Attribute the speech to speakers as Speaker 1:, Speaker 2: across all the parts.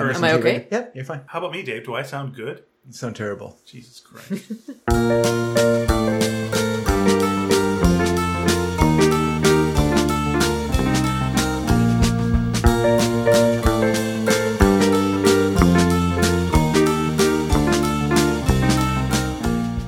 Speaker 1: Or
Speaker 2: Am I okay?
Speaker 1: Yep, you're fine.
Speaker 3: How about me, Dave? Do I sound good?
Speaker 1: You sound terrible.
Speaker 3: Jesus Christ.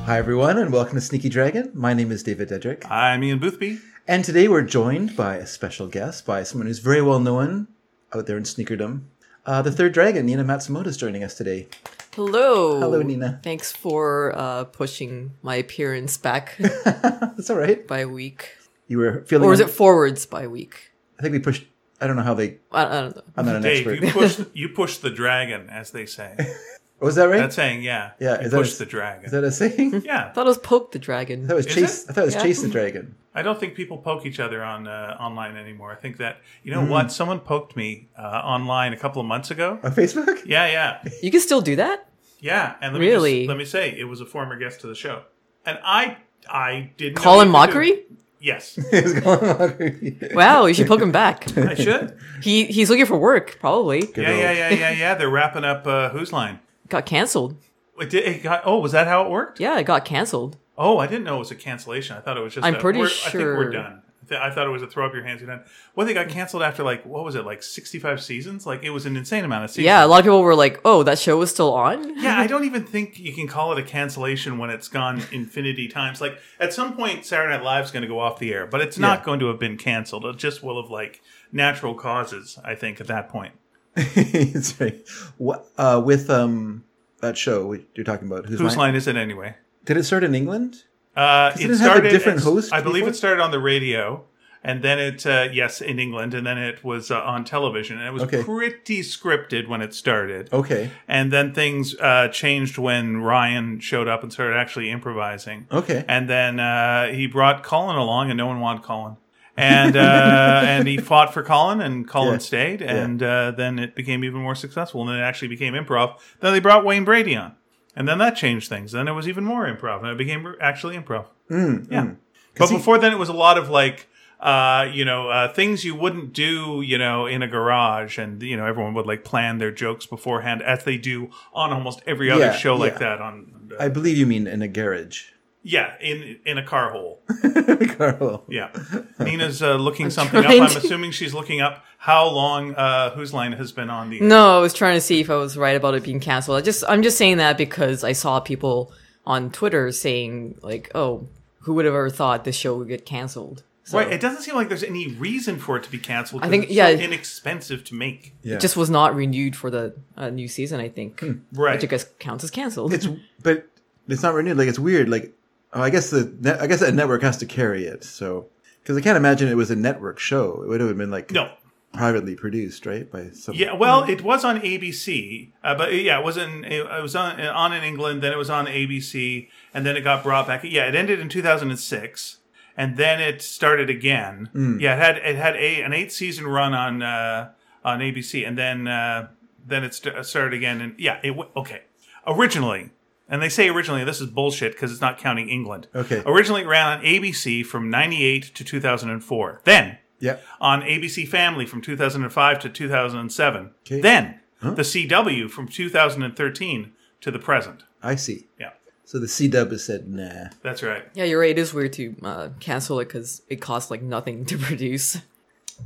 Speaker 1: Hi, everyone, and welcome to Sneaky Dragon. My name is David Dedrick.
Speaker 3: I'm Ian Boothby.
Speaker 1: And today we're joined by a special guest, by someone who's very well known out there in sneakerdom. Uh, the third dragon, Nina Matsumoto, is joining us today.
Speaker 2: Hello.
Speaker 1: Hello, Nina.
Speaker 2: Thanks for uh, pushing my appearance back
Speaker 1: That's all right.
Speaker 2: by week.
Speaker 1: You were feeling.
Speaker 2: Or was it forwards by week?
Speaker 1: I think we pushed. I don't know how they.
Speaker 2: I, I don't know.
Speaker 1: I'm not an
Speaker 3: Dave,
Speaker 1: expert.
Speaker 3: you push you push the dragon, as they say.
Speaker 1: was that right?
Speaker 3: That's saying, yeah.
Speaker 1: Yeah,
Speaker 3: You
Speaker 1: is that
Speaker 3: push
Speaker 1: a-
Speaker 3: the dragon.
Speaker 1: Is that a saying?
Speaker 3: yeah.
Speaker 2: I thought it was Poke the
Speaker 1: I
Speaker 2: Dragon.
Speaker 1: thought it was
Speaker 3: Is
Speaker 1: chase.
Speaker 3: it?
Speaker 1: I thought it was
Speaker 2: Yeah.
Speaker 1: chase the dragon.
Speaker 3: I don't think people poke each other on uh, online anymore. I think that you know
Speaker 1: Hmm.
Speaker 3: what? Someone poked me uh, online a couple of months ago.
Speaker 1: On Facebook?
Speaker 3: Yeah, yeah,
Speaker 2: You can still do that?
Speaker 3: yeah. And let me
Speaker 2: Really?
Speaker 3: just, let me say, it was a former guest to the show, and I I didn't know
Speaker 2: Colin
Speaker 3: what to do.
Speaker 2: Mockery?
Speaker 3: Yes,
Speaker 1: It was going on.
Speaker 2: Wow, you should poke him back.
Speaker 3: I should.
Speaker 2: He he's looking for work, probably.
Speaker 1: Good
Speaker 3: yeah,
Speaker 1: old-
Speaker 3: yeah, yeah, yeah, yeah. They're wrapping up uh, Who's Line.
Speaker 2: Got canceled.
Speaker 3: It did, it got, oh, was that how it worked?
Speaker 2: Yeah, it got canceled.
Speaker 3: Oh, I didn't know it was a cancellation. I thought it was just.
Speaker 2: I'm
Speaker 3: a-
Speaker 2: pretty
Speaker 3: we're- I think
Speaker 2: sure.
Speaker 3: we're done. I th- I thought it was a throw up your hands, you're done. Well, they got canceled after like what was it, like 65 seasons? Like it was an insane amount of seasons.
Speaker 2: Yeah, a lot of people were like, "Oh, that show was still on."
Speaker 3: Yeah, I don't even think you can call it a cancellation when it's gone infinity times. Like at some point, Saturday Night Live's going to go off the air, but it's not
Speaker 1: Yeah.
Speaker 3: going to have been canceled. It just will have like natural causes. I think at that point.
Speaker 1: That's right. What uh, with um that show we- you're talking about? Who's,
Speaker 3: Whose line is it anyway?
Speaker 1: Did it start in England?
Speaker 3: Uh,
Speaker 1: it have a different
Speaker 3: it's-
Speaker 1: host
Speaker 3: I believe
Speaker 1: before?
Speaker 3: it started on the radio, and then it uh, yes in England, and then it was uh, on television, and it was
Speaker 1: Okay. Oh.
Speaker 3: pretty scripted when it started.
Speaker 1: Okay.
Speaker 3: And then things uh, changed when Ryan showed up and started actually improvising.
Speaker 1: Okay.
Speaker 3: And then uh, he brought Colin along, and no one wanted Colin. And uh, and he fought for Colin, and Colin
Speaker 1: Yeah.
Speaker 3: stayed. And uh, then it became even more successful, and then it actually became improv. Then they brought Wayne Brady on, and then that changed things. Then it was even more improv, and it became re- actually improv. yeah, but
Speaker 1: Mm, he-
Speaker 3: before then, it was a lot of like. Uh, you know, uh, things you wouldn't do, you know, in a garage, and you know, everyone would like plan their jokes beforehand, as they do on almost every other
Speaker 1: Yeah,
Speaker 3: show like
Speaker 1: yeah.
Speaker 3: that. On uh,
Speaker 1: I believe you mean in a garage.
Speaker 3: yeah, in in a car hole.
Speaker 1: Carl.
Speaker 3: Yeah. Nina's uh, looking something up.
Speaker 2: trying
Speaker 3: I'm
Speaker 2: to-
Speaker 3: assuming she's looking up how long uh, Whose Line has been on the air.
Speaker 2: No, I was trying to see if I was right about it being canceled. I just I'm just saying that because I saw people on Twitter saying like, "Oh, who would have ever thought this show would get canceled?" So
Speaker 3: Right. It doesn't seem like there's any reason for it to be canceled.
Speaker 2: I
Speaker 3: 'cause
Speaker 2: think-
Speaker 3: it's so
Speaker 2: yeah.
Speaker 3: inexpensive to make.
Speaker 1: Yeah.
Speaker 2: it just was not renewed for the uh, new season, I think.
Speaker 3: Right.
Speaker 2: Which I guess counts as canceled.
Speaker 1: it's but it's not renewed. Like it's weird. Like oh, I guess the net, I guess that network has to carry it. So because I can't imagine it was a network show. It would have been like
Speaker 3: No.
Speaker 1: privately produced, right? By some
Speaker 3: Yeah. Well, it was on ABC, uh, but yeah, it was in it, it was on on in England. Then it was on ABC, and then it got brought back. Yeah, it ended in 2006, and then it started again. Yeah, it had it had a an eight season run on uh, on ABC, and then uh, then it st- started again. And yeah, it w- okay originally. And they say originally this is bullshit because it's not counting England.
Speaker 1: Okay.
Speaker 3: Originally it ran on ABC from 98 to 2004. Then
Speaker 1: yeah.
Speaker 3: on ABC Family from 2005 to 2007.
Speaker 1: Okay.
Speaker 3: Then the CW from 2013 to the present.
Speaker 1: I see.
Speaker 3: Yeah,
Speaker 1: So the C Dub has said nah.
Speaker 3: that's right.
Speaker 2: yeah, you're right. It is weird to uh, cancel it because it costs like nothing to produce.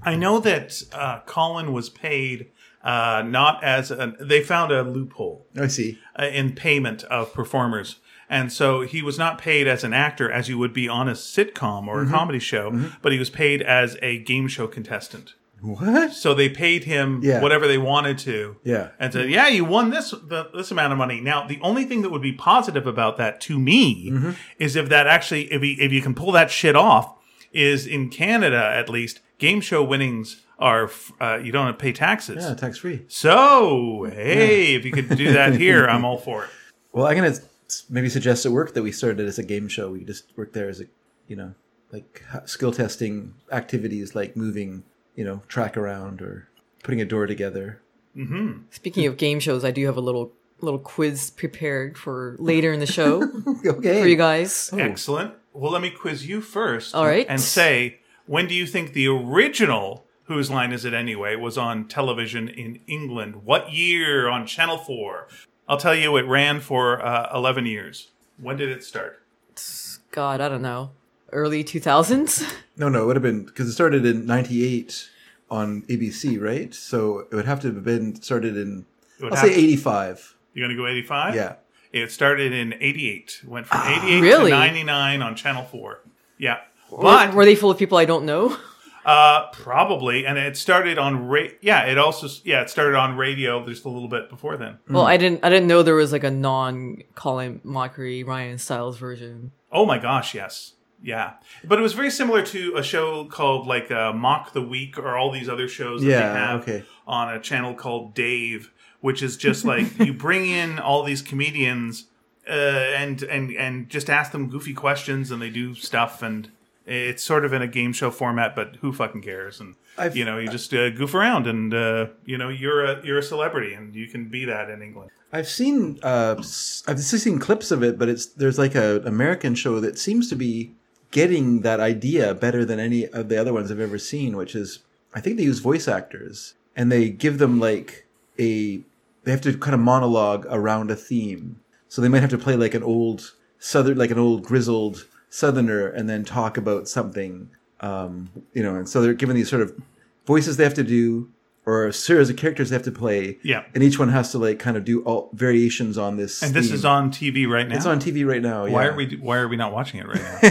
Speaker 3: I know that uh, Colin was paid uh, not as an. They found a loophole
Speaker 1: I see.
Speaker 3: uh, in payment of performers. And so he was not paid as an actor as you would be on a sitcom or a comedy show, but he was paid as a game show contestant.
Speaker 1: What?
Speaker 3: So they paid him
Speaker 1: Yeah.
Speaker 3: whatever they wanted to.
Speaker 1: Yeah.
Speaker 3: and said, "Yeah, you won this the, this amount of money." Now, the only thing that would be positive about that to me
Speaker 1: Mm-hmm.
Speaker 3: is if that actually if you, if you can pull that shit off is in Canada at least game show winnings are f- uh, you don't have to pay taxes.
Speaker 1: Yeah, tax free.
Speaker 3: So hey, if you could do that here, I'm all for it.
Speaker 1: Well, I'm gonna s- maybe suggest at work that we started as a game show. We just work there as a, you know, like h- skill testing activities like moving, you know, track around or putting a door together.
Speaker 2: Speaking of game shows, I do have a little little quiz prepared for later in the show
Speaker 1: Okay.
Speaker 2: for you guys.
Speaker 3: Excellent. Well, let me quiz you first.
Speaker 2: All right.
Speaker 3: and say when do you think the original Whose Line Is It Anyway was on television in England. What year on Channel 4? I'll tell you, it ran for uh, 11 years. When did it start?
Speaker 2: God, I don't know. Early 2000s?
Speaker 1: No, no, it would have been because it started in '98 on ABC, right? So it would have to have been started in
Speaker 3: It would
Speaker 1: I'll
Speaker 3: have
Speaker 1: say
Speaker 3: to-
Speaker 1: '85.
Speaker 3: You're going to go 85?
Speaker 1: Yeah,
Speaker 3: It started in 88. Went from 88
Speaker 2: Ah, really?
Speaker 3: to 99 on Channel 4. Yeah.
Speaker 2: Were, were they full of people I don't know?
Speaker 3: Uh, probably, and it started on ra- yeah. It also yeah, it started on radio just a little bit before then.
Speaker 2: Well, I didn't. I didn't know there was like a non-Colin Mockery Ryan Styles version.
Speaker 3: Oh my gosh, yes, yeah. But it was very similar to a show called like uh, Mock the Week or all these other shows that
Speaker 1: Yeah,
Speaker 3: they have
Speaker 1: okay.
Speaker 3: on a channel called Dave, which is just like you bring in all these comedians uh, and and and just ask them goofy questions and they do stuff and. It's sort of in a game show format, but who fucking cares? And
Speaker 1: I've-
Speaker 3: you know, you just uh, goof around, and uh, you know, you're a you're a celebrity, and you can be that in England.
Speaker 1: I've seen uh, s- I've seen clips of it, but it's there's like a American show that seems to be getting that idea better than any of the other ones I've ever seen, which is I think they use voice actors and they give them like a they have to kind of monologue around a theme. So they might have to play like an old southern like an old grizzled southerner and then talk about something um, you know, and so they're given these sort of voices they have to do or a series of characters they have to play.
Speaker 3: Yeah.
Speaker 1: And each one has to like kind of do all variations on this.
Speaker 3: And this
Speaker 1: theme.
Speaker 3: is on TV right now.
Speaker 1: It's on TV right now.
Speaker 3: Why
Speaker 1: yeah.
Speaker 3: are we Why are we not watching it right now?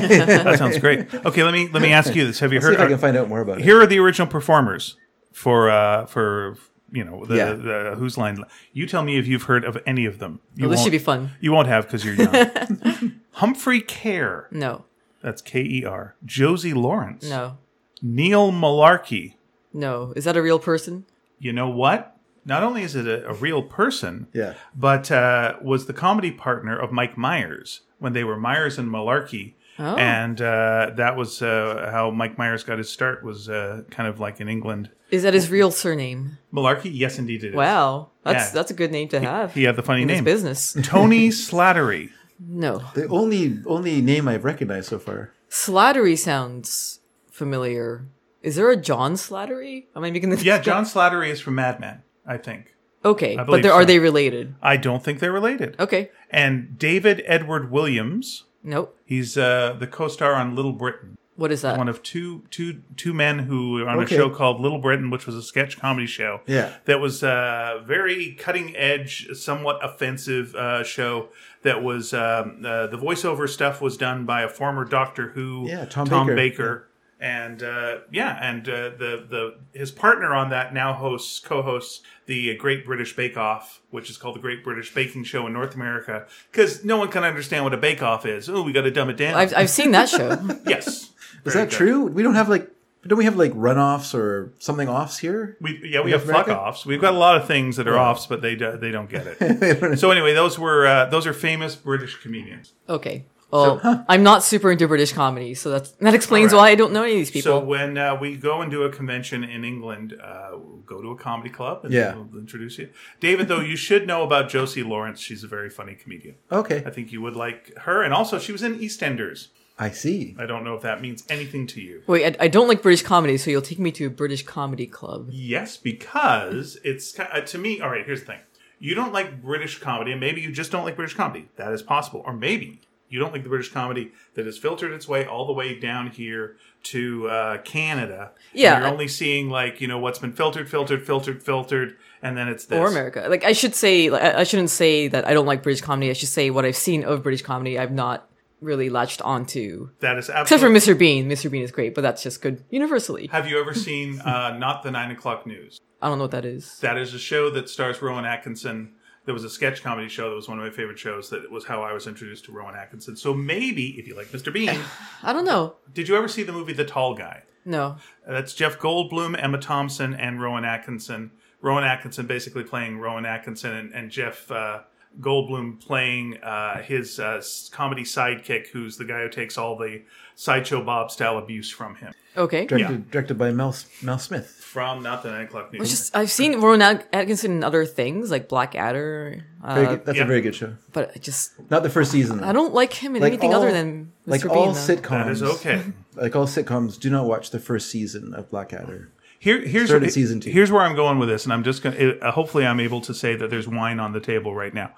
Speaker 3: that sounds great. Okay, let me let me ask you this: Have you
Speaker 1: See if I
Speaker 3: heard?
Speaker 1: can find out more about it.
Speaker 3: here are the original performers for uh, for you know the,
Speaker 1: Yeah.
Speaker 3: the uh, Who's Line. You tell me if you've heard of any of them. You
Speaker 2: Well, Oh, this
Speaker 3: won't-
Speaker 2: should be fun.
Speaker 3: You won't have because you're young. Humphrey Kerr,
Speaker 2: No,
Speaker 3: that's K E R. Josie Lawrence,
Speaker 2: no,
Speaker 3: Neil Malarkey.
Speaker 2: no. Is that a real person?
Speaker 3: You know what? Not only is it a, a real person,
Speaker 1: Yeah.
Speaker 3: but uh, was the comedy partner of Mike Myers when they were Myers and Malarkey.
Speaker 2: Oh.
Speaker 3: And uh, that was uh, how Mike Myers got his start, was uh, kind of like in England.
Speaker 2: Is that his real surname?
Speaker 3: Malarkey? Yes, indeed it is.
Speaker 2: Wow, that's
Speaker 3: Yeah.
Speaker 2: that's a good name to have.
Speaker 3: He had the funny
Speaker 2: in this
Speaker 3: name.
Speaker 2: business.
Speaker 3: Tony Slattery.
Speaker 2: No,
Speaker 1: The only only name I've recognized so far.
Speaker 2: Slattery sounds familiar. Is there a John Slattery? Am I making this?
Speaker 3: Yeah, John Slattery is from Mad Men, I think.
Speaker 2: Okay,
Speaker 3: I
Speaker 2: but
Speaker 3: believe
Speaker 2: there, are
Speaker 3: so.
Speaker 2: they related?
Speaker 3: I don't think they're related.
Speaker 2: Okay,
Speaker 3: And David Edward Williams,
Speaker 2: nope.
Speaker 3: he's uh, the co star on Little Britain.
Speaker 2: What is that?
Speaker 3: one of two two two men who were on
Speaker 1: Okay.
Speaker 3: a show called Little Britain, which was a sketch comedy show.
Speaker 1: Yeah.
Speaker 3: that was a very cutting edge, somewhat offensive uh, show. That was um, uh, the voiceover stuff was done by a former Doctor Who,
Speaker 1: Yeah, Tom Baker.
Speaker 3: Baker. And uh, yeah, and uh, the the his partner on that now hosts co-hosts the Great British Bake Off, which is called the Great British Baking Show in North America, because no one can understand what a bake off is. Oh, we got to dumb it down.
Speaker 2: I've I've seen that show.
Speaker 3: yes,
Speaker 1: Is
Speaker 3: Very
Speaker 1: that
Speaker 3: good.
Speaker 1: true? We don't have like don't we have like runoffs or something offs here?
Speaker 3: We yeah we have fuck
Speaker 1: America?
Speaker 3: offs. We've got a lot of things that are offs, but they do, they don't get it. so anyway, those were uh, those are famous British comedians.
Speaker 2: Okay. Well, I'm not super into British comedy, so that's that explains
Speaker 3: Alright.
Speaker 2: why I don't know any of these people.
Speaker 3: So when uh, we go and do a convention in England, uh, we'll go to a comedy club and
Speaker 1: Yeah.
Speaker 3: we'll introduce you. David, though, you should know about Josie Lawrence. She's a very funny comedian.
Speaker 1: Okay.
Speaker 3: I think you would like her, and also she was in EastEnders.
Speaker 1: I see.
Speaker 3: I don't know if that means anything to you.
Speaker 2: Wait, I, I don't like British comedy, so you'll take me to a British comedy club.
Speaker 3: Yes, because it's ki- uh, to me. All right, here's the thing: you don't like British comedy, and maybe you just don't like British comedy. That is possible, or maybe you don't like the British comedy that has filtered its way all the way down here to uh, Canada. and
Speaker 2: Yeah.
Speaker 3: you're only seeing like you know what's been filtered, filtered, filtered, filtered, and then it's this.
Speaker 2: Or America. Like I should say, like, I I shouldn't say that I don't like British comedy. I should say what I've seen of British comedy, I've not really latched onto.
Speaker 3: That is
Speaker 2: Except for
Speaker 3: absolutely.
Speaker 2: Mr. Bean. Mr. Bean is great, but that's just good universally.
Speaker 3: Have you ever seen uh, not the nine o'clock news?
Speaker 2: I don't know what that is.
Speaker 3: That is a show that stars Rowan Atkinson. There was a sketch comedy show that was one of my favorite shows. That was how I was introduced to Rowan Atkinson. So maybe if you like Mr. Bean.
Speaker 2: I don't know.
Speaker 3: Did you ever see the movie The Tall Guy?
Speaker 2: No.
Speaker 3: That's Jeff Goldblum, Emma Thompson, and Rowan Atkinson. Rowan Atkinson basically playing Rowan Atkinson, and, and Jeff uh, Goldblum playing uh, his uh, s- comedy sidekick, who's the guy who takes all the sideshow Bob style abuse from him.
Speaker 2: Okay.
Speaker 1: Directed directed by Mel Mel Smith.
Speaker 3: From not the nine o'clock news.
Speaker 2: It's just I've seen Rowan At- Atkinson in other things like Blackadder,
Speaker 1: Very
Speaker 2: uh,
Speaker 1: good. That's
Speaker 3: yeah.
Speaker 1: a very good show.
Speaker 2: but I just
Speaker 1: Not the first season.
Speaker 2: I don't like him in
Speaker 1: Like
Speaker 2: anything
Speaker 1: all-
Speaker 2: other than Mr.
Speaker 1: like
Speaker 2: Bean.
Speaker 1: all
Speaker 2: though.
Speaker 1: sitcoms.
Speaker 3: that is okay.
Speaker 1: Like all sitcoms, do not watch the first season of Blackadder.
Speaker 3: Here, here's
Speaker 1: Started season two.
Speaker 3: Here's where I'm going with this, and I'm just going. to Hopefully, I'm able to say that there's wine on the table right now.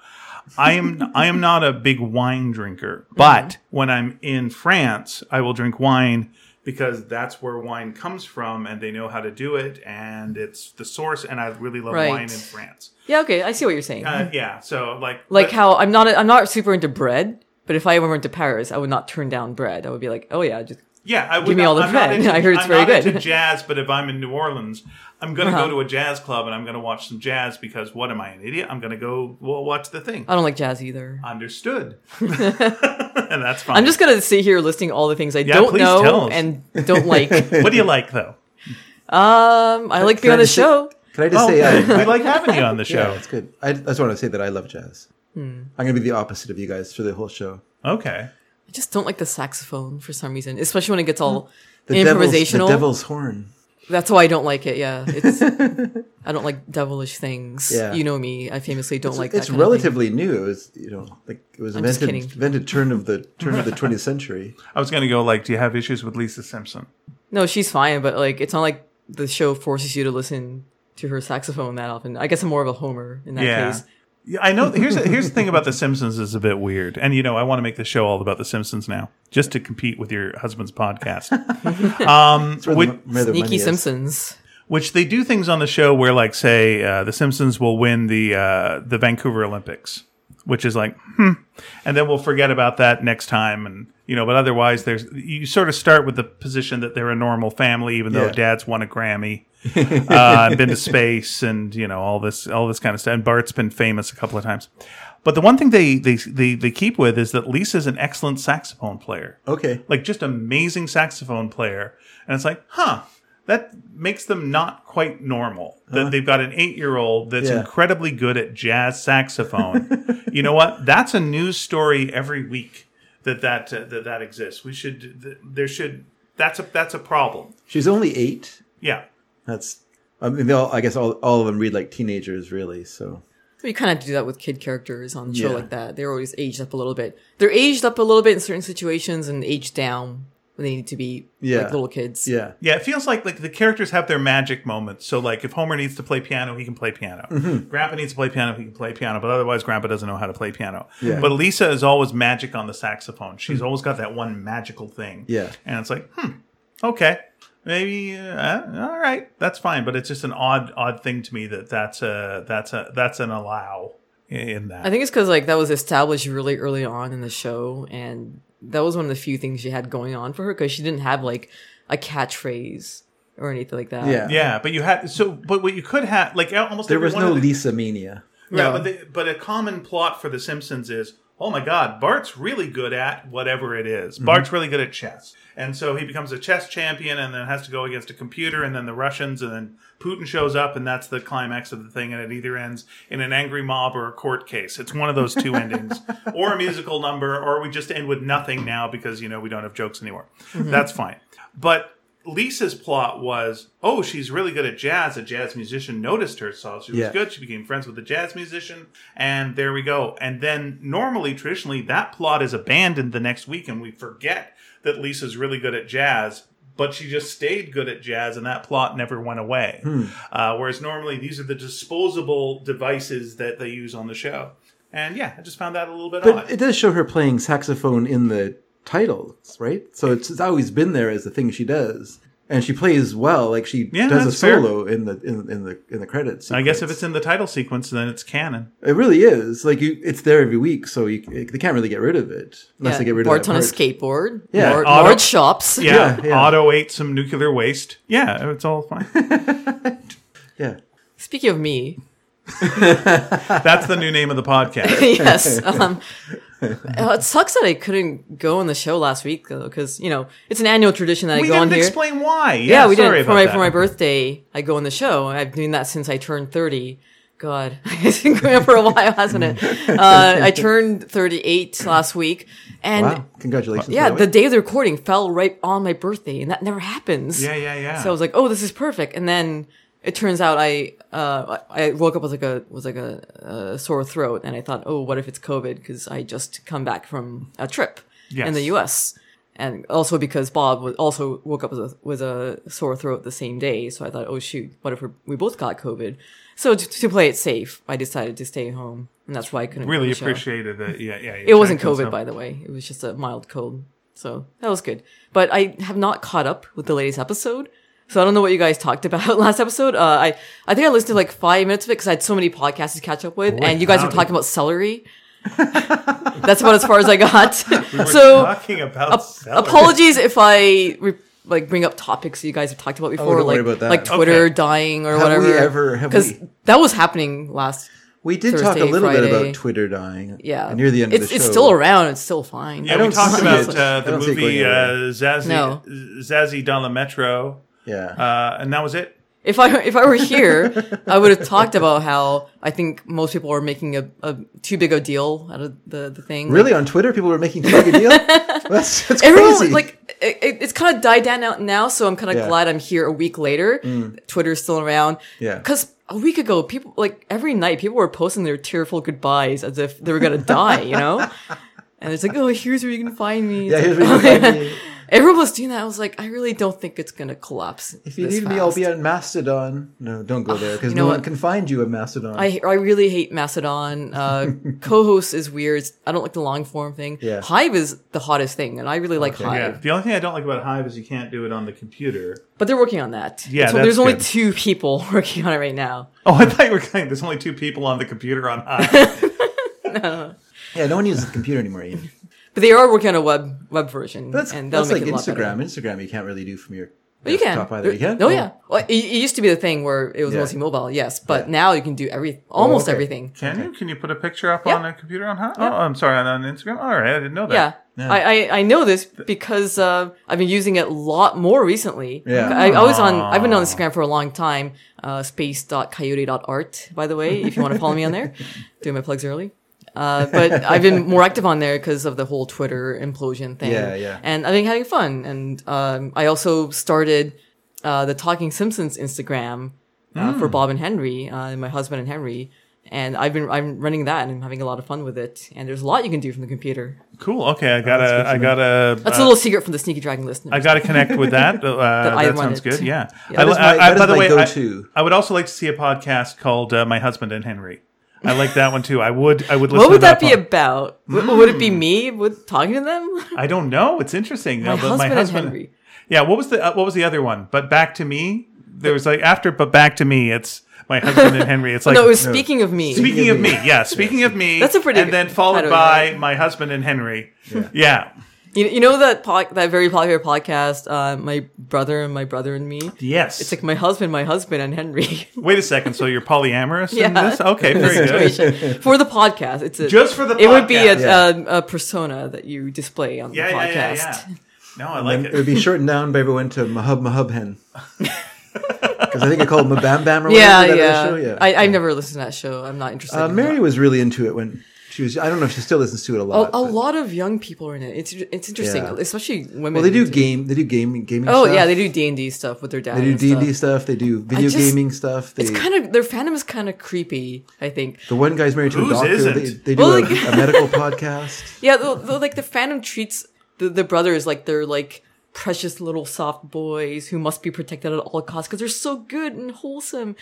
Speaker 3: I am I am not a big wine drinker,
Speaker 1: Mm-hmm.
Speaker 3: but when I'm in France, I will drink wine because that's where wine comes from, and they know how to do it, and it's the source. And I really love
Speaker 2: Right.
Speaker 3: wine in France.
Speaker 2: Yeah, okay, I see what you're saying.
Speaker 3: Uh,
Speaker 1: Mm-hmm.
Speaker 3: yeah, so like
Speaker 2: like
Speaker 3: but-
Speaker 2: how I'm not I'm not super into bread, but if I ever went to Paris, I would not turn down bread. I would be like, oh yeah, just
Speaker 3: Yeah, I would
Speaker 2: Give me
Speaker 3: not-
Speaker 2: all the
Speaker 3: I'm not
Speaker 2: bread.
Speaker 3: into-
Speaker 2: I heard it's
Speaker 3: I'm
Speaker 2: very
Speaker 3: not
Speaker 2: good. Uh-huh.
Speaker 3: Into jazz, but if I'm in New Orleans, I'm going to go to a jazz club and I'm going to watch some jazz because what am I an idiot? I'm going to go well watch the thing.
Speaker 2: I don't like jazz either.
Speaker 3: Understood, and that's fine.
Speaker 2: I'm just gonna sit here listing all the things I don't
Speaker 3: please
Speaker 2: know
Speaker 3: tell us.
Speaker 2: and don't like. um,
Speaker 3: What do you like though?
Speaker 2: I like being
Speaker 1: I
Speaker 2: on the
Speaker 1: just say-
Speaker 2: show.
Speaker 1: Can I just
Speaker 3: Oh,
Speaker 1: say uh, I,
Speaker 3: we like having you on the
Speaker 1: yeah,
Speaker 3: show.
Speaker 1: it's good. I, I just want to say that I love jazz.
Speaker 2: Hmm.
Speaker 1: I'm gonna be the opposite of you guys for the whole show.
Speaker 3: Okay,
Speaker 2: I just don't like the saxophone for some reason, especially when it gets all
Speaker 1: The
Speaker 2: improvisational.
Speaker 1: devil's, the devil's horn.
Speaker 2: That's why I don't like it. Yeah, it's I don't like devilish things.
Speaker 1: Yeah.
Speaker 2: You know me. I famously don't like that.
Speaker 1: it's
Speaker 2: kind of thing.
Speaker 1: relatively new. It was you know like it was
Speaker 2: just
Speaker 1: invented
Speaker 2: kidding.
Speaker 1: invented turn of the turn of the 20th century.
Speaker 3: I was going to go like, do you have issues with Lisa Simpson?
Speaker 2: No, she's fine, but like it's not like the show forces you to listen to her saxophone that often. I guess I'm more of a Homer in that
Speaker 3: Yeah.
Speaker 2: case.
Speaker 3: Yeah, I know. Here's the, here's the thing about The Simpsons is a bit weird, and you know I want to make the show all about The Simpsons now, just to compete with your husband's podcast. Um,
Speaker 1: Where the
Speaker 3: which-
Speaker 1: mo- where the money
Speaker 2: Sneaky
Speaker 1: is.
Speaker 2: Simpsons.
Speaker 3: which they do things on the show where like say uh, the simpsons will win the uh, the vancouver olympics which is like hmm and then we'll forget about that next time and you know but otherwise there's you sort of start with the position that they're a normal family even though
Speaker 1: Yeah.
Speaker 3: dad's won a grammy uh, and been to space and you know all this all this kind of stuff and bart's been famous a couple of times but the one thing they they they, they keep with is that lisa's an excellent saxophone player
Speaker 1: Okay.
Speaker 3: like just amazing saxophone player and it's like huh that makes them not quite normal that they've got an eight-year-old that's
Speaker 1: Yeah.
Speaker 3: incredibly good at jazz saxophone you know what that's a news story every week that that uh, that, that exists we should th- there should that's a that's a problem
Speaker 1: She's only eight.
Speaker 3: yeah
Speaker 1: That's I mean they all I guess all all of them read like teenagers really. So
Speaker 2: You kind of have to do that with kid characters on a show
Speaker 1: Yeah.
Speaker 2: like that. They're always aged up a little bit. They're aged up a little bit in certain situations and aged down when they need to be
Speaker 1: Yeah.
Speaker 2: like little kids.
Speaker 1: yeah.
Speaker 3: yeah it feels like like the characters have their magic moments so like if homer needs to play piano he can play piano
Speaker 1: Mm-hmm.
Speaker 3: grandpa needs to play piano he can play piano but otherwise grandpa doesn't know how to play piano
Speaker 1: Yeah. Mm-hmm.
Speaker 3: but lisa is always magic on the saxophone she's always got that one magical thing
Speaker 1: Yeah.
Speaker 3: and it's like hmm okay maybe uh, all right that's fine but it's just an odd odd thing to me that that's a that's a that's an allow in that
Speaker 2: I think it's because like that was established really early on in the show, and that was one of the few things she had going on for her because she didn't have like a catchphrase or anything like that.
Speaker 1: Yeah.
Speaker 3: yeah but you had so but what you could have like almost
Speaker 1: There
Speaker 3: every
Speaker 1: was
Speaker 3: one
Speaker 1: no
Speaker 3: of the-
Speaker 1: Lisa mania.
Speaker 3: Yeah,
Speaker 2: No.
Speaker 3: but, the, but a common plot for The Simpsons is, oh my God, Bart's really good at whatever it is. Bart's really good at chess, and so he becomes a chess champion, and then has to go against a computer, and then the Russians, and then Putin shows up, and that's the climax of the thing, and it either ends in an angry mob or a court case. It's one of those two endings, or a musical number, or we just end with nothing now because you know we don't have jokes anymore. That's fine, but. Lisa's plot was, oh, she's really good at jazz. A jazz musician noticed her, saw she was
Speaker 1: Yeah.
Speaker 3: good good. She became friends with a jazz musician, and there we go. And then, normally, traditionally, that plot is abandoned the next week, and we forget that Lisa's really good at jazz, but she just stayed good at jazz, and that plot never went away.
Speaker 1: Hmm.
Speaker 3: Uh, whereas normally, these are the disposable devices that they use on the show. And yeah, I just found that a little bit odd.
Speaker 1: But it does show her playing saxophone in the titles, right? So it's, it's always been there as the thing she does. And she plays well, like she
Speaker 3: Yeah,
Speaker 1: does a
Speaker 3: that's fair.
Speaker 1: solo in the in, in the in the credits.
Speaker 3: I guess if
Speaker 1: sequence.
Speaker 3: it's in the title sequence, then it's canon.
Speaker 1: It really is like you, it's there every week, so you, they can't really get rid of it unless
Speaker 2: Yeah,
Speaker 1: they get rid
Speaker 2: Bart's
Speaker 1: of
Speaker 2: on a
Speaker 1: that part.
Speaker 2: skateboard.
Speaker 1: Yeah,
Speaker 2: Bart,
Speaker 3: auto-
Speaker 2: Bart shops.
Speaker 3: Yeah,
Speaker 1: yeah.
Speaker 3: Otto ate some nuclear waste. Yeah, it's all fine.
Speaker 1: Yeah,
Speaker 2: Speaking of me,
Speaker 3: That's the new name of the podcast.
Speaker 2: yes. Um, uh, it sucks that I couldn't go on the show last week because you know it's an annual tradition that
Speaker 3: We
Speaker 2: I go on
Speaker 3: didn't
Speaker 2: here.
Speaker 3: explain why.
Speaker 2: yeah,
Speaker 3: Yeah,
Speaker 2: we
Speaker 3: sorry
Speaker 2: did for
Speaker 3: about
Speaker 2: my
Speaker 3: that.
Speaker 2: for my birthday. I go on the show. I've been doing that since I turned thirty. God, it's been going on for a while, hasn't it? Uh, I turned thirty-eight last week, and
Speaker 1: wow, congratulations!
Speaker 2: yeah,
Speaker 1: by
Speaker 2: the
Speaker 1: the way.
Speaker 2: day of the recording fell right on my birthday, and that never happens.
Speaker 3: Yeah, yeah, yeah.
Speaker 2: So I was like, "Oh, this is perfect." And then it turns out I uh, I I woke up with like a was like a, a sore throat, and I thought, "Oh, what if it's COVID?" Because I just come back from a trip
Speaker 3: Yes.
Speaker 2: in the U.S. and also because Bob was also woke up with a, with a sore throat the same day, so I thought, oh shoot, what if we- we both got COVID? So to, to play it safe, I decided to stay home, and that's why I couldn't go
Speaker 3: Really
Speaker 2: to the show.
Speaker 3: appreciated it. Yeah, yeah.
Speaker 2: It wasn't COVID, by the way. It was just a mild cold, so that was good. But I have not caught up with the latest episode, so I don't know what you guys talked about last episode. Uh, I I think I listened to like five minutes of it because I had so many podcasts to catch up with, and you guys were
Speaker 3: howdy.
Speaker 2: talking about celery. That's about as far as I got.
Speaker 3: So
Speaker 2: so
Speaker 3: talking about celery.
Speaker 2: apologies if I re- like bring up topics you guys have talked about before,
Speaker 1: Oh, don't
Speaker 2: like
Speaker 1: worry about that.
Speaker 2: like Twitter
Speaker 3: Okay.
Speaker 2: dying or
Speaker 1: we
Speaker 2: whatever.
Speaker 1: ever- have
Speaker 2: Because
Speaker 1: we-
Speaker 2: that was happening last.
Speaker 1: We did talk a
Speaker 2: Thursday,
Speaker 1: little bit
Speaker 2: Friday.
Speaker 1: about Twitter dying.
Speaker 2: Yeah,
Speaker 1: near the end
Speaker 2: it's,
Speaker 1: of the show.
Speaker 2: it's still around. It's still fine.
Speaker 3: Yeah,
Speaker 1: I
Speaker 3: we
Speaker 1: don't
Speaker 3: talked
Speaker 1: see
Speaker 3: about
Speaker 1: it.
Speaker 3: uh,
Speaker 1: I
Speaker 3: the
Speaker 1: don't see it
Speaker 3: movie
Speaker 1: going
Speaker 3: uh,
Speaker 1: anywhere.
Speaker 3: Zazie
Speaker 2: No.
Speaker 3: Zazie Dans le Metro,
Speaker 1: Yeah.
Speaker 3: uh, and that was it.
Speaker 2: If I if I were here, I would have talked about how I think most people are making a, a too big a deal out of the the thing.
Speaker 1: really on Twitter, people were making too big a deal. that's that's
Speaker 2: Everyone
Speaker 1: crazy.
Speaker 2: like it, it- it's kind of died down out now, so I'm kind of
Speaker 1: Yeah. Mm.
Speaker 2: glad I'm here a week later. Twitter's still around.
Speaker 1: Yeah.
Speaker 2: because a week ago, people like every night people were posting their tearful goodbyes as if they were gonna die, you know. And it's like, oh, here's where you can find me.
Speaker 1: yeah,
Speaker 2: It's
Speaker 1: here's
Speaker 2: like,
Speaker 1: what you find me.
Speaker 2: Everyone was doing that. I was like, I really don't think it's gonna collapse.
Speaker 1: If you
Speaker 2: this
Speaker 1: need me, I'll
Speaker 2: fast.
Speaker 1: be on Mastodon. No, don't go there because
Speaker 2: you know
Speaker 1: no
Speaker 2: what?
Speaker 1: one can find you on Mastodon.
Speaker 2: I, I really hate Macedon. Uh, co-host is weird. I don't like the long form thing.
Speaker 1: Yeah.
Speaker 2: Hive is the hottest thing, and I really like Hive.
Speaker 3: Yeah. The only thing I don't like about Hive is you can't do it on the computer.
Speaker 2: But they're working on that.
Speaker 3: Yeah,
Speaker 2: So
Speaker 3: that's
Speaker 2: there's only
Speaker 3: good.
Speaker 2: two people working on it right now.
Speaker 3: Oh, I thought you were saying there's only two people on the computer on Hive.
Speaker 1: yeah, no one uses the computer anymore. Ian.
Speaker 2: But they are working on a web web version,
Speaker 1: That's,
Speaker 2: and that'll
Speaker 1: that's
Speaker 2: make
Speaker 1: like
Speaker 2: it a lot better.
Speaker 1: Instagram. Instagram, you can't really do from your
Speaker 2: But you can.
Speaker 1: top either. You can.
Speaker 2: No,
Speaker 1: Oh.
Speaker 2: yeah. Well, it, it used to be the thing where it was
Speaker 1: Yeah. Oh,
Speaker 2: mostly mobile, yes, but now you can do every almost
Speaker 1: okay.
Speaker 2: everything.
Speaker 3: Can you? Can you put a picture up
Speaker 2: Yeah.
Speaker 3: on a computer on Hive? Oh, I'm sorry, on, on Instagram. All right, I didn't know that.
Speaker 2: Yeah.
Speaker 1: Yeah.
Speaker 2: I, I, I know this because uh, I've been using it a lot more recently.
Speaker 1: Yeah.
Speaker 2: I, I was on, I've been on Instagram for a long time, uh, space.coyote.art, by the way, if you want to follow me on there. Doing my plugs early. Uh, but I've been more active on there because of the whole Twitter implosion thing.
Speaker 1: Yeah, yeah.
Speaker 2: And I've been having fun. And um, I also started uh, the Talking Simpsons Instagram uh,
Speaker 1: Hmm.
Speaker 2: for Bob and Henry, uh, and my husband and Henry. And I've been I'm running that and I'm having a lot of fun with it. And there's a lot you can do from the computer.
Speaker 3: Cool. Okay, I gotta. I gotta.
Speaker 2: That's
Speaker 3: uh,
Speaker 2: a little secret from the Sneaky Dragon listener.
Speaker 3: I got to connect with that. Uh,
Speaker 2: I
Speaker 3: that
Speaker 2: run
Speaker 3: sounds
Speaker 2: it.
Speaker 3: good. Yeah.
Speaker 2: Yeah. That
Speaker 1: is my- that is my go-to.
Speaker 3: I, I would also like to see a podcast called uh, "My Husband and Henry." I like that one too. I would. I would. Listen
Speaker 2: what would
Speaker 3: to
Speaker 2: that
Speaker 3: that,
Speaker 2: be about? W Would it be me with talking to them?
Speaker 3: I I don't know. It's interesting.
Speaker 2: my,
Speaker 3: though, but
Speaker 2: husband and Henry.
Speaker 3: Yeah. What was the uh, What was the other one? But back to me. There was like after, but back to me. It's my husband and Henry. It's like
Speaker 2: Oh, no, it was speaking of me.
Speaker 3: Speaking of me, yeah. Speaking of me,
Speaker 2: That's a pretty
Speaker 3: and then
Speaker 2: good
Speaker 3: followed
Speaker 2: title,
Speaker 3: by my husband and Henry. Yeah, yeah.
Speaker 2: you, you know that po- that very popular podcast, uh, my brother and my brother and me.
Speaker 3: yes.
Speaker 2: It's like my husband, my husband, and Henry.
Speaker 3: Wait a second. So you're polyamorous in
Speaker 2: Yeah.
Speaker 3: this? Okay, very good.
Speaker 2: for the podcast, it's a,
Speaker 3: Just for the
Speaker 2: it would be a,
Speaker 3: podcast.
Speaker 2: a, a persona that you display on
Speaker 3: Yeah,
Speaker 2: the
Speaker 3: yeah,
Speaker 2: podcast.
Speaker 3: yeah, yeah. No, I like
Speaker 1: And it
Speaker 3: it.
Speaker 1: would be shortened down by everyone to Mahub Mahub Hen. Because I think it called Mabam Bam or whatever.
Speaker 2: Yeah,
Speaker 1: that other
Speaker 2: yeah.
Speaker 1: show, yeah.
Speaker 2: I, I've never listened to that show. I'm not interested.
Speaker 1: uh,
Speaker 2: in
Speaker 1: Mary
Speaker 2: that.
Speaker 1: was really into it when she was. I don't know if she still listens to it a
Speaker 2: a,
Speaker 1: lot.
Speaker 2: a
Speaker 1: but-
Speaker 2: lot of young people are in it. It's it's interesting,
Speaker 1: Yeah.
Speaker 2: especially women.
Speaker 1: Well, they do
Speaker 2: too.
Speaker 1: game. They do game gaming.
Speaker 2: Oh
Speaker 1: stuff.
Speaker 2: yeah, they do D and D stuff with their dad.
Speaker 1: They do
Speaker 2: and
Speaker 1: D
Speaker 2: stuff.
Speaker 1: and D stuff. They do video
Speaker 2: just-
Speaker 1: gaming stuff. They,
Speaker 2: It's kind of their fandom is kind of creepy. I think.
Speaker 1: the one guy's married to a
Speaker 3: Whose
Speaker 1: doctor.
Speaker 3: isn't?
Speaker 1: They, they do
Speaker 2: Well,
Speaker 1: a,
Speaker 2: like-
Speaker 1: a medical podcast.
Speaker 2: Yeah, the, the, like the fandom treats the, the brothers like they're like precious little soft boys who must be protected at all costs because they're so good and wholesome.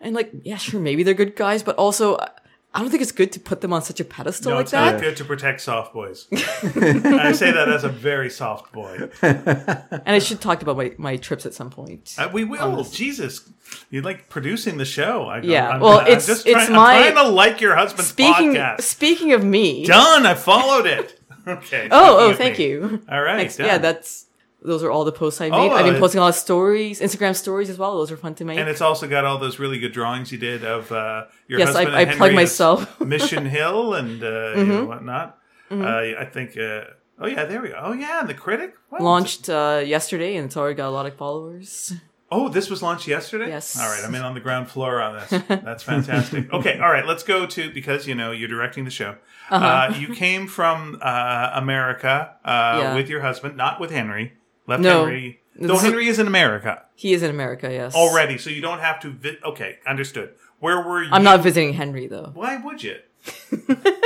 Speaker 2: And like, yeah, sure, maybe they're good guys, but also. I- I don't think it's good to put them on such a pedestal
Speaker 3: No,
Speaker 2: like
Speaker 3: it's not
Speaker 2: that.
Speaker 3: good to protect soft boys. I say that as a very soft boy.
Speaker 2: And I should talk about my, my trips at some point.
Speaker 3: Uh, we will. Jesus, you're like producing the show. I,
Speaker 2: Um, Yeah,
Speaker 3: I'm,
Speaker 2: well,
Speaker 3: I'm
Speaker 2: it's-
Speaker 3: just
Speaker 2: it's
Speaker 3: trying,
Speaker 2: my-
Speaker 3: I'm trying to like your husband's
Speaker 2: speaking
Speaker 3: podcast.
Speaker 2: speaking of me.
Speaker 3: done. I followed it. Okay.
Speaker 2: Oh,
Speaker 3: speaking
Speaker 2: oh,
Speaker 3: of
Speaker 2: thank
Speaker 3: me.
Speaker 2: you.
Speaker 3: All right.
Speaker 2: Thanks.
Speaker 3: done.
Speaker 2: Yeah, that's those are all the posts I
Speaker 3: Oh,
Speaker 2: made. I've been
Speaker 3: uh,
Speaker 2: posting a lot of stories, Instagram stories as well. Those are fun to make.
Speaker 3: And it's also got all those really good drawings you did of uh, your
Speaker 2: Yes, I-
Speaker 3: husband. and
Speaker 2: I plug
Speaker 3: Henry as
Speaker 2: myself. Mm-hmm.
Speaker 3: Mission Hill and uh, you know, whatnot. Uh, I think. Uh, oh yeah, there we go. Oh yeah, and the critic What?
Speaker 2: Launched uh, yesterday, and it's already got a lot of followers.
Speaker 3: Oh, this was launched yesterday.
Speaker 2: Yes.
Speaker 3: All right, I'm in on the ground floor on this. That's fantastic. okay, all right, let's go to because you know you're directing the show. uh
Speaker 2: Uh-huh.
Speaker 3: you came from uh, America uh,
Speaker 2: Yeah.
Speaker 3: with your husband, not with Henry. Left
Speaker 2: No.
Speaker 3: Henry.
Speaker 2: No,
Speaker 3: Though
Speaker 2: this is-
Speaker 3: Henry is in America
Speaker 2: He is in America. Yes,
Speaker 3: already, so you don't have to. Vi- okay, understood. Where were you?
Speaker 2: I'm not visiting Henry though.
Speaker 3: Why would you?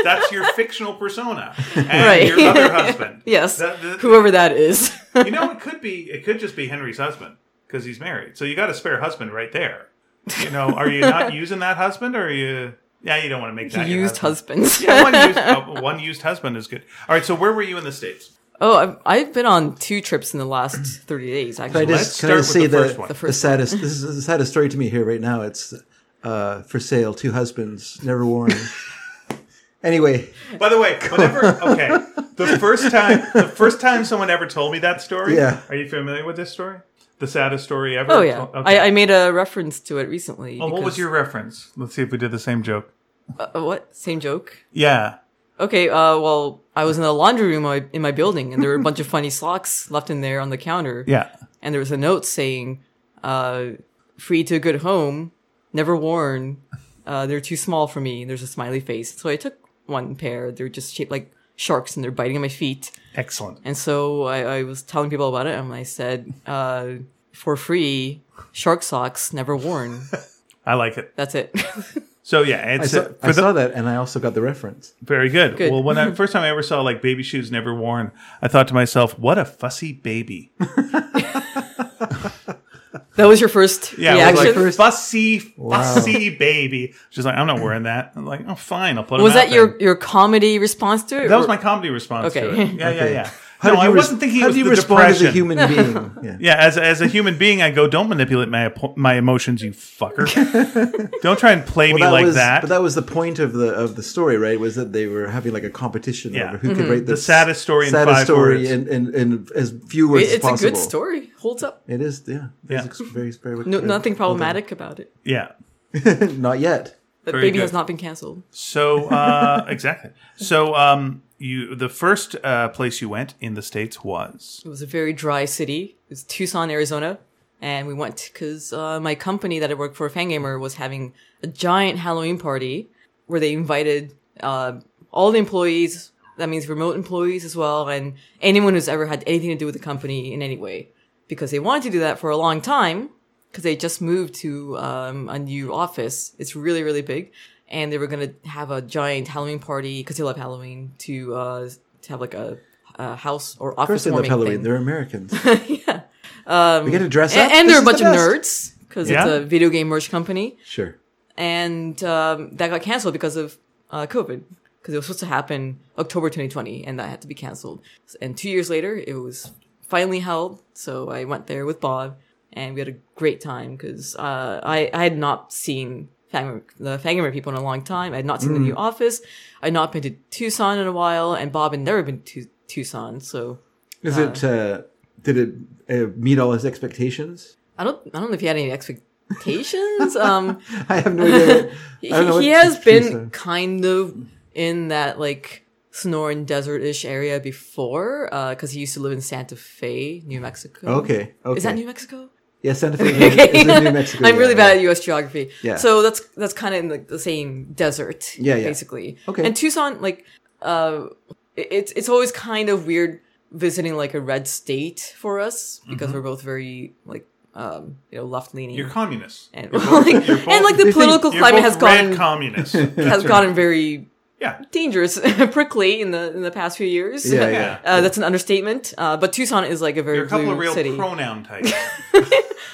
Speaker 3: That's your fictional persona and
Speaker 2: Right.
Speaker 3: your other husband.
Speaker 2: Yes,
Speaker 3: That- that-
Speaker 2: whoever that is.
Speaker 3: you know, it could be. It could just be Henry's husband because he's married. So you got a spare husband right there. You know, are you not using that husband, or are you? Yeah, you don't want to make that your
Speaker 2: used
Speaker 3: husband.
Speaker 2: husbands.
Speaker 3: Yeah, one used, oh, one used husband is good. All right. So where were you in the states?
Speaker 2: oh, I've, I've been on two trips in the last 30 days,
Speaker 1: Can I
Speaker 2: actually.
Speaker 1: just,
Speaker 3: Let's
Speaker 1: can
Speaker 3: start
Speaker 1: I just
Speaker 3: with
Speaker 1: say
Speaker 3: the
Speaker 1: the,
Speaker 3: first one. The
Speaker 1: the,
Speaker 2: first
Speaker 1: saddest? this is the saddest story to me here right now. It's uh, for sale. Two husbands, never worn. anyway,
Speaker 3: By the way, whenever okay, the first time the first time someone ever told me that story.
Speaker 1: Yeah.
Speaker 3: Are you familiar with this story? The saddest story ever.
Speaker 2: oh, yeah.
Speaker 3: Okay.
Speaker 2: I, I made a reference to it recently.
Speaker 3: oh, what was your reference? Let's see if we did the same joke.
Speaker 2: Uh, what? Same joke?
Speaker 3: Yeah.
Speaker 2: Okay, uh, well, I was in the laundry room I- in my building, and there were a bunch of funny socks left in there on the counter.
Speaker 3: Yeah.
Speaker 2: And there was a note saying, uh, free to a good home, never worn. Uh, they're too small for me. And there's a smiley face. So I took one pair. They're just shaped like sharks, and they're biting at my feet.
Speaker 3: Excellent.
Speaker 2: And so I, I was telling people about it, and I said, uh, for free, shark socks, never worn.
Speaker 3: I like it.
Speaker 2: That's it.
Speaker 3: So yeah,
Speaker 1: I
Speaker 3: it's
Speaker 1: saw,
Speaker 3: for
Speaker 1: I
Speaker 3: the-
Speaker 1: saw that, and I also got the reference.
Speaker 3: Very good.
Speaker 2: Good.
Speaker 3: Well, when I first time I ever saw like baby shoes never worn, I thought to myself, "What a fussy baby!"
Speaker 2: that was your first
Speaker 3: Yeah, I was
Speaker 2: reaction.
Speaker 3: like
Speaker 1: First-
Speaker 3: fussy, fussy baby. She's like, "I'm not wearing that." I'm like, "Oh, fine, I'll put." 'em
Speaker 2: was
Speaker 3: out
Speaker 2: that your, your comedy response to it?
Speaker 3: There. That was
Speaker 2: or-
Speaker 3: my comedy response.
Speaker 2: Okay.
Speaker 3: To it. Yeah, yeah,
Speaker 1: Okay.
Speaker 3: yeah.
Speaker 1: How
Speaker 3: no,
Speaker 1: did you
Speaker 3: I
Speaker 1: res-
Speaker 3: wasn't thinking.
Speaker 1: How
Speaker 3: it was
Speaker 1: do you
Speaker 3: the
Speaker 1: respond
Speaker 3: depression.
Speaker 1: as a human being? Yeah.
Speaker 3: Yeah, as a, as a human being, I go, "Don't manipulate my ap- my emotions, you fucker. Don't try and play me like
Speaker 1: was,
Speaker 3: that."
Speaker 1: But that was the point of the of the story, right? Was that they were having like a competition
Speaker 3: Yeah.
Speaker 1: over who
Speaker 2: Mm-hmm.
Speaker 1: could write the,
Speaker 3: saddest story in
Speaker 1: saddest
Speaker 3: five
Speaker 1: story
Speaker 3: words.
Speaker 1: in, in, in as few words
Speaker 2: It-
Speaker 1: as
Speaker 2: it's a
Speaker 1: possible.
Speaker 2: good story. Holds up.
Speaker 1: It is, yeah.
Speaker 3: Yeah.
Speaker 1: It's very, very,
Speaker 2: No,
Speaker 1: very-
Speaker 2: nothing
Speaker 1: well done.
Speaker 2: problematic about it.
Speaker 3: yeah.
Speaker 1: Not yet.
Speaker 2: The
Speaker 3: Very
Speaker 2: baby
Speaker 3: good.
Speaker 2: has not been canceled.
Speaker 3: So uh, exactly. So um, you the first uh, place you went in the states was
Speaker 2: It was a very dry city. It was Tucson, Arizona. And we went because uh, my company that I worked for, Fangamer, was having a giant Halloween party where they invited uh, all the employees. That means remote employees as well, and anyone who's ever had anything to do with the company in any way. Because they wanted to do that for a long time, because they just moved to um, a new office. It's really, really big. And they were going to have a giant Halloween party, because they love Halloween, to, uh, to have like a, a house or office
Speaker 1: Of course, they love
Speaker 2: warming
Speaker 1: Halloween.
Speaker 2: thing. Um,
Speaker 1: They're Americans. yeah. we get to dress
Speaker 2: A-
Speaker 1: up,
Speaker 2: and,
Speaker 1: This
Speaker 2: they're a
Speaker 1: is the
Speaker 2: bunch of
Speaker 1: best.
Speaker 2: nerds Uh, because
Speaker 3: Yeah.
Speaker 2: it's a video game merch company,
Speaker 1: Sure.
Speaker 2: and um, that got canceled because of uh, COVID. Because it was supposed to happen October 2020, and that had to be canceled. S- And two years later, it was finally held. So I went there with Bob, and we had a great time because uh, I I had not seen Fang- the Fangamer people in a long time. I had not seen the
Speaker 1: Mm.
Speaker 2: new office. I had not been to Tucson in a while, and Bob had never been to Tucson. So
Speaker 1: Is it? Uh, did it uh, meet all his expectations?
Speaker 2: I don't I don't know if he had any expectations. um,
Speaker 1: I have no idea.
Speaker 2: he,
Speaker 1: I don't know what
Speaker 2: he has
Speaker 1: she's
Speaker 2: been
Speaker 1: saying.
Speaker 2: kind of in that like Sonoran desert-ish area before, because he used to live in Santa Fe, New Mexico.
Speaker 1: Okay,
Speaker 2: is that
Speaker 1: okay.
Speaker 2: New Mexico?
Speaker 1: yeah, Santa Fe is in New Mexico.
Speaker 2: I'm really
Speaker 1: yeah.
Speaker 2: bad at U.S. geography.
Speaker 1: Yeah.
Speaker 2: So that's that's kind of in the, the same desert.
Speaker 1: Yeah, yeah.
Speaker 2: Basically.
Speaker 1: Okay.
Speaker 2: And Tucson, like, uh, it- it's it's always kind of weird visiting like a red state for us because
Speaker 1: Mm-hmm.
Speaker 2: we're both very like um you know left leaning.
Speaker 3: you're communists.
Speaker 2: and, like,
Speaker 3: you're both-
Speaker 2: and like the
Speaker 1: They think
Speaker 2: political
Speaker 3: You're
Speaker 2: climate
Speaker 3: both
Speaker 2: has
Speaker 3: red
Speaker 2: gotten
Speaker 3: communists.
Speaker 2: has gotten very
Speaker 3: yeah.
Speaker 2: dangerous, prickly in the in the past few years.
Speaker 1: Yeah, yeah.
Speaker 2: Uh, that's an understatement. Uh, but Tucson is like a very
Speaker 3: You're a couple
Speaker 2: blue
Speaker 3: of real
Speaker 2: city.
Speaker 3: pronoun types.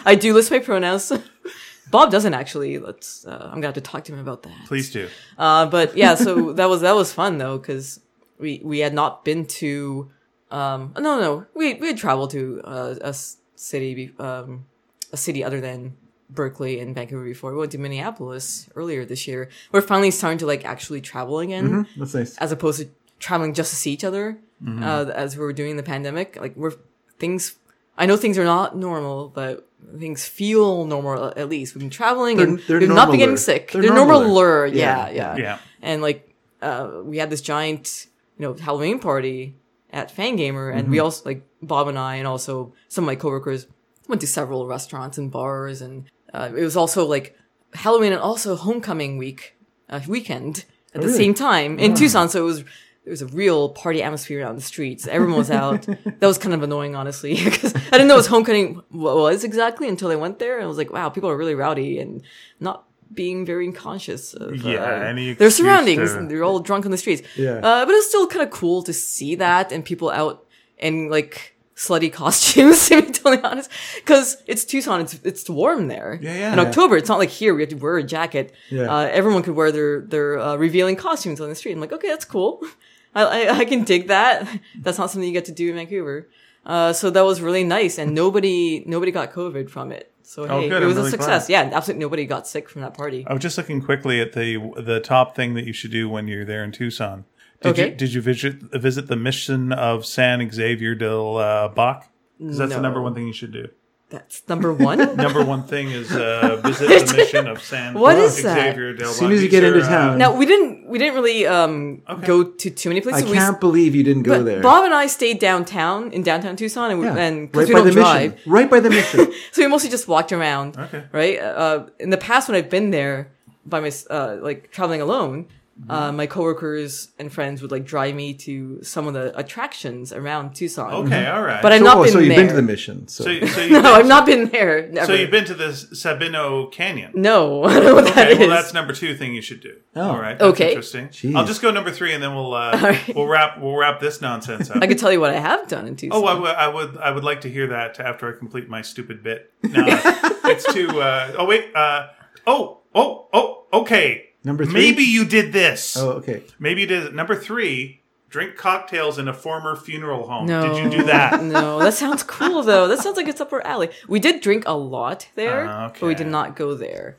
Speaker 2: I do list my pronouns. Bob doesn't actually. Let's. Uh, I'm gonna have to talk to him about that.
Speaker 3: Please do.
Speaker 2: Uh, but yeah, so that was that was fun though because we we had not been to. Um, no, no, we we had traveled to uh, a s- city, be- um, a city other than Berkeley and Vancouver before. We went to Minneapolis earlier this year. We're finally starting to like actually travel again
Speaker 1: Hmm, That's nice.
Speaker 2: as opposed to traveling just to see each other
Speaker 1: Mm-hmm.
Speaker 2: uh, as we were doing the pandemic like we're things i know things are not normal but things feel normal at least we've been traveling and
Speaker 1: They're- they're
Speaker 2: we've not been getting
Speaker 1: normaler.
Speaker 2: sick
Speaker 1: They're
Speaker 2: they're, normal normaler
Speaker 1: normaler.
Speaker 2: yeah
Speaker 1: Yeah,
Speaker 2: yeah,
Speaker 3: Yeah.
Speaker 2: and like uh, we had this giant you know halloween party at fangamer and we also like bob and i and also some of my coworkers went to several restaurants and bars and uh, it was also like halloween and also homecoming week uh, weekend at the
Speaker 1: really?
Speaker 2: same time in tucson so it was it was a real party atmosphere out in the streets. Everyone was out. that was kind of annoying, honestly, because I didn't know what homecoming wa- was exactly until I went there. And I was like, wow, people are really rowdy and not being very conscious of uh,
Speaker 3: Yeah, any
Speaker 2: their
Speaker 3: excuse
Speaker 2: surroundings.
Speaker 3: to-
Speaker 2: They're all drunk on the streets.
Speaker 1: Yeah.
Speaker 2: Uh, but it's still kind of cool to see that and people out in like slutty costumes, to be totally honest. Because it's Tucson, it's, it's warm there.
Speaker 3: Yeah, yeah.
Speaker 2: In October, it's not like here we have to wear a jacket.
Speaker 1: Yeah.
Speaker 2: Uh, everyone could wear their, their uh, revealing costumes on the street. I'm like, okay, that's cool. I, I, I can dig that. That's not something you get to do in Vancouver. Uh, so that was really nice, and nobody nobody got COVID from it. So
Speaker 3: Oh,
Speaker 2: hey, it
Speaker 3: good. I'm
Speaker 2: was a
Speaker 3: really
Speaker 2: success. Yeah, absolutely nobody got sick from that party.
Speaker 3: I was just looking quickly at the the top thing that you should do when you're there in Tucson. Did
Speaker 2: Okay.
Speaker 3: you did you visit visit the mission of San Xavier del uh, Bach? Because that's the
Speaker 2: No.
Speaker 3: number one thing you should do.
Speaker 2: That's number one.
Speaker 3: Number one thing is uh, visit the mission of San
Speaker 2: What is that?
Speaker 3: Xavier del Bach.
Speaker 1: As soon as you
Speaker 3: These
Speaker 1: get into
Speaker 3: are, uh,
Speaker 1: town,
Speaker 2: now we didn't we didn't really um go to too many
Speaker 1: I
Speaker 2: places. we,
Speaker 1: can't believe you didn't go
Speaker 2: but
Speaker 1: there.
Speaker 2: Bob and I stayed downtown in downtown Tucson, and we,
Speaker 1: Yeah.
Speaker 2: and 'cause
Speaker 1: right
Speaker 2: we
Speaker 1: by
Speaker 2: don't
Speaker 1: the
Speaker 2: drive,
Speaker 1: mission. Right by the mission.
Speaker 2: so we mostly just walked around.
Speaker 3: Okay.
Speaker 2: Right. Uh, in the past, when I've been there by my uh, like traveling alone,
Speaker 1: Mm-hmm.
Speaker 2: uh, my coworkers and friends would like drive me to some of the attractions around Tucson.
Speaker 3: Okay, all right.
Speaker 2: Mm-hmm. But I've
Speaker 1: So-
Speaker 2: not
Speaker 1: oh,
Speaker 2: been
Speaker 1: so you've
Speaker 2: there.
Speaker 1: been to the mission. So,
Speaker 3: so, you- so,
Speaker 2: no,
Speaker 3: you,
Speaker 2: I've not been there. Never.
Speaker 3: so you've been to the Sabino Canyon.
Speaker 2: No, I don't know what that
Speaker 3: Okay,
Speaker 2: is.
Speaker 3: well, that's number two thing you should do.
Speaker 1: Oh.
Speaker 3: All right. That's
Speaker 2: Okay.
Speaker 3: Interesting.
Speaker 1: Jeez.
Speaker 3: I'll just go number three, and then we'll uh,
Speaker 2: right.
Speaker 3: we'll wrap we'll wrap this nonsense up.
Speaker 2: I could tell you what I have done in Tucson.
Speaker 3: Oh, I would- I would I would like to hear that after I complete my stupid bit. No, it's too. Uh, oh wait. Uh, oh oh oh. Okay.
Speaker 1: Number three?
Speaker 3: Maybe you did this.
Speaker 1: oh, okay.
Speaker 3: Maybe you did number three. Drink cocktails in a former funeral home.
Speaker 2: No.
Speaker 3: Did you do that?
Speaker 2: no, that sounds cool though. That sounds like it's up our alley. We did drink a lot there,
Speaker 3: Ah, okay.
Speaker 2: but we did not go there.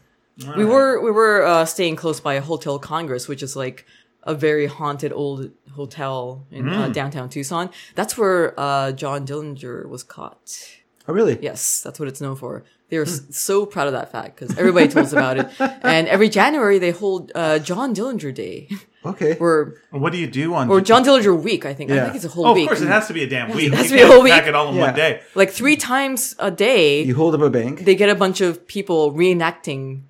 Speaker 2: we were we were uh, staying close by Hotel Congress, which is like a very haunted old hotel in
Speaker 3: Mm.
Speaker 2: uh, downtown Tucson. That's where uh, John Dillinger was caught.
Speaker 1: Oh, really?
Speaker 2: Yes, that's what it's known for. They were s so proud of that fact because everybody told us about it. And every January they hold uh, John Dillinger Day
Speaker 1: Okay.
Speaker 2: or
Speaker 3: What do you do on?
Speaker 2: or John Dillinger Week. I think I
Speaker 1: Yeah.
Speaker 2: think it's a whole
Speaker 3: oh, of
Speaker 2: week.
Speaker 3: course, it has to be a damn
Speaker 2: It
Speaker 3: week.
Speaker 2: has to
Speaker 3: We
Speaker 2: be a
Speaker 3: can't
Speaker 2: whole week.
Speaker 3: Pack it all in one
Speaker 1: Yeah.
Speaker 3: day.
Speaker 2: like three times a day.
Speaker 1: You hold up a bank.
Speaker 2: they get a bunch of people reenacting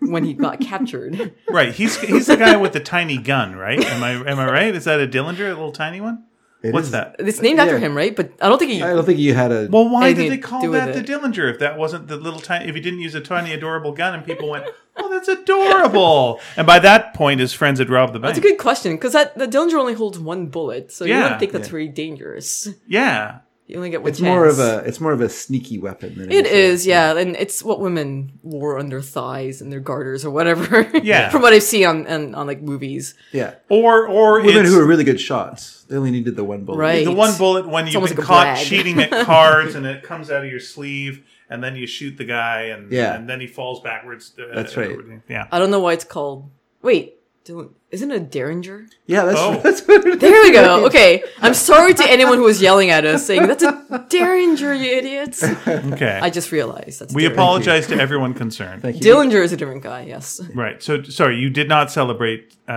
Speaker 2: when he got captured.
Speaker 3: Right. He's he's the guy with the tiny gun, right? Am I am I right? Is that a Dillinger, a little tiny one?
Speaker 1: It
Speaker 3: What's
Speaker 1: is-
Speaker 3: that?
Speaker 2: It's named after
Speaker 1: Yeah.
Speaker 2: him, right? But I don't think he.
Speaker 1: I don't think you had a.
Speaker 3: Well, why
Speaker 2: Anything
Speaker 3: did they
Speaker 2: to
Speaker 3: call
Speaker 2: do with
Speaker 3: that the
Speaker 2: it.
Speaker 3: Dillinger if that wasn't the little tiny if he didn't use a tiny adorable gun and people went, "Oh, that's adorable." And by that point his friends had robbed the bank.
Speaker 2: That's a good question because that the Dillinger only holds one bullet, so you
Speaker 3: Yeah.
Speaker 2: don't think that's very dangerous.
Speaker 3: yeah.
Speaker 2: You only get one.
Speaker 1: it's more of
Speaker 2: chance.
Speaker 1: a. It's more of a sneaky weapon. Than
Speaker 2: It
Speaker 1: anything.
Speaker 2: is, yeah, and it's what women wore on their thighs and their garters or whatever.
Speaker 3: Yeah.
Speaker 2: from what I've seen on, on on like movies,
Speaker 1: Yeah.
Speaker 3: Or or
Speaker 1: Women
Speaker 3: it's
Speaker 1: who are really good shots. They only needed the one bullet.
Speaker 2: Right.
Speaker 3: the one bullet when you've
Speaker 2: almost
Speaker 3: been
Speaker 2: like a
Speaker 3: caught
Speaker 2: brag.
Speaker 3: cheating at cards and it comes out of your sleeve and then you shoot the guy and
Speaker 1: Yeah.
Speaker 3: and then he falls backwards. uh,
Speaker 1: That's right.
Speaker 3: Yeah.
Speaker 2: I don't know why it's called. Wait, Dillin- isn't it a Derringer?
Speaker 1: Yeah. That's,
Speaker 3: Oh.
Speaker 1: that's what it is.
Speaker 2: There we go. Okay, I'm sorry to anyone who was yelling at us saying that's a Derringer, you idiots.
Speaker 3: Okay.
Speaker 2: I just realized that's
Speaker 3: we
Speaker 2: Derringer.
Speaker 3: apologize to everyone concerned.
Speaker 1: Thank you.
Speaker 2: Dillinger is a different guy, yes.
Speaker 3: Right. So sorry, you did not celebrate uh,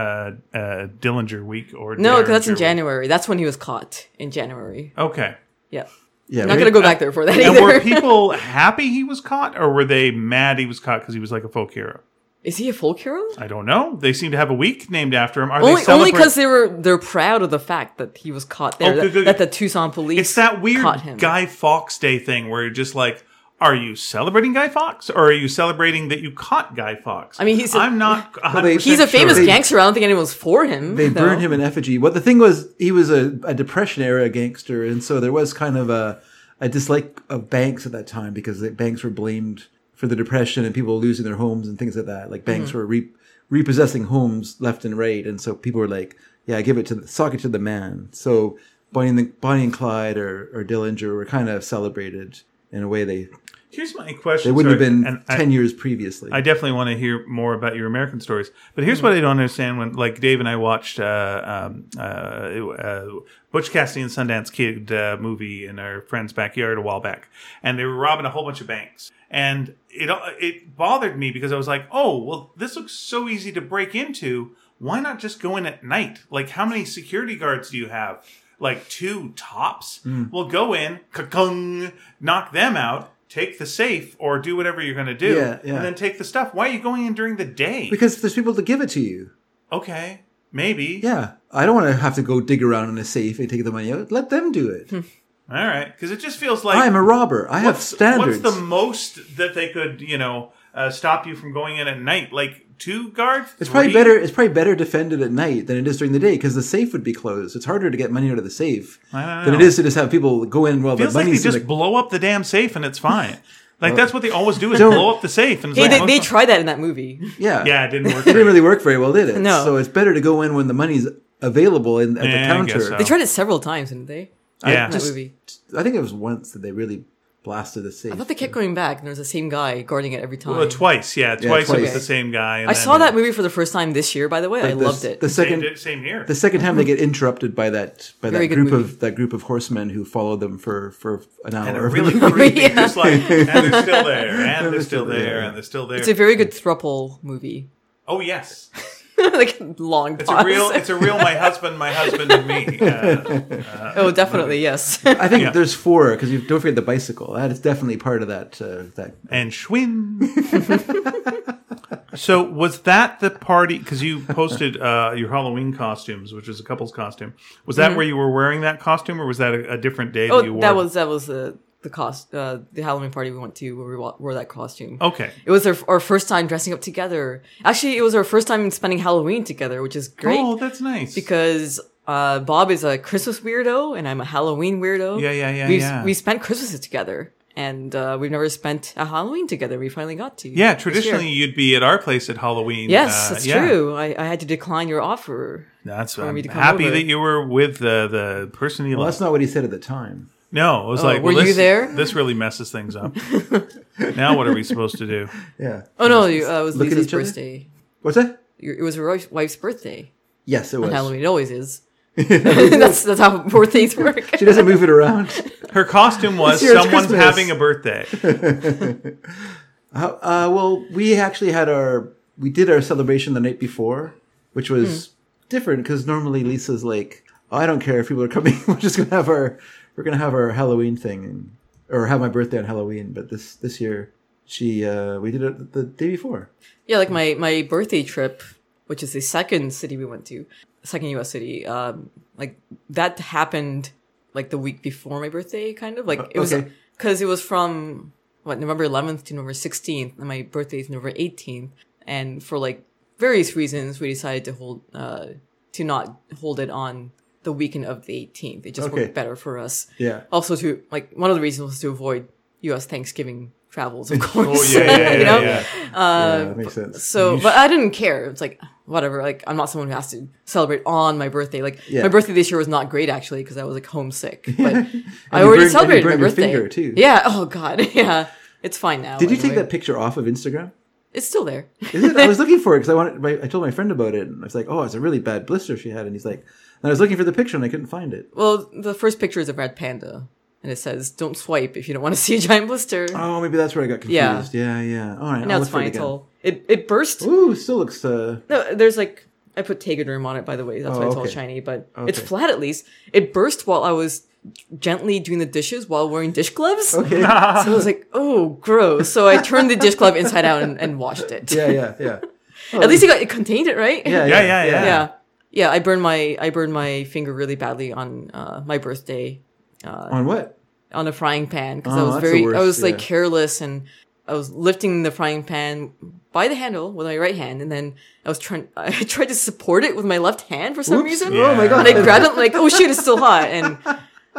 Speaker 3: uh, Dillinger Week or
Speaker 2: No, because that's in
Speaker 3: Derringer
Speaker 2: January. That's when he was caught in January.
Speaker 3: Week. Okay.
Speaker 2: Yeah.
Speaker 1: Yeah.
Speaker 2: Not
Speaker 1: we-
Speaker 2: going to go back there for that
Speaker 3: And were
Speaker 2: either.
Speaker 3: people happy he was caught, or were they mad he was caught because he was like a folk hero?
Speaker 2: Is he a folk hero?
Speaker 3: I don't know. They seem to have a week named after him. Are
Speaker 2: Only,
Speaker 3: they
Speaker 2: only
Speaker 3: celebrating?
Speaker 2: because they were they're proud of the fact that he was caught there.
Speaker 3: Oh,
Speaker 2: that,
Speaker 3: good, good,
Speaker 2: that the
Speaker 3: good.
Speaker 2: Tucson police.
Speaker 3: it's that weird
Speaker 2: caught him.
Speaker 3: Guy Fawkes Day thing where you're just like, are you celebrating Guy Fawkes, or are you celebrating that you caught Guy Fawkes?
Speaker 2: I mean, he's a-
Speaker 3: i I'm not. 100%
Speaker 1: they-
Speaker 2: He's a famous
Speaker 1: They-
Speaker 3: sure.
Speaker 2: gangster. I don't think anyone's for him.
Speaker 1: They
Speaker 2: though.
Speaker 1: burned him in effigy. What the thing was, he was a, a Depression era gangster, and so there was kind of a, a dislike of banks at that time because the banks were blamed for the Depression and people losing their homes and things like that. Like
Speaker 2: Mm-hmm.
Speaker 1: banks were re, repossessing homes left and right, and so people were like, "Yeah, give it to the sock it to the man." So Bonnie and, the, Bonnie and Clyde or, or Dillinger were kind of celebrated in a way they
Speaker 3: Here's my question.
Speaker 1: they wouldn't
Speaker 3: Sorry,
Speaker 1: have been
Speaker 3: and I-
Speaker 1: ten years previously.
Speaker 3: I definitely want to hear more about your American stories. But here's what I don't understand: when like Dave and I watched uh, um, uh, uh, Butch Cassidy and Sundance Kid uh, movie in our friend's backyard a while back, and they were robbing a whole bunch of banks, and it it bothered me because I was like, oh well, this looks so easy to break into. Why not just go in at night? Like, how many security guards do you have? Like two tops.
Speaker 1: Hmm.
Speaker 3: We'll go in, ka-kung, knock them out, take the safe, or do whatever you're going to do,
Speaker 1: Yeah, yeah.
Speaker 3: and then take the stuff. Why are you going in during the day?
Speaker 1: because there's people to give it to you.
Speaker 3: okay, maybe.
Speaker 1: Yeah, I don't want to have to go dig around in a safe and take the money out. Let them do it.
Speaker 3: All right, because it just feels like
Speaker 1: I am a robber. I have
Speaker 3: Hmm. what's-
Speaker 1: standards.
Speaker 3: What's the most that they could, you know, uh, stop you from going in at night. Like two guards.
Speaker 1: It's probably better. It's probably better defended at night than it is during the day because the safe would be closed. It's harder to get money out of the safe
Speaker 3: I don't
Speaker 1: than
Speaker 3: know.
Speaker 1: it is to just have people go in while
Speaker 3: Feels
Speaker 1: the
Speaker 3: like they
Speaker 1: money's
Speaker 3: just
Speaker 1: in the. Oh.
Speaker 3: blow up the damn safe and it's fine. Like that's what they always do is
Speaker 1: Don't-
Speaker 3: blow up the safe and it's
Speaker 2: Hey,
Speaker 3: like,
Speaker 2: they,
Speaker 3: oh,
Speaker 2: they
Speaker 3: it's
Speaker 2: tried that in that movie.
Speaker 1: Yeah,
Speaker 3: fine. yeah, it didn't work.
Speaker 1: It didn't really work very well, did it?
Speaker 2: No.
Speaker 1: So it's better to go in when the money's available in, at
Speaker 3: Yeah, I
Speaker 1: the counter.
Speaker 3: guess so.
Speaker 2: They tried it several times, didn't they?
Speaker 3: yeah,
Speaker 2: In that movie.
Speaker 1: I think it was once that they really blasted the safe.
Speaker 2: I thought they kept going back, and there was the same guy guarding it every time.
Speaker 3: Well, twice. Yeah, twice, it was
Speaker 1: twice.
Speaker 3: the same guy. and
Speaker 2: I
Speaker 3: then-
Speaker 2: saw that movie for the first time this year, by the way.
Speaker 1: The-
Speaker 2: I loved it.
Speaker 1: The
Speaker 3: Same,
Speaker 1: second,
Speaker 3: di- same year.
Speaker 1: the second time they get interrupted by that by
Speaker 2: Mm-hmm. Very
Speaker 1: that
Speaker 2: good
Speaker 1: group
Speaker 2: movie.
Speaker 1: of that group of horsemen who follow them for for an hour.
Speaker 3: and they're really creepy. Just like, and they're still there, and they're still there, and they're still there.
Speaker 2: It's a very good thruple movie.
Speaker 3: oh yes,
Speaker 2: like long pause.
Speaker 3: it's a real, it's a real. My husband, my husband, and me. Uh,
Speaker 2: oh, definitely yes.
Speaker 1: I think
Speaker 3: Yeah.
Speaker 1: there's four because you don't forget the bicycle. That is definitely part of that. Uh, that
Speaker 3: and Schwinn. so was that the party? Because you posted uh, your Halloween costumes, which was a couple's costume. Was that where you were wearing that costume, or was that a, a different day that you
Speaker 2: Mm-hmm. oh,
Speaker 3: wore?
Speaker 2: that was that was the the cost uh, the Halloween party we went to where we wa- wore that costume.
Speaker 3: okay.
Speaker 2: It was our, our first time dressing up together. Actually, it was our first time spending Halloween together, which is great
Speaker 3: Oh, that's nice.
Speaker 2: because uh, Bob is a Christmas weirdo and I'm a Halloween weirdo.
Speaker 3: Yeah, yeah, yeah,
Speaker 2: we
Speaker 3: yeah.
Speaker 2: We spent Christmases together and uh, we've never spent a Halloween together. We finally got to.
Speaker 3: yeah,
Speaker 2: this year.
Speaker 3: traditionally you'd be at our place at Halloween.
Speaker 2: Yes,
Speaker 3: uh,
Speaker 2: that's
Speaker 3: yeah.
Speaker 2: true. I, I had to decline your offer.
Speaker 3: That's
Speaker 2: me
Speaker 3: I'm
Speaker 2: to come
Speaker 3: happy
Speaker 2: over.
Speaker 3: that you were with the the person you
Speaker 1: well,
Speaker 3: loved.
Speaker 1: that's not what he said at the time.
Speaker 3: No, it was like,
Speaker 2: oh, were
Speaker 3: well,
Speaker 2: you
Speaker 3: this,
Speaker 2: there?
Speaker 3: This really messes things up. now what are we supposed to do?
Speaker 1: Yeah.
Speaker 2: Oh no, you, uh, it was
Speaker 1: Look at
Speaker 2: Lisa's
Speaker 1: each other.
Speaker 2: birthday.
Speaker 1: What's that?
Speaker 2: Your- It was your wife's- wife's birthday
Speaker 1: Yes, it was.
Speaker 2: on Halloween. It always is. that's that's how birthdays work.
Speaker 1: She doesn't move it around.
Speaker 3: Her costume was
Speaker 1: This year it's
Speaker 3: someone's
Speaker 1: Christmas.
Speaker 3: having a birthday.
Speaker 1: How- uh, well, we actually had our we did our celebration the night before, which was
Speaker 2: Hmm.
Speaker 1: different because normally Lisa's like, oh, I don't care if people are coming. we're just gonna have our we're gonna have our Halloween thing and or have my birthday on Halloween. But this this year she uh, we did it the day before.
Speaker 2: Yeah, like my my birthday trip, which is the second city we went to, second U.S. city. Um, like that happened like the week before my birthday, kind of like it was
Speaker 1: okay.
Speaker 2: because it was from what November 11th to November 16th, and my birthday is November 18th, and for like various reasons, we decided to hold uh to not hold it on the weekend of the 18th. It just
Speaker 1: Okay.
Speaker 2: worked better for us.
Speaker 1: Yeah.
Speaker 2: Also, to like one of the reasons was to avoid U.S. Thanksgiving travels, of course.
Speaker 3: Oh yeah, yeah, yeah,
Speaker 2: you know. Uh,
Speaker 3: yeah.
Speaker 1: yeah, that Uh, makes sense.
Speaker 2: So, but I didn't care. It's like whatever. Like I'm not someone who has to celebrate on my birthday. Like
Speaker 1: Yeah.
Speaker 2: my birthday this year was not great actually because I was like homesick. But I
Speaker 1: you burned- and
Speaker 2: already
Speaker 1: you
Speaker 2: celebrated my
Speaker 1: burned your
Speaker 2: birthday.
Speaker 1: finger, too.
Speaker 2: Yeah. Oh God. Yeah. It's fine now.
Speaker 1: Did you take
Speaker 2: anyway.
Speaker 1: that picture off of Instagram?
Speaker 2: It's still there.
Speaker 1: Is it? I was looking for it because I wanted. My, I told my friend about it, and I was like, "Oh, it's a really bad blister she had." And he's like, "And I was looking for the picture, and I couldn't find it."
Speaker 2: Well, the first picture is a red panda, and it says, "Don't swipe if you don't want to see a giant blister."
Speaker 1: Oh, maybe that's where I got
Speaker 2: Yeah.
Speaker 1: confused. Yeah, yeah. All right,
Speaker 2: now
Speaker 1: I'll
Speaker 2: it's
Speaker 1: look for
Speaker 2: fine.
Speaker 1: it
Speaker 2: It's
Speaker 1: again.
Speaker 2: all it it burst.
Speaker 1: Ooh, still looks. Uh,
Speaker 2: No, there's like I put Tegaderm on it by the way. That's
Speaker 1: Oh,
Speaker 2: why it's all
Speaker 1: okay.
Speaker 2: shiny, but it's
Speaker 1: Okay.
Speaker 2: flat at least. It burst while I was gently doing the dishes while wearing dish gloves.
Speaker 1: okay.
Speaker 2: So I was like, oh, gross. So I turned the dish glove inside out and, and washed it.
Speaker 1: yeah, yeah, yeah.
Speaker 2: At least it, got, it contained it, right?
Speaker 1: Yeah, yeah,
Speaker 3: Yeah, yeah, yeah.
Speaker 2: yeah. Yeah, I burned my I burned my finger really badly on uh, my birthday
Speaker 1: On what?
Speaker 2: on a frying pan because I
Speaker 1: Oh,
Speaker 2: was
Speaker 1: that's the
Speaker 2: very I
Speaker 1: worst,
Speaker 2: was like
Speaker 1: yeah.
Speaker 2: careless and I was lifting the frying pan by the handle with my right hand and then I was trying I tried to support it with my left hand for some
Speaker 1: Oops.
Speaker 2: reason.
Speaker 1: Oh my
Speaker 3: Yeah.
Speaker 1: god.
Speaker 2: And I grabbed it like, oh shit, it's still hot. And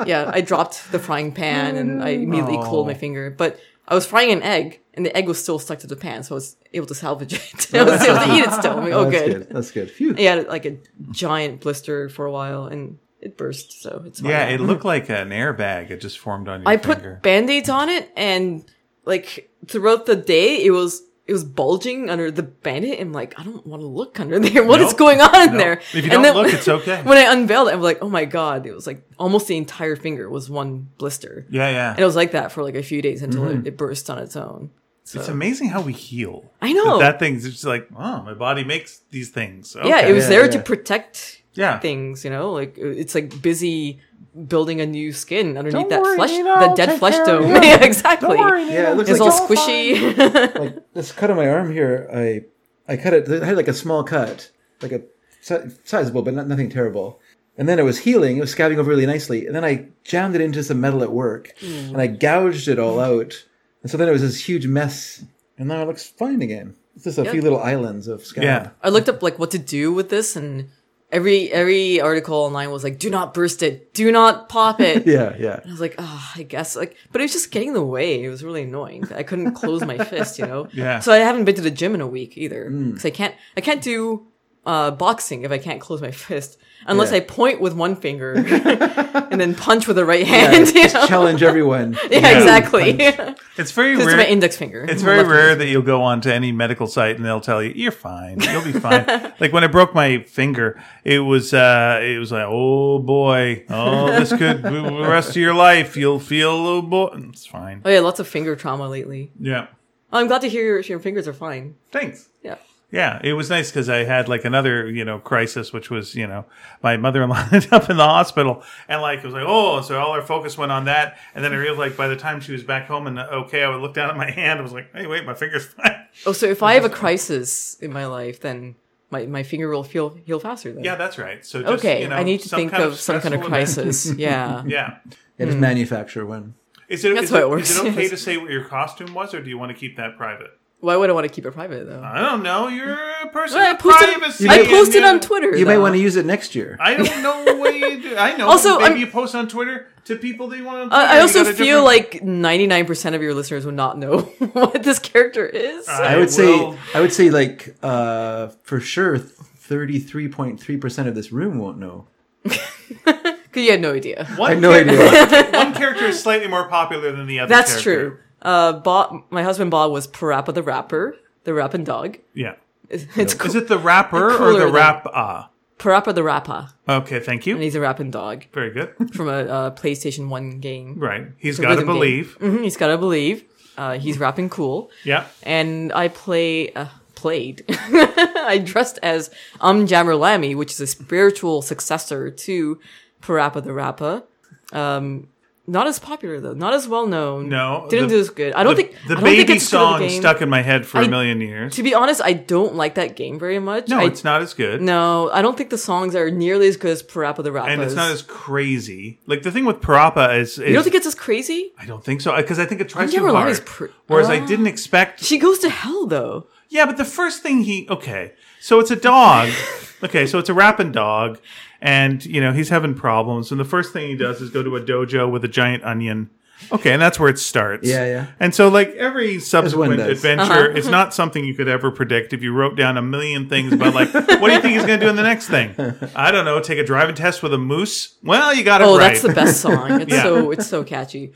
Speaker 2: yeah, I dropped the frying pan and I immediately cooled my finger. But I was frying an egg and the egg was still stuck to the pan, so I was able to salvage it. I was able to eat it still. I'm like,
Speaker 1: Oh,
Speaker 2: oh,
Speaker 1: that's
Speaker 2: good.
Speaker 1: good. That's good. Phew.
Speaker 2: I had like a giant blister for a while and it burst, so it's fine.
Speaker 3: Yeah,
Speaker 2: now.
Speaker 3: it looked like an airbag. It just formed on your
Speaker 2: I put
Speaker 3: finger.
Speaker 2: band-aids on it and like throughout the day it was it was bulging under the band-aid. I'm like, I don't want to look under there. What is
Speaker 3: Nope.
Speaker 2: going on in
Speaker 3: Nope.
Speaker 2: there?
Speaker 3: If you don't
Speaker 2: And then-
Speaker 3: look, it's okay.
Speaker 2: when I unveiled it, I'm like, oh my god, it was like almost the entire finger was one blister.
Speaker 3: yeah, yeah.
Speaker 2: And it was like that for like a few days until it, it burst on its own.
Speaker 3: It's amazing how we heal.
Speaker 2: I know.
Speaker 3: that, that thing's just like, oh, my body makes these things. Okay.
Speaker 2: Yeah, it was
Speaker 1: Yeah,
Speaker 2: there
Speaker 1: yeah.
Speaker 2: to protect
Speaker 3: Yeah.
Speaker 2: things, you know? Like it's like busy building a new skin underneath
Speaker 4: Don't
Speaker 2: that
Speaker 4: worry,
Speaker 2: flesh
Speaker 4: Nina,
Speaker 2: that
Speaker 4: I'll
Speaker 2: dead
Speaker 4: take
Speaker 2: flesh
Speaker 4: care of
Speaker 2: dome.
Speaker 4: you.
Speaker 2: yeah, exactly.
Speaker 4: Don't worry,
Speaker 1: Yeah, it
Speaker 4: Nina.
Speaker 1: looks
Speaker 2: It's
Speaker 1: like
Speaker 2: all
Speaker 1: it's
Speaker 4: all
Speaker 2: squishy.
Speaker 1: Like this cut on my arm here. I I cut it. I had like a small cut, like a si- sizable, but not nothing terrible. And then it was healing. It was scabbing over really nicely. And then I jammed it
Speaker 2: Mm.
Speaker 1: into some metal at work, and I gouged it all out. And so then it was this huge mess. and now it looks fine again. It's just a few little islands of scab.
Speaker 3: Yeah.
Speaker 2: I looked up like what to do with this, and every every article online was like, "Do not burst it. Do not pop it."
Speaker 1: yeah, yeah.
Speaker 2: I was like, ah, I guess like, but it was just getting in the way. It was really annoying. I couldn't close my fist, you know.
Speaker 3: Yeah. Hmm.
Speaker 2: So I haven't been to the gym in a week either, because I can't. I can't do uh, boxing if I can't close my fist, unless
Speaker 1: Yeah.
Speaker 2: I point with one finger and then punch with the right hand.
Speaker 1: Just
Speaker 2: you know?
Speaker 1: challenge everyone.
Speaker 2: Yeah, exactly.
Speaker 3: It's very
Speaker 2: It's
Speaker 3: rare.
Speaker 2: my index finger.
Speaker 3: It's very
Speaker 2: Left hand.
Speaker 3: rare that you'll go onto any medical site and they'll tell you you're fine, you'll be fine. like when I broke my finger, it was uh, it was like oh boy, oh this could the rest of your life you'll feel a little boy. It's fine.
Speaker 2: Oh yeah, lots of finger trauma lately. Oh,
Speaker 3: Yeah,
Speaker 2: I'm glad to hear your, your fingers are fine.
Speaker 3: thanks.
Speaker 2: Yeah.
Speaker 3: Yeah, it was nice because I had like another, you know, crisis, which was, you know, my mother in law ended up in the hospital. And like, it was like, oh, so all our focus went on that. And then I realized, like, by the time she was back home and uh, okay, I would look down at my hand. I was like, hey, wait, my finger's fine.
Speaker 2: Oh, so if I have a crisis in my life, then my, my finger will heal heal faster. Then.
Speaker 3: Yeah, that's right. So, just,
Speaker 2: Okay,
Speaker 3: you know,
Speaker 2: I need to
Speaker 3: some
Speaker 2: think
Speaker 3: kind
Speaker 2: of some kind of
Speaker 3: stressful event.
Speaker 2: crisis. yeah.
Speaker 3: Yeah.
Speaker 1: Yeah, just manufacture one.
Speaker 3: Is it,
Speaker 2: That's
Speaker 3: is
Speaker 2: how
Speaker 3: it,
Speaker 2: it works,
Speaker 3: is it okay
Speaker 2: yes.
Speaker 3: to say what your costume was, or do you want to keep that private?
Speaker 2: Why would I want to keep it private though?
Speaker 3: I don't know. You're a person
Speaker 2: I
Speaker 3: of
Speaker 2: posted,
Speaker 3: Uh, privacy.
Speaker 2: I
Speaker 3: and
Speaker 2: posted
Speaker 3: you-
Speaker 2: on Twitter.
Speaker 1: You may
Speaker 2: though.
Speaker 1: want to use it next year.
Speaker 3: I don't know what you do. I know.
Speaker 2: Also,
Speaker 3: maybe
Speaker 2: I'm-
Speaker 3: you post on Twitter to people that you want to.
Speaker 2: I I also feel like 99% of your listeners would not know what this character is.
Speaker 3: Uh,
Speaker 1: I would
Speaker 3: will-
Speaker 1: say I would say like uh, for sure thirty three point three percent of this room won't know.
Speaker 2: Because you had no idea.
Speaker 3: One
Speaker 1: I had no
Speaker 3: char-
Speaker 1: idea.
Speaker 3: One character is slightly more popular than the other.
Speaker 2: That's
Speaker 3: character.
Speaker 2: true. Uh, Bob, my husband Bob was Parappa the Rapper, the rapping dog.
Speaker 3: Yeah.
Speaker 2: It's it's
Speaker 3: Is it the rapper or
Speaker 2: Cooler
Speaker 3: the
Speaker 2: than-
Speaker 3: rap? Ah.
Speaker 2: Parappa the Rapper,
Speaker 3: Okay. Thank
Speaker 2: and
Speaker 3: you.
Speaker 2: he's a rapping dog
Speaker 3: Very good.
Speaker 2: from a, uh PlayStation 1 game.
Speaker 3: Right. He's got to believe.
Speaker 2: hmm he's got to believe. Uh, he's rapping cool.
Speaker 3: Yeah.
Speaker 2: and I play uh, played. I dressed as Um Jammer Lammy, which is a spiritual successor to Parappa the Rappa. Um, not as popular though, not as well known.
Speaker 3: No,
Speaker 2: didn't
Speaker 3: the-
Speaker 2: do as good. I don't
Speaker 3: the
Speaker 2: think
Speaker 3: the
Speaker 2: I don't
Speaker 3: baby
Speaker 2: think it's good of a
Speaker 3: song
Speaker 2: game.
Speaker 3: stuck in my head for a
Speaker 2: I-
Speaker 3: million years.
Speaker 2: To be honest, I don't like that game very much.
Speaker 3: No,
Speaker 2: I,
Speaker 3: it's not as good.
Speaker 2: No, I don't think the songs are nearly as good as Parappa the Rappa.
Speaker 3: and it's not as crazy. Like the thing with Parappa is, is
Speaker 2: you don't think it's as crazy?
Speaker 3: I don't think so because I think it tries
Speaker 2: Ninja
Speaker 3: too
Speaker 2: Reliant is
Speaker 3: hard.
Speaker 2: pr-
Speaker 3: Whereas I
Speaker 2: Ah.
Speaker 3: didn't expect.
Speaker 2: She goes to hell though.
Speaker 3: Yeah, but the first thing he okay, so it's a dog. okay, so it's a rapping dog, and you know he's having problems. And the first thing he does is go to a dojo with a giant onion. Okay, and that's where it starts.
Speaker 1: Yeah, yeah.
Speaker 3: And so, like every subsequent
Speaker 1: does.
Speaker 3: adventure,
Speaker 2: Uh-huh.
Speaker 3: it's not something you could ever predict. If you wrote down a million things about, like, what do you think he's going to do in the next thing? I don't know. Take a driving test with a moose. Well, you got it
Speaker 2: Oh,
Speaker 3: right.
Speaker 2: that's the best song. It's
Speaker 3: Yeah.
Speaker 2: so it's so catchy.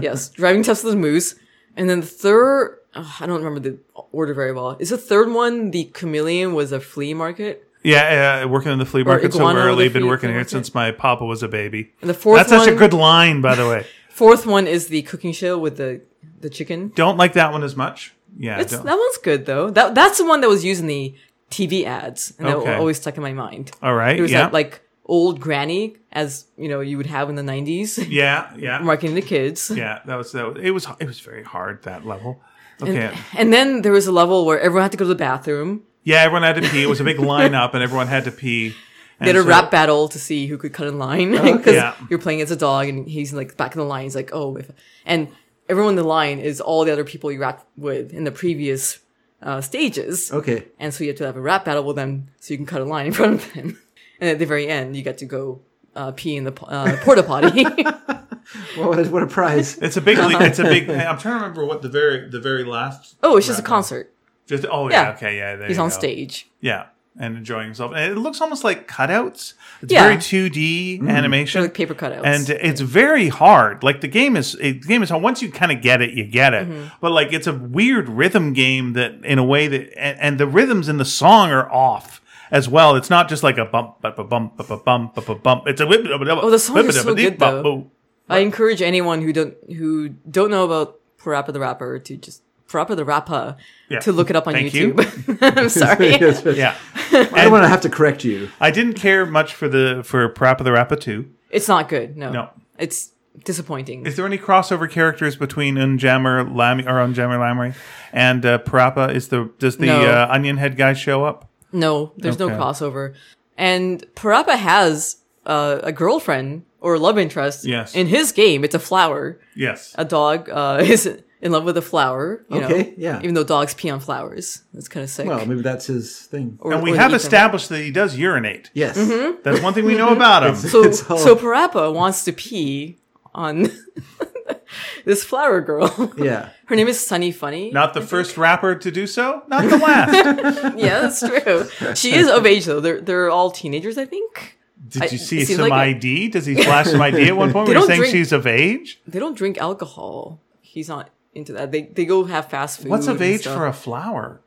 Speaker 2: Yes, driving test with the moose, and then the third. oh, I don't remember the order very well. Is the third one the chameleon was a flea market,
Speaker 3: Yeah, uh, working in the flea market so
Speaker 2: Oh, iguana in
Speaker 3: early.
Speaker 2: the
Speaker 3: Been
Speaker 2: flea-
Speaker 3: working
Speaker 2: flea
Speaker 3: here
Speaker 2: market.
Speaker 3: since my papa was a baby.
Speaker 2: and the fourth
Speaker 3: That's
Speaker 2: one.
Speaker 3: such a good line, by the way.
Speaker 2: Fourth one is the cooking show with the the chicken.
Speaker 3: don't like that one as much. Yeah,
Speaker 2: It's,
Speaker 3: don't.
Speaker 2: that one's good though. That that's the one that was used in the TV ads, and
Speaker 3: Okay.
Speaker 2: that always stuck in my mind.
Speaker 3: all right.
Speaker 2: It was
Speaker 3: Yeah,
Speaker 2: that like old granny, as you know, you would have in the nineties,
Speaker 3: yeah, yeah,
Speaker 2: marketing the kids.
Speaker 3: yeah. That was that. Was, it was it was very hard that level. Okay.
Speaker 2: And then there was a level where everyone had to go to the bathroom.
Speaker 3: yeah, everyone had to pee. It was a big lineup, and everyone had to pee. And
Speaker 2: They had a
Speaker 3: so-
Speaker 2: rap battle to see who could cut in line because
Speaker 3: Uh-huh. Yeah.
Speaker 2: you're playing as a dog and he's like back in the line. He's like, oh, if and everyone in the line is all the other people you rap with in the previous uh,
Speaker 3: Oh.
Speaker 2: stages,
Speaker 1: Okay.
Speaker 2: and so you have to have a rap battle with them so you can cut a line in front of them. And at the very end, you get to go uh, pee in the po- uh, porta potty.
Speaker 1: Well, what a, what a prize.
Speaker 3: It's a big. le- It's a big. I'm trying to remember what the very the very last.
Speaker 2: oh, it's just a
Speaker 3: rap-
Speaker 2: concert.
Speaker 3: Just oh yeah,
Speaker 2: Yeah.
Speaker 3: okay yeah. There
Speaker 2: He's
Speaker 3: you
Speaker 2: on
Speaker 3: go.
Speaker 2: stage.
Speaker 3: Yeah, and enjoying himself. And it looks almost like cutouts. It's
Speaker 2: Yeah. Mm.
Speaker 3: very 2D animation.
Speaker 2: They're like paper cutouts.
Speaker 3: and uh, it's very hard. Like the game is, it, the game is hard. Once you kind of get it, you get it.
Speaker 2: Mm-hmm.
Speaker 3: But like it's a weird rhythm game that, in a way that, and, and the rhythms in the song are off as well. It's not just like a bump, but a bump, but a bump, but a bump. It's a whip. Oh,
Speaker 2: the songs are so good, though. I encourage anyone who don't who don't know about Parappa the Rapper to just Parappa the Rapper
Speaker 3: Yeah.
Speaker 2: to look it up on
Speaker 3: Thank you.
Speaker 2: YouTube. I'm sorry.
Speaker 1: Yes, yes.
Speaker 3: Yeah,
Speaker 1: I don't want to have to correct you.
Speaker 3: I didn't care much for the for Parappa the Rapper two.
Speaker 2: It's not good. No.
Speaker 3: No.
Speaker 2: It's disappointing.
Speaker 3: Is there any crossover characters between Unjammer Lammy or Unjammer Lamry and uh, Parappa? Is the does the
Speaker 2: No.
Speaker 3: uh, Onion Head guy show up?
Speaker 2: no, there's
Speaker 3: Okay.
Speaker 2: no crossover. And Parappa has uh, a girlfriend or love interest
Speaker 3: Yes.
Speaker 2: in his game. It's a flower.
Speaker 3: Yes.
Speaker 2: A dog. Uh, his in love with a flower. You
Speaker 1: Okay,
Speaker 2: know?
Speaker 1: yeah.
Speaker 2: Even though dogs pee on flowers, that's kind of sick.
Speaker 1: Well, Oh, maybe that's his thing.
Speaker 2: Or- Mm-hmm.
Speaker 3: And we
Speaker 2: or
Speaker 3: have
Speaker 2: eat them.
Speaker 3: established that he does urinate.
Speaker 1: yes.
Speaker 3: That's one thing we know about him.
Speaker 2: So
Speaker 1: It's all-
Speaker 2: so Parappa wants to pee on this flower girl.
Speaker 1: Yeah.
Speaker 2: Her name is Sunny Funny.
Speaker 3: Not the first rapper to do so, not the last.
Speaker 2: yeah, that's true. She is of age though. They're they're all teenagers, I think. I-
Speaker 3: Did you see
Speaker 2: it seems
Speaker 3: some
Speaker 2: like it.
Speaker 3: ID? Does he flash some ID at one point?
Speaker 2: They
Speaker 3: Were you
Speaker 2: don't
Speaker 3: saying
Speaker 2: drink-
Speaker 3: she's of age?
Speaker 2: They don't drink alcohol. He's not into that. They they go have fast food.
Speaker 3: What's of age for a flower?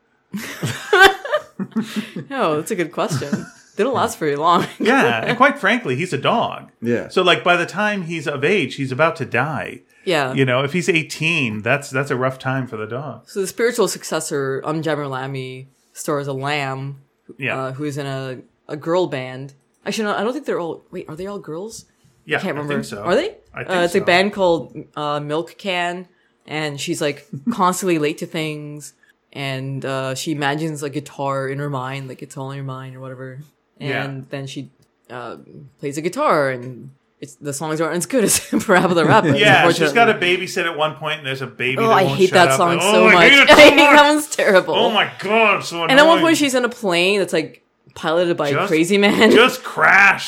Speaker 2: No, that's a good question. they don't last very long.
Speaker 3: Yeah, and quite frankly, he's a dog.
Speaker 1: Yeah.
Speaker 3: So like by the time he's of age, he's about to die.
Speaker 2: yeah.
Speaker 3: You know, if he's 18, that's that's a rough time for the dog.
Speaker 2: So the spiritual successor, Um Lami, stars a lamb
Speaker 3: Yeah.
Speaker 2: uh, who is in a, a girl band. Actually, no, I don't think they're all. Wait, are they all girls?
Speaker 3: yeah,
Speaker 2: I can't remember.
Speaker 3: think so.
Speaker 2: Are they?
Speaker 3: I think
Speaker 2: uh, it's
Speaker 3: so.
Speaker 2: a band called uh, Milk Can, and she's like constantly late to things, and uh, she imagines a guitar in her mind, like it's all in your mind or whatever. And
Speaker 3: Yeah.
Speaker 2: then she uh, plays a guitar, and it's the songs aren't as good as Parappa the Rapper.
Speaker 3: Yeah, she's
Speaker 2: unfortunately.
Speaker 3: got a babysit at one point, and there's a baby.
Speaker 2: Oh,
Speaker 3: that
Speaker 2: I
Speaker 3: won't
Speaker 2: hate
Speaker 3: shut
Speaker 2: that
Speaker 3: up.
Speaker 2: song
Speaker 3: Oh,
Speaker 2: so
Speaker 3: I
Speaker 2: much.
Speaker 3: hate it so much.
Speaker 2: that one's terrible.
Speaker 3: Oh my god, it's so annoying.
Speaker 2: and at one point, she's in a plane that's like piloted by a
Speaker 3: Just-
Speaker 2: crazy man.
Speaker 3: just crash.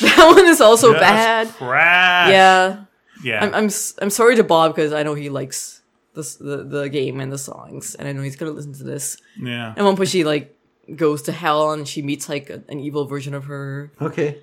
Speaker 2: that one is also
Speaker 3: Just
Speaker 2: bad.
Speaker 3: Crash.
Speaker 2: Yeah,
Speaker 3: Yeah.
Speaker 2: I'm, I'm s- I'm sorry to Bob because I know he likes this, the the game and the songs, and I know he's gonna listen to this.
Speaker 3: yeah.
Speaker 2: At one point, she like goes to hell and she meets like a, an evil version of her.
Speaker 1: Okay.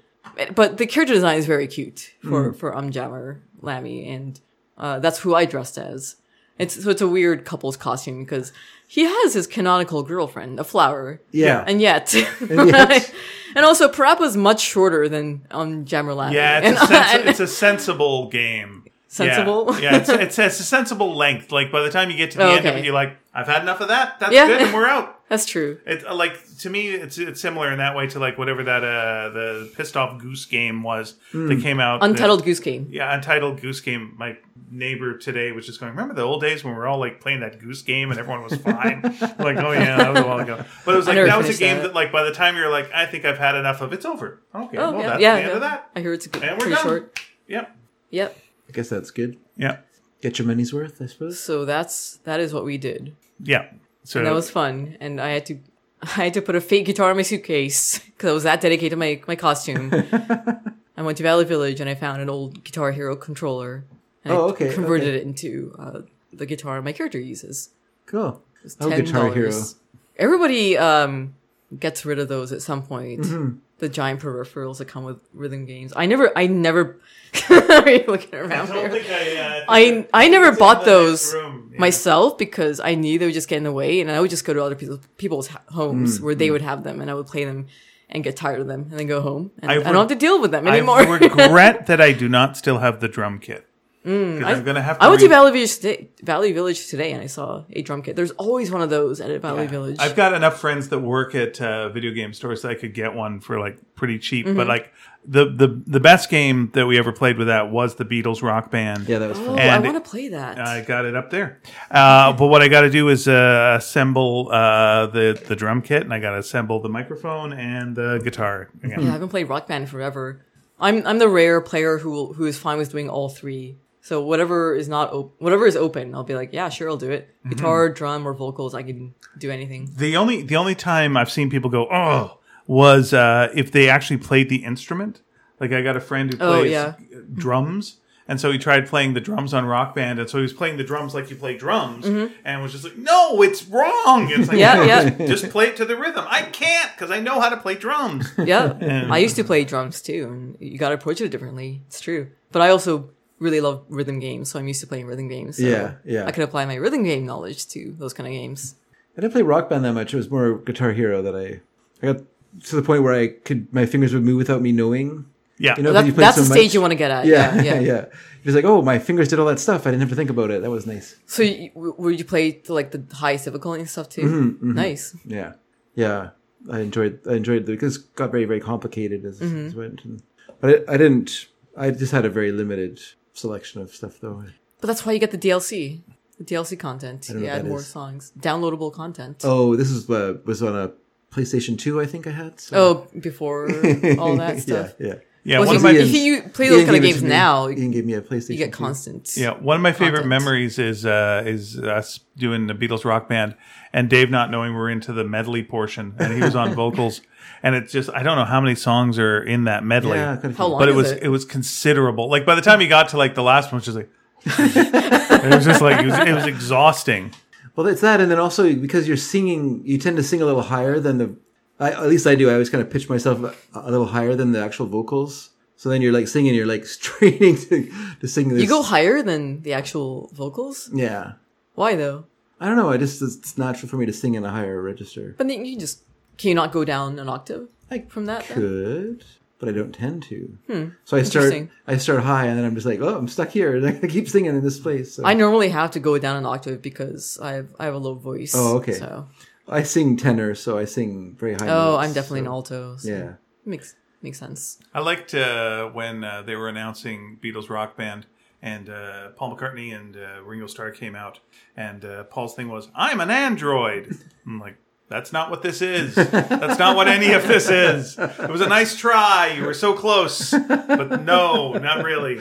Speaker 2: But the character design is very cute for
Speaker 3: Mm.
Speaker 2: for Umjammer Lammy, and uh, that's who I dressed as. It's so it's a weird couple's costume because he has his canonical girlfriend, a flower,
Speaker 1: Yeah.
Speaker 2: and yet,
Speaker 1: And yet.
Speaker 2: and also Parappa's much shorter than Umjammer Lammy.
Speaker 3: Yeah, it's, a
Speaker 2: And-
Speaker 3: sensi-
Speaker 2: and-
Speaker 3: it's a sensible game.
Speaker 2: Sensible?
Speaker 3: Yeah, yeah it's, it's, it's a sensible length. Like by the time you get to the
Speaker 2: Oh,
Speaker 3: end of
Speaker 2: okay.
Speaker 3: it, you're like, I've had enough of that. That's
Speaker 2: Yeah.
Speaker 3: good, and we're out.
Speaker 2: that's true.
Speaker 3: It, uh, like to me, it's it's similar in that way to like whatever that uh the pissed off goose game was that came out. that-
Speaker 2: Hmm. Untitled Goose Game.
Speaker 3: yeah, Untitled Goose Game. My neighbor today was just going, Remember the old days when we were all like playing that Goose Game and everyone was fine? like, oh yeah, that was a while ago. But it was
Speaker 2: I
Speaker 3: like,
Speaker 2: never
Speaker 3: that was a
Speaker 2: finished
Speaker 3: game
Speaker 2: that.
Speaker 3: that. like, by the time you're like, I think I've had enough of it's over. Okay,
Speaker 2: Oh,
Speaker 3: well, that's the end of that.
Speaker 2: I hear it's a good,
Speaker 3: And we're
Speaker 2: pretty
Speaker 3: done.
Speaker 2: short.
Speaker 3: Yep.
Speaker 2: Yep.
Speaker 1: I guess that's good.
Speaker 3: Yeah.
Speaker 1: Get your money's worth, I suppose.
Speaker 2: So that's that is what we did.
Speaker 3: Yeah. So
Speaker 2: And that was fun. And I had to I had to put a fake guitar in my suitcase because I was that dedicated to my my costume. I went to Valley Village and I found an old Guitar Hero controller. And
Speaker 1: Oh,
Speaker 2: I
Speaker 1: okay,
Speaker 2: Converted
Speaker 1: okay.
Speaker 2: it into uh, the guitar my character uses.
Speaker 1: Cool.
Speaker 2: It's
Speaker 1: Oh,
Speaker 2: ten
Speaker 1: Guitar Hero.
Speaker 2: dollars. Everybody um, gets rid of those at some point.
Speaker 3: Mm-hmm.
Speaker 2: The giant peripherals that come with rhythm games. I never, I never. Are you looking around here?
Speaker 3: I,
Speaker 2: I I never bought those
Speaker 3: My
Speaker 2: myself because I knew they would just get in the way, and I would just go to other people's, people's ho- homes
Speaker 3: Mm,
Speaker 2: where they would have them, and I would play them and get tired of them, and then go home, and I,
Speaker 3: I
Speaker 2: don't
Speaker 3: re-
Speaker 2: have to deal with them
Speaker 3: I
Speaker 2: anymore.
Speaker 3: regret that I do not still have the drum kit. Because I'm going to have to.
Speaker 2: Mm, I went to
Speaker 3: re-
Speaker 2: Valley Village today, Valley Village today, and I saw a drum kit. There's always one of those at Valley Village.
Speaker 3: I've got enough friends that work at uh, video game stores that I could get one for like pretty cheap.
Speaker 1: Mm-hmm.
Speaker 3: But like the, the the best game that we ever played with that was the Beatles Rock Band.
Speaker 1: Yeah, that was
Speaker 2: oh,
Speaker 1: fun.
Speaker 2: I
Speaker 3: and-
Speaker 2: want to play that.
Speaker 3: I got it up there. Uh, but what I got to do is uh, assemble uh, the the drum kit, and I got to assemble the microphone and the guitar. Again.
Speaker 2: Yeah, I haven't played Rock Band in forever. I'm I'm the rare player who will, who is fine with doing all three. So whatever is not op- whatever is open, I'll be like, yeah, sure, I'll do it.
Speaker 3: Mm-hmm.
Speaker 2: Guitar, drum, or vocals, I can do anything.
Speaker 3: The only the only time I've seen people go oh was uh, if they actually played the instrument. Like I got a friend who
Speaker 2: Oh,
Speaker 3: plays uh,
Speaker 2: yeah.
Speaker 3: drums, and so he tried playing the drums on Rock Band, and so he was playing the drums like you play drums, and was just like, "No, it's wrong." It's
Speaker 2: Mm-hmm.
Speaker 3: like,
Speaker 2: Yeah,
Speaker 3: "No,
Speaker 2: yeah.
Speaker 3: Just, just play it to the rhythm. I can't because I know how to play drums.
Speaker 2: Yeah, I used to play drums too, and you got to approach it differently. It's true, but I also really love rhythm games, so I'm used to playing rhythm games. So
Speaker 1: Yeah, yeah.
Speaker 2: I can apply my rhythm game knowledge to those kind of games.
Speaker 1: I didn't play Rock Band that much. It was more Guitar Hero that I. I got to the point where I could my fingers would move without me knowing.
Speaker 3: Yeah,
Speaker 1: You know, 'cause
Speaker 2: That,
Speaker 1: you play
Speaker 2: that's
Speaker 1: so
Speaker 2: the stage
Speaker 1: much.
Speaker 2: you want to get at.
Speaker 1: Yeah,
Speaker 2: Yeah,
Speaker 1: yeah, yeah. It's like, oh, my fingers did all that stuff. I didn't have to think about it. That was nice.
Speaker 2: So, you, w- would you play to, like the highest difficulty and stuff too?
Speaker 1: Mm-hmm,
Speaker 2: Nice.
Speaker 1: Yeah, yeah. I enjoyed. I enjoyed the because it got very, very complicated as,
Speaker 2: Mm-hmm.
Speaker 1: as it went. And, but I, I didn't. I just had a very limited selection of stuff, though.
Speaker 2: But that's why you get the DLC. The DLC content.
Speaker 1: know
Speaker 2: You
Speaker 1: what
Speaker 2: add
Speaker 1: that
Speaker 2: more
Speaker 1: is.
Speaker 2: songs. Downloadable content. Oh,
Speaker 1: Oh, this is uh, was on a PlayStation Two. I think I had. So.
Speaker 2: before all that Oh, stuff.
Speaker 1: yeah, yeah.
Speaker 3: Yeah,
Speaker 2: Well,
Speaker 3: one
Speaker 2: he-
Speaker 3: of my
Speaker 2: if you play those
Speaker 1: Ian
Speaker 2: kind of
Speaker 1: gave it
Speaker 2: games
Speaker 1: to me.
Speaker 2: now, you
Speaker 1: Ian gave me a PlayStation. 2.
Speaker 2: get constant.
Speaker 3: yeah one of my favorite
Speaker 2: Content.
Speaker 3: memories is uh, is us doing the Beatles rock band and Dave not knowing we're into the medley portion and he was on vocals and it's just I don't know how many songs are in that medley.
Speaker 1: Yeah, I could've-
Speaker 2: How long
Speaker 3: but it
Speaker 2: is
Speaker 3: was
Speaker 2: it?
Speaker 3: it? was considerable. Like by the time he got to like the last one, it was just like it was just like it was, it was exhausting.
Speaker 1: Well, it's that, and then also because you're singing, you tend to sing a little higher than the. I, at least I do. I always kind of pitch myself a, a little higher than the actual vocals. So then you're like singing, you're like straining to, to sing this.
Speaker 2: You go higher than the actual vocals.
Speaker 1: Yeah.
Speaker 2: Why though?
Speaker 1: I don't know. I just it's, it's natural for me to sing in a higher register.
Speaker 2: But then you just can you not go down an octave like from that? then?
Speaker 1: Could, but I don't tend to. So I start
Speaker 2: Hmm. Interesting.
Speaker 1: I start high, and then I'm just like, oh, I'm stuck here, and I keep singing in this place. So
Speaker 2: I normally have to go down an octave because I have I have a low voice.
Speaker 1: Oh, okay.
Speaker 2: So
Speaker 1: I sing tenor, so I sing very high.
Speaker 2: oh,
Speaker 1: notes,
Speaker 2: I'm definitely
Speaker 1: so-
Speaker 2: an alto. So
Speaker 1: Yeah.
Speaker 2: makes makes sense.
Speaker 3: I liked uh, when uh, they were announcing Beatles rock band and uh, Paul McCartney and uh, Ringo Starr came out, and uh, Paul's thing was, "I'm an android." I'm like, that's not what this is. That's not what any of this is. It was a nice try. You were so close, but no, not really.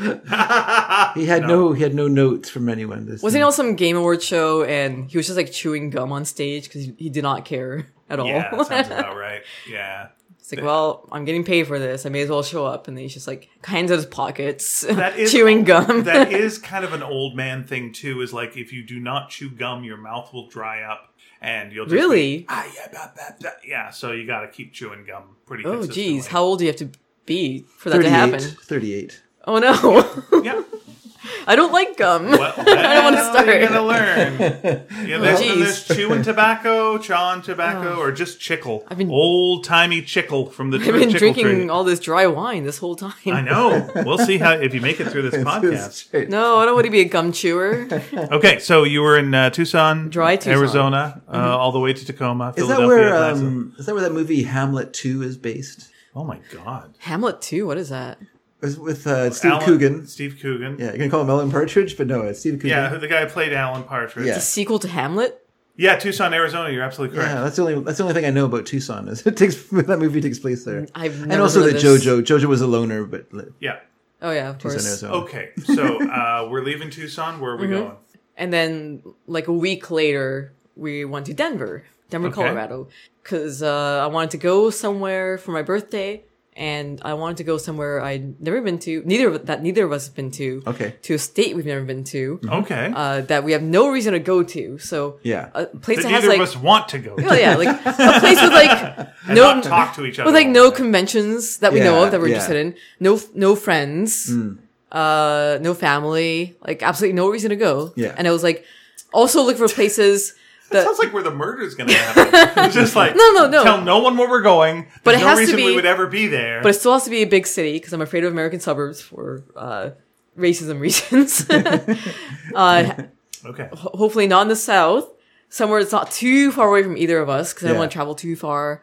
Speaker 1: He had no. he had no notes from anyone. This
Speaker 2: Wasn't it on some Game Award show and he was just like chewing gum on stage because he, he did not care at all.
Speaker 3: Yeah, that sounds about right. Yeah.
Speaker 2: it's like, well, I'm getting paid for this. I may as well show up. And then he's just like hands out his pockets,
Speaker 3: That is
Speaker 2: chewing gum.
Speaker 3: that is kind of an old man thing too. Is like if you do not chew gum, your mouth will dry up, and you'll just be,
Speaker 2: Really?
Speaker 3: ah yeah blah, blah, blah." yeah. So you got to keep chewing gum pretty.
Speaker 2: oh,
Speaker 3: consistently.
Speaker 2: geez, how old do you have to be for that to
Speaker 1: 38,
Speaker 2: happen?
Speaker 1: 38.
Speaker 2: Oh no,
Speaker 3: Yeah.
Speaker 2: I don't like gum.
Speaker 3: Well, I
Speaker 2: wanna start.
Speaker 3: You're gonna learn. Yeah, there's,
Speaker 2: geez.
Speaker 3: there's chewing tobacco, chawing tobacco, or just chickle.
Speaker 2: Oh. I've been-
Speaker 3: old timey chickle from the
Speaker 2: I've been
Speaker 3: chickle
Speaker 2: drinking
Speaker 3: tree.
Speaker 2: all this dry wine this whole time.
Speaker 3: I know. We'll see how if you make it through this podcast.
Speaker 1: Straight.
Speaker 2: No, I don't want to be a gum chewer.
Speaker 3: Okay, so you were in uh, Tucson,
Speaker 2: Dry Tucson. Mm-hmm.
Speaker 3: Arizona, uh, all the way to Tacoma,
Speaker 1: Is that
Speaker 3: Philadelphia,
Speaker 1: where
Speaker 3: Atlanta.
Speaker 1: um, is that where that movie Hamlet Two is based?
Speaker 3: Oh my God.
Speaker 2: Hamlet too. What is that?
Speaker 1: It's with uh, Steve
Speaker 3: Alan-
Speaker 1: Coogan.
Speaker 3: Steve Coogan.
Speaker 1: Yeah, you're gonna call him Ellen Partridge, but no, it's Steve Coogan.
Speaker 3: Yeah, who- the guy who played Alan Partridge.
Speaker 1: Yeah.
Speaker 2: The sequel to Hamlet?
Speaker 3: Yeah, Tucson, Arizona. You're absolutely correct.
Speaker 1: Yeah, that's the only that's the only thing I know about Tucson is it takes that movie takes place there.
Speaker 2: I've
Speaker 1: and
Speaker 2: Mm, never
Speaker 1: also
Speaker 2: heard
Speaker 1: the
Speaker 2: of this.
Speaker 1: JoJo. JoJo was a loner, but li-
Speaker 3: Yeah.
Speaker 2: Oh yeah, of
Speaker 1: was in
Speaker 2: course.
Speaker 1: Arizona.
Speaker 3: Okay, so uh, we're leaving Tucson. Where are we
Speaker 2: Mm-hmm.
Speaker 3: going?
Speaker 2: And then like a week later, we went to Denver, Denver,
Speaker 3: Okay.
Speaker 2: Colorado, because uh, I wanted to go somewhere for my birthday, and I wanted to go somewhere I'd never been to. Neither of, that neither of us have been to.
Speaker 1: Okay.
Speaker 2: To a state we've never been to.
Speaker 3: Okay.
Speaker 2: Uh, that we have no reason to go to. So
Speaker 1: Yeah.
Speaker 2: a place
Speaker 3: that
Speaker 2: that
Speaker 3: neither
Speaker 2: has like
Speaker 3: of us want to go.
Speaker 2: oh
Speaker 3: To.
Speaker 2: yeah, like a place with like
Speaker 3: And
Speaker 2: no
Speaker 3: not talk to each other.
Speaker 2: with like
Speaker 3: all
Speaker 2: no
Speaker 3: day.
Speaker 2: conventions that we
Speaker 1: Yeah,
Speaker 2: know of that we're
Speaker 1: yeah. Mm.
Speaker 2: interested in. No, no friends. Uh, no family. Like absolutely no reason to go.
Speaker 1: Yeah.
Speaker 2: And I was like, also look for places that.
Speaker 3: Sounds like where the murder's going to happen. it's just like
Speaker 2: No, no, no.
Speaker 3: Tell no one where we're going. There's
Speaker 2: But it
Speaker 3: no
Speaker 2: has to
Speaker 3: reason we
Speaker 2: be-
Speaker 3: would ever be there.
Speaker 2: but it still has to be a big city because I'm afraid of American suburbs for uh, racism reasons. uh,
Speaker 3: okay.
Speaker 2: ho- hopefully not in the south. Somewhere that's not too far away from either of us because I
Speaker 1: Yeah. Mm-hmm.
Speaker 2: don't want to travel too far.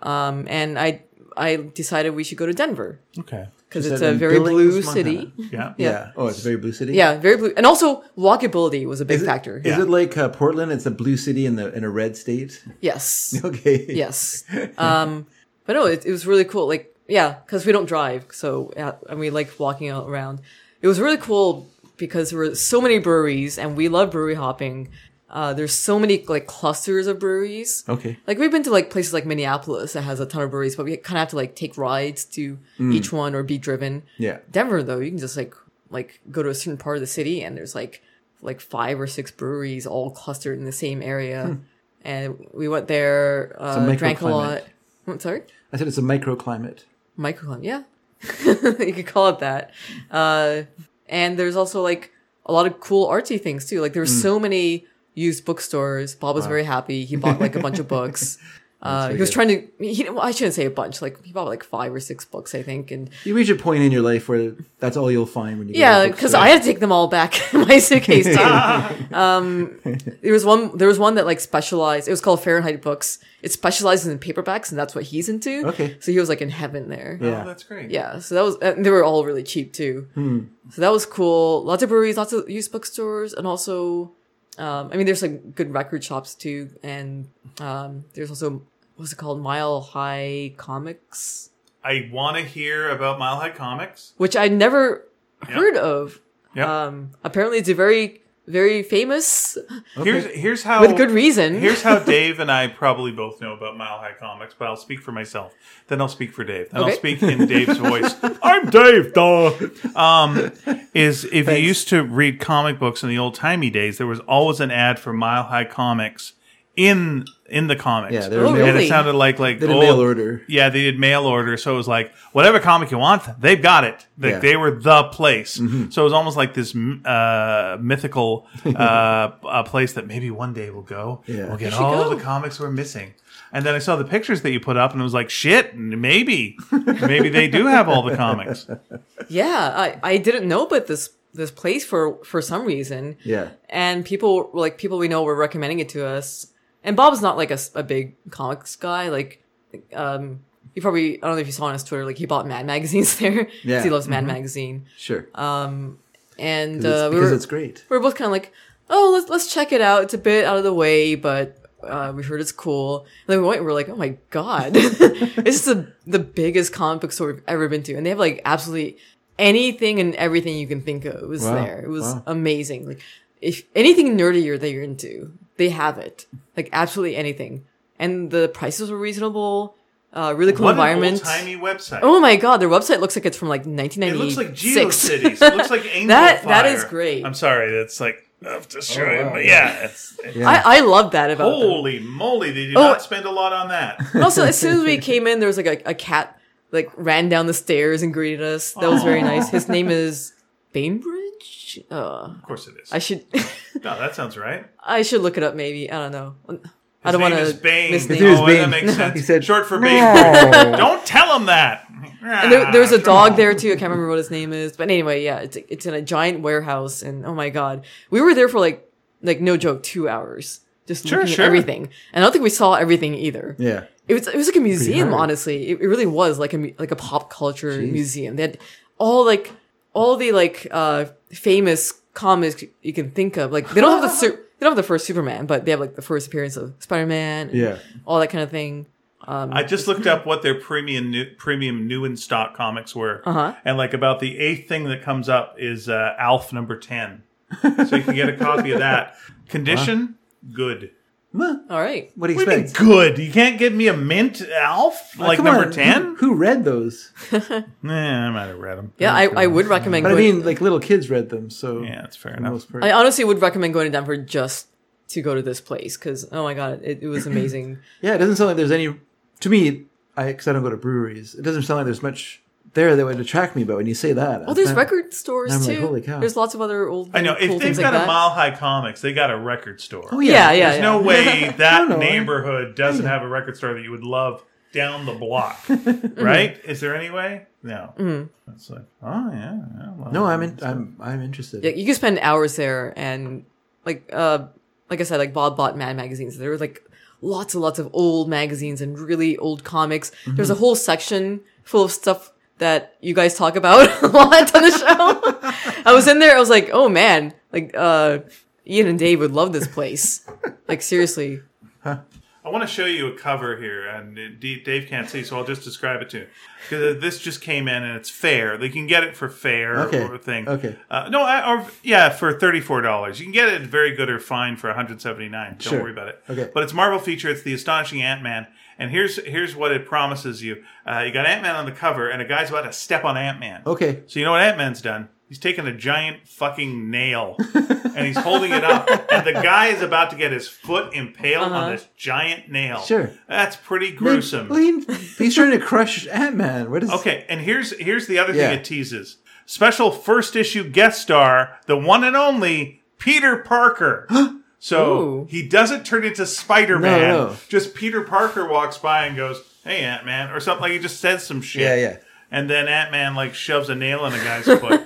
Speaker 2: Um, and I I decided we should go to Denver
Speaker 3: Okay.
Speaker 2: because
Speaker 1: Is
Speaker 2: it's
Speaker 1: that
Speaker 2: a
Speaker 1: in
Speaker 2: very
Speaker 1: Billings,
Speaker 2: blue
Speaker 1: Montana?
Speaker 2: city.
Speaker 3: Yeah.
Speaker 1: yeah. Oh, it's a very blue city.
Speaker 2: Yeah, very blue, and also walkability was a big
Speaker 1: Is it-
Speaker 2: factor.
Speaker 1: Is it like uh, Portland? It's a blue city in the in a red state.
Speaker 2: Yes,
Speaker 1: Okay.
Speaker 2: yes. Um, but no, it, it was really cool. Like, yeah, because we don't drive, so uh, and we like walking out around. It was really cool because there were so many breweries, and we love brewery hopping. Uh, there's so many like clusters of breweries.
Speaker 1: Okay.
Speaker 2: Like we've been to like places like Minneapolis that has a ton of breweries, but we kind of have to like take rides to
Speaker 1: Mm.
Speaker 2: each one or be driven.
Speaker 1: Yeah.
Speaker 2: Denver though, you can just like like go to a certain part of the city and there's like like five or six breweries all clustered in the same area. And we went there, uh,
Speaker 1: Hmm. a
Speaker 2: drank a
Speaker 1: microclimate.
Speaker 2: lot. I'm sorry,
Speaker 1: I said it's a microclimate.
Speaker 2: microclimate. Yeah, you could call it that. Uh, and there's also like a lot of cool artsy things too. Like there were
Speaker 1: Hmm.
Speaker 2: so many used bookstores. Bob was very happy. He bought like a bunch of books. Uh, he was
Speaker 1: good.
Speaker 2: trying to. He, well, I shouldn't say a bunch. Like he bought like five or six books, I think, and
Speaker 1: You reach a point in your life where that's all you'll find when you. go to
Speaker 2: Yeah,
Speaker 1: a
Speaker 2: because
Speaker 1: bookstore.
Speaker 2: I had to take them all back in my suitcase too. um, there was one. There was one that like specialized. It was called Fahrenheit Books. It specializes in paperbacks, and that's what he's into.
Speaker 1: Okay.
Speaker 2: so he was like in heaven there.
Speaker 1: Yeah.
Speaker 3: Oh, that's great.
Speaker 2: Yeah, so that was, and they were all really cheap too. So that was cool. Lots of breweries, lots of used bookstores, and also, um, I mean, there's like good record shops too, and um, there's also what's it called, Mile High Comics.
Speaker 3: I want to hear about Mile High Comics.
Speaker 2: which I never
Speaker 3: Yeah.
Speaker 2: heard of.
Speaker 3: Yeah.
Speaker 2: Um, apparently, it's a very, very famous
Speaker 1: Okay.
Speaker 3: Here's here's how
Speaker 2: with good reason.
Speaker 3: Here's how Dave and I probably both know about Mile High Comics, but I'll speak for myself. Then I'll speak for Dave. Then
Speaker 2: Okay.
Speaker 3: I'll speak in Dave's voice. I'm Dave, duh. Um, is if you used to read comic books in the old timey days, there was always an ad for Mile High Comics in in the comics.
Speaker 1: Yeah, they were Oh,
Speaker 2: mail-
Speaker 3: and
Speaker 2: really?
Speaker 3: it sounded like like
Speaker 1: They did
Speaker 3: old-
Speaker 1: mail order.
Speaker 3: Yeah, they did mail order, so it was like whatever comic you want, they've got it. Like
Speaker 1: Yeah. Mm-hmm.
Speaker 3: they were the place. So it was almost like this m- uh, mythical uh, uh, place that maybe one day we'll go.
Speaker 1: Yeah.
Speaker 3: We'll get
Speaker 2: should
Speaker 3: all
Speaker 2: go.
Speaker 3: the comics we're missing. And then I saw the pictures that you put up, and it was like, shit, maybe, maybe they do have all the comics.
Speaker 2: yeah, I, I didn't know about this this place for for some reason.
Speaker 1: Yeah.
Speaker 2: and people like people we know were recommending it to us. And Bob's not like a, s- a big comics guy. Like, um, you probably I don't know if you saw on his Twitter. Like, he bought Mad magazines there. 'cause
Speaker 1: Yeah.
Speaker 2: he loves Mad magazine.
Speaker 1: Sure.
Speaker 2: Um, and
Speaker 1: 'Cause
Speaker 2: uh,
Speaker 1: it's-
Speaker 2: we
Speaker 1: because
Speaker 2: were
Speaker 1: it's great.
Speaker 2: we were both kind of like, oh, let's let's check it out. It's a bit out of the way, but uh, we heard it's cool. And then we went. and We are like, oh my god, this is the the biggest comic book store we've ever been to, and they have like absolutely anything and everything you can think of was
Speaker 1: Wow,
Speaker 2: there. It was
Speaker 1: wow.
Speaker 2: amazing. Like if anything nerdier that you're into, they have it. Like absolutely anything, and the prices were reasonable. Uh, really cool
Speaker 3: What an
Speaker 2: environment.
Speaker 3: old timey website!
Speaker 2: Oh my god, their website looks like it's from like
Speaker 3: it
Speaker 2: 1996.
Speaker 3: looks like GeoCities. It looks like Angel
Speaker 2: That-
Speaker 3: Fire.
Speaker 2: that is great.
Speaker 3: I'm sorry, that's like I have to show you,
Speaker 1: Oh, wow.
Speaker 3: but yeah, it's,
Speaker 2: I, I love that about them.
Speaker 3: holy moly, they did
Speaker 2: Oh.
Speaker 3: not spend a lot on that.
Speaker 2: And also, as soon as we came in, there was like a, a cat like ran down the stairs and greeted us. That was very
Speaker 3: Aw.
Speaker 2: nice. His name is Bainbridge. Uh,
Speaker 3: Of course it is.
Speaker 2: I should
Speaker 3: no, that sounds right.
Speaker 2: I should look it up. Maybe I don't know. I
Speaker 3: His
Speaker 2: don't want
Speaker 3: name
Speaker 2: to
Speaker 3: is Bane.
Speaker 2: miss
Speaker 1: His name is
Speaker 2: names.
Speaker 3: oh, that
Speaker 1: Bane.
Speaker 3: makes sense.
Speaker 1: He said,
Speaker 3: short for
Speaker 1: "No."
Speaker 3: Bane. Don't tell him that. Ah,
Speaker 2: And there, there was a dog there too. I can't remember what his name is, but anyway, yeah, it's it's in a giant warehouse, and oh my god, we were there for like like no joke, two hours just
Speaker 3: Sure,
Speaker 2: looking
Speaker 3: sure.
Speaker 2: at everything, and I don't think we saw everything either.
Speaker 1: Yeah.
Speaker 2: It was it was like a museum,
Speaker 1: hard.
Speaker 2: honestly. It, it really was like a mu- like a pop culture museum. They had all like all the like uh famous comics you can think of. Like they don't have the su- they don't have the first Superman, but they have like the first appearance of Spider Man.
Speaker 1: Yeah.
Speaker 2: all that kind of thing. Um,
Speaker 3: I just looked up what their premium new, premium new in stock comics were,
Speaker 2: Uh-huh.
Speaker 3: and like about the eighth thing that comes up is uh, Alf number ten. so you can get a copy of that. Condition good.
Speaker 1: Huh.
Speaker 2: all right,
Speaker 1: What do you
Speaker 3: What do you mean
Speaker 1: expect?
Speaker 3: good? You can't give me a mint Alf like
Speaker 1: Come
Speaker 3: number
Speaker 1: on,
Speaker 3: ten?
Speaker 1: Who, who read those?
Speaker 3: Nah, I might have read them.
Speaker 2: yeah, I, I would recommend.
Speaker 1: But I
Speaker 2: going-
Speaker 1: mean, like little kids read them, so
Speaker 3: yeah, that's fair
Speaker 1: for the
Speaker 3: enough.
Speaker 1: most part.
Speaker 2: I honestly would recommend going to Denver just to go to this place because oh my god, it, it was amazing.
Speaker 1: yeah, it doesn't sound like there's any. To me, I because I don't go to breweries, it doesn't sound like there's much there that would attract me. But when you say that,
Speaker 2: Oh, there's record stores
Speaker 1: I'm
Speaker 2: too.
Speaker 1: like, holy cow.
Speaker 2: There's lots of other old.
Speaker 3: I know if
Speaker 2: cool
Speaker 3: they've
Speaker 2: things
Speaker 3: got
Speaker 2: like
Speaker 3: a
Speaker 2: that.
Speaker 3: Mile High Comics, they got a record store.
Speaker 1: Oh
Speaker 2: Yeah,
Speaker 1: yeah,
Speaker 2: yeah,
Speaker 3: There's
Speaker 2: yeah.
Speaker 3: no way that
Speaker 1: No, no.
Speaker 3: neighborhood doesn't have a record store that you would love down the block, right? Is there any way? No.
Speaker 2: Mm-hmm.
Speaker 3: It's like, oh yeah, yeah, well,
Speaker 1: No, I'm in, I'm I'm interested.
Speaker 2: Yeah, you could spend hours there, and like, uh, like I said, like Bob bought Mad magazines. There were like lots and lots of old magazines and really old comics.
Speaker 3: Mm-hmm.
Speaker 2: There's a whole section full of stuff that you guys talk about a lot on the show. I was in there. I was like, oh man, like uh, Ian and Dave would love this place. like seriously,
Speaker 3: I want to show you a cover here, and uh, D- Dave can't see, so I'll just describe it to him. 'Cause, uh, this just came in, and it's fair. They can get it for fair
Speaker 1: Okay.
Speaker 3: or thing.
Speaker 1: Okay.
Speaker 3: Uh, no, I, or yeah, for thirty four dollars, you can get it very good or fine for one hundred seventy nine. Don't
Speaker 1: Sure.
Speaker 3: worry about it.
Speaker 1: Okay.
Speaker 3: But it's Marvel feature. It's the astonishing Ant Man, and here's here's what it promises you. Uh, you got Ant Man on the cover, and a guy's about to step on Ant Man.
Speaker 1: Okay,
Speaker 3: So you know what Ant Man's done? He's taken a giant fucking nail and he's holding it up, and the guy is about to get his foot impaled on this giant nail.
Speaker 1: Uh-huh. Sure.
Speaker 3: that's pretty gruesome.
Speaker 1: Lean, he's trying to crush Ant Man. What is?
Speaker 3: Okay, and here's here's the other
Speaker 1: Yeah.
Speaker 3: thing it teases: special first issue guest star, the one and only Peter Parker. so
Speaker 2: Ooh.
Speaker 3: he doesn't turn into Spider Man.
Speaker 1: No, no.
Speaker 3: Just Peter Parker walks by and goes, "Hey, Ant Man," or something. Like he just says some shit.
Speaker 1: Yeah, yeah.
Speaker 3: And then Ant Man like shoves a nail in a guy's foot.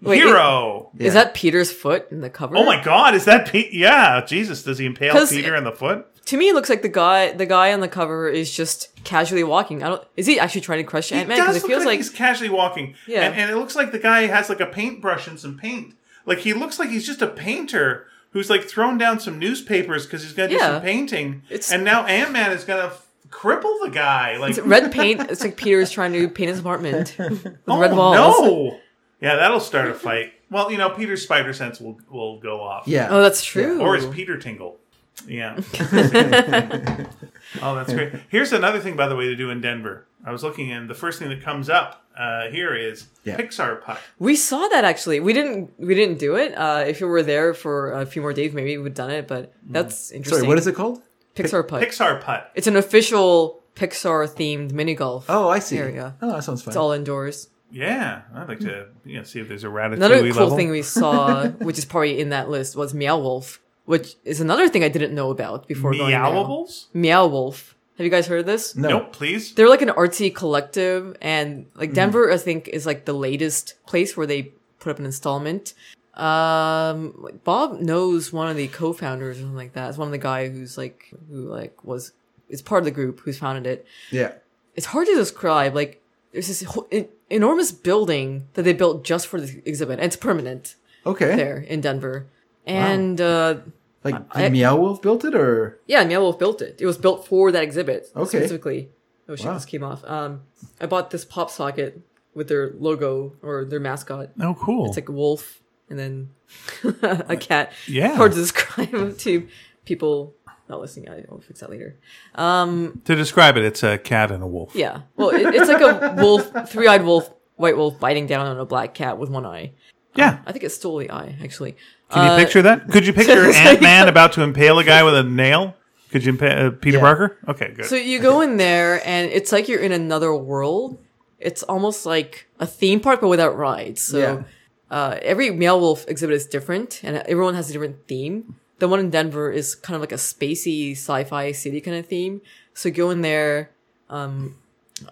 Speaker 2: Wait,
Speaker 3: Hero.
Speaker 2: is that Peter's foot in the cover?
Speaker 3: Oh my God! Is that Pete? Yeah, Jesus! Does he impale
Speaker 2: 'Cause-
Speaker 3: Peter in the foot?
Speaker 2: To me, it looks like the guy the guy on the cover is just casually walking. I don't. Is he actually trying to crush Ant Man?
Speaker 3: It
Speaker 2: Because
Speaker 3: does
Speaker 2: it
Speaker 3: look
Speaker 2: feels
Speaker 3: like,
Speaker 2: like
Speaker 3: he's casually walking.
Speaker 2: Yeah.
Speaker 3: And, and it looks like the guy has like a paintbrush and some paint. Like he looks like he's just a painter who's like thrown down some newspapers because he's going to do
Speaker 2: Yeah.
Speaker 3: some painting.
Speaker 2: It's-
Speaker 3: and now Ant Man is going to cripple the guy. Like,
Speaker 2: It's red paint. It's like Peter is trying to paint his apartment with
Speaker 3: oh,
Speaker 2: red walls.
Speaker 3: no. Yeah, that'll start a fight. Well, you know, Peter's spider sense will will go off.
Speaker 1: Yeah.
Speaker 2: Oh, that's true.
Speaker 3: Or is Peter Tingle? Yeah. oh, that's great. Here's another thing, by the way, to do in Denver. I was looking, and the first thing that comes up uh, here is
Speaker 1: Yeah.
Speaker 3: Pixar puck.
Speaker 2: We saw that actually. We didn't. We didn't do it. Uh, if you were there for a few more days, maybe we'd done it. But that's interesting.
Speaker 1: Hmm. Sorry, what is it called?
Speaker 2: Pixar putt.
Speaker 3: Pixar putt.
Speaker 2: it's an official Pixar themed mini golf.
Speaker 1: Oh, I see.
Speaker 2: There we go.
Speaker 1: Oh, that sounds fun.
Speaker 2: It's all indoors.
Speaker 3: Yeah, I'd like to you know, see if there's a ratatouille
Speaker 2: Another cool
Speaker 3: level.
Speaker 2: thing we saw, which is probably in that list, was Meow Wolf, which is another thing I didn't know about before going there.
Speaker 3: Meowables?
Speaker 2: Meow Wolf. Have you guys heard of this?
Speaker 1: no.
Speaker 3: Nope, please.
Speaker 2: They're like an artsy collective, and like Denver, I think, is like the latest place where they put up an installment. Um, Bob knows one of the co-founders or something like that. It's one of the guy who's like who like was is part of the group who's founded it.
Speaker 1: Yeah.
Speaker 2: It's hard to describe. Like there's this ho- en- enormous building that they built just for the exhibit, and it's permanent
Speaker 1: Okay.
Speaker 2: there in Denver. And uh,
Speaker 1: Like
Speaker 2: I-
Speaker 1: did Meow Wolf built it, or
Speaker 2: yeah, Meow Wolf built it. It was built for that exhibit
Speaker 1: Okay.
Speaker 2: specifically. Oh shit,
Speaker 1: Wow.
Speaker 2: this came off. Um, I bought this pop socket with their logo or their mascot.
Speaker 3: Oh, cool.
Speaker 2: It's like a wolf and then a cat.
Speaker 3: Yeah.
Speaker 2: hard to describe to people not listening. I- I'll fix that later. Um,
Speaker 3: to describe it, it's a cat and a wolf.
Speaker 2: yeah. Well, it, it's like a wolf, three-eyed wolf, white wolf biting down on a black cat with one eye.
Speaker 3: Yeah.
Speaker 2: I think it stole the eye actually.
Speaker 3: Can you
Speaker 2: Uh,
Speaker 3: picture that? Could you picture Ant Man about to impale a guy with a nail? Could you impale uh, Peter
Speaker 1: Yeah.
Speaker 3: Parker? Okay, good.
Speaker 2: So you go in there, and it's like you're in another world. It's almost like a theme park, but without rides. So
Speaker 1: Yeah.
Speaker 2: uh, every male wolf exhibit is different, and everyone has a different theme. The one in Denver is kind of like a spacey sci-fi city kind of theme. So go in there. Um,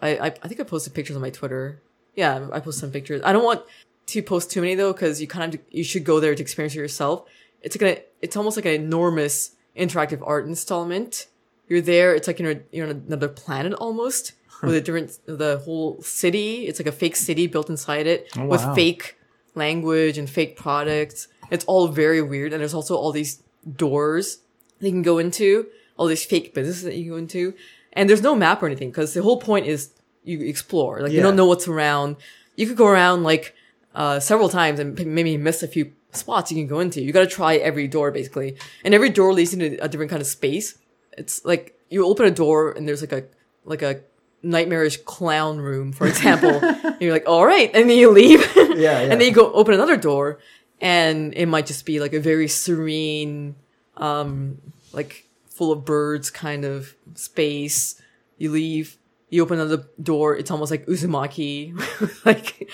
Speaker 2: I, I I think I posted pictures on my Twitter. Yeah, I posted some pictures. I don't want to post too many though, because you kind of you should go there to experience it yourself. It's gonna it's almost like an enormous interactive art installment. You're there. It's like you're you're on another planet almost with a different the whole city. It's like a fake city built inside it with
Speaker 3: wow.
Speaker 2: fake language and fake products. It's all very weird, and there's also all these doors that you can go into, all these fake businesses that you can go into, and there's no map or anything because the whole point is you explore. Like you
Speaker 1: Yeah.
Speaker 2: don't know what's around. You could go around like uh, several times and p- maybe miss a few spots you can go into. You got to try every door basically, and every door leads into a different kind of space. It's like you open a door and there's like a like a nightmarish clown room, for example. and you're like, all right, and then you leave.
Speaker 1: yeah.
Speaker 2: And then you go open another door, and it might just be like a very serene, um, like full of birds kind of space. You leave, you open another door. It's almost like Uzumaki, like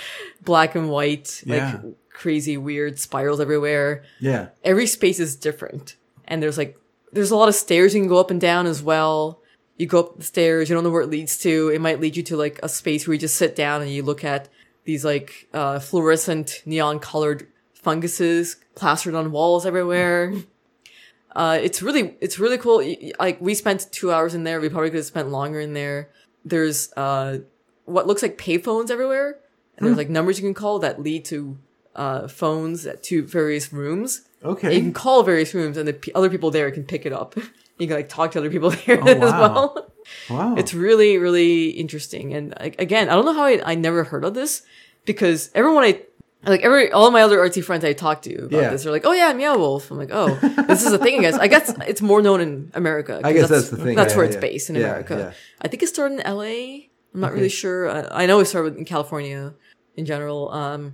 Speaker 2: black and white,
Speaker 3: Yeah.
Speaker 2: like crazy, weird spirals everywhere
Speaker 1: yeah.
Speaker 2: every space is different. And there's like, there's a lot of stairs you can go up and down as well. You go up the stairs, you don't know where it leads to. It might lead you to like a space where you just sit down and you look at these like uh, fluorescent neon colored funguses plastered on walls everywhere. Uh, it's really, it's really cool. Y- y- Like we spent two hours in there. We probably could have spent longer in there. There's, uh, what looks like payphones everywhere. And there's like numbers you can call that lead to, uh, phones at- to various rooms. And
Speaker 1: Okay.
Speaker 2: you can call various rooms, and the p- other people there can pick it up. You can like talk to other people there
Speaker 1: Oh,
Speaker 2: as
Speaker 3: wow.
Speaker 2: well.
Speaker 1: wow.
Speaker 2: It's really, really interesting. And like, again, I don't know how I, I never heard of this because everyone I like every all my other artsy friends I talk to about
Speaker 1: Yeah.
Speaker 2: this are like, oh yeah, Meow Wolf. I'm like, oh, this is a thing. I guess. I guess it's more known in America. 'cause
Speaker 1: I guess that's the thing,
Speaker 2: That's
Speaker 1: yeah,
Speaker 2: where it's
Speaker 1: yeah.
Speaker 2: based in
Speaker 1: Yeah,
Speaker 2: America.
Speaker 1: yeah.
Speaker 2: I think it started in L.A. I'm not really sure. I, I know it started in California in general. Um,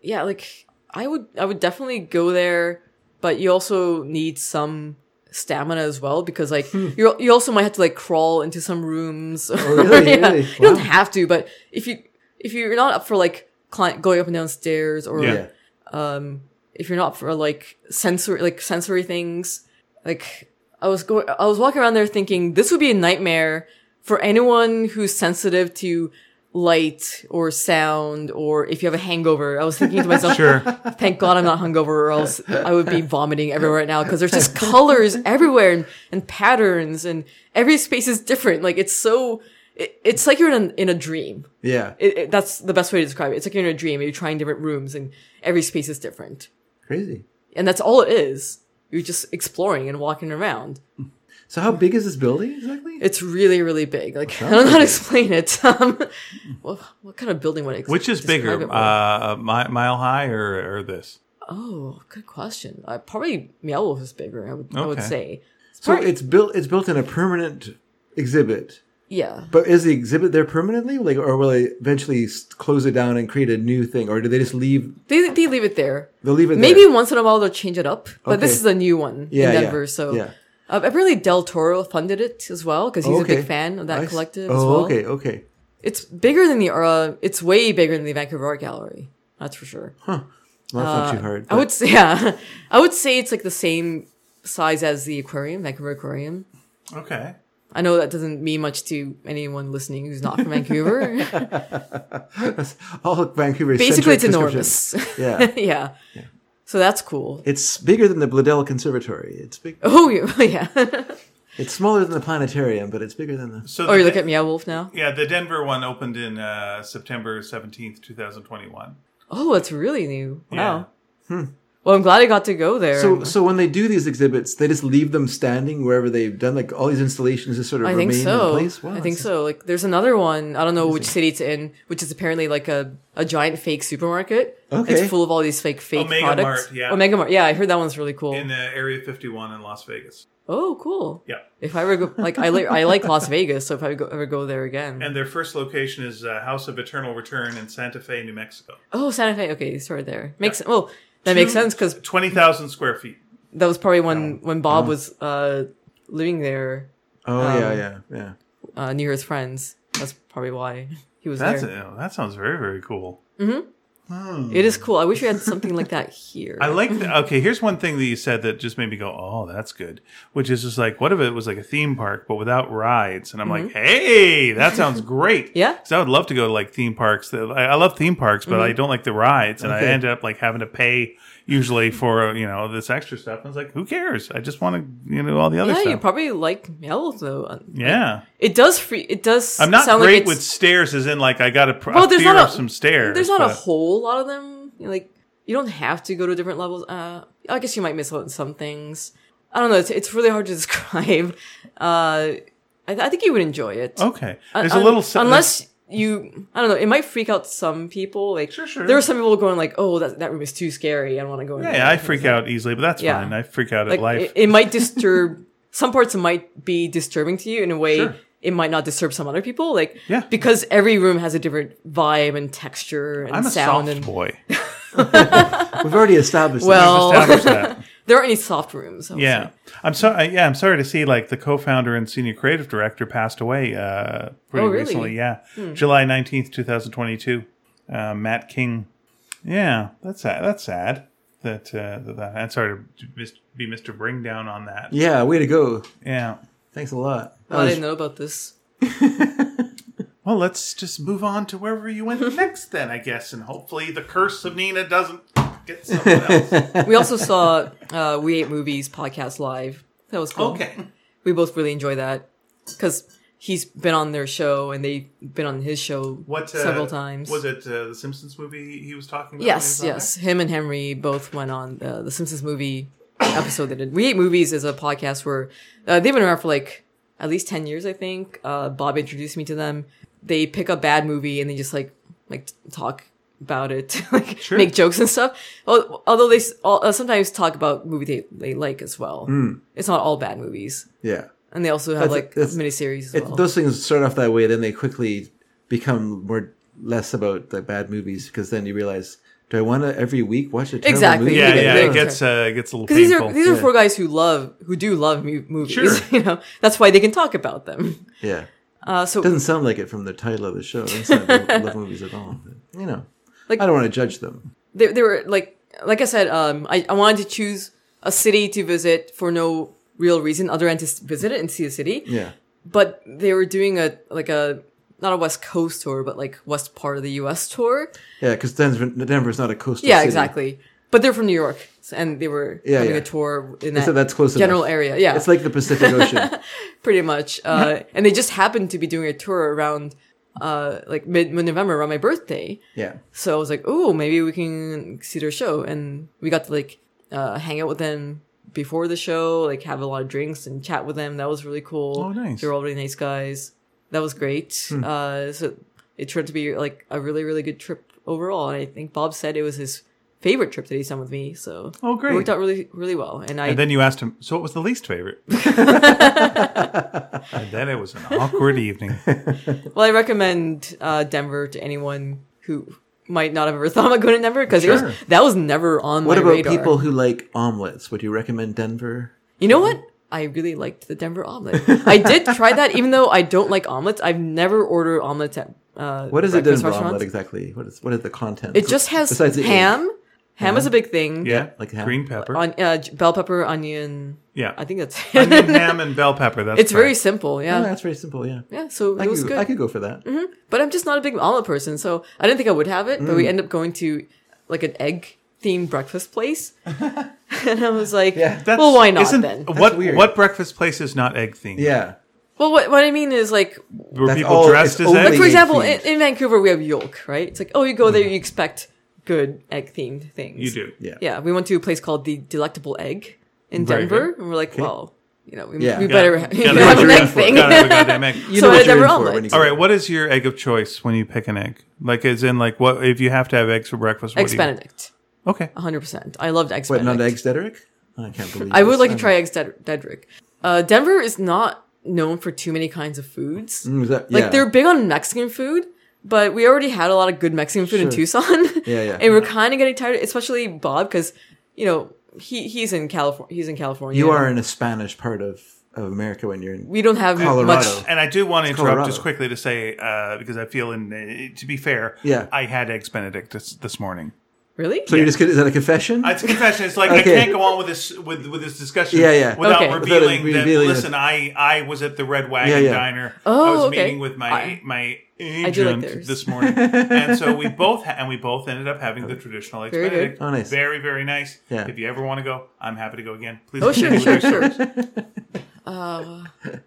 Speaker 2: yeah, like I would, I would definitely go there, but you also need some stamina as well because like
Speaker 1: Hmm.
Speaker 2: you you also might have to like crawl into some rooms.
Speaker 1: Oh, really? Really?
Speaker 2: You don't
Speaker 1: Wow.
Speaker 2: have to, but if you if you're not up for like cli- going up and down stairs or
Speaker 3: Yeah.
Speaker 1: yeah.
Speaker 2: um if you're not for like sensory like sensory things like i was going i was walking around there thinking this would be a nightmare for anyone who's sensitive to light or sound or if you have a hangover i was thinking to myself
Speaker 3: sure.
Speaker 2: thank god i'm not hungover or else i would be vomiting everywhere right now because there's just colors everywhere and, and patterns and every space is different like it's so it, it's like you're in a, in a dream
Speaker 1: Yeah.
Speaker 2: it, it, that's the best way to describe it. It's like you're in a dream. You're trying different rooms, and every space is different,
Speaker 1: Crazy.
Speaker 2: and that's all it is. You're just exploring and walking around.
Speaker 1: So how big is this building exactly?
Speaker 2: It's really, really big. Like I
Speaker 1: sounds
Speaker 2: don't know how
Speaker 1: big.
Speaker 2: to explain it. Um, what, what kind of building would it?
Speaker 3: Which is bigger, uh, mi- Mile High or, or this?
Speaker 2: oh, good question. Uh, probably Meow Wolf is bigger. I would, I would
Speaker 3: Okay.
Speaker 2: say.
Speaker 1: so
Speaker 2: Probably-
Speaker 1: it's built. It's built in a permanent exhibit.
Speaker 2: yeah.
Speaker 1: But is the exhibit there permanently? Like, or will they eventually s- close it down and create a new thing, or do they just leave?
Speaker 2: They they leave it there.
Speaker 1: They'll leave it
Speaker 2: Maybe
Speaker 1: there.
Speaker 2: once in a while they'll change it up, but this
Speaker 1: Okay.
Speaker 2: is a new one
Speaker 1: Yeah,
Speaker 2: in
Speaker 1: yeah,
Speaker 2: Denver. So
Speaker 1: yeah.
Speaker 2: uh, apparently Del Toro funded it as well because he's a
Speaker 1: Okay.
Speaker 2: big fan of that
Speaker 1: I s-
Speaker 2: collective
Speaker 1: Oh,
Speaker 2: as well.
Speaker 1: okay, okay.
Speaker 2: It's bigger than the uh, it's way bigger than the Vancouver Art Gallery. That's for sure.
Speaker 1: Well, that's not too hard.
Speaker 2: Uh, I would say yeah, I would say it's like the same size as the aquarium, Vancouver Aquarium.
Speaker 3: Okay.
Speaker 2: I know that doesn't mean much to anyone listening who's not from Vancouver.
Speaker 1: but all Vancouver.
Speaker 2: Basically, it's enormous.
Speaker 1: Yeah,
Speaker 2: yeah. So that's cool.
Speaker 1: it's bigger than the Bladel Conservatory. It's big.
Speaker 2: Oh yeah.
Speaker 1: It's smaller than the planetarium, but it's bigger than the.
Speaker 3: So
Speaker 2: oh, you
Speaker 3: the-
Speaker 2: look at Meow Wolf now.
Speaker 3: yeah, the Denver one opened in uh, September 17th, 2021.
Speaker 2: Oh, that's really new. Wow.
Speaker 3: Yeah.
Speaker 2: Well, I'm glad I got to go there.
Speaker 1: So, so when they do these exhibits, they just leave them standing wherever they've done. Like all these installations, just sort of
Speaker 2: I
Speaker 1: remain
Speaker 2: think so.
Speaker 1: in place. Wow,
Speaker 2: I think
Speaker 1: that's-
Speaker 2: so. Like, there's another one. I don't know which city it's in, which is apparently like a, a giant fake supermarket.
Speaker 1: Okay.
Speaker 2: It's full of all these fake fake
Speaker 3: Omega
Speaker 2: products.
Speaker 3: Mart, yeah.
Speaker 2: Omega Mart. Yeah, I heard that one's really cool.
Speaker 3: In uh, Area 51 in Las Vegas.
Speaker 2: oh, cool.
Speaker 3: Yeah.
Speaker 2: If I ever go, like, I li- I like Las Vegas, so if I go, ever go there again.
Speaker 3: And their first location is uh, House of Eternal Return in Santa Fe, New Mexico.
Speaker 2: oh, Santa Fe. Okay, sorry there. Makes sen- well. That makes sense because
Speaker 3: 20,000 square feet.
Speaker 2: that was probably when when
Speaker 3: Mm.
Speaker 2: Bob was uh living there
Speaker 1: Oh
Speaker 2: Um,
Speaker 1: yeah, yeah, yeah.
Speaker 2: uh, near his friends. That's probably why he was
Speaker 3: That's
Speaker 2: there.
Speaker 3: oh, That sounds very, very cool.
Speaker 2: It is cool. I wish we had something like that here.
Speaker 3: I like the,
Speaker 2: Mm-hmm.
Speaker 3: okay. Here's one thing that you said that just made me go, "Oh, that's good." Which is just like, what if it was like a theme park but without rides? And I'm like, "Hey, that sounds great."
Speaker 2: Mm-hmm. Yeah.
Speaker 3: because I would love to go to like theme parks. that- I, I love theme parks, but
Speaker 2: Mm-hmm.
Speaker 3: I don't like the rides, and I
Speaker 1: Okay.
Speaker 3: end up like having to pay usually for you know this extra stuff. And it's like, who cares? I just want to you know all the other
Speaker 2: yeah, you
Speaker 3: stuff.
Speaker 2: probably like Meowth though.
Speaker 3: yeah,
Speaker 2: It does free. It does.
Speaker 3: I'm not
Speaker 2: sound
Speaker 3: great
Speaker 2: like it's,
Speaker 3: with stairs, as in like I got a, pr-
Speaker 2: Well,
Speaker 3: a
Speaker 2: there's
Speaker 3: fear
Speaker 2: not
Speaker 3: of
Speaker 2: a-
Speaker 3: some stairs.
Speaker 2: There's not a
Speaker 3: but-
Speaker 2: whole lot of them. Like you don't have to go to different levels. Uh, I guess you might miss out on some things. I don't know. It's it's really hard to describe. Uh, I, I think you would enjoy it.
Speaker 3: okay. Oh, There's a
Speaker 2: Un-
Speaker 3: little se-
Speaker 2: unless you I don't know. It might freak out some people. Like
Speaker 3: Sure, sure.
Speaker 2: there are some people going like, "Oh, that that room is too scary. I don't want to go in."
Speaker 3: Yeah,
Speaker 2: there."
Speaker 3: yeah, I freak out easily, but that's
Speaker 2: Yeah.
Speaker 3: fine. I freak out
Speaker 2: like,
Speaker 3: at life.
Speaker 2: It, it might disturb some parts. Might be disturbing to you in a way.
Speaker 3: Sure.
Speaker 2: It might not disturb some other people, like
Speaker 3: Yeah.
Speaker 2: because every room has a different vibe and texture and
Speaker 3: I'm a
Speaker 2: sound.
Speaker 3: soft
Speaker 2: and
Speaker 3: boy.
Speaker 1: We've already established.
Speaker 2: Well- Oh.
Speaker 3: Establish that.
Speaker 2: there aren't any soft rooms. I would
Speaker 3: Yeah,
Speaker 2: say.
Speaker 3: I'm sorry. Yeah, I'm sorry to see like the co-founder and senior creative director passed away uh, pretty
Speaker 2: Oh, really? Hmm.
Speaker 3: recently. Yeah, July 19th, 2022. Uh, Matt King. Yeah, that's sad. That's sad. That uh, that, that. I'm sorry to mis- be Mr. Bring Down on that.
Speaker 1: yeah, way to go.
Speaker 3: Yeah.
Speaker 1: Thanks a lot. That
Speaker 2: Well, I
Speaker 1: was-
Speaker 2: didn't know about this.
Speaker 3: Well, let's just move on to wherever you went next, then I guess, and hopefully the curse of Nina doesn't get someone else.
Speaker 2: We also saw uh, We Ate Movies podcast live. That was cool.
Speaker 3: okay.
Speaker 2: we both really enjoy that because he's been on their show and they've been on his show
Speaker 3: What uh,
Speaker 2: several times.
Speaker 3: was it? Uh, the Simpsons movie he was talking about.
Speaker 2: Yes,
Speaker 3: when he was on
Speaker 2: yes. Him and Henry both went on uh, the, the Simpsons movie episode they did. We Hate Movies is a podcast where uh, they've been around for like at least 10 years, I think. Uh, Bob introduced me to them. They pick a bad movie and they just like, like talk about it, like make jokes and stuff. Al- Although they s- al- uh, sometimes talk about movie they, they like as well.
Speaker 3: Hmm.
Speaker 2: It's not all bad movies.
Speaker 1: Yeah.
Speaker 2: And they also have
Speaker 1: That's-
Speaker 2: like
Speaker 1: that's-
Speaker 2: miniseries as
Speaker 1: It,
Speaker 2: well.
Speaker 1: Those things start off that way, then they quickly become more less about the bad movies because then you realize, do I want to every week watch a terrible
Speaker 2: Exactly.
Speaker 1: movie?
Speaker 3: Yeah,
Speaker 2: Yeah,
Speaker 3: yeah,
Speaker 2: yeah,
Speaker 3: it
Speaker 2: that's
Speaker 3: gets uh, it gets a little
Speaker 2: Because these
Speaker 3: painful.
Speaker 2: are these are four guys who love who do love mu- movies.
Speaker 3: Sure.
Speaker 2: You know that's why they can talk about them.
Speaker 1: Yeah.
Speaker 2: Uh, so
Speaker 1: Doesn't sound like it from the title of the show. It doesn't sound like they love movies at all. But, you know,
Speaker 2: Like-
Speaker 1: I don't want to judge them.
Speaker 2: they, they were like like I said, um, I, I wanted to choose a city to visit for no real reason other than to s- visit it and see a city.
Speaker 1: Yeah.
Speaker 2: But they were doing a like a not a West Coast tour, but like West part of the U.S. tour.
Speaker 1: Yeah, because Denver, Denver's not a coastal
Speaker 2: yeah,
Speaker 1: city.
Speaker 2: exactly. But they're from New York, s- and they were
Speaker 1: Yeah,
Speaker 2: having
Speaker 1: yeah.
Speaker 2: a tour in that
Speaker 1: So that's close
Speaker 2: general
Speaker 1: enough.
Speaker 2: area. Yeah,
Speaker 1: It's like the Pacific Ocean.
Speaker 2: pretty much. Uh, and they just happened to be doing a tour around uh, like mid November around my birthday.
Speaker 1: yeah.
Speaker 2: So I was like, "Oh, maybe we can see their show." And we got to like uh, hang out with them before the show, like have a lot of drinks and chat with them. That was really cool.
Speaker 3: Oh, nice. Hmm.
Speaker 2: They're all really nice guys. That was great. Uh, so it turned to be like a really, really good trip overall. And I think Bob said it was his favorite trip that he's done with me. So
Speaker 3: Oh, great.
Speaker 2: it worked out really, really well. And I
Speaker 3: And then you asked him, so what was the least favorite? and then it was an awkward evening.
Speaker 2: Well, I recommend uh, Denver to anyone who might not have ever thought about going to Denver because
Speaker 3: Sure.
Speaker 2: was that was never on
Speaker 1: What
Speaker 2: my
Speaker 1: about
Speaker 2: radar.
Speaker 1: people who like omelets? Would you recommend Denver?
Speaker 2: You know what? I really liked the Denver omelet. I did try that, even though I don't like omelets. I've never ordered omelets at uh,
Speaker 1: What is a
Speaker 2: breakfast
Speaker 1: Denver
Speaker 2: restaurants.
Speaker 1: omelet exactly? What is what is the content?
Speaker 2: It just has
Speaker 1: Besides the egg.
Speaker 2: ham. Ham is a big thing.
Speaker 3: Yeah.
Speaker 1: like ham.
Speaker 3: green pepper.
Speaker 2: On uh, j- bell pepper, onion.
Speaker 3: yeah.
Speaker 2: I think that's.
Speaker 3: Onion, ham and bell pepper. That's
Speaker 2: it's very
Speaker 3: correct.
Speaker 2: simple. Yeah.
Speaker 1: Oh, that's very simple. Yeah,
Speaker 2: Yeah. So
Speaker 1: I
Speaker 2: it was
Speaker 1: could,
Speaker 2: good. Mm-hmm.
Speaker 1: I could go for that.
Speaker 2: But I'm just not a big omelet person, so I didn't think I would have it.
Speaker 1: Mm.
Speaker 2: But we end up going to like an egg themed breakfast place, and I was like,
Speaker 1: Yeah.
Speaker 2: "Well, why not
Speaker 3: isn't-
Speaker 2: then?"
Speaker 3: What
Speaker 1: weird.
Speaker 3: what breakfast place is not egg themed?
Speaker 1: Yeah,
Speaker 2: Well, what, what I mean is like,
Speaker 3: were
Speaker 1: That's
Speaker 3: people
Speaker 1: all- it's
Speaker 3: dressed as
Speaker 1: only-
Speaker 2: like
Speaker 3: egg?
Speaker 2: for example, in,
Speaker 1: egg-themed.
Speaker 2: in Vancouver we have yolk, right? It's like, oh, you go
Speaker 1: Mm-hmm.
Speaker 2: there, you expect good egg themed things.
Speaker 3: You do.
Speaker 1: yeah,
Speaker 2: Yeah, we went to a place called the Delectable Egg in
Speaker 3: Very
Speaker 2: Denver, and we're like, well, you know, we,
Speaker 1: Yeah.
Speaker 2: we
Speaker 1: Yeah.
Speaker 2: better have,
Speaker 3: Gotta
Speaker 2: have
Speaker 3: have
Speaker 2: an
Speaker 3: your
Speaker 2: egg
Speaker 3: info.
Speaker 2: thing.
Speaker 3: Gotta have a goddamn egg.
Speaker 2: You
Speaker 1: know
Speaker 2: so I
Speaker 1: what
Speaker 2: had a
Speaker 1: you're
Speaker 2: Denver
Speaker 1: in for when
Speaker 2: omelet.
Speaker 1: you go
Speaker 3: All right, what is your egg of choice when you pick an egg? Like, as in, like, what if you have to have eggs for breakfast? What
Speaker 2: Eggs
Speaker 3: do you-
Speaker 2: Benedict,
Speaker 3: Okay.
Speaker 2: 100. percent I loved eggs.
Speaker 1: But
Speaker 2: Benedict.
Speaker 1: not eggs, Dedrick. I can't believe.
Speaker 2: I would
Speaker 1: this.
Speaker 2: like to
Speaker 1: I'm-
Speaker 2: try eggs Ded- Dedrick. Uh, Denver is not known for too many kinds of foods.
Speaker 1: Mm, is that-
Speaker 2: Like
Speaker 1: yeah.
Speaker 2: they're big on Mexican food, but we already had a lot of good Mexican food in
Speaker 1: Sure.
Speaker 2: Tucson.
Speaker 1: Yeah, yeah.
Speaker 2: and we're kind of getting tired, especially Bob, because you know he he's in California. He's in California.
Speaker 1: You are in a Spanish part of, of America when you're in.
Speaker 2: We don't have
Speaker 1: Colorado.
Speaker 2: much.
Speaker 3: And I do want to interrupt
Speaker 1: Colorado.
Speaker 3: just quickly to say, uh, because I feel, in uh, to be fair,
Speaker 1: Yeah.
Speaker 3: I had eggs Benedict this, this morning.
Speaker 2: Really?
Speaker 1: so you're just kidding? Is that a confession?
Speaker 3: It's a confession. It's like I
Speaker 1: Okay.
Speaker 3: can't go on with this with, with this discussion
Speaker 1: Yeah, yeah.
Speaker 3: without
Speaker 2: Okay. Without
Speaker 3: revealing that.
Speaker 1: revealing it.
Speaker 3: Listen, I I was at the Red Wagon
Speaker 1: Yeah, yeah.
Speaker 3: Diner. I
Speaker 2: Oh,
Speaker 3: was
Speaker 2: okay.
Speaker 3: meeting with my
Speaker 2: I-
Speaker 3: my
Speaker 2: do like
Speaker 3: agent
Speaker 2: theirs.
Speaker 3: this morning, and so we both ha- and we both ended up having the traditional eggs
Speaker 2: Very good.
Speaker 3: Benedict.
Speaker 1: Oh, nice.
Speaker 3: Very very nice.
Speaker 1: Yeah.
Speaker 3: If you ever want to go, I'm happy to go again. Please.
Speaker 2: Oh sure,
Speaker 3: continue
Speaker 2: sure,
Speaker 3: with
Speaker 2: sure.
Speaker 3: your service.
Speaker 2: Uh, what are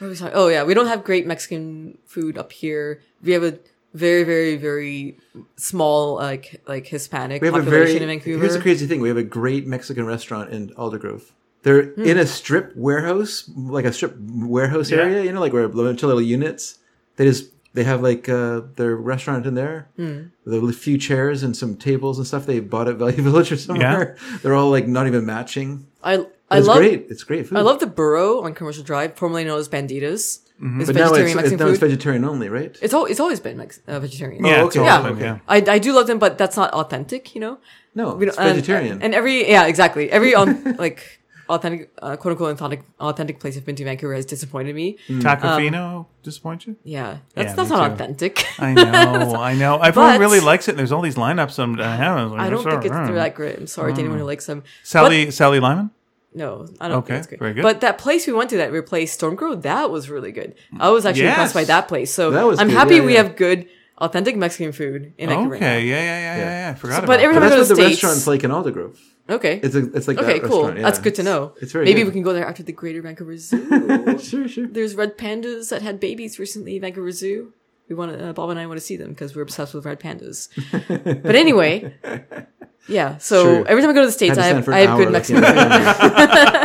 Speaker 2: we talking? Oh yeah, we don't have great Mexican food up here. We have a very, very, very small like like Hispanic
Speaker 1: we have a
Speaker 2: population
Speaker 1: very.
Speaker 2: in Vancouver.
Speaker 1: Here's the crazy thing: we have a great Mexican restaurant in Aldergrove. They're
Speaker 2: Hmm.
Speaker 1: in a strip warehouse, like a strip warehouse
Speaker 3: Yeah.
Speaker 1: area. You know, like where a bunch of little units. They just they have like uh, their restaurant in there.
Speaker 2: Hmm.
Speaker 1: With a few chairs and some tables and stuff they bought at Value Village or somewhere. They're all like not even matching.
Speaker 2: I
Speaker 1: But
Speaker 2: I
Speaker 1: it's
Speaker 2: love
Speaker 1: great. It's great food.
Speaker 2: I love the burro on Commercial Drive, formerly known as Banditas. It's
Speaker 1: Mm-hmm. But now
Speaker 2: vegetarian
Speaker 1: it's, it's,
Speaker 2: Mexican
Speaker 1: now
Speaker 2: food.
Speaker 1: it's
Speaker 2: It's,
Speaker 1: vegetarian only, right?
Speaker 2: al- it's always been Mex- uh, vegetarian.
Speaker 3: Yeah,
Speaker 1: Oh,
Speaker 3: it's
Speaker 1: okay.
Speaker 3: all
Speaker 2: Yeah.
Speaker 3: good, yeah.
Speaker 2: I, I do love them, but that's not authentic, you know.
Speaker 1: No,
Speaker 2: We
Speaker 1: it's
Speaker 2: don't- and-
Speaker 1: vegetarian.
Speaker 2: And, every yeah, exactly. Every um, like authentic, uh, quote unquote authentic, authentic place I've been to Vancouver has disappointed me.
Speaker 1: Mm.
Speaker 3: Tacofino
Speaker 2: Um,
Speaker 3: disappoint you?
Speaker 2: Yeah, that's
Speaker 3: Yeah,
Speaker 2: that's
Speaker 3: me
Speaker 2: not
Speaker 3: too.
Speaker 2: authentic.
Speaker 3: I know, I know. Everyone
Speaker 2: But-
Speaker 3: really likes it. and There's all these lineups. I'm, I have.
Speaker 2: I don't think it's that great. I'm sorry to anyone
Speaker 1: Mm.
Speaker 2: who likes them.
Speaker 3: Sally Sally Lyman.
Speaker 2: But- no, I don't
Speaker 3: Okay,
Speaker 2: think it's great.
Speaker 3: very good.
Speaker 2: But that place we went to that replaced Stormgrow, that was really good. I was actually
Speaker 3: Yes.
Speaker 2: impressed by that place. So
Speaker 1: That was
Speaker 2: I'm
Speaker 1: good,
Speaker 2: happy
Speaker 1: yeah,
Speaker 2: we
Speaker 1: yeah.
Speaker 2: have good authentic Mexican food in Vancouver.
Speaker 3: Okay,
Speaker 2: now.
Speaker 3: yeah, yeah, yeah, yeah, yeah. I forgot
Speaker 2: So-
Speaker 3: about
Speaker 2: but every
Speaker 1: But
Speaker 2: time I
Speaker 1: that's what
Speaker 2: go to
Speaker 1: the
Speaker 2: states,
Speaker 1: restaurant's like in Aldergrove.
Speaker 2: okay,
Speaker 1: It's a, it's like
Speaker 2: okay,
Speaker 1: that
Speaker 2: cool.
Speaker 1: restaurant, yeah.
Speaker 2: That's good to
Speaker 1: It's-
Speaker 2: know.
Speaker 1: It's, very
Speaker 2: maybe
Speaker 1: good.
Speaker 2: we can go there after the Greater Vancouver Zoo.
Speaker 1: Sure, sure.
Speaker 2: There's red pandas that had babies recently, at Vancouver Zoo. We want to, uh, Bob and I want to see them because we're obsessed with red pandas. but anyway, yeah. So
Speaker 1: True.
Speaker 2: every time I go to the
Speaker 1: Had
Speaker 2: states,
Speaker 1: to
Speaker 2: I
Speaker 1: stand
Speaker 2: have,
Speaker 1: for
Speaker 2: I
Speaker 1: an
Speaker 2: have
Speaker 1: hour,
Speaker 2: good
Speaker 1: like,
Speaker 2: Mexican
Speaker 1: yeah.
Speaker 2: food.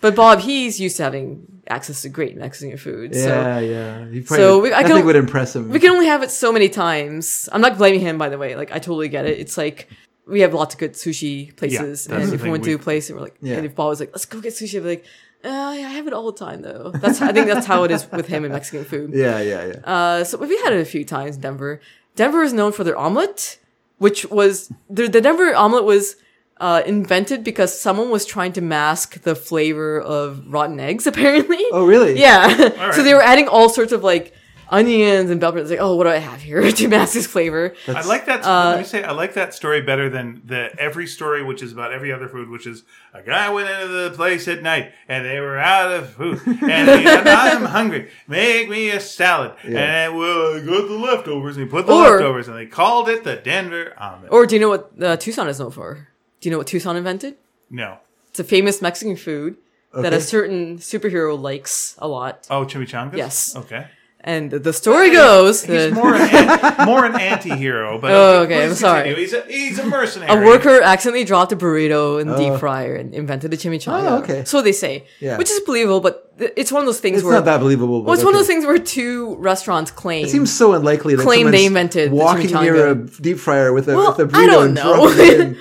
Speaker 2: But Bob, he's used to having access to great Mexican food. So
Speaker 1: Yeah, yeah. He probably,
Speaker 2: So we- I
Speaker 1: I
Speaker 2: can-
Speaker 1: think would impress him.
Speaker 2: we can only have it so many times. I'm not blaming him, by the way. Like I totally get it. It's like we have lots of good sushi places,
Speaker 3: that's
Speaker 2: and
Speaker 3: the
Speaker 2: if we
Speaker 3: thing,
Speaker 2: went
Speaker 3: we-
Speaker 2: to a place and we're like,
Speaker 1: Yeah.
Speaker 2: and if Bob was like, "Let's go get sushi," I'd be like, uh, "I have it all the time, though." That's I think that's how it is with him and Mexican food.
Speaker 1: yeah, yeah, yeah.
Speaker 2: Uh, so we had it a few times in Denver. Denver is known for their omelet, which was the, the Denver omelet was uh, invented because someone was trying to mask the flavor of rotten eggs, apparently.
Speaker 1: oh, really?
Speaker 2: Yeah.
Speaker 3: right.
Speaker 2: so they were adding all sorts of like onions and bell peppers. Like, oh, what do I have here to mask this flavor?
Speaker 3: I like that.
Speaker 2: uh,
Speaker 3: let me say, I like that story better than the every story, which is about every other food, which is a guy went into the place at night and they were out of food, and he, and I'm hungry. Make me a salad, and well, I got the leftovers, and he put the
Speaker 2: Or-
Speaker 3: leftovers, and they called it the Denver omelet.
Speaker 2: Or do you know what uh, Tucson is known for? Do you know what Tucson invented?
Speaker 3: no,
Speaker 2: It's a famous Mexican food that
Speaker 1: Okay.
Speaker 2: a certain superhero likes a lot.
Speaker 3: oh chimichangas.
Speaker 2: Yes.
Speaker 3: Okay.
Speaker 2: And the story goes
Speaker 3: He's
Speaker 2: that
Speaker 3: more an, an- more an anti-hero, but
Speaker 2: Oh, okay, I'm
Speaker 3: Please
Speaker 2: sorry.
Speaker 3: continue. He's a, he's a
Speaker 2: a
Speaker 3: mercenary.
Speaker 2: worker accidentally dropped a burrito in the
Speaker 1: Oh.
Speaker 2: deep fryer and invented the chimichanga.
Speaker 1: Oh, okay.
Speaker 2: So they say,
Speaker 1: Yeah.
Speaker 2: which is believable, but th- it's one of those things
Speaker 1: It's
Speaker 2: where
Speaker 1: not that believable. but
Speaker 2: Well, it's one of those
Speaker 1: okay.
Speaker 2: things where two restaurants claim.
Speaker 1: It seems so unlikely that
Speaker 2: Claim they
Speaker 1: someone's
Speaker 2: invented the
Speaker 1: walking near a
Speaker 2: chimichanga.
Speaker 1: deep fryer with a,
Speaker 2: Well,
Speaker 1: with a burrito
Speaker 2: I don't
Speaker 1: and
Speaker 2: know.
Speaker 1: dropping it in.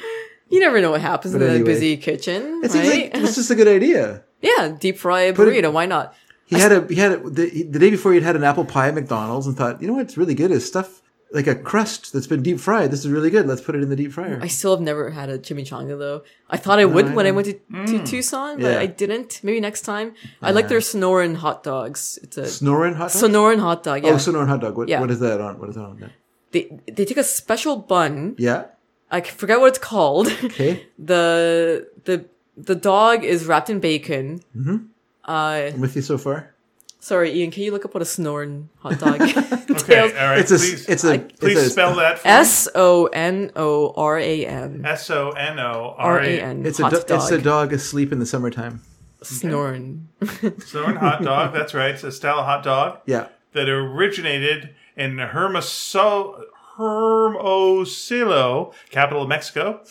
Speaker 2: you never know what happens in
Speaker 1: But
Speaker 2: a
Speaker 1: anyway.
Speaker 2: busy kitchen,
Speaker 1: It seems
Speaker 2: right?
Speaker 1: like it's just a good idea.
Speaker 2: yeah, deep fry a
Speaker 1: Put it-
Speaker 2: burrito. Why not?
Speaker 1: He had a he had a, the, the day before he'd had an apple pie at McDonald's and thought, you know what's really good is stuff like a crust that's been deep fried. This is really good. Let's put it in the deep fryer.
Speaker 2: I still have never had a chimichanga though. I thought I would
Speaker 1: I
Speaker 2: when I
Speaker 1: don't-
Speaker 2: went to, to Tucson, but
Speaker 1: Mm. Yeah.
Speaker 2: I didn't. Maybe next time. I like their Sonoran hot dogs. It's a
Speaker 1: Snorin hot dog.
Speaker 2: Sonoran hot dog. Yeah,
Speaker 1: Oh, Sonoran hot dog. What,
Speaker 2: Yeah.
Speaker 1: what is that on? What is that on? There?
Speaker 2: they they take a special bun.
Speaker 1: Yeah.
Speaker 2: I forget what it's called.
Speaker 1: Okay.
Speaker 2: the the the dog is wrapped in bacon. Mm-hmm. Uh,
Speaker 1: I'm with you so far.
Speaker 2: sorry, Ian. Can you look up what a Sonoran hot dog
Speaker 3: Okay, all
Speaker 2: entails?
Speaker 3: right.
Speaker 1: It's a
Speaker 3: please
Speaker 1: it's a it's
Speaker 3: please
Speaker 1: a,
Speaker 3: spell that. for me.
Speaker 2: S O N O R A N.
Speaker 3: S O N O
Speaker 2: R
Speaker 3: R
Speaker 2: A
Speaker 3: A
Speaker 2: N.
Speaker 1: It's a
Speaker 2: hot
Speaker 1: do-
Speaker 2: dog.
Speaker 1: it's a dog asleep in the summertime.
Speaker 2: Snoring.
Speaker 3: Sonoran hot dog. That's right. It's a style of hot dog
Speaker 1: Yeah.
Speaker 3: that originated in Hermoso, Hermosillo, capital of Mexico.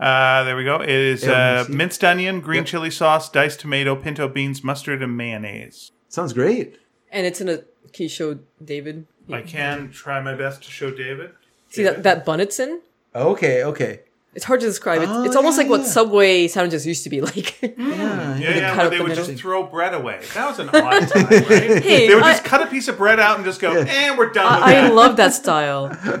Speaker 3: Uh, there we go. It is uh,
Speaker 1: Hermosillo.
Speaker 3: minced onion, green chili sauce, diced tomato, pinto beans, mustard, and mayonnaise.
Speaker 1: Sounds great.
Speaker 2: And it's in a key show, David.
Speaker 3: I can try my best to show David.
Speaker 2: See that, that bun it's in?
Speaker 1: Okay. Okay.
Speaker 2: It's hard to describe. It's,
Speaker 1: Oh,
Speaker 2: it's almost
Speaker 1: yeah,
Speaker 2: like what
Speaker 1: yeah. Mm.
Speaker 2: Subway sandwiches used to be like.
Speaker 1: Yeah.
Speaker 3: Yeah, yeah,
Speaker 2: cut
Speaker 3: where
Speaker 2: up
Speaker 3: they
Speaker 2: the
Speaker 3: would
Speaker 2: middle.
Speaker 3: just throw bread away. That was an odd time, right?
Speaker 2: Hey,
Speaker 3: They would just
Speaker 2: I-
Speaker 3: cut a piece of bread out and just go, and we're done with
Speaker 2: I
Speaker 3: that.
Speaker 2: love that style.
Speaker 3: yeah,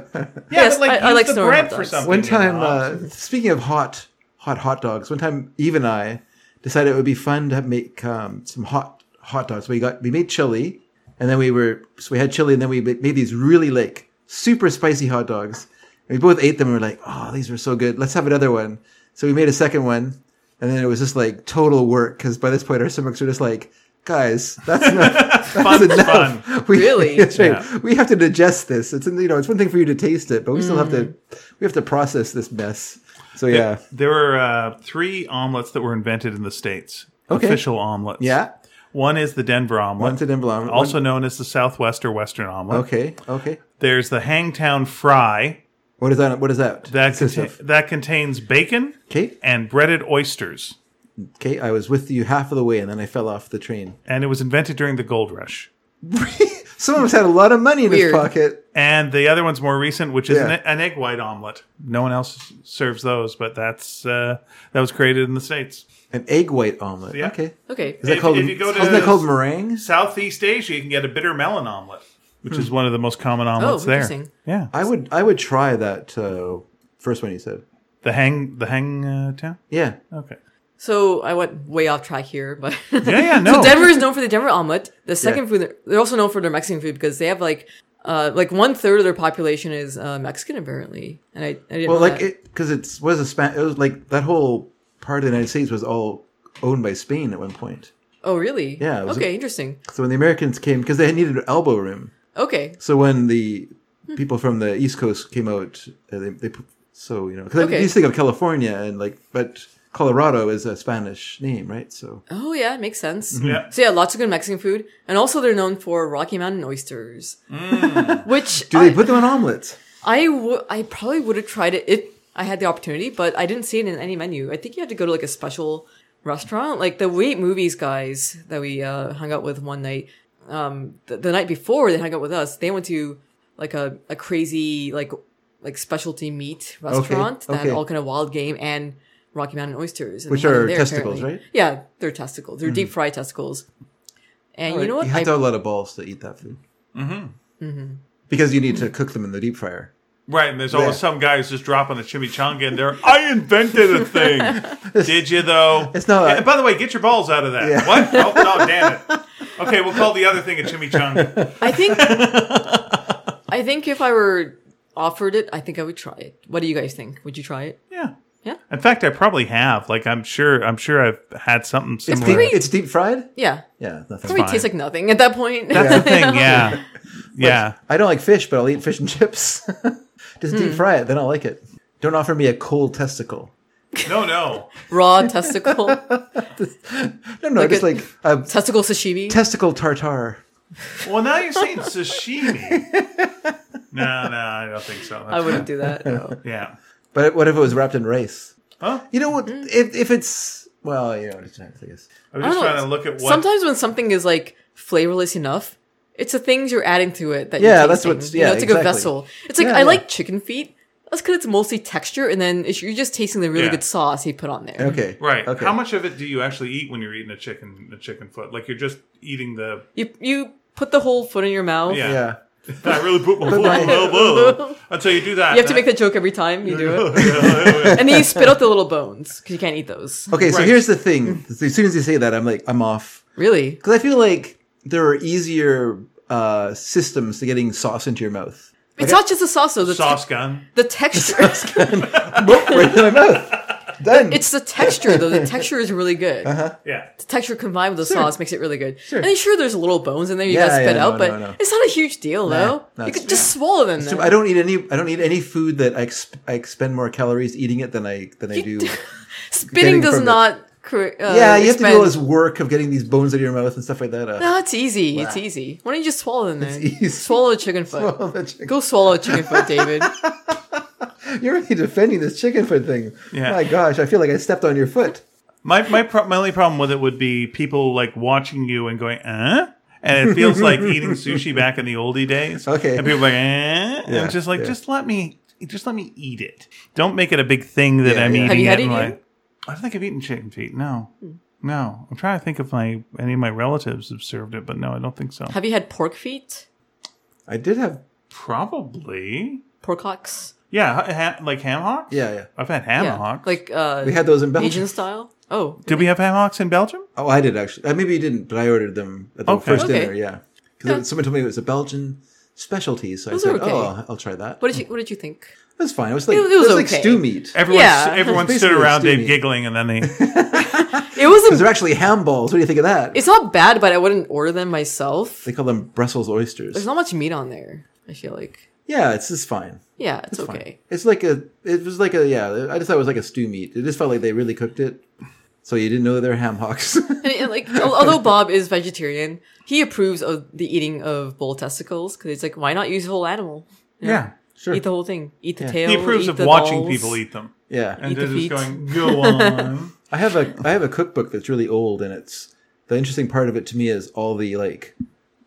Speaker 2: yes,
Speaker 3: but like,
Speaker 2: I- I
Speaker 3: use
Speaker 2: like
Speaker 3: the
Speaker 2: Snowy
Speaker 3: bread
Speaker 2: Hot
Speaker 3: for
Speaker 2: Dogs.
Speaker 3: something.
Speaker 1: One
Speaker 3: you
Speaker 1: time,
Speaker 3: know?
Speaker 1: uh, speaking of hot, hot hot dogs. One time, Eve and I decided it would be fun to make um, some hot hot dogs. We got we made chili, and then we were so we had chili, and then we ma- made these really like super spicy hot dogs. And we both ate them, and we are like, "Oh, these were so good. Let's have another one." So we made a second one, and then it was just like total work because by this point our stomachs were just like, "Guys, that's enough. That's
Speaker 3: Fun's
Speaker 1: enough.
Speaker 3: fun.
Speaker 1: We,
Speaker 2: Really?
Speaker 1: That's right.
Speaker 3: Yeah.
Speaker 1: We have to digest this. It's you know, it's one thing for you to taste it, but we still have
Speaker 2: Mm.
Speaker 1: to we have to process this mess. So yeah.
Speaker 3: There were uh, three omelets that were invented in the States.
Speaker 1: Okay.
Speaker 3: Official omelets.
Speaker 1: Yeah.
Speaker 3: One is the Denver omelet.
Speaker 1: One to Denver omelet.
Speaker 3: Also known as the Southwest or Western omelet.
Speaker 1: Okay. Okay.
Speaker 3: There's the Hangtown fry.
Speaker 1: What is that? What is that?
Speaker 3: That,
Speaker 1: Consist
Speaker 3: contain-
Speaker 1: of?
Speaker 3: that contains bacon
Speaker 1: Okay.
Speaker 3: and breaded oysters.
Speaker 1: Okay. I was with you half of the way and then I fell off the train.
Speaker 3: And it was invented during the gold rush.
Speaker 1: Someone has had a lot of money in his
Speaker 2: Weird.
Speaker 1: pocket.
Speaker 3: And the other one's more recent, which is
Speaker 1: Yeah.
Speaker 3: an, an egg white omelet. No one else serves those, but that's uh, that was created in the states.
Speaker 1: An egg white omelet.
Speaker 3: Yeah.
Speaker 1: Okay.
Speaker 2: Okay.
Speaker 1: Is that
Speaker 3: If-
Speaker 1: called
Speaker 3: if you go to-
Speaker 1: Isn't that called meringue?
Speaker 3: Southeast Asia, you can get a bitter melon omelet, which is one of the most common omelets there.
Speaker 2: interesting.
Speaker 3: Yeah,
Speaker 1: Hmm. I would I would try that uh, first one you said.
Speaker 3: the hang the hang uh, town.
Speaker 1: Yeah.
Speaker 3: Okay,
Speaker 2: So I went way off track here, but
Speaker 3: yeah, yeah, no.
Speaker 2: so Denver is known for the Denver omelet. The second food, they're also known for their Mexican food because they have like, uh, like one third of their population is uh, Mexican apparently, and I, I didn't
Speaker 1: Well,
Speaker 2: know
Speaker 1: like
Speaker 2: that.
Speaker 1: it because it was a Span. It was like that whole part of the United States was all owned by Spain at one point.
Speaker 2: oh really?
Speaker 1: Yeah, it was a-
Speaker 2: Okay, interesting.
Speaker 1: So when the Americans came, because they needed elbow room.
Speaker 2: Okay,
Speaker 1: So when the
Speaker 2: Hmm.
Speaker 1: people from the East Coast came out, uh, they, they put- so you know because
Speaker 2: Okay.
Speaker 1: you think of California and like but Colorado is a Spanish name, right? So
Speaker 2: Oh yeah, it makes sense.
Speaker 1: Mm-hmm.
Speaker 3: Yeah.
Speaker 2: So yeah, lots of good Mexican food, and also they're known for Rocky Mountain oysters, which
Speaker 1: Mm. do
Speaker 2: I,
Speaker 1: they put them on omelets?
Speaker 2: I, w- I probably would have tried it if I had the opportunity, but I didn't see it in any menu. I think you had to go to like a special restaurant, like the Wait Movies guys that we uh, hung out with one night. Um, the, the night before they hung out with us, they went to like a, a crazy like like specialty meat restaurant that had
Speaker 1: okay.
Speaker 2: all kind of wild game and Rocky Mountain oysters, and
Speaker 1: Which
Speaker 2: they had them
Speaker 1: are testicles, right? Hmm.
Speaker 2: Yeah, they're testicles. They're deep fried testicles. And you know what?
Speaker 1: You have
Speaker 2: I,
Speaker 1: to have a lot of balls to eat that food. Mm-hmm. Mm-hmm. Because you need to cook them in the deep fryer.
Speaker 3: Right, and there's always
Speaker 1: Yeah.
Speaker 3: some guys just dropping a chimichanga in there. I invented a thing. Did you though?
Speaker 1: It's not
Speaker 3: Yeah,
Speaker 1: a-
Speaker 3: and by the way, get your balls out of that.
Speaker 1: Yeah.
Speaker 3: What? Oh, no, damn it. Okay, we'll call the other thing a chimichanga.
Speaker 2: I think I think if I were offered it, I think I would try it. What do you guys think? Would you try it?
Speaker 3: Yeah.
Speaker 2: Yeah.
Speaker 3: In fact, I probably have. Like, I'm sure. I'm sure I've had something
Speaker 1: It's
Speaker 3: similar.
Speaker 1: deep,
Speaker 2: pretty-
Speaker 1: it's deep fried.
Speaker 2: Yeah.
Speaker 1: Yeah, nothing.
Speaker 2: Probably tastes like nothing at that point.
Speaker 3: That's the thing. Yeah. Yeah.
Speaker 1: I don't like fish, but I'll eat fish and chips. Just deep fry it, then I'll like it. Don't offer me a cold testicle.
Speaker 3: No, no.
Speaker 2: Raw testicle,
Speaker 1: No, no,
Speaker 2: Like
Speaker 1: just
Speaker 2: a-
Speaker 1: like a
Speaker 2: testicle sashimi.
Speaker 1: testicle tartar.
Speaker 3: Well, now you're saying sashimi. No, no, I don't think so.
Speaker 2: I wouldn't do that. No.
Speaker 3: Yeah.
Speaker 1: But what if it was wrapped in rice?
Speaker 3: Huh?
Speaker 1: You know what? If, if it's well, you know, it's not, I guess.
Speaker 2: I
Speaker 3: I was just
Speaker 2: don't know,
Speaker 3: trying to look at what.
Speaker 2: Sometimes when something is like flavorless enough, it's the things you're adding to it that
Speaker 1: Yeah,
Speaker 2: you're
Speaker 1: that's
Speaker 2: tasting.
Speaker 1: what's-
Speaker 2: you
Speaker 1: yeah,
Speaker 2: know, it's like a
Speaker 1: exactly.
Speaker 2: vessel. It's like
Speaker 1: Yeah,
Speaker 2: I
Speaker 1: yeah.
Speaker 2: like chicken feet. That's because it's mostly texture, and then it's, you're just tasting the really
Speaker 3: Yeah.
Speaker 2: good sauce he put on there.
Speaker 1: Okay.
Speaker 3: right.
Speaker 1: Okay.
Speaker 3: How much of it do you actually eat when you're eating a chicken a chicken foot? Like you're just eating the.
Speaker 2: You you put the whole foot in your mouth.
Speaker 3: Yeah.
Speaker 1: Yeah.
Speaker 3: I really put my foot in
Speaker 1: my-
Speaker 3: my elbow. Until you do that.
Speaker 2: You have to make the joke every time you do it,
Speaker 3: the.
Speaker 2: and then you spit out the little bones because you can't eat those.
Speaker 1: Okay. So
Speaker 3: Right.
Speaker 1: here's the thing. So as soon as you say that, I'm like, I'm off.
Speaker 2: Really?
Speaker 1: Because I feel like there are easier uh, systems to getting sauce into your mouth.
Speaker 2: It's not just the sauce though. The, te-
Speaker 3: Sauce gun.
Speaker 2: the texture.
Speaker 1: right in my mouth. Done.
Speaker 2: it's the texture though. The texture is really good.
Speaker 1: Uh-huh.
Speaker 3: Yeah.
Speaker 2: The texture combined with the sauce makes it really good. And then sure, there's little bones in there you
Speaker 1: Yeah,
Speaker 2: gotta spit
Speaker 1: yeah, no,
Speaker 2: out, but
Speaker 1: no, no.
Speaker 2: it's not a huge deal though.
Speaker 1: no,
Speaker 2: you
Speaker 1: it's-
Speaker 2: could just swallow them.
Speaker 1: So
Speaker 2: Then.
Speaker 1: I don't eat any. I don't eat any food that I, exp- I expend more calories eating it than I than I do.
Speaker 2: Spitting does
Speaker 1: from it.
Speaker 2: not. Cor- uh,
Speaker 1: yeah, you have to do all
Speaker 2: expend-
Speaker 1: this work of getting these bones out of your mouth and stuff like that. Uh,
Speaker 2: No, it's easy. It's easy. Why don't you just swallow them then?
Speaker 1: easy.
Speaker 2: Swallow a chicken foot. Go swallow a chicken foot, David.
Speaker 1: You're really defending this chicken foot thing.
Speaker 3: Yeah.
Speaker 1: My gosh, I feel like I stepped on your foot.
Speaker 3: My my pro- my only problem with it would be people like watching you and going, eh? And it feels like eating sushi back in the oldie days.
Speaker 1: Okay.
Speaker 3: And people are like, eh? And
Speaker 1: Yeah,
Speaker 3: it's just like,
Speaker 1: yeah.
Speaker 3: just let me just let me eat it. Don't make it a big thing that
Speaker 1: Yeah,
Speaker 3: I'm
Speaker 1: yeah.
Speaker 3: eating.
Speaker 1: Have
Speaker 2: you had
Speaker 3: it and
Speaker 2: it Hmm.
Speaker 3: like- I don't think I've eaten chicken feet. No. No. I'm trying to think if my any of my relatives have served it, but no, I don't think so.
Speaker 2: Have you had pork feet?
Speaker 1: I did have.
Speaker 3: Probably.
Speaker 2: Pork hocks?
Speaker 3: Yeah, ha- ha- like ham hocks?
Speaker 1: Yeah, yeah.
Speaker 3: I've had ham
Speaker 2: yeah.
Speaker 3: hocks.
Speaker 2: Like uh,
Speaker 1: We had those in Belgium.
Speaker 2: Asian style. Oh,
Speaker 3: Did we have ham hocks in Belgium?
Speaker 1: Oh, I did actually. Uh, maybe you didn't, but I ordered them at the
Speaker 3: Okay.
Speaker 1: first
Speaker 2: Okay.
Speaker 1: dinner. Yeah, because
Speaker 2: Yeah.
Speaker 1: someone told me it was a Belgian specialty, so
Speaker 2: Those
Speaker 1: I
Speaker 2: are
Speaker 1: said,
Speaker 2: okay.
Speaker 1: "Oh, I'll- I'll try that."
Speaker 2: what did you what did you think?
Speaker 1: it was fine. It was like
Speaker 2: It-
Speaker 1: it,
Speaker 2: it was
Speaker 1: was like
Speaker 2: okay.
Speaker 1: stew meat.
Speaker 3: Everyone,
Speaker 2: Yeah.
Speaker 3: everyone
Speaker 1: It's
Speaker 3: stood
Speaker 1: basically
Speaker 3: around
Speaker 1: stew
Speaker 3: Dave
Speaker 1: meat.
Speaker 3: giggling and then they
Speaker 2: It was.
Speaker 1: Those
Speaker 2: A,
Speaker 1: are actually ham balls. What do you think of that?
Speaker 2: it's not bad, but I wouldn't order them myself.
Speaker 1: they call them Brussels oysters.
Speaker 2: There's not much meat on there. I feel like.
Speaker 1: yeah, it's just fine.
Speaker 2: Yeah, it's,
Speaker 1: It's fine.
Speaker 2: okay.
Speaker 1: It's like a. It was like a. Yeah, I just thought it was like a stew meat. It just felt like they really cooked it, so you didn't know that they were ham hocks.
Speaker 2: And, and, like, al- although Bob is vegetarian, he approves of the eating of bull testicles because it's like, why not use the whole animal? You know,
Speaker 3: Yeah.
Speaker 1: sure.
Speaker 2: eat the whole thing, eat the tail.
Speaker 3: He approves
Speaker 2: eat
Speaker 3: of
Speaker 2: the
Speaker 3: watching
Speaker 2: balls.
Speaker 3: people eat them.
Speaker 1: yeah,
Speaker 3: And
Speaker 2: Eat the
Speaker 3: they're just
Speaker 2: feet.
Speaker 3: going, go on.
Speaker 1: I have a I have a cookbook that's really old, and it's the interesting part of it to me is all the like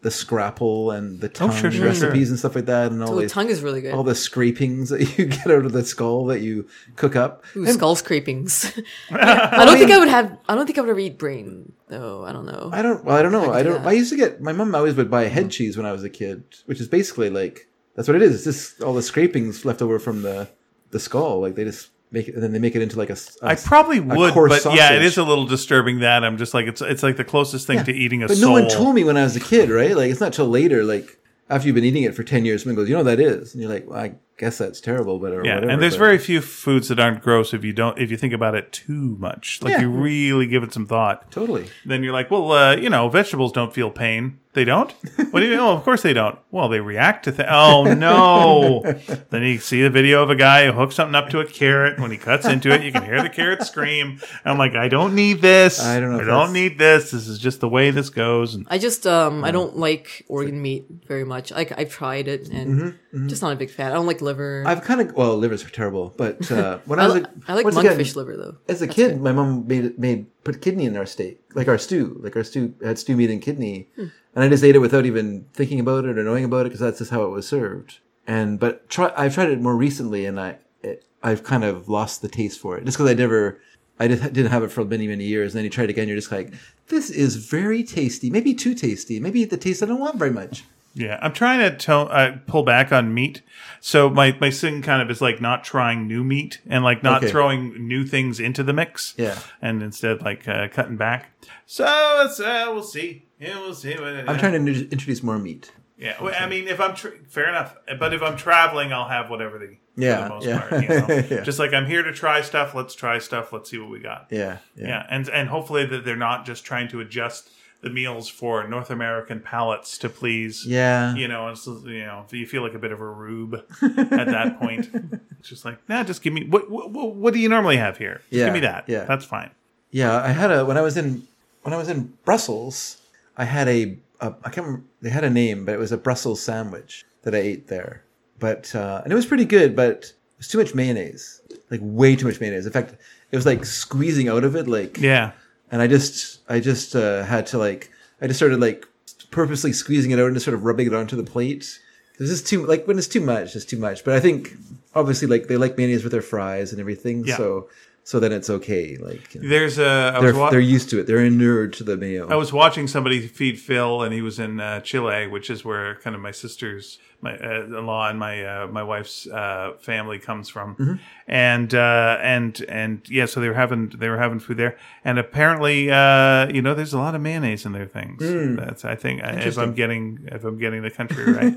Speaker 1: the scrapple and the tongue
Speaker 3: Oh, sure, sure,
Speaker 1: recipes
Speaker 3: sure.
Speaker 1: and stuff like that, and all
Speaker 2: Oh, the
Speaker 1: these-
Speaker 2: tongue is really good.
Speaker 1: all the scrapings that you get out of the skull that you cook up.
Speaker 2: Ooh, skull scrapings. I don't think I would have. I don't think I would ever eat brain though. I don't know.
Speaker 1: I don't. Well, I don't know. I,
Speaker 2: do
Speaker 1: don't.
Speaker 2: that. Mm.
Speaker 1: I used to get my mom always would buy head cheese when I was a kid, which is basically like that's what it is. It's just all the scrapings left over from the the skull. Like they just make it, and then they make it into like a. s- a
Speaker 3: I
Speaker 1: s-
Speaker 3: probably would, but
Speaker 1: coarse
Speaker 3: yeah, it
Speaker 1: sausage.
Speaker 3: is a little disturbing that I'm just like it's it's like the closest thing to eating a
Speaker 1: but
Speaker 3: soul.
Speaker 1: no one told me when I was a kid, right? Like it's not till later, like after you've been eating it for ten years, someone goes, "You know what that is," and you're like, well, "I guess that's terrible," but or
Speaker 3: yeah,
Speaker 1: whatever.
Speaker 3: and there's
Speaker 1: but-
Speaker 3: very few foods that aren't gross if you don't if you think about it too much. Like
Speaker 1: Yeah.
Speaker 3: you really give it some thought,
Speaker 1: totally.
Speaker 3: then you're like, well, uh, you know, vegetables don't feel pain. They don't. What do you? oh, of course they don't. Well, they react to things. Oh no! then you see the video of a guy who hooks something up to a carrot. When he cuts into it, you can hear the carrot scream. I'm like, I don't need this.
Speaker 1: I don't know
Speaker 3: I
Speaker 1: if
Speaker 3: don't
Speaker 1: that's-
Speaker 3: need this. This is just the way this goes. And
Speaker 2: I just um I don't like organ meat very much. Like I've tried it and
Speaker 1: Mm-hmm,
Speaker 2: just not a big fan. I don't like liver.
Speaker 1: I've kind of well, livers are terrible, but uh, when I,
Speaker 2: I,
Speaker 1: was
Speaker 2: li-
Speaker 1: a,
Speaker 2: I like
Speaker 1: once
Speaker 2: monkfish
Speaker 1: again,
Speaker 2: liver though.
Speaker 1: As a kid, my mom made made put kidney in our steak, like our stew, like our stew had stew meat and kidney, and I just ate it without even thinking about it or knowing about it because that's just how it was served. And but try, I've tried it more recently, and I it, I've kind of lost the taste for it just because I never I just didn't have it for many many years. And then you try it again, you're just like, this is very tasty, maybe too tasty, maybe the taste I don't want very much.
Speaker 3: Yeah, I'm trying to tone, uh, pull back on meat. So my my thing kind of is like not trying new meat and like not
Speaker 1: Okay.
Speaker 3: throwing new things into the mix.
Speaker 1: Yeah.
Speaker 3: and instead like uh, cutting back. So it's, uh, we'll see. Yeah, we'll see.
Speaker 1: I'm trying to nu- introduce more meat.
Speaker 3: Yeah, well, I mean, if I'm tr fair enough, but if I'm traveling, I'll have whatever the
Speaker 1: Yeah,
Speaker 3: for the most
Speaker 1: yeah.
Speaker 3: part. You know?
Speaker 1: Yeah.
Speaker 3: Just like I'm here to try stuff. Let's try stuff. Let's see what we got.
Speaker 1: Yeah,
Speaker 3: Yeah, and and hopefully that they're not just trying to adjust the meals for North American palates to please
Speaker 1: yeah.
Speaker 3: you know, it's, you know, you feel like a bit of a rube at that point. It's just like, nah, just give me what what, what what do you normally have here? Just
Speaker 1: Yeah,
Speaker 3: give me that.
Speaker 1: yeah.
Speaker 3: that's fine.
Speaker 1: Yeah, I had a when I was in when I was in Brussels, I had a a I can't remember they had a name, but it was a Brussels sandwich that I ate there. But uh, and it was pretty good, but it was too much mayonnaise, like way too much mayonnaise. In fact, it was like squeezing out of it, like
Speaker 3: Yeah.
Speaker 1: and I just I just uh, had to like I just started like purposely squeezing it out and just sort of rubbing it onto the plate. This is too like when it's too much, it's too much. But I think obviously like they like mayonnaise with their fries and everything,
Speaker 3: Yeah.
Speaker 1: so so then it's okay. Like you know,
Speaker 3: There's a. I was,
Speaker 1: they're
Speaker 3: wa- Oh.
Speaker 1: they're used to it. They're inured to the mayo.
Speaker 3: I was watching somebody feed Phil, and he was in uh, Chile, which is where kind of my sister's, my uh, in-law, and my uh, my wife's uh, family comes from, and uh, and and yeah, so they were having they were having food there, and apparently, uh, you know, there's a lot of mayonnaise in their things. That's I think I- if I'm getting if I'm getting the country right,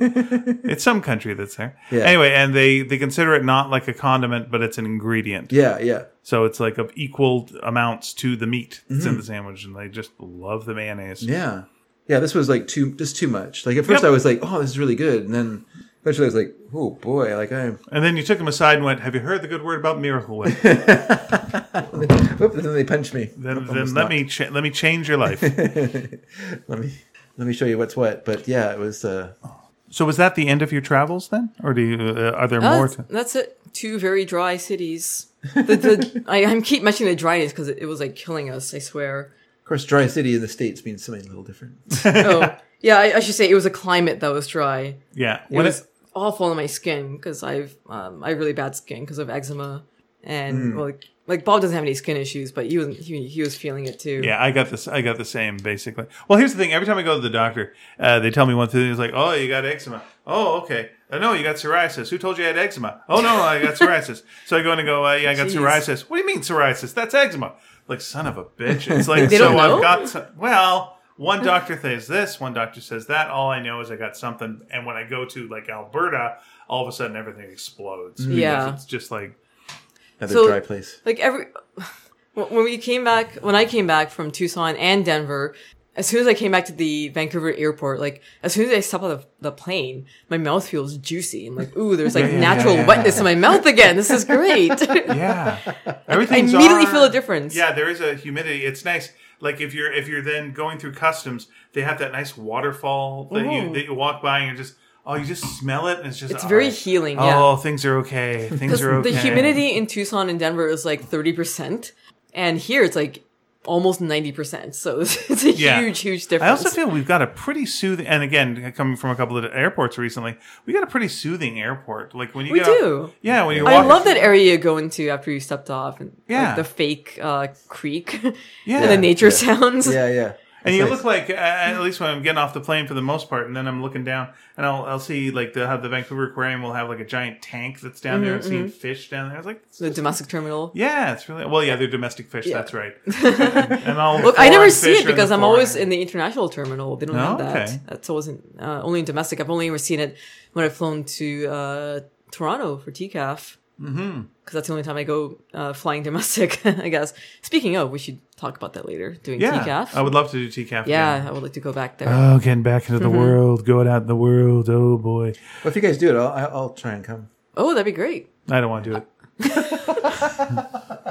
Speaker 3: it's some country that's there.
Speaker 1: Yeah.
Speaker 3: Anyway, and they they consider it not like a condiment, but it's an ingredient.
Speaker 1: yeah, yeah.
Speaker 3: So it's like of equal amounts to the meat that's
Speaker 2: Mm-hmm.
Speaker 3: in the sandwich, and they just love the mayonnaise.
Speaker 1: Yeah. Yeah, this was like too just too much. Like at first
Speaker 3: Yep.
Speaker 1: I was like, "Oh, this is really good." And then eventually I was like, "Oh boy, like I am
Speaker 3: And then you took him aside and went, "Have you heard the good word about Miracle
Speaker 1: Oop,
Speaker 3: Whip?"
Speaker 1: and then they punched me.
Speaker 3: then
Speaker 1: Almost
Speaker 3: then
Speaker 1: knocked
Speaker 3: let me cha- let me change your life.
Speaker 1: let me let me show you what's what. But yeah, it was uh
Speaker 3: so was that the end of your travels then, or do you uh, are there more?
Speaker 2: that's,
Speaker 3: To-
Speaker 2: that's it. Two very dry cities. The, the, I, I keep mentioning the dryness because it, it was like killing us. I swear.
Speaker 1: Of course, dry city in the states means something a little different.
Speaker 2: Oh, yeah. I, I should say it was a climate that was dry.
Speaker 3: yeah.
Speaker 2: It
Speaker 3: What
Speaker 2: was
Speaker 3: is-
Speaker 2: awful on my skin because I've um, I have really bad skin because of eczema and
Speaker 3: Hmm.
Speaker 2: well, like like Bob doesn't have any skin issues, but he was he, he was feeling it too.
Speaker 3: yeah, I got this. I got the same basically. Well, here's the thing: every time I go to the doctor, uh, they tell me one thing. It's like, "Oh, you got eczema. Oh, okay. Uh, no, you got psoriasis. Who told you I had eczema? Oh no, I got psoriasis. So I go in and go, uh, "Yeah, I got
Speaker 2: Jeez.
Speaker 3: psoriasis. What do you mean psoriasis? That's eczema. Like son of a bitch. It's like
Speaker 2: They
Speaker 3: so
Speaker 2: don't know?
Speaker 3: I've got some, well, one doctor says this, one doctor says that. All I know is I got something, and when I go to like Alberta, all of a sudden everything explodes. because
Speaker 2: Yeah.
Speaker 3: it's just like
Speaker 1: Another
Speaker 2: So-
Speaker 1: dry place.
Speaker 2: like every when when we came back when i came back from tucson and denver as soon as i came back to the vancouver airport like as soon as i step on the, the plane my mouth feels juicy and like ooh there's like
Speaker 3: yeah,
Speaker 2: natural
Speaker 3: yeah, yeah.
Speaker 2: wetness in my mouth again this is great i
Speaker 3: yeah, everything.
Speaker 2: immediately feel a difference
Speaker 3: Yeah, there is a humidity. It's nice. Like if you're if you're then going through customs, they have that nice waterfall that you
Speaker 2: Ooh.
Speaker 3: that you walk by and you're just oh you just smell it and it's just
Speaker 2: Mm-hmm. it's
Speaker 3: all
Speaker 2: very
Speaker 3: right.
Speaker 2: healing yeah
Speaker 3: Oh, things are okay. Things are
Speaker 2: the,
Speaker 3: okay.
Speaker 2: the humidity in tucson and denver is like 30% and here it's like almost 90% so it's, it's a
Speaker 3: Yeah.
Speaker 2: huge huge
Speaker 3: I
Speaker 2: difference
Speaker 3: also feel we've got a pretty soothing, and again, coming from a couple of airports recently, we got a pretty soothing airport. Like when you
Speaker 2: We
Speaker 3: get off-
Speaker 2: do.
Speaker 3: yeah, when you
Speaker 2: I
Speaker 3: walk,
Speaker 2: love that area you go into after you stepped off, and like,
Speaker 3: Yeah.
Speaker 2: the fake uh, creek,
Speaker 3: Yeah.
Speaker 2: and the nature
Speaker 1: Yeah.
Speaker 2: sounds.
Speaker 1: Yeah, yeah.
Speaker 3: And
Speaker 1: It's
Speaker 3: you
Speaker 1: nice.
Speaker 3: look like, uh, at least when I'm getting off the plane for the most part, and then I'm looking down, and I'll, I'll see like they'll have the Vancouver Aquarium will have like a giant tank that's down there. I've
Speaker 2: Mm-hmm,
Speaker 3: seen fish down there. I was like,
Speaker 2: The domestic terminal.
Speaker 3: yeah, it's really well. Yeah, they're domestic fish.
Speaker 2: Yeah.
Speaker 3: That's right. and I'll
Speaker 2: Look, I never
Speaker 3: foreign
Speaker 2: see
Speaker 3: fish
Speaker 2: it
Speaker 3: are in
Speaker 2: because
Speaker 3: the
Speaker 2: I'm always
Speaker 3: foreign.
Speaker 2: in the international terminal. They don't
Speaker 3: No?
Speaker 2: have that.
Speaker 3: Okay.
Speaker 2: That's always in, uh, only in domestic. I've only ever seen it when I've flown to uh, Toronto for TCAF. Because
Speaker 3: Mm-hmm.
Speaker 2: that's the only time I go uh, flying domestic, I guess. Speaking of, we should talk about that later. Doing
Speaker 3: yeah.
Speaker 2: TCAF.
Speaker 3: I would love to do
Speaker 2: yeah,
Speaker 3: TCAF.
Speaker 2: Mm-hmm.
Speaker 3: again.
Speaker 2: I would like to go back
Speaker 1: Uh.
Speaker 2: there.
Speaker 3: Oh, getting back into the world, going out in the world. Oh boy,
Speaker 1: Well, if you guys do it, I'll, I'll- I'll try and come.
Speaker 2: oh, that'd be great.
Speaker 3: I don't want to do it.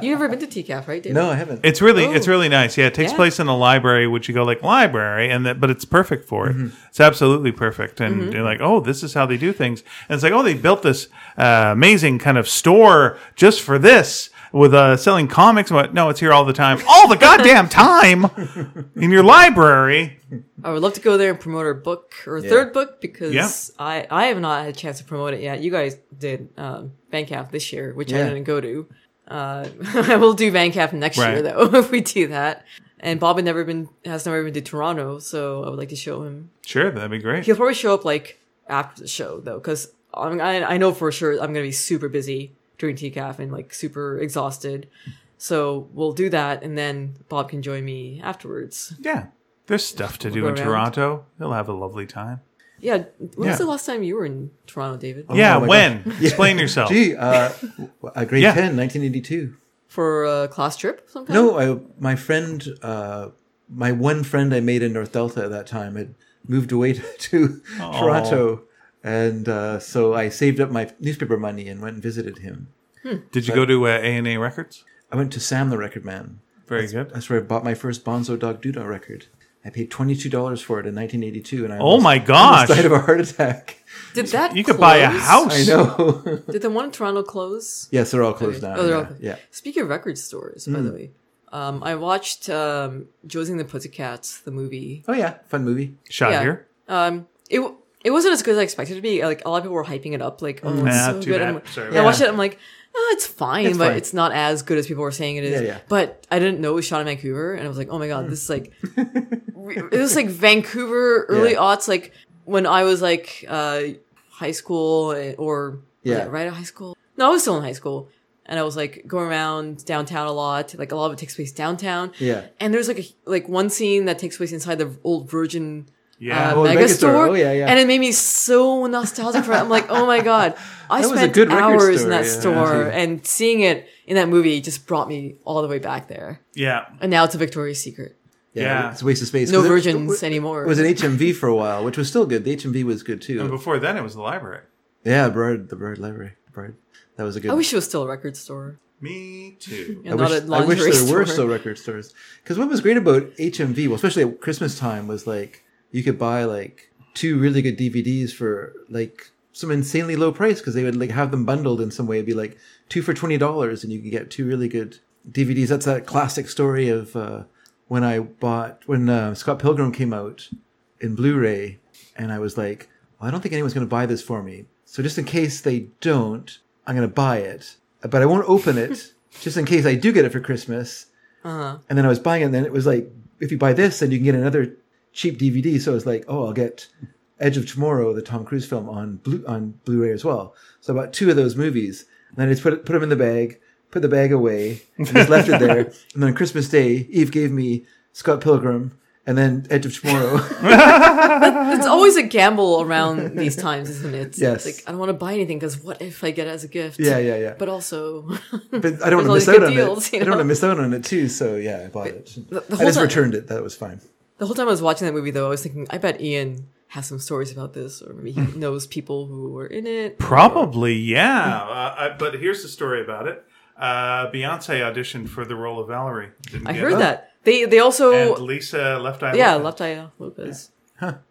Speaker 2: You've never been to TCAF, right, David?
Speaker 1: No, I haven't.
Speaker 3: It's really it's
Speaker 2: Ooh.
Speaker 3: really nice. Yeah, it takes
Speaker 2: Oh. Yeah.
Speaker 3: place in a library, which you go like library, and that but it's perfect for it.
Speaker 2: Mm-hmm.
Speaker 3: It's absolutely perfect, and you're like, oh, this is how they do things. And it's like, oh, they built this uh, amazing kind of store just for this with uh, selling comics. and What? No, it's here all the time, all the goddamn time in your library.
Speaker 2: I would love to go there and promote our book or third book because
Speaker 3: Yeah.
Speaker 2: I, I have not had a chance to promote it yet. You guys did um, VanCaf this year, which I
Speaker 1: Yeah.
Speaker 2: didn't go to. Uh, I will do VanCaf next year
Speaker 3: Right.
Speaker 2: though if we do that. And Bob had never been has never been to Toronto, so I would like to show him.
Speaker 3: Sure, that'd be great.
Speaker 2: He'll probably show up like after the show though, because I I know for sure I'm gonna be super busy during TCAF and like super exhausted. So we'll do that, and then Bob can join me afterwards.
Speaker 3: Yeah, there's stuff to do
Speaker 2: go
Speaker 3: in
Speaker 2: around.
Speaker 3: Toronto. You'll have a lovely time.
Speaker 2: Yeah, when
Speaker 3: Yeah. Oh,
Speaker 2: was the last time you were in Toronto, David?
Speaker 3: yeah,
Speaker 1: my
Speaker 3: when? Explain yourself.
Speaker 1: Gee, uh, a grade
Speaker 3: Yeah.
Speaker 1: 10, 1982.
Speaker 2: for a uh, class trip sometime?
Speaker 1: No, I, my friend, uh, my one friend I made in North Delta at that time had moved away to, to Toronto. And uh, so I saved up my newspaper money and went and visited him.
Speaker 3: Did you go to uh, A&A Records?
Speaker 1: I went to Sam the Record Man.
Speaker 3: Very good.
Speaker 1: That's where I bought my first Bonzo Dog Doodah record. I paid twenty two dollars for it in nineteen eighty two, and I
Speaker 3: Oh
Speaker 1: almost-
Speaker 3: my
Speaker 1: almost
Speaker 3: gosh.
Speaker 1: died of a heart attack.
Speaker 2: Did that
Speaker 3: You could buy a
Speaker 2: close?
Speaker 3: house.
Speaker 1: I know.
Speaker 2: Did the one in Toronto close?
Speaker 1: yes, they're all closed now.
Speaker 2: Oh, they're
Speaker 1: yeah.
Speaker 2: all closed.
Speaker 1: yeah.
Speaker 2: Speaking of record stores, by the
Speaker 3: Hmm.
Speaker 2: way, um, I watched um, Josie and the Pussycats, the movie.
Speaker 1: Oh yeah, fun movie.
Speaker 3: Shot
Speaker 2: Yeah.
Speaker 3: here.
Speaker 2: Um, it w- it wasn't as good as I expected it to be. Like a lot of people were hyping it up, like oh, it's
Speaker 3: Nah,
Speaker 2: so
Speaker 3: too
Speaker 2: good.
Speaker 3: bad.
Speaker 2: I'm-
Speaker 3: Sorry.
Speaker 2: and I watched it. I'm like, oh, it's fine,
Speaker 1: It's
Speaker 2: but
Speaker 1: fine.
Speaker 2: it's not as good as people were saying it is.
Speaker 1: Yeah, yeah.
Speaker 2: But I didn't know it was shot in Vancouver, and I was like, oh my god, this is like re- it was like Vancouver early
Speaker 1: Yeah.
Speaker 2: aughts, like when I was like uh, high school eh, or
Speaker 1: Yeah.
Speaker 2: yeah, right at high school. No, I was still in high school, and I was like going around downtown a lot. Like a lot of it takes place downtown.
Speaker 1: Yeah.
Speaker 2: And there's like a, like one scene that takes place inside the old Virgin
Speaker 3: Yeah.
Speaker 2: uh,
Speaker 1: Oh,
Speaker 2: mega
Speaker 1: Megastore.
Speaker 2: store.
Speaker 1: Oh, yeah, yeah.
Speaker 2: And it made me so nostalgic for it. I'm like, oh my god, I
Speaker 1: That was a
Speaker 2: spent
Speaker 1: good record
Speaker 2: hours
Speaker 1: store,
Speaker 2: in that
Speaker 1: yeah.
Speaker 2: store,
Speaker 1: Yeah.
Speaker 2: and seeing it in that movie just brought me all the way back there.
Speaker 3: yeah.
Speaker 2: And now it's a Victoria's Secret.
Speaker 1: Yeah,
Speaker 3: Yeah.
Speaker 1: it's a waste of space.
Speaker 2: No
Speaker 1: 'Cause it-
Speaker 2: virgins anymore.
Speaker 1: It was an HMV for a while, which was still good. The HMV was good
Speaker 3: And
Speaker 1: too.
Speaker 3: before then, it was the library.
Speaker 1: Yeah, Bird, the Bird Library, Bird. That was a good.
Speaker 2: I wish it was still a record store
Speaker 3: Me too.
Speaker 2: and not a
Speaker 1: I wish
Speaker 2: lingerie
Speaker 1: there
Speaker 2: store.
Speaker 1: were still record stores. Because what was great about HMV, well, especially at Christmas time, was like you could buy like two really good DVDs for like some insanely low price because they would like have them bundled in some way. It'd be like two for twenty dollars, and you could get two really good DVDs. That's that classic story of uh, when I bought when uh, Scott Pilgrim came out in Blu-ray, and I was like, well, I don't think anyone's going to buy this for me. So just in case they don't, I'm going to buy it, but I won't open it just in case I do get it for Christmas.
Speaker 2: Uh-huh.
Speaker 1: And then I was buying it, and then it was like, if you buy this, then you can get another cheap DVD. So I was like, oh, I'll get Edge of Tomorrow, the Tom Cruise film, on Blu on Blu-ray as well. So I bought two of those movies, and then I just put put them in the bag, put the bag away, and just left it there. And then on Christmas Day, Eve gave me Scott Pilgrim, and then Edge of Tomorrow.
Speaker 2: It's always a gamble around these times, isn't it? It's
Speaker 1: Yes.
Speaker 2: Like I don't want to buy anything because what if I get it as a gift?
Speaker 1: yeah, yeah, yeah.
Speaker 2: But also,
Speaker 1: But I don't
Speaker 2: There's
Speaker 1: want
Speaker 2: all
Speaker 1: to miss
Speaker 2: these
Speaker 1: out
Speaker 2: good
Speaker 1: on
Speaker 2: deals,
Speaker 1: it.
Speaker 2: you
Speaker 1: I don't want
Speaker 2: know?
Speaker 1: to miss out on it too. So yeah, I bought it.
Speaker 2: the- the
Speaker 1: I
Speaker 2: whole
Speaker 1: just
Speaker 2: time-
Speaker 1: returned it. That was fine.
Speaker 2: The whole time I was watching that movie, though, I was thinking, I bet Ian has some stories about this, or maybe he knows people who were in it.
Speaker 3: Probably, yeah. Uh, I, but here's the story about it. Uh, Beyonce auditioned for the role of Valerie. Didn't
Speaker 2: I
Speaker 3: get
Speaker 2: heard
Speaker 3: it.
Speaker 2: that they they
Speaker 3: And
Speaker 2: also
Speaker 3: Lisa Left Eye.
Speaker 2: yeah
Speaker 3: Lopez.
Speaker 2: Left Eye Lopez.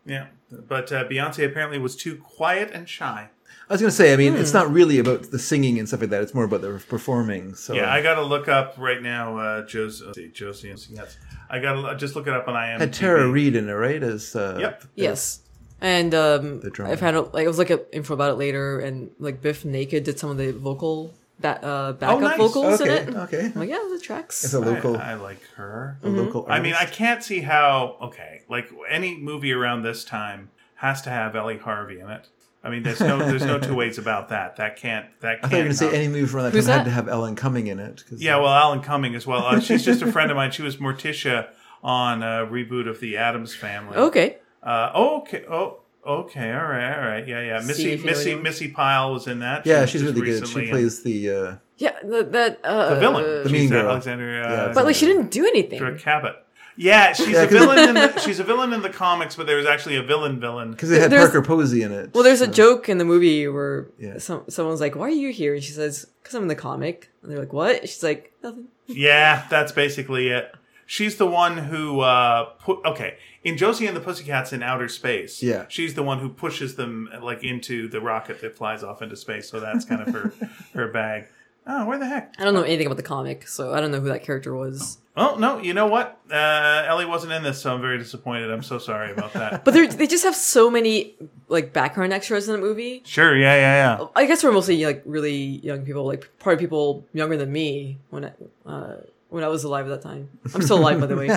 Speaker 3: Yeah. But uh, Beyonce apparently was too quiet and shy.
Speaker 1: I was gonna say. I mean, it's
Speaker 2: Hmm.
Speaker 1: not really about the singing and stuff like that. It's more about the performing. So
Speaker 3: Yeah, I got to look up right now. Uh, Josie, let's see, Josie, yes, I got to just look it up on IMDb.
Speaker 1: had Tara Reid in it, right? As uh,
Speaker 3: Yep.
Speaker 2: Yes, and um,
Speaker 1: The drama.
Speaker 2: I found out like I was like at info about it later, and like Biff Naked did some of the vocal ba- uh, backup
Speaker 3: nice.
Speaker 2: vocals
Speaker 1: Oh, Okay.
Speaker 2: in it.
Speaker 1: Okay.
Speaker 2: I'm like yeah, the
Speaker 1: As
Speaker 2: tracks.
Speaker 1: a
Speaker 3: I-
Speaker 1: local,
Speaker 3: I, like her.
Speaker 2: Mm-hmm.
Speaker 1: a local.
Speaker 3: I mean, I
Speaker 1: artist.
Speaker 3: can't see how. Okay, like any movie around this time has to have Ellie Harvey in it. I mean, there's no there's no two ways about that. That can't that can't.
Speaker 1: I thought you were gonna say
Speaker 3: not-
Speaker 1: any movie from that
Speaker 2: Who's
Speaker 1: time had
Speaker 2: that?
Speaker 1: to have Ellen Cumming in it. 'cause-
Speaker 3: Yeah, well, Alan Cumming as well. Uh, she's just a friend of mine. She was Morticia on a reboot of The Adams Family.
Speaker 2: Okay,
Speaker 3: Uh, oh, okay. Oh, okay. All right. All right. Yeah. Yeah.
Speaker 2: See
Speaker 3: Missy
Speaker 2: if you know
Speaker 3: Missy
Speaker 2: anyone.
Speaker 3: Missy Pyle was in that.
Speaker 1: yeah,
Speaker 3: was
Speaker 1: she's
Speaker 3: just
Speaker 1: really good.
Speaker 3: recently
Speaker 1: She
Speaker 3: in
Speaker 1: plays the. Uh,
Speaker 2: yeah, the, that uh,
Speaker 3: the villain.
Speaker 1: The
Speaker 3: she's
Speaker 1: mean girl.
Speaker 3: Alexandria.
Speaker 1: Yeah,
Speaker 3: Uh,
Speaker 2: But like she didn't do anything.
Speaker 3: Dra- Cabot. Yeah, she's
Speaker 1: Yeah,
Speaker 3: a
Speaker 1: 'cause-
Speaker 3: villain. In the, she's a villain in the comics, but there was actually a villain villain.
Speaker 1: Because it had
Speaker 2: There's-
Speaker 1: Parker Posey in it.
Speaker 2: Well, there's a joke in the movie where
Speaker 1: Yeah.
Speaker 2: some, someone's like, "Why are you here?" And she says, "Cause I'm in the comic." And they're like, "What?" She's like, "Nothing."
Speaker 3: Yeah, that's basically it. She's the one who uh put okay in Josie and the Pussycats in outer space.
Speaker 1: Yeah.
Speaker 3: she's the one who pushes them like into the rocket that flies off into space. So that's kind of her her bag. Oh, where the heck?
Speaker 2: I don't know anything about the comic, so I don't know who that character was.
Speaker 3: Oh no, you know what? Uh, Ellie wasn't in this, so I'm very disappointed. I'm so sorry about that.
Speaker 2: But they they just have so many like background extras in the movie.
Speaker 3: sure, yeah, yeah, yeah.
Speaker 2: I guess we're mostly like really young people, like probably people younger than me when I uh, when I was alive at that time. I'm still alive, by the way.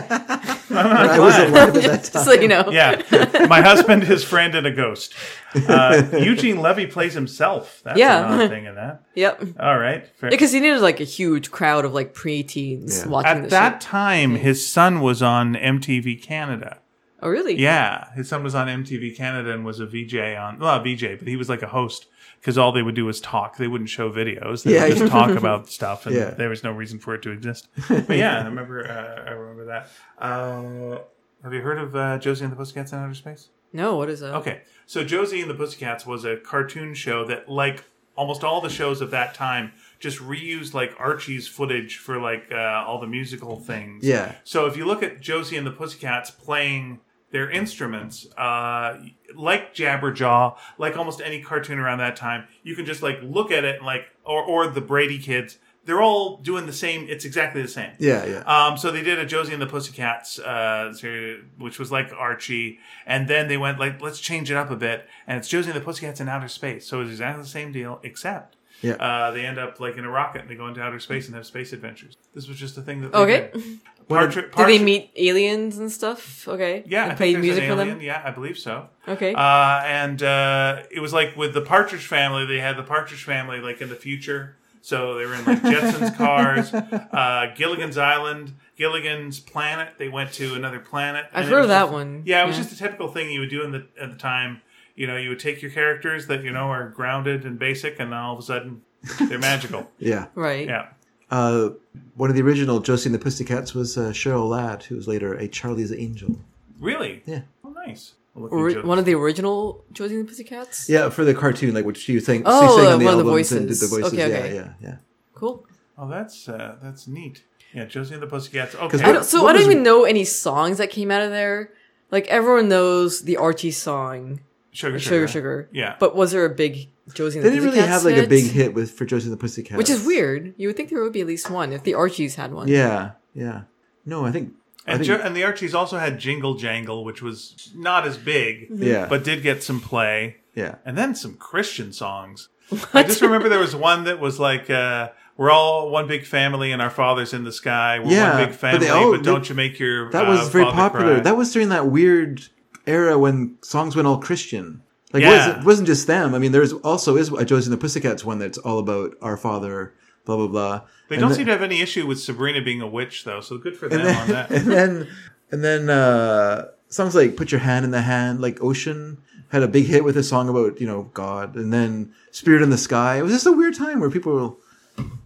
Speaker 1: I was alive at that
Speaker 2: just,
Speaker 1: time.
Speaker 2: so you know.
Speaker 3: Yeah, my husband, his friend, and a ghost. Uh, Eugene Levy plays himself. That's
Speaker 2: Yeah.
Speaker 3: yeah. thing in that.
Speaker 2: Yep.
Speaker 3: All right, fair.
Speaker 2: Because he needed like a huge crowd of like preteens
Speaker 1: Yeah.
Speaker 2: watching
Speaker 3: At
Speaker 2: this.
Speaker 3: that
Speaker 2: shit.
Speaker 3: time, his son was on MTV Canada.
Speaker 2: Oh really?
Speaker 3: Yeah, his son was on MTV Canada and was a VJ on well, a VJ, but he was like a host because all they would do was talk. They wouldn't show videos. They
Speaker 1: Yeah.
Speaker 3: would just talk about stuff, and
Speaker 1: Yeah.
Speaker 3: there was no reason for it to exist. But yeah, I remember. Uh, I remember that. Uh, have you heard of uh, Josie and the Pussycats in Outer Space?
Speaker 2: No, what is that?
Speaker 3: Okay, so Josie and the Pussycats was a cartoon show that, like almost all the shows of that time just reused like Archie's footage for like uh, all the musical things.
Speaker 1: Yeah.
Speaker 3: So if you look at Josie and the Pussycats playing their instruments, uh, like Jabberjaw, like almost any cartoon around that time, you can just like look at it and like, or, or the Brady kids, they're all doing the same. It's exactly the same.
Speaker 1: Yeah, yeah.
Speaker 3: Um, so they did a Josie and the Pussycats, uh, series, which was like Archie, and then they went like, let's change it up a bit, and it's Josie and the Pussycats in outer space. So it's exactly the same deal, except
Speaker 1: Yeah.
Speaker 3: uh, they end up like in a rocket and they go into outer space and have space adventures. This was just a thing that they
Speaker 2: Okay.
Speaker 3: did.
Speaker 2: Did
Speaker 3: Partri-
Speaker 2: they
Speaker 3: Partri-
Speaker 2: meet aliens and stuff? Okay.
Speaker 3: Yeah, I
Speaker 2: And
Speaker 3: think
Speaker 2: played
Speaker 3: there's
Speaker 2: music
Speaker 3: an
Speaker 2: for
Speaker 3: alien.
Speaker 2: them.
Speaker 3: Yeah, I believe so.
Speaker 2: Okay.
Speaker 3: Uh, and uh, it was like with the Partridge Family, they had the Partridge Family like in the future. So they were in like Jetson's cars, uh, Gilligan's Island, Gilligan's Planet. They went to another planet.
Speaker 2: I've
Speaker 3: and it
Speaker 2: heard
Speaker 3: was
Speaker 2: of that
Speaker 3: just-
Speaker 2: one.
Speaker 3: Yeah, it was
Speaker 2: Yeah.
Speaker 3: just a typical thing you would do in the at the time. You know, you would take your characters that you know are grounded and basic, and then all of a sudden they're magical.
Speaker 1: yeah.
Speaker 2: right.
Speaker 3: Yeah.
Speaker 1: Uh, one of the original Josie and the Pussycats was uh, Cheryl Ladd, who was later a Charlie's Angel.
Speaker 3: Really?
Speaker 1: Yeah.
Speaker 3: Oh, nice. Well, look,
Speaker 2: Ori-
Speaker 3: you
Speaker 2: one of the original Josie and the Pussycats.
Speaker 1: Yeah, for the cartoon, like what she was saying.
Speaker 2: Oh,
Speaker 1: she sang on
Speaker 2: uh, one of the
Speaker 1: albums and
Speaker 2: voices.
Speaker 1: did the voices.
Speaker 2: Okay, okay.
Speaker 1: Yeah, yeah, yeah.
Speaker 2: Cool.
Speaker 3: Oh, that's uh, that's neat. Yeah, Josie and the Pussycats.
Speaker 2: I
Speaker 3: Okay,
Speaker 2: don't, so
Speaker 1: What
Speaker 2: I don't
Speaker 1: was-
Speaker 2: even know any songs that came out of there. Like everyone knows the Archie song
Speaker 3: sugar,
Speaker 2: "Sugar Sugar,"
Speaker 3: Yeah,
Speaker 2: but was there a big Josie and
Speaker 1: They
Speaker 2: the
Speaker 1: didn't really
Speaker 2: Pussycats
Speaker 1: have like a
Speaker 2: hit?
Speaker 1: big hit with for Josie and the Pussycats,
Speaker 2: which is weird. You would think there would be at least one if the Archies had one.
Speaker 1: Yeah, yeah. No, I think. I
Speaker 3: and,
Speaker 1: think
Speaker 3: Jo- and the Archies also had Jingle Jangle, which was not as big,
Speaker 1: Mm-hmm. yeah,
Speaker 3: but did get some play,
Speaker 1: yeah.
Speaker 3: and then some Christian songs. I just remember there was one that was like, uh, "We're all one big family, and our father's in the sky. We're
Speaker 1: Yeah,
Speaker 3: one big
Speaker 1: but
Speaker 3: family,
Speaker 1: they
Speaker 3: but,
Speaker 1: all-
Speaker 3: don't you make your
Speaker 1: That
Speaker 3: uh,
Speaker 1: was very
Speaker 3: father
Speaker 1: popular.
Speaker 3: cry."
Speaker 1: That was during that weird era when songs went all Christian. Like it,
Speaker 3: Yeah.
Speaker 1: wasn't, it wasn't just them. I mean, there's also is a Josie and the Pussycats one that's all about our father, blah blah blah.
Speaker 3: they
Speaker 1: And
Speaker 3: don't
Speaker 1: the-
Speaker 3: seem to have any issue with Sabrina being a witch, though. So good for them
Speaker 1: and
Speaker 3: on
Speaker 1: then,
Speaker 3: that.
Speaker 1: and then and then uh songs like put your hand in the hand like ocean had a big hit with a song about you know god and then spirit in the sky it was just a weird time where people were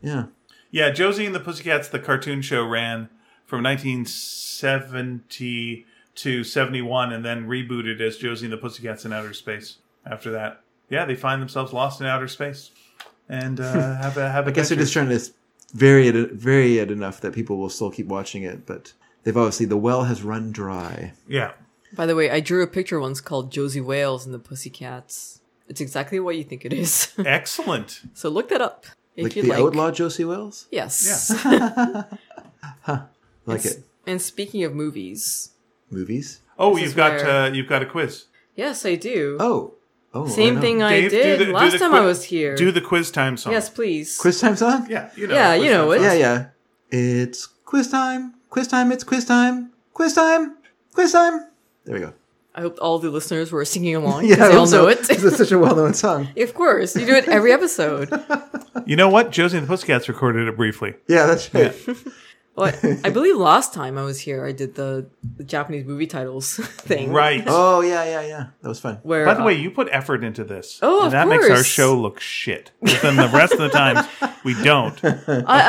Speaker 1: yeah
Speaker 3: Yeah, Josie and the Pussycats, the cartoon show, ran from 1970 to 71 and then rebooted as Josie and the Pussycats in Outer Space after that. Yeah, they find themselves lost in outer space and uh, have a have a
Speaker 1: i guess they're just trying to vary it vary it enough that people will still keep watching it but they've obviously the well has run dry
Speaker 3: Yeah.
Speaker 2: By the way, I drew a picture once called Josie Wales and the Pussycats. It's exactly what you think it is.
Speaker 3: Excellent.
Speaker 2: so look that up if
Speaker 1: like
Speaker 2: you'd
Speaker 1: the
Speaker 2: like.
Speaker 1: outlaw josie wells
Speaker 2: Yes.
Speaker 1: like it
Speaker 2: and speaking of movies,
Speaker 1: movies
Speaker 3: Oh,
Speaker 2: This is
Speaker 3: you've got
Speaker 2: where-
Speaker 3: uh, you've got a quiz.
Speaker 2: yes, I do.
Speaker 1: oh oh
Speaker 2: Same
Speaker 1: no.
Speaker 2: thing I
Speaker 3: Dave, do
Speaker 2: did
Speaker 3: the- do
Speaker 2: last
Speaker 3: the
Speaker 2: time I
Speaker 3: quick-
Speaker 2: was here.
Speaker 3: Do the quiz time song.
Speaker 2: yes, please.
Speaker 1: quiz time song
Speaker 3: Yeah, you know.
Speaker 2: Yeah,
Speaker 3: the quiz
Speaker 2: you know
Speaker 3: time
Speaker 2: it.
Speaker 3: song.
Speaker 1: Yeah, yeah. It's quiz time. Quiz time. It's quiz time. Quiz time. Quiz time. There we go.
Speaker 2: I hope all the listeners were singing along.
Speaker 1: Yeah,
Speaker 2: yeah, they all
Speaker 1: also,
Speaker 2: know it.
Speaker 1: This is such a well-known song.
Speaker 2: of course, you do it every episode.
Speaker 3: You know what? Josie and the Pussycats recorded it briefly.
Speaker 1: Yeah, that's right.
Speaker 2: Well, I believe last time I was here, I did the, the Japanese movie titles thing.
Speaker 3: Right.
Speaker 1: Oh, yeah, yeah, yeah. That was fun.
Speaker 2: Where,
Speaker 3: By the
Speaker 2: uh,
Speaker 3: way, you put effort into this.
Speaker 2: Oh,
Speaker 3: and
Speaker 2: of
Speaker 3: that makes our
Speaker 2: course.
Speaker 3: show look shit. But then the rest of the times we don't.
Speaker 2: I, I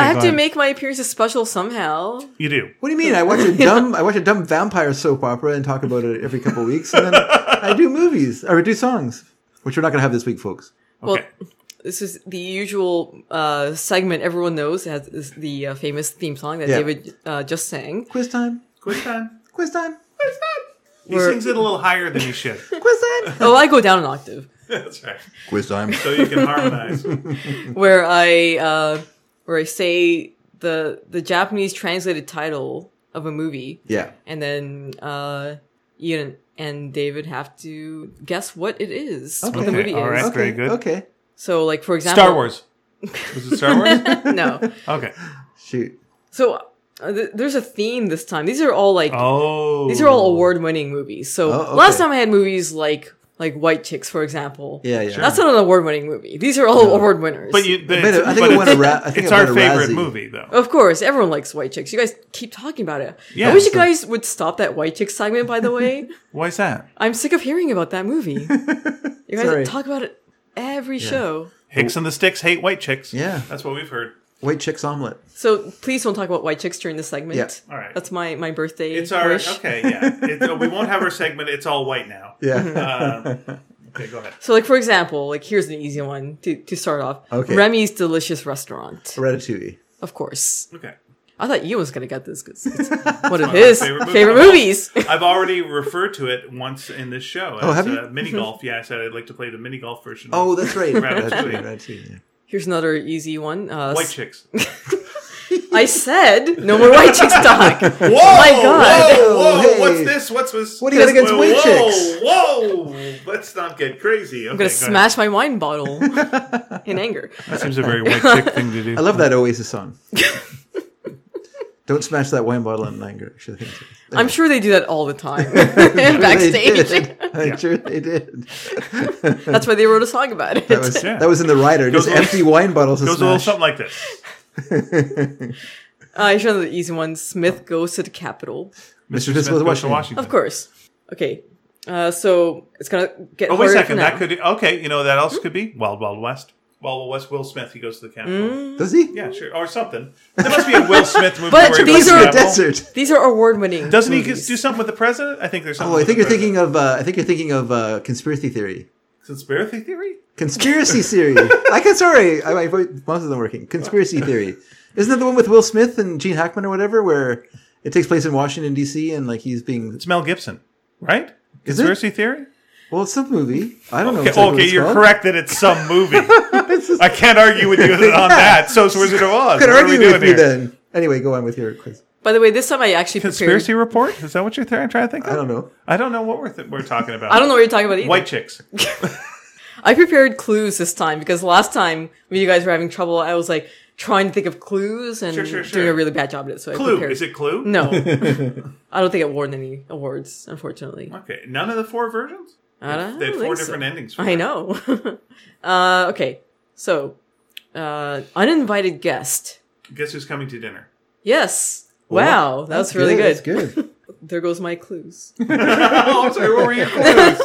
Speaker 2: have
Speaker 3: go
Speaker 2: to
Speaker 3: ahead.
Speaker 2: make my appearances special somehow.
Speaker 3: You do.
Speaker 1: What do you mean? I watch a dumb, I watch a dumb vampire soap opera and talk about it every couple weeks, and then I do movies or I do songs, which we're not going to have this week, folks.
Speaker 3: Okay.
Speaker 2: Well, this is the usual uh, segment everyone knows. It has is the uh, famous theme song that
Speaker 1: Yeah.
Speaker 2: David uh, just sang.
Speaker 1: Quiz time.
Speaker 3: Quiz time.
Speaker 1: Quiz time.
Speaker 3: Quiz time. He
Speaker 2: We're-
Speaker 3: sings it a little higher than he should.
Speaker 1: Quiz time.
Speaker 2: Oh, I go down an octave.
Speaker 3: That's right.
Speaker 1: quiz time.
Speaker 3: So you can harmonize.
Speaker 2: where I uh, where I say the the Japanese translated title of a movie,
Speaker 1: Yeah.
Speaker 2: and then uh, Ian and David have to guess what it is, what
Speaker 1: Okay.
Speaker 2: the movie
Speaker 3: All
Speaker 2: is.
Speaker 3: right.
Speaker 1: okay.
Speaker 3: very good.
Speaker 1: Okay.
Speaker 2: So, like for example,
Speaker 3: Star Wars. Was it Star Wars?
Speaker 2: no,
Speaker 3: Okay.
Speaker 1: Shoot.
Speaker 2: so uh, th- there's a theme this time. These are all like
Speaker 3: Oh.
Speaker 2: these are all award winning movies. So
Speaker 1: Oh, okay.
Speaker 2: last time I had movies like like White Chicks, for example.
Speaker 1: Yeah, yeah.
Speaker 2: That's not an award winning movie. These are all award winners.
Speaker 3: But you. But
Speaker 1: I bet
Speaker 3: it's,
Speaker 1: it- I
Speaker 3: but
Speaker 1: think it won a
Speaker 3: it's,
Speaker 1: ra- I think
Speaker 3: it's
Speaker 1: it won
Speaker 3: our
Speaker 1: a
Speaker 3: favorite
Speaker 1: Razzie.
Speaker 3: movie, though.
Speaker 2: Of course, everyone likes white chicks. You guys keep talking about it.
Speaker 3: Yeah,
Speaker 2: I wish you
Speaker 1: so-
Speaker 2: guys would stop that white chick segment. By the way,
Speaker 3: Why is that?
Speaker 2: I'm sick of hearing about that movie. You guys
Speaker 1: Sorry.
Speaker 2: talk about it every show.
Speaker 3: Hicks and the Sticks hate white chicks.
Speaker 1: Yeah.
Speaker 3: That's what we've heard.
Speaker 1: White chicks omelet.
Speaker 2: So please don't talk about white chicks during this segment.
Speaker 1: Yeah.
Speaker 3: All right.
Speaker 2: That's my my birthday.
Speaker 3: It's our
Speaker 2: wish. Mm-hmm.
Speaker 3: okay. Yeah. It, we won't have our segment. It's all white now.
Speaker 1: Yeah.
Speaker 3: Um, Okay, go ahead.
Speaker 2: So, like for example, like here's an easy one to, to start off.
Speaker 1: Okay.
Speaker 2: Remy's Delicious Restaurant,
Speaker 1: Ratatouille.
Speaker 2: of course.
Speaker 3: Okay.
Speaker 2: I thought you was gonna get this because it's one of
Speaker 3: my
Speaker 2: his
Speaker 3: favorite
Speaker 2: favorite,
Speaker 3: movie.
Speaker 2: movies.
Speaker 3: I've already referred to it once in this show.
Speaker 1: Oh,
Speaker 3: as,
Speaker 1: have you?
Speaker 3: Uh, mini golf. Yeah, I said I'd like to play the mini golf version.
Speaker 1: Oh,
Speaker 3: of
Speaker 1: that's right.
Speaker 3: Ratatouille.
Speaker 1: Ratatouille. Ratatouille. yeah.
Speaker 2: Here's another easy one. Uh,
Speaker 3: White Chicks.
Speaker 2: I said no more white chicks talk.
Speaker 3: Whoa!
Speaker 2: Oh God.
Speaker 3: Whoa! whoa
Speaker 1: Hey.
Speaker 3: What's this? What's this?
Speaker 1: What do you got against
Speaker 3: whoa,
Speaker 1: white
Speaker 3: whoa, Whoa! Let's not get crazy. Okay,
Speaker 2: I'm gonna
Speaker 3: go ahead.
Speaker 2: smash my wine bottle in anger.
Speaker 3: That seems a very white chick thing to do.
Speaker 1: I love that Oasis song. Don't smash that wine bottle in anger. Actually, I think so.
Speaker 2: I'm sure they do that all the time
Speaker 1: They
Speaker 2: backstage.
Speaker 1: did. I'm sure they did.
Speaker 2: That's why they wrote a song about it.
Speaker 1: That was,
Speaker 3: Yeah.
Speaker 1: that was in the rider. Just
Speaker 3: Goes a little-
Speaker 1: empty wine bottles. to
Speaker 3: goes a little
Speaker 1: smash.
Speaker 3: something like this.
Speaker 2: Uh, here's another easy one. Smith goes to the Capitol.
Speaker 1: Mr.
Speaker 3: Smith goes
Speaker 1: Visible
Speaker 3: to
Speaker 1: Washington.
Speaker 2: Of course. Okay. Uh, so it's gonna get.
Speaker 3: Oh, wait
Speaker 2: harder
Speaker 3: a
Speaker 2: for
Speaker 3: second.
Speaker 2: now.
Speaker 3: That could okay. You know what that else could
Speaker 2: Mm-hmm.
Speaker 3: be Wild Wild West. Wild Wild West. Will Smith. He goes to the Capitol.
Speaker 1: Does he?
Speaker 3: Yeah, sure, or something. There must be a Will Smith movie.
Speaker 2: Mm. But
Speaker 3: where he
Speaker 2: these
Speaker 3: goes to the
Speaker 2: are-
Speaker 1: The
Speaker 3: Capitol.
Speaker 1: desert.
Speaker 2: These are award-winning.
Speaker 3: Doesn't he
Speaker 2: movies.
Speaker 3: do something with the president? I think there's something.
Speaker 1: Oh, I
Speaker 3: with
Speaker 1: think
Speaker 3: the
Speaker 1: you're thinking of. Uh, I think you're thinking of uh, conspiracy theory.
Speaker 3: president. conspiracy theory.
Speaker 1: Conspiracy theory. I can sorry, I, I most of them working. Conspiracy theory. Isn't that the one with Will Smith and Gene Hackman or whatever, where it takes place in Washington D.C. and like he's being
Speaker 3: It's Mel Gibson, right?
Speaker 1: Is it?
Speaker 3: Conspiracy theory.
Speaker 1: well, it's some movie. I don't know.
Speaker 3: Okay,
Speaker 1: exactly what
Speaker 3: okay,
Speaker 1: it's
Speaker 3: you're
Speaker 1: called.
Speaker 3: correct that it's some movie. I can't argue with you on that. So is Wizard of Oz.
Speaker 1: Could
Speaker 3: What are we
Speaker 1: argue
Speaker 3: doing
Speaker 1: with me
Speaker 3: here?
Speaker 1: then. Anyway, go on with your quiz.
Speaker 2: By the way, this time I actually
Speaker 3: Conspiracy
Speaker 2: prepared.
Speaker 3: report? Is that what you're th- trying to think of?
Speaker 1: I don't know.
Speaker 3: I don't know what we're, th- we're talking about.
Speaker 2: I don't know what you're talking about either.
Speaker 3: White chicks.
Speaker 2: I prepared clues this time because last time when you guys were having trouble, I was like trying to think of clues and
Speaker 3: Sure, sure,
Speaker 2: doing
Speaker 3: sure.
Speaker 2: a really bad job at it. So I
Speaker 3: Clue.
Speaker 2: prepared.
Speaker 3: Is it Clue?
Speaker 2: No, I don't think it won any awards, unfortunately.
Speaker 3: Okay. None of the four versions?
Speaker 2: I don't
Speaker 3: They had
Speaker 2: think
Speaker 3: four
Speaker 2: so.
Speaker 3: different endings. for
Speaker 2: I
Speaker 3: it.
Speaker 2: know. uh, okay, so uh, uninvited guest.
Speaker 3: Guess who's coming to dinner?
Speaker 2: Yes. Wow, that was really good.
Speaker 1: That's good.
Speaker 2: There goes my clues.
Speaker 3: oh, I'm sorry. What were your clues?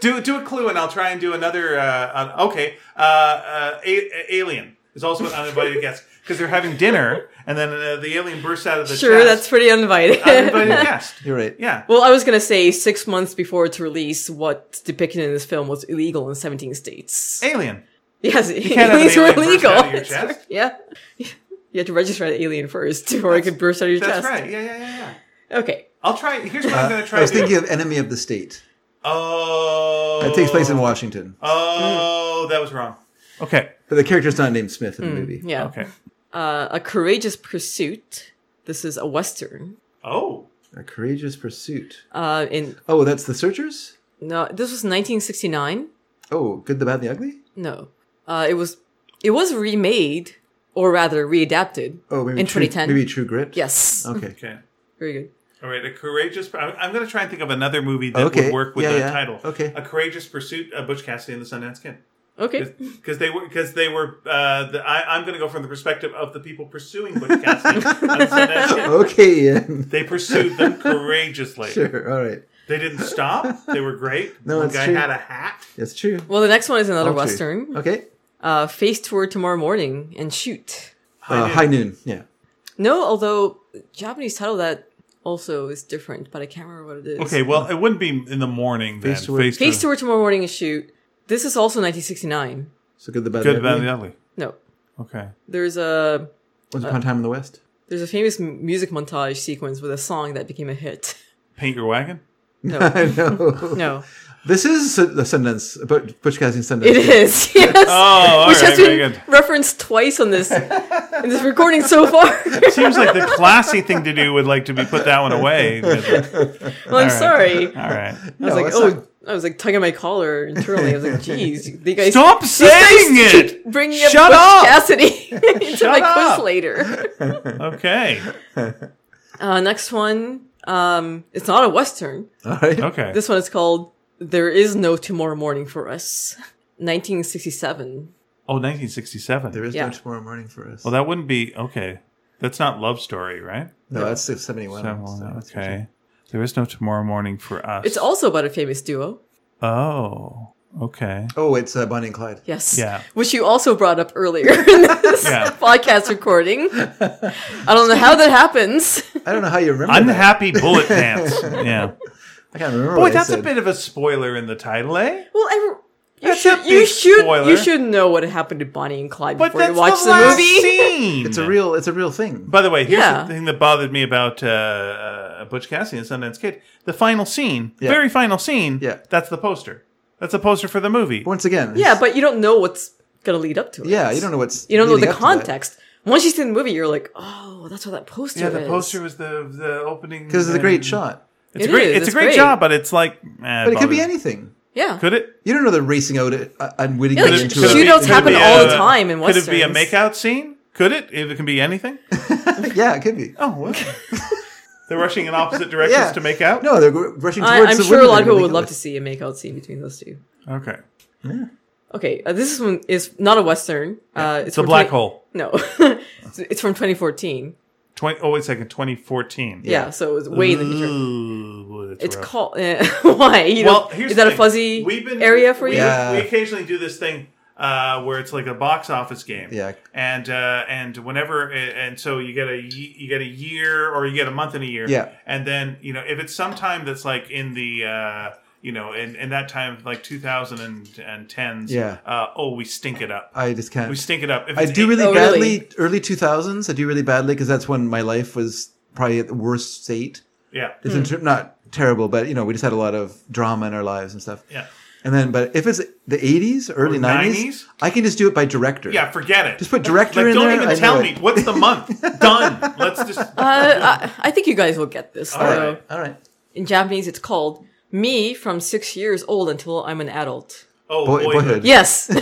Speaker 3: do do a clue, and I'll try and do another. Uh, uh, okay, uh, uh, a- a- alien is also an uninvited guest because they're having dinner, and then uh, the alien bursts out of the
Speaker 2: sure, that's
Speaker 3: chest.
Speaker 2: pretty uninvited.
Speaker 3: uninvited guest.
Speaker 1: You're right.
Speaker 3: Yeah.
Speaker 2: Well, I was gonna say six months before its release, what's depicted in this film was illegal in 17 states.
Speaker 3: Alien.
Speaker 2: Yes,
Speaker 3: can't have an
Speaker 2: aliens were
Speaker 3: alien burst
Speaker 2: illegal.
Speaker 3: out of your chest.
Speaker 2: yeah, you had to register an alien first before it could burst out of your
Speaker 3: That's
Speaker 2: chest.
Speaker 3: right. Yeah, yeah, yeah, yeah.
Speaker 2: Okay,
Speaker 3: I'll try. Here's what I'm going to try.
Speaker 1: Uh, I was
Speaker 3: to do.
Speaker 1: thinking of Enemy of the State.
Speaker 3: Oh.
Speaker 1: That takes place in Washington,
Speaker 3: Oh, that was wrong. Okay.
Speaker 1: but the character's not named Smith in
Speaker 2: Hmm.
Speaker 1: the movie.
Speaker 2: yeah.
Speaker 3: Okay.
Speaker 2: Uh, a courageous pursuit. This is a western.
Speaker 3: Oh.
Speaker 1: A courageous pursuit.
Speaker 2: Uh, in
Speaker 1: Oh, that's the Searchers.
Speaker 2: no, this was 1969.
Speaker 1: Oh, good, the bad, and the ugly.
Speaker 2: No, uh, it was it was remade or rather readapted.
Speaker 1: Oh, maybe
Speaker 2: in
Speaker 1: True-
Speaker 2: 2010.
Speaker 1: Maybe True Grit.
Speaker 2: Yes.
Speaker 3: Oh.
Speaker 1: Okay.
Speaker 3: Okay.
Speaker 2: Very good.
Speaker 3: All right, a courageous. I'm, I'm going to try and think of another movie that
Speaker 1: Okay,
Speaker 3: would work with
Speaker 1: yeah,
Speaker 3: the
Speaker 1: yeah,
Speaker 3: title.
Speaker 1: okay.
Speaker 3: a courageous pursuit of Butch Cassidy and the Sundance Kid,
Speaker 2: Okay.
Speaker 3: because they were because they were. Uh, the, I, I'm going to go from the perspective of the people pursuing Butch Cassidy and the Sundance Kid.
Speaker 1: Okay, Ian.
Speaker 3: They pursued them courageously.
Speaker 1: Sure. All right.
Speaker 3: They didn't stop. They were great.
Speaker 1: No,
Speaker 3: One
Speaker 1: it's
Speaker 3: guy
Speaker 1: true.
Speaker 3: had a hat.
Speaker 1: That's true.
Speaker 2: Well, the next one is another
Speaker 1: All true.
Speaker 2: western.
Speaker 1: Okay.
Speaker 2: Uh, face toward tomorrow morning and shoot.
Speaker 1: Uh, high noon. Yeah.
Speaker 2: No, although Japanese title that also is different, but I can't remember what it is.
Speaker 3: Okay, Uh. well, it wouldn't be in the morning then.
Speaker 1: Face toward-
Speaker 2: Face toward tomorrow morning and shoot. This is also 1969.
Speaker 1: So good, the bad,
Speaker 3: good,
Speaker 1: the
Speaker 3: bad,
Speaker 1: ugly.
Speaker 3: and the ugly.
Speaker 2: No,
Speaker 3: Okay.
Speaker 2: there's a
Speaker 1: Once
Speaker 2: Uh.
Speaker 1: upon a time in the West.
Speaker 2: there's a famous m- music montage sequence with a song that became a hit.
Speaker 3: Paint your wagon.
Speaker 2: No,
Speaker 1: I know.
Speaker 2: no,
Speaker 1: This is Su- the Sundance, but Butch Cassidy and Sundance.
Speaker 2: it is yes.
Speaker 3: Oh, all
Speaker 2: Which
Speaker 3: right,
Speaker 2: has
Speaker 3: very
Speaker 2: been
Speaker 3: good.
Speaker 2: referenced twice on this in this recording so far. well,
Speaker 3: Seems like the classy thing to do would like to be put that one away. All
Speaker 2: I'm sorry. I
Speaker 3: right.
Speaker 2: was
Speaker 1: No,
Speaker 2: like,
Speaker 1: it's
Speaker 2: oh,
Speaker 1: not-
Speaker 2: I was like tugging my collar internally. I was like, geez, you guys
Speaker 3: Stop saying
Speaker 2: Guys
Speaker 3: it.
Speaker 2: keep bringing up
Speaker 3: Shut
Speaker 2: Butch
Speaker 3: up!
Speaker 2: Cassidy into
Speaker 3: Shut
Speaker 2: my
Speaker 3: up!
Speaker 2: quiz later.
Speaker 3: Okay.
Speaker 2: Uh, next one, um, it's not a western.
Speaker 1: All right.
Speaker 3: Okay.
Speaker 2: This one is called "There Is No Tomorrow Morning for Us," 1967.
Speaker 3: oh, 1967.
Speaker 1: There is
Speaker 2: Yeah.
Speaker 1: no tomorrow morning for us.
Speaker 3: well, that wouldn't be okay. That's not love story, right?
Speaker 1: Oh, no, that's 71.
Speaker 3: Seven-
Speaker 1: so that's for
Speaker 3: okay. There is no tomorrow morning for us.
Speaker 2: It's also about a famous duo.
Speaker 3: oh, okay.
Speaker 1: sure. Oh, it's uh, Bonnie and Clyde.
Speaker 2: Yes.
Speaker 3: Yeah.
Speaker 2: Which you also brought up earlier in this
Speaker 3: Yeah.
Speaker 2: podcast recording. I don't know how that happens.
Speaker 1: I don't know how you remember. that.
Speaker 3: Unhappy bullet pants. Yeah.
Speaker 1: I can't remember.
Speaker 3: Boy,
Speaker 1: what I
Speaker 3: that's a
Speaker 1: said.
Speaker 3: bit of a spoiler in the title, eh?
Speaker 2: Well, I, you
Speaker 3: That's
Speaker 2: should
Speaker 3: a
Speaker 2: you
Speaker 3: big
Speaker 2: should
Speaker 3: spoiler.
Speaker 2: you should know what happened to Bonnie and Clyde
Speaker 3: But
Speaker 2: before you
Speaker 3: that's
Speaker 2: watch
Speaker 3: the,
Speaker 2: the,
Speaker 3: last
Speaker 2: movie.
Speaker 3: scene.
Speaker 1: It's a real. It's a real thing.
Speaker 3: By the way, here's
Speaker 2: Yeah.
Speaker 3: the thing that bothered me about uh, uh, Butch Cassidy and Sundance Kid: the final scene,
Speaker 1: Yeah.
Speaker 3: very final scene.
Speaker 1: Yeah.
Speaker 3: that's the poster. That's a poster for the movie.
Speaker 1: Once again, it's-
Speaker 2: Yeah, but you don't know what's gonna lead up to it.
Speaker 1: yeah, you don't know what's.
Speaker 2: You don't know
Speaker 1: leading
Speaker 2: the
Speaker 1: up to that.
Speaker 2: context. Once you see the movie, you're like, oh, that's what that poster
Speaker 3: yeah,
Speaker 2: is.
Speaker 3: the poster was the the opening
Speaker 1: because it's a great
Speaker 3: and-
Speaker 1: shot,
Speaker 3: It's
Speaker 2: It
Speaker 3: a great.
Speaker 2: is,
Speaker 3: It's, a
Speaker 2: it's
Speaker 3: great,
Speaker 2: great.
Speaker 3: job, but it's like, eh,
Speaker 1: but it could
Speaker 3: bothers
Speaker 1: be
Speaker 3: me.
Speaker 1: anything.
Speaker 2: Yeah.
Speaker 3: Could it?
Speaker 1: You don't know they're racing out at, uh, unwittingly
Speaker 2: Yeah, like,
Speaker 1: into
Speaker 3: Could it be-
Speaker 2: Shootouts
Speaker 3: could it
Speaker 2: happen
Speaker 3: be
Speaker 2: all the
Speaker 3: a-
Speaker 2: time in
Speaker 3: Could it be a
Speaker 2: westerns.
Speaker 3: makeout scene? Could it? If it can be anything.
Speaker 1: a. yeah, it could be.
Speaker 3: Oh, well. they're rushing in opposite directions
Speaker 1: Yeah.
Speaker 3: to make out.
Speaker 1: No, they're go- rushing
Speaker 2: I,
Speaker 1: towards.
Speaker 2: I'm
Speaker 1: the
Speaker 2: sure a
Speaker 1: women
Speaker 2: lot of
Speaker 1: they're
Speaker 2: people would
Speaker 1: making
Speaker 2: love
Speaker 1: with.
Speaker 2: to see a makeout scene between those two.
Speaker 3: Okay,
Speaker 2: Okay, uh, this is one is not a western. Uh, it's
Speaker 3: it's a
Speaker 2: from
Speaker 3: black
Speaker 2: 20
Speaker 3: hole.
Speaker 2: No, it's it's from 2014.
Speaker 3: 20, oh wait a second, 2014.
Speaker 2: Yeah, so it's way in the future.
Speaker 3: Ooh, boy, that's
Speaker 2: It's
Speaker 3: rough.
Speaker 2: called eh, why? You
Speaker 3: Mm-hmm. Well,
Speaker 2: know,
Speaker 3: here's
Speaker 2: is
Speaker 3: the
Speaker 2: that a
Speaker 3: thing.
Speaker 2: fuzzy
Speaker 3: We've been-
Speaker 2: area for
Speaker 3: we,
Speaker 2: you?
Speaker 1: Yeah.
Speaker 3: We occasionally do this thing uh, where it's like a box office game.
Speaker 1: Yeah.
Speaker 3: And uh, and whenever and so you get a ye- you get a year or you get a month and a year.
Speaker 1: Yeah.
Speaker 3: And then you know if it's sometime that's like in the. Uh, you know, in, in that time, like 2010s,
Speaker 1: Yeah.
Speaker 3: Uh, oh, we stink it up.
Speaker 1: I just can't.
Speaker 3: We stink it up. If
Speaker 1: I
Speaker 3: it's
Speaker 1: do
Speaker 3: eight-
Speaker 1: really
Speaker 2: Oh,
Speaker 1: badly.
Speaker 2: really?
Speaker 1: Early two thousands, I do really badly because that's when my life was probably at the worst state.
Speaker 3: Yeah, Hmm.
Speaker 1: It's in ter- not terrible, but you know, we just had a lot of drama in our lives and stuff.
Speaker 3: yeah,
Speaker 1: And then, but if it's the eighties, early
Speaker 3: Or
Speaker 1: nineties,
Speaker 3: 90s?
Speaker 1: I can just do it by director.
Speaker 3: yeah. Forget it.
Speaker 1: just put director
Speaker 3: like,
Speaker 1: in
Speaker 3: don't
Speaker 1: there.
Speaker 3: even
Speaker 1: I
Speaker 3: tell
Speaker 1: know
Speaker 3: me
Speaker 1: it.
Speaker 3: what's the month. Done. Let's just.
Speaker 2: Uh, I, I think you guys will get this.
Speaker 3: All
Speaker 1: All
Speaker 2: though.
Speaker 1: right, all right.
Speaker 2: In Japanese, it's called "Me from Six Years Old Until I'm an Adult."
Speaker 3: Oh,
Speaker 1: Boy-
Speaker 3: boyhood.
Speaker 1: boyhood.
Speaker 2: Yes,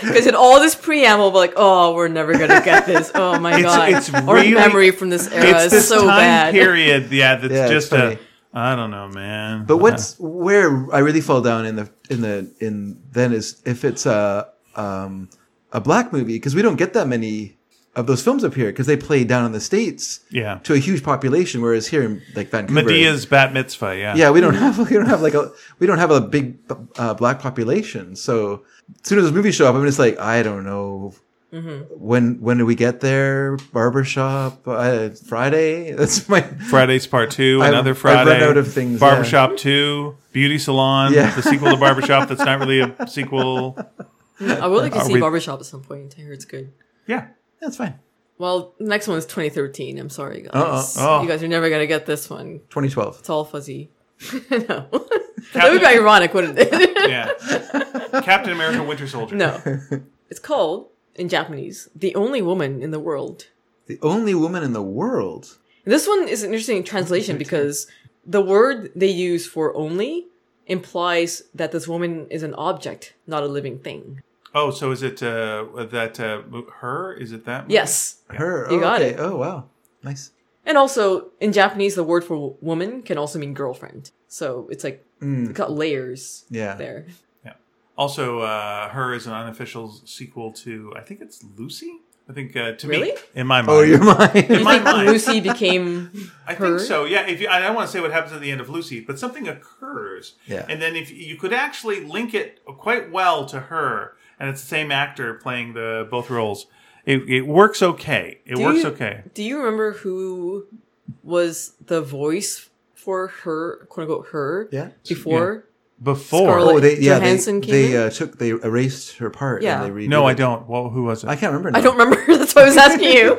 Speaker 2: because it all this preamble, but like, oh, we're never gonna get this. Oh my god,
Speaker 3: it's
Speaker 2: our
Speaker 3: really-
Speaker 2: memory from this era
Speaker 3: It's
Speaker 2: is
Speaker 3: this
Speaker 2: so
Speaker 3: time
Speaker 2: bad.
Speaker 3: period. Yeah, that's
Speaker 1: Yeah, it's
Speaker 3: just
Speaker 1: funny.
Speaker 3: a. I don't know, man.
Speaker 1: But what's where I really fall down in the in the in then is if it's a um, a black movie because we don't get that many of those films up here because they play down in the states
Speaker 3: Yeah.
Speaker 1: to a huge population whereas here in like Vancouver
Speaker 3: Medea's bat mitzvah? Yeah.
Speaker 1: yeah we don't have we don't have like a we don't have a big uh, black population so as soon as those movies show up I'm just like I don't know
Speaker 2: Mm-hmm.
Speaker 1: when when do we get there barbershop uh, Friday that's my
Speaker 3: Fridays Part Two,
Speaker 1: I've-
Speaker 3: another
Speaker 1: I've
Speaker 3: Friday.
Speaker 1: run out of things, yeah.
Speaker 3: Barbershop Two, Beauty Salon,
Speaker 1: Yeah.
Speaker 3: the sequel to Barbershop. That's not really a sequel.
Speaker 2: I would like to
Speaker 3: Are
Speaker 2: see
Speaker 3: we-
Speaker 2: Barbershop at some point. I hear it's good.
Speaker 3: Yeah.
Speaker 1: that's fine
Speaker 2: Well, the next one is 2013. I'm sorry, guys.
Speaker 3: Uh-uh. Oh.
Speaker 2: You guys are never gonna get this one.
Speaker 1: 2012
Speaker 2: It's all fuzzy. no, that would be ironic, wouldn't it?
Speaker 3: Yeah. Captain America: Winter Soldier.
Speaker 2: no, it's called in Japanese "The Only Woman in the World."
Speaker 1: the only woman in the world
Speaker 2: This one is an interesting translation because the word they use for only implies that this woman is an object, not a living thing.
Speaker 3: Oh, so is it uh, that uh, her? Is it that? movie?
Speaker 2: Yes.
Speaker 3: Mm.
Speaker 1: Her.
Speaker 2: You
Speaker 1: oh,
Speaker 2: got
Speaker 1: okay.
Speaker 2: it.
Speaker 1: Oh wow, nice.
Speaker 2: And also, in Japanese, the word for wo- woman can also mean girlfriend. So it's like,
Speaker 3: Mm.
Speaker 2: it's got layers
Speaker 1: Yeah.
Speaker 2: there.
Speaker 3: Also, uh, her is an unofficial sequel to I think it's Lucy. I think uh, to me,
Speaker 2: Really?
Speaker 3: in my mind,
Speaker 1: Oh, you're mine.
Speaker 3: in my mind,
Speaker 2: Lucy became
Speaker 3: I
Speaker 2: her?
Speaker 3: think so. Yeah. If you, I don't want to say what happens at the end of Lucy, but something occurs.
Speaker 1: Yeah.
Speaker 3: And then if you could actually link it quite well to her, and it's the same actor playing the both roles, it, it works okay. It
Speaker 2: Do
Speaker 3: works
Speaker 2: you-
Speaker 3: okay.
Speaker 2: Do you remember who was the voice for her, quote unquote, her?
Speaker 1: Yeah.
Speaker 2: Before?
Speaker 3: Before.
Speaker 2: Scarlet-
Speaker 1: oh, they yeah.
Speaker 2: Johansson
Speaker 1: they
Speaker 2: came
Speaker 1: they
Speaker 2: in?
Speaker 1: uh, took they erased her part.
Speaker 2: Yeah.
Speaker 1: And they redid
Speaker 3: no, I
Speaker 1: it.
Speaker 3: don't. Well, who was it?
Speaker 1: I can't remember. Now.
Speaker 2: I don't remember. That's why I was asking you.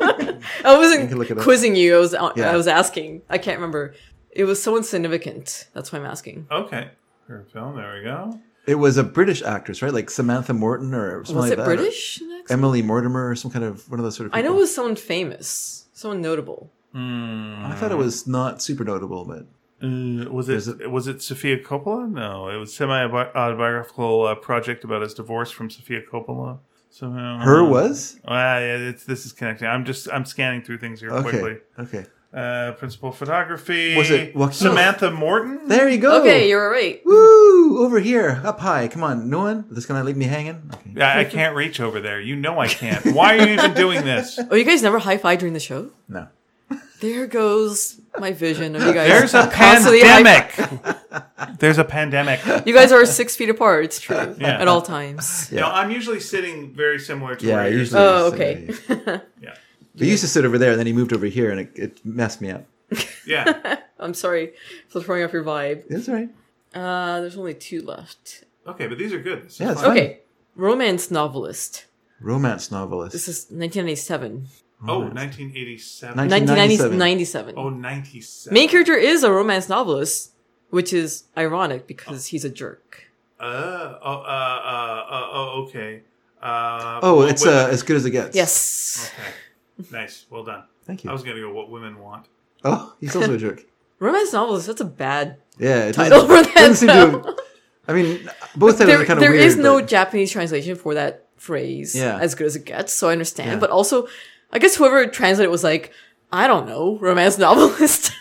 Speaker 2: I
Speaker 1: You can look it up.
Speaker 2: wasn't quizzing you. I was uh,
Speaker 1: Yeah.
Speaker 2: I was asking. I can't remember. It was so insignificant. That's why I'm asking.
Speaker 3: okay. Her film. There we go.
Speaker 1: It was a British actress, right? Like Samantha Morton or something
Speaker 2: Was
Speaker 1: like
Speaker 2: it
Speaker 1: that. or
Speaker 2: British? next?
Speaker 1: Emily Mortimer or some kind of one of those sort of.
Speaker 2: I know it
Speaker 1: people.
Speaker 2: was someone famous, someone notable.
Speaker 1: I thought
Speaker 3: Mm.
Speaker 1: it was not super notable, but
Speaker 3: Hmm. Uh, was it, was it Sophia Coppola? No, it was semi autobiographical uh, project about his divorce from Sophia Coppola. Somehow
Speaker 1: her was
Speaker 3: Uh, yeah, it's, this is connecting. I'm just I'm scanning through things here
Speaker 1: okay.
Speaker 3: quickly.
Speaker 1: Okay,
Speaker 3: Uh, principal photography.
Speaker 1: Was it Joaquin?
Speaker 3: Samantha Morton?
Speaker 1: there you go.
Speaker 2: Okay, you're right.
Speaker 1: Woo! Over here, up high. Come on, no one. This gonna leave me hanging. Okay.
Speaker 3: I, I can't reach over there. You know I can't. Why are you even doing this?
Speaker 2: Oh, you guys never high five during the show?
Speaker 1: No.
Speaker 2: There goes my vision of you guys.
Speaker 3: There's a
Speaker 2: constantly high-
Speaker 3: pandemic. There's a pandemic.
Speaker 2: You guys are six feet apart. It's true
Speaker 3: Yeah.
Speaker 2: at all times.
Speaker 1: Yeah.
Speaker 3: No, I'm usually sitting very similar to
Speaker 1: Yeah,
Speaker 3: where you're
Speaker 1: usually.
Speaker 2: Oh,
Speaker 1: it's, uh,
Speaker 2: okay.
Speaker 3: sitting. Yeah.
Speaker 1: We used to sit over there, and then he moved over here, and it, it messed me up.
Speaker 3: Yeah.
Speaker 2: I'm sorry for throwing off your vibe.
Speaker 1: That's right.
Speaker 2: Uh, there's only two left.
Speaker 3: Okay, but these are good. This is
Speaker 1: Yeah, it's
Speaker 3: fun.
Speaker 1: fine.
Speaker 2: Okay, romance novelist.
Speaker 1: Romance novelist.
Speaker 2: This is 1997.
Speaker 3: Oh,
Speaker 1: Romance.
Speaker 3: 1987.
Speaker 1: Nin- 1997.
Speaker 2: 1997.
Speaker 3: Oh, 97.
Speaker 2: Main character is a romance novelist, which is ironic because he's a jerk.
Speaker 3: Uh, oh, uh, uh, uh, oh, okay. Uh,
Speaker 1: Oh,
Speaker 3: what
Speaker 1: it's
Speaker 3: women-
Speaker 1: uh, as good as it gets.
Speaker 2: Yes.
Speaker 3: Okay. Nice. Well done.
Speaker 1: Thank
Speaker 3: I
Speaker 1: you.
Speaker 3: was going to go, what women want.
Speaker 1: Oh, he's also a jerk.
Speaker 2: Oh. Romance novelist, that's a bad
Speaker 1: Yeah, it
Speaker 2: title
Speaker 1: doesn't-
Speaker 2: for that.
Speaker 1: doesn't seem to
Speaker 2: though.
Speaker 1: have- I mean, both titles
Speaker 2: there,
Speaker 1: are kind of
Speaker 2: there
Speaker 1: weird.
Speaker 2: is no
Speaker 1: but-
Speaker 2: Japanese translation for that phrase.
Speaker 1: Yeah.
Speaker 2: As good as it gets, so I understand.
Speaker 1: Yeah.
Speaker 2: But also, I guess whoever translated it was like, I don't know, romance novelist.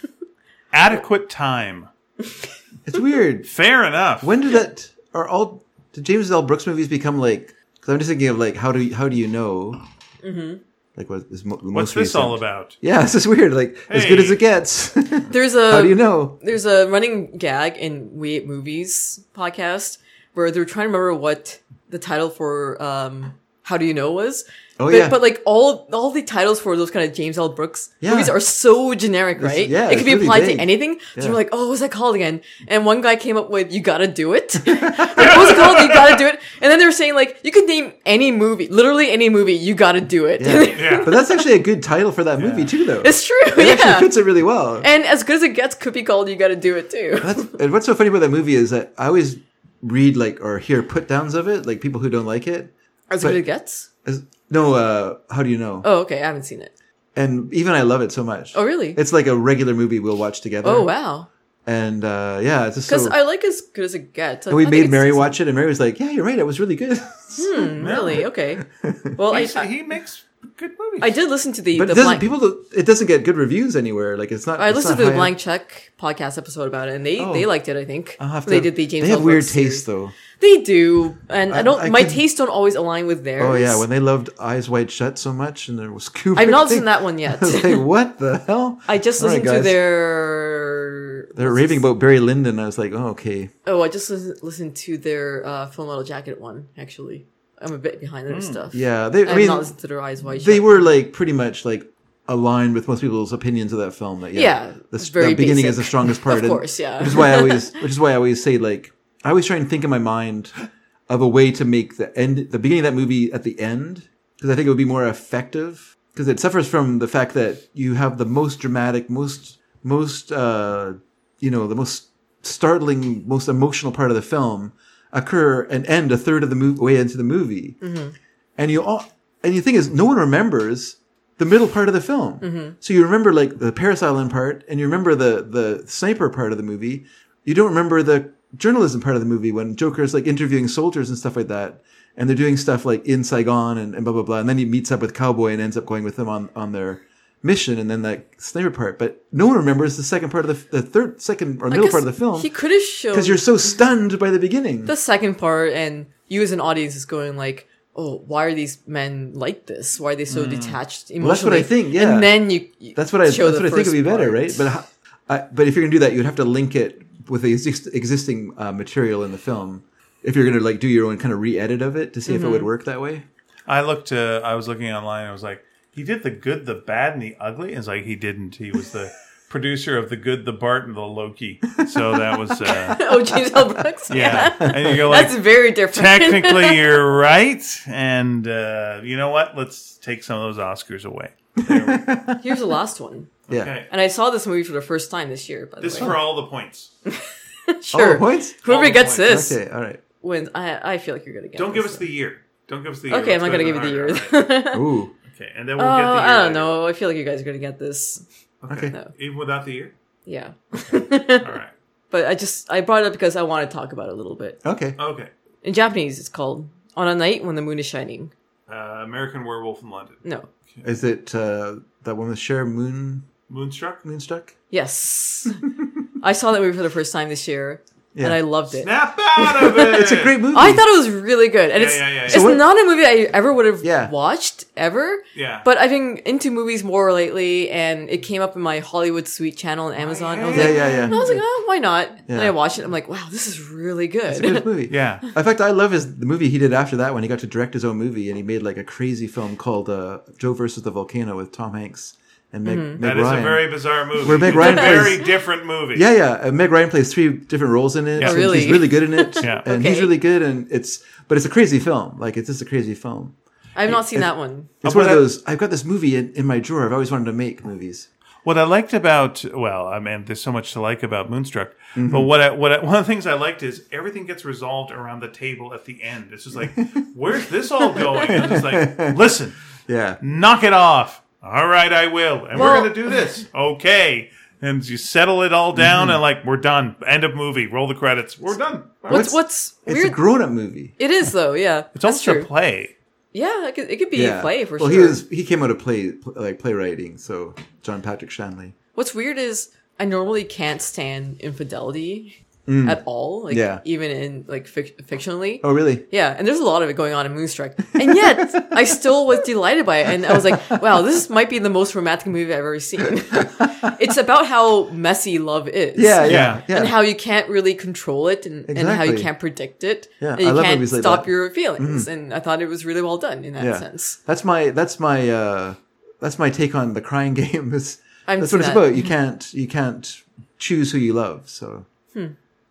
Speaker 3: Adequate time.
Speaker 1: it's weird.
Speaker 3: Fair enough.
Speaker 1: When did that? Are all did James L. Brooks movies become like? Because I'm just thinking of like how do you, how do you know? Mm-hmm. Like what is mo- the most
Speaker 3: What's this all
Speaker 1: recent.
Speaker 3: about?
Speaker 1: Yeah, this is weird. Like as good as
Speaker 3: Hey.
Speaker 1: it gets.
Speaker 2: There's
Speaker 1: how
Speaker 2: a
Speaker 1: do you know?
Speaker 2: there's a running gag in We Ate Movies podcast where they're trying to remember what the title for um How Do You Know was.
Speaker 1: Oh,
Speaker 2: but,
Speaker 1: yeah.
Speaker 2: but like all all the titles for those kind of James L. Brooks
Speaker 1: Yeah.
Speaker 2: movies are so generic,
Speaker 1: It's-
Speaker 2: right?
Speaker 1: yeah,
Speaker 2: it could
Speaker 1: it's
Speaker 2: be
Speaker 1: really
Speaker 2: applied
Speaker 1: vague.
Speaker 2: to anything. So
Speaker 1: Yeah.
Speaker 2: we're like, oh, what's that called again? And one guy came up with "You Gotta Do It." like, what's it called? You gotta do it. And then they were saying like, you could name any movie, literally any movie. You gotta do it.
Speaker 1: Yeah.
Speaker 3: Yeah.
Speaker 1: But that's actually a good title for that movie too, though.
Speaker 2: it's true.
Speaker 1: it
Speaker 2: yeah.
Speaker 1: actually fits it really well.
Speaker 2: and as good as it gets, could be called "You Gotta Do It" too.
Speaker 1: That's, and what's so funny about that movie is that I always read like or hear put downs of it, like people who don't like it.
Speaker 2: As
Speaker 1: But-
Speaker 2: good as it gets.
Speaker 1: As- no, uh, how do you know?
Speaker 2: Oh, okay. I haven't seen it.
Speaker 1: And even I love it so much.
Speaker 2: Oh, really?
Speaker 1: It's like a regular movie we'll watch together.
Speaker 2: oh, wow.
Speaker 1: And uh, yeah, it's just
Speaker 2: Because
Speaker 1: so.
Speaker 2: I like as good as it gets.
Speaker 1: and we made Mary watch it, and Mary was like, "Yeah, you're right. It was really good."
Speaker 2: Really? Okay. Well, I,
Speaker 3: He's-
Speaker 2: I
Speaker 3: he makes good movies.
Speaker 2: I did listen to the,
Speaker 1: but
Speaker 2: the
Speaker 1: it doesn't,
Speaker 2: blank.
Speaker 1: people, don't- it doesn't get good reviews anywhere. Like it's not.
Speaker 2: I
Speaker 1: it's
Speaker 2: listened
Speaker 1: not
Speaker 2: to the
Speaker 1: high
Speaker 2: Blank
Speaker 1: up.
Speaker 2: Check podcast episode about it, and they,
Speaker 1: Oh.
Speaker 2: they liked it. I think
Speaker 1: I'll have to,
Speaker 2: they did the James.
Speaker 1: They have
Speaker 2: L.
Speaker 1: weird
Speaker 2: Brooks
Speaker 1: taste,
Speaker 2: series.
Speaker 1: though.
Speaker 2: They do, and I,
Speaker 1: I-
Speaker 2: don't.
Speaker 1: I
Speaker 2: my
Speaker 1: could-
Speaker 2: tastes don't always align with theirs.
Speaker 1: Oh yeah, when they loved Eyes Wide Shut so much, and there was Cooper.
Speaker 2: I've not
Speaker 1: thing-
Speaker 2: seen that one yet.
Speaker 1: I was like, what the hell?
Speaker 2: I just
Speaker 1: All right,
Speaker 2: listened to
Speaker 1: guys.
Speaker 2: their.
Speaker 1: They're raving about Barry Lyndon. I was like, oh okay.
Speaker 2: Oh, I just lis- listened to their uh, Full Metal Jacket one. Actually, I'm a bit behind on their stuff.
Speaker 1: Hmm. Yeah, they. I,
Speaker 2: I, have
Speaker 1: mean,
Speaker 2: not listened to their Eyes Wide
Speaker 1: they
Speaker 2: Shut.
Speaker 1: were like pretty much like aligned with most people's opinions of that film. That yeah,
Speaker 2: Yeah,
Speaker 1: the,
Speaker 2: it's very
Speaker 1: the beginning is
Speaker 2: basic.
Speaker 1: the strongest part.
Speaker 2: Of
Speaker 1: and-
Speaker 2: course, yeah.
Speaker 1: Which is why I always, which is why I always say like, I always try and think in my mind of a way to make the end, the beginning of that movie at the end, because I think it would be more effective. Because it suffers from the fact that you have the most dramatic, most, most, uh, you know, the most startling, most emotional part of the film occur and end a third of the mov- way into the movie and you all and the thing is no one remembers the middle part of the film so you remember like the paris island part and you remember the the sniper part of the movie you don't remember the journalism part of the movie when joker's like interviewing soldiers and stuff like that and they're doing stuff like in saigon and, and blah blah blah and then he meets up with cowboy and ends up going with them on on their mission and then that sniper part but no one remembers the second part of the, the third second or middle part of the film
Speaker 2: He could have shown
Speaker 1: because you're so stunned by the beginning
Speaker 2: the second part, and you as an audience is going like, "Oh, why are these men like this? Why are they so detached emotionally?"
Speaker 1: Hmm. that's what I think, yeah.
Speaker 2: and then you. you
Speaker 1: That's what I.
Speaker 2: show
Speaker 1: that's
Speaker 2: the
Speaker 1: what I think would
Speaker 2: first
Speaker 1: be better,
Speaker 2: part.
Speaker 1: right? But ho- I, but if you're gonna do that, you'd have to link it with the exist, existing uh, material in the film. If you're gonna like do your own kind of re-edit of it to see if
Speaker 2: Mm-hmm.
Speaker 1: it would work that way.
Speaker 3: I looked. Uh, I was looking online. and I was like, he did the good, the bad, and the ugly. And it's like he didn't. He was the producer of the good, the Bart, and the Loki. So that was uh,
Speaker 2: oh, James L. Brooks.
Speaker 3: yeah. And you go like,
Speaker 2: that's very different.
Speaker 3: technically, you're right. And uh, you know what? Let's take some of those Oscars away.
Speaker 2: Here's the last one,
Speaker 1: Yeah.
Speaker 3: Okay.
Speaker 2: and I saw this movie for the first time this year. By the
Speaker 3: This
Speaker 2: way,
Speaker 3: for all the points.
Speaker 1: Oh,
Speaker 2: sure.
Speaker 1: points.
Speaker 2: Whoever
Speaker 3: All
Speaker 2: gets
Speaker 3: points.
Speaker 2: this,
Speaker 1: Okay. All right.
Speaker 2: wins. I I feel like you're gonna get.
Speaker 3: Don't give us
Speaker 2: this.
Speaker 3: the year. Don't give us the year.
Speaker 2: Okay, I'm
Speaker 3: Let's
Speaker 2: not
Speaker 3: go
Speaker 2: gonna
Speaker 3: to
Speaker 2: give you the
Speaker 3: the
Speaker 2: year.
Speaker 3: hard-
Speaker 2: Oh,
Speaker 1: Ooh.
Speaker 3: Okay, and then we'll get the year.
Speaker 2: I don't
Speaker 3: later.
Speaker 2: know. I feel like you guys are gonna get this.
Speaker 1: Okay.
Speaker 2: No.
Speaker 3: Even without the year.
Speaker 2: Yeah,
Speaker 3: All right.
Speaker 2: but I just I brought it up because I want to talk about it a little bit.
Speaker 1: Okay.
Speaker 3: Okay.
Speaker 2: In Japanese, it's called "On a Night When the Moon Is Shining."
Speaker 3: Uh, American Werewolf in London.
Speaker 2: No.
Speaker 1: Is it uh, that one with Cher Moon
Speaker 3: Moonstruck.
Speaker 1: Moonstruck?
Speaker 2: Yes. I saw that movie for the first time this year,
Speaker 1: Yeah.
Speaker 2: and I loved it.
Speaker 3: Snap out of it.
Speaker 1: It's a great movie.
Speaker 2: I thought it was really good, and it's
Speaker 3: yeah, yeah, yeah.
Speaker 2: it's
Speaker 3: So
Speaker 1: what-
Speaker 2: not a movie I ever would have
Speaker 1: Yeah.
Speaker 2: watched ever.
Speaker 3: Yeah.
Speaker 2: But I've been into movies more lately, and it came up in my Hollywood Suite channel on Amazon. I was
Speaker 1: Yeah,
Speaker 2: like,
Speaker 1: yeah, yeah.
Speaker 2: I was like, oh, why not? And
Speaker 1: Yeah.
Speaker 2: I watched it. I'm like, wow, this is really
Speaker 1: It's a
Speaker 2: good.
Speaker 1: good movie.
Speaker 3: yeah.
Speaker 1: In fact, I love his the movie he did after that when he got to direct his own movie and he made like a crazy film called uh, Joe versus the Volcano with Tom Hanks and Meg,
Speaker 2: Mm-hmm.
Speaker 1: Meg
Speaker 3: That is
Speaker 1: Ryan.
Speaker 3: a very bizarre movie.
Speaker 1: Where Meg
Speaker 3: It's
Speaker 1: Ryan
Speaker 3: a very
Speaker 1: plays-
Speaker 3: different movie.
Speaker 1: Yeah, yeah. And Meg Ryan plays three different roles in it.
Speaker 3: Yeah.
Speaker 1: so
Speaker 2: Oh, really?
Speaker 1: She's really good in it.
Speaker 3: Yeah.
Speaker 1: And he's
Speaker 2: Okay.
Speaker 1: really good. And it's, but it's a crazy film. Like, it's just a crazy film.
Speaker 2: I've not seen that one.
Speaker 1: It's one
Speaker 3: Oh,
Speaker 1: of
Speaker 3: but I-
Speaker 1: those, I've got this movie in, in my drawer. I've always wanted to make movies.
Speaker 3: What I liked about well, I mean, there's so much to like about Moonstruck,
Speaker 1: Mm-hmm.
Speaker 3: but what I, what I, one of the things I liked is everything gets resolved around the table at the end. It's just like, where's this all going? And it's like, listen,
Speaker 1: Yeah.
Speaker 3: knock it off. All right, I will, and we're
Speaker 2: Well-
Speaker 3: gonna do this. Okay. And you settle it all down, and like we're done. End of movie. Roll the credits. Mm-hmm. We're done. All right.
Speaker 2: What's what's
Speaker 1: It's
Speaker 2: weird?
Speaker 1: a grown up movie.
Speaker 2: it is though. Yeah,
Speaker 3: It's
Speaker 2: that's
Speaker 3: almost
Speaker 2: true.
Speaker 3: a play.
Speaker 2: yeah, it could, it could be a play for
Speaker 1: well,
Speaker 2: sure.
Speaker 1: he was he came out of play pl- like playwriting, so John Patrick Shanley.
Speaker 2: What's weird is I normally can't stand infidelity at all. Like
Speaker 1: Mm. Yeah.
Speaker 2: even in like fic- fictionally.
Speaker 1: Oh, really?
Speaker 2: Yeah, and there's a lot of it going on in Moonstruck, and yet I still was delighted by it, and I was like, "Wow, this might be the most romantic movie I've ever seen." it's about how messy love is,
Speaker 1: Yeah,
Speaker 3: Yeah.
Speaker 1: yeah, yeah.
Speaker 2: and how you can't really control it, and, and how you
Speaker 1: Exactly.
Speaker 2: can't predict it,
Speaker 1: Yeah,
Speaker 2: and you
Speaker 1: I love
Speaker 2: can't
Speaker 1: movies like
Speaker 2: stop
Speaker 1: that. Mm-hmm.
Speaker 2: your feelings. And I thought it was really well done in that
Speaker 1: Yeah.
Speaker 2: sense.
Speaker 1: That's my that's my uh, that's my take on the crying game. Is that's
Speaker 2: haven't
Speaker 1: what
Speaker 2: seen
Speaker 1: it's
Speaker 2: that.
Speaker 1: about. You can't you can't choose who you love, so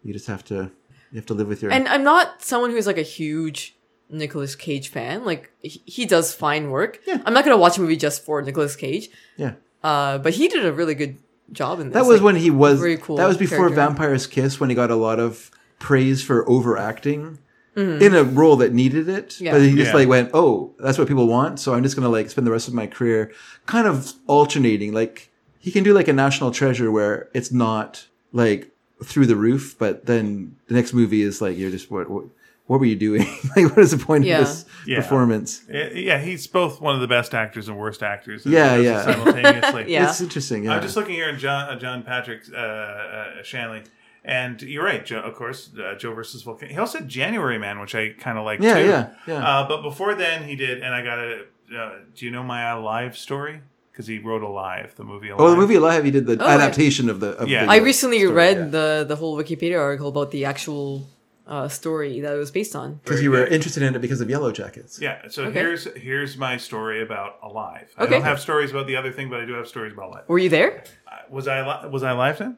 Speaker 1: you just have to you have to live with your.
Speaker 2: Hmm. And I'm not someone who's like a huge Nicolas Cage fan. Like he, he does fine work.
Speaker 1: Yeah.
Speaker 2: I'm not gonna watch a movie just for Nicolas Cage,
Speaker 1: yeah,
Speaker 2: uh, but he did a really good job in this.
Speaker 1: that was
Speaker 2: Like,
Speaker 1: when he was.
Speaker 2: very cool
Speaker 1: that was before
Speaker 2: character.
Speaker 1: Vampire's Kiss, when he got a lot of praise for overacting. In a role that needed it,
Speaker 2: Mm-hmm. Yeah.
Speaker 1: but he just
Speaker 3: Yeah.
Speaker 1: like went, "Oh, that's what people want." So I'm just gonna like spend the rest of my career kind of alternating. Like he can do like a National Treasure where it's not like through the roof, but then the next movie is like you're just what what, what were you doing? like what is the point
Speaker 2: Yeah.
Speaker 1: of this
Speaker 3: Yeah.
Speaker 1: performance?
Speaker 3: Uh, Yeah, he's both one of the best actors and worst actors.
Speaker 1: Yeah,
Speaker 3: He does
Speaker 1: yeah.
Speaker 3: it Simultaneously.
Speaker 2: Yeah.
Speaker 1: It's interesting. Yeah.
Speaker 3: I'm just looking here at John, uh, John Patrick uh, uh, Shanley, and you're right, Joe, of course, uh, Joe versus Volcano. He also did January Man, which I kind of like
Speaker 1: yeah,
Speaker 3: too.
Speaker 1: yeah, yeah.
Speaker 3: Uh, but before then, he did, and I got a. Uh, do you know my Alive story? Because he wrote Alive, the movie Alive.
Speaker 1: well, Oh, the movie Alive, he did the
Speaker 2: Oh, yeah.
Speaker 1: adaptation of the. Of
Speaker 3: Yeah.
Speaker 1: the
Speaker 2: I recently
Speaker 1: story,
Speaker 2: read
Speaker 1: yeah.
Speaker 2: the the whole Wikipedia article about the actual uh, story that it was based on.
Speaker 1: because you were interested in it because of Yellow Jackets.
Speaker 3: Yeah, so
Speaker 2: Okay.
Speaker 3: here's here's my story about Alive. I
Speaker 2: Okay.
Speaker 3: don't have stories about the other thing, but I do have stories about Alive.
Speaker 2: Were you there?
Speaker 3: was I li- was I live then?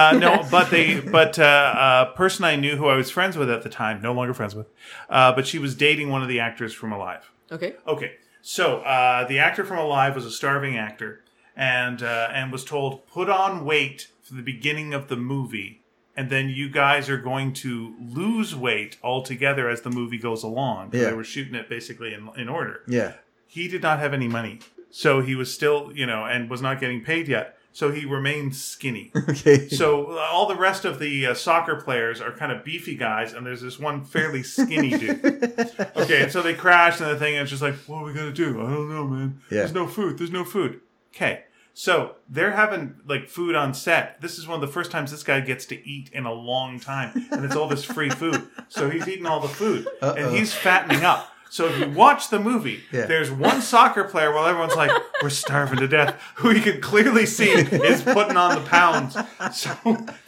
Speaker 3: Uh, no, but they but uh, a person I knew who I was friends with at the time, no longer friends with, uh, but she was dating one of the actors from Alive.
Speaker 2: Okay.
Speaker 3: Okay, so uh, the actor from Alive was a starving actor, and uh, and was told put on weight for the beginning of the movie, and then you guys are going to lose weight altogether as the movie goes along. 'cause
Speaker 1: Yeah.
Speaker 3: They were shooting it basically in in order
Speaker 1: Yeah.
Speaker 3: he did not have any money. So he was still, you know, and was not getting paid yet. So he remained skinny.
Speaker 1: Okay.
Speaker 3: so uh, all the rest of the uh, soccer players are kind of beefy guys, and there's this one fairly skinny dude. Okay, and so they crash, and the thing is just like, what are we gonna do? I don't know, man.
Speaker 1: Yeah.
Speaker 3: There's no food. There's no food. Okay, so they're having like food on set. This is one of the first times this guy gets to eat in a long time, and it's all this free food. So he's eating all the food, and he's fattening up. So if you watch the movie,
Speaker 1: Yeah.
Speaker 3: there's one soccer player while everyone's like, "We're starving to death," who you can clearly see is putting on the pounds. So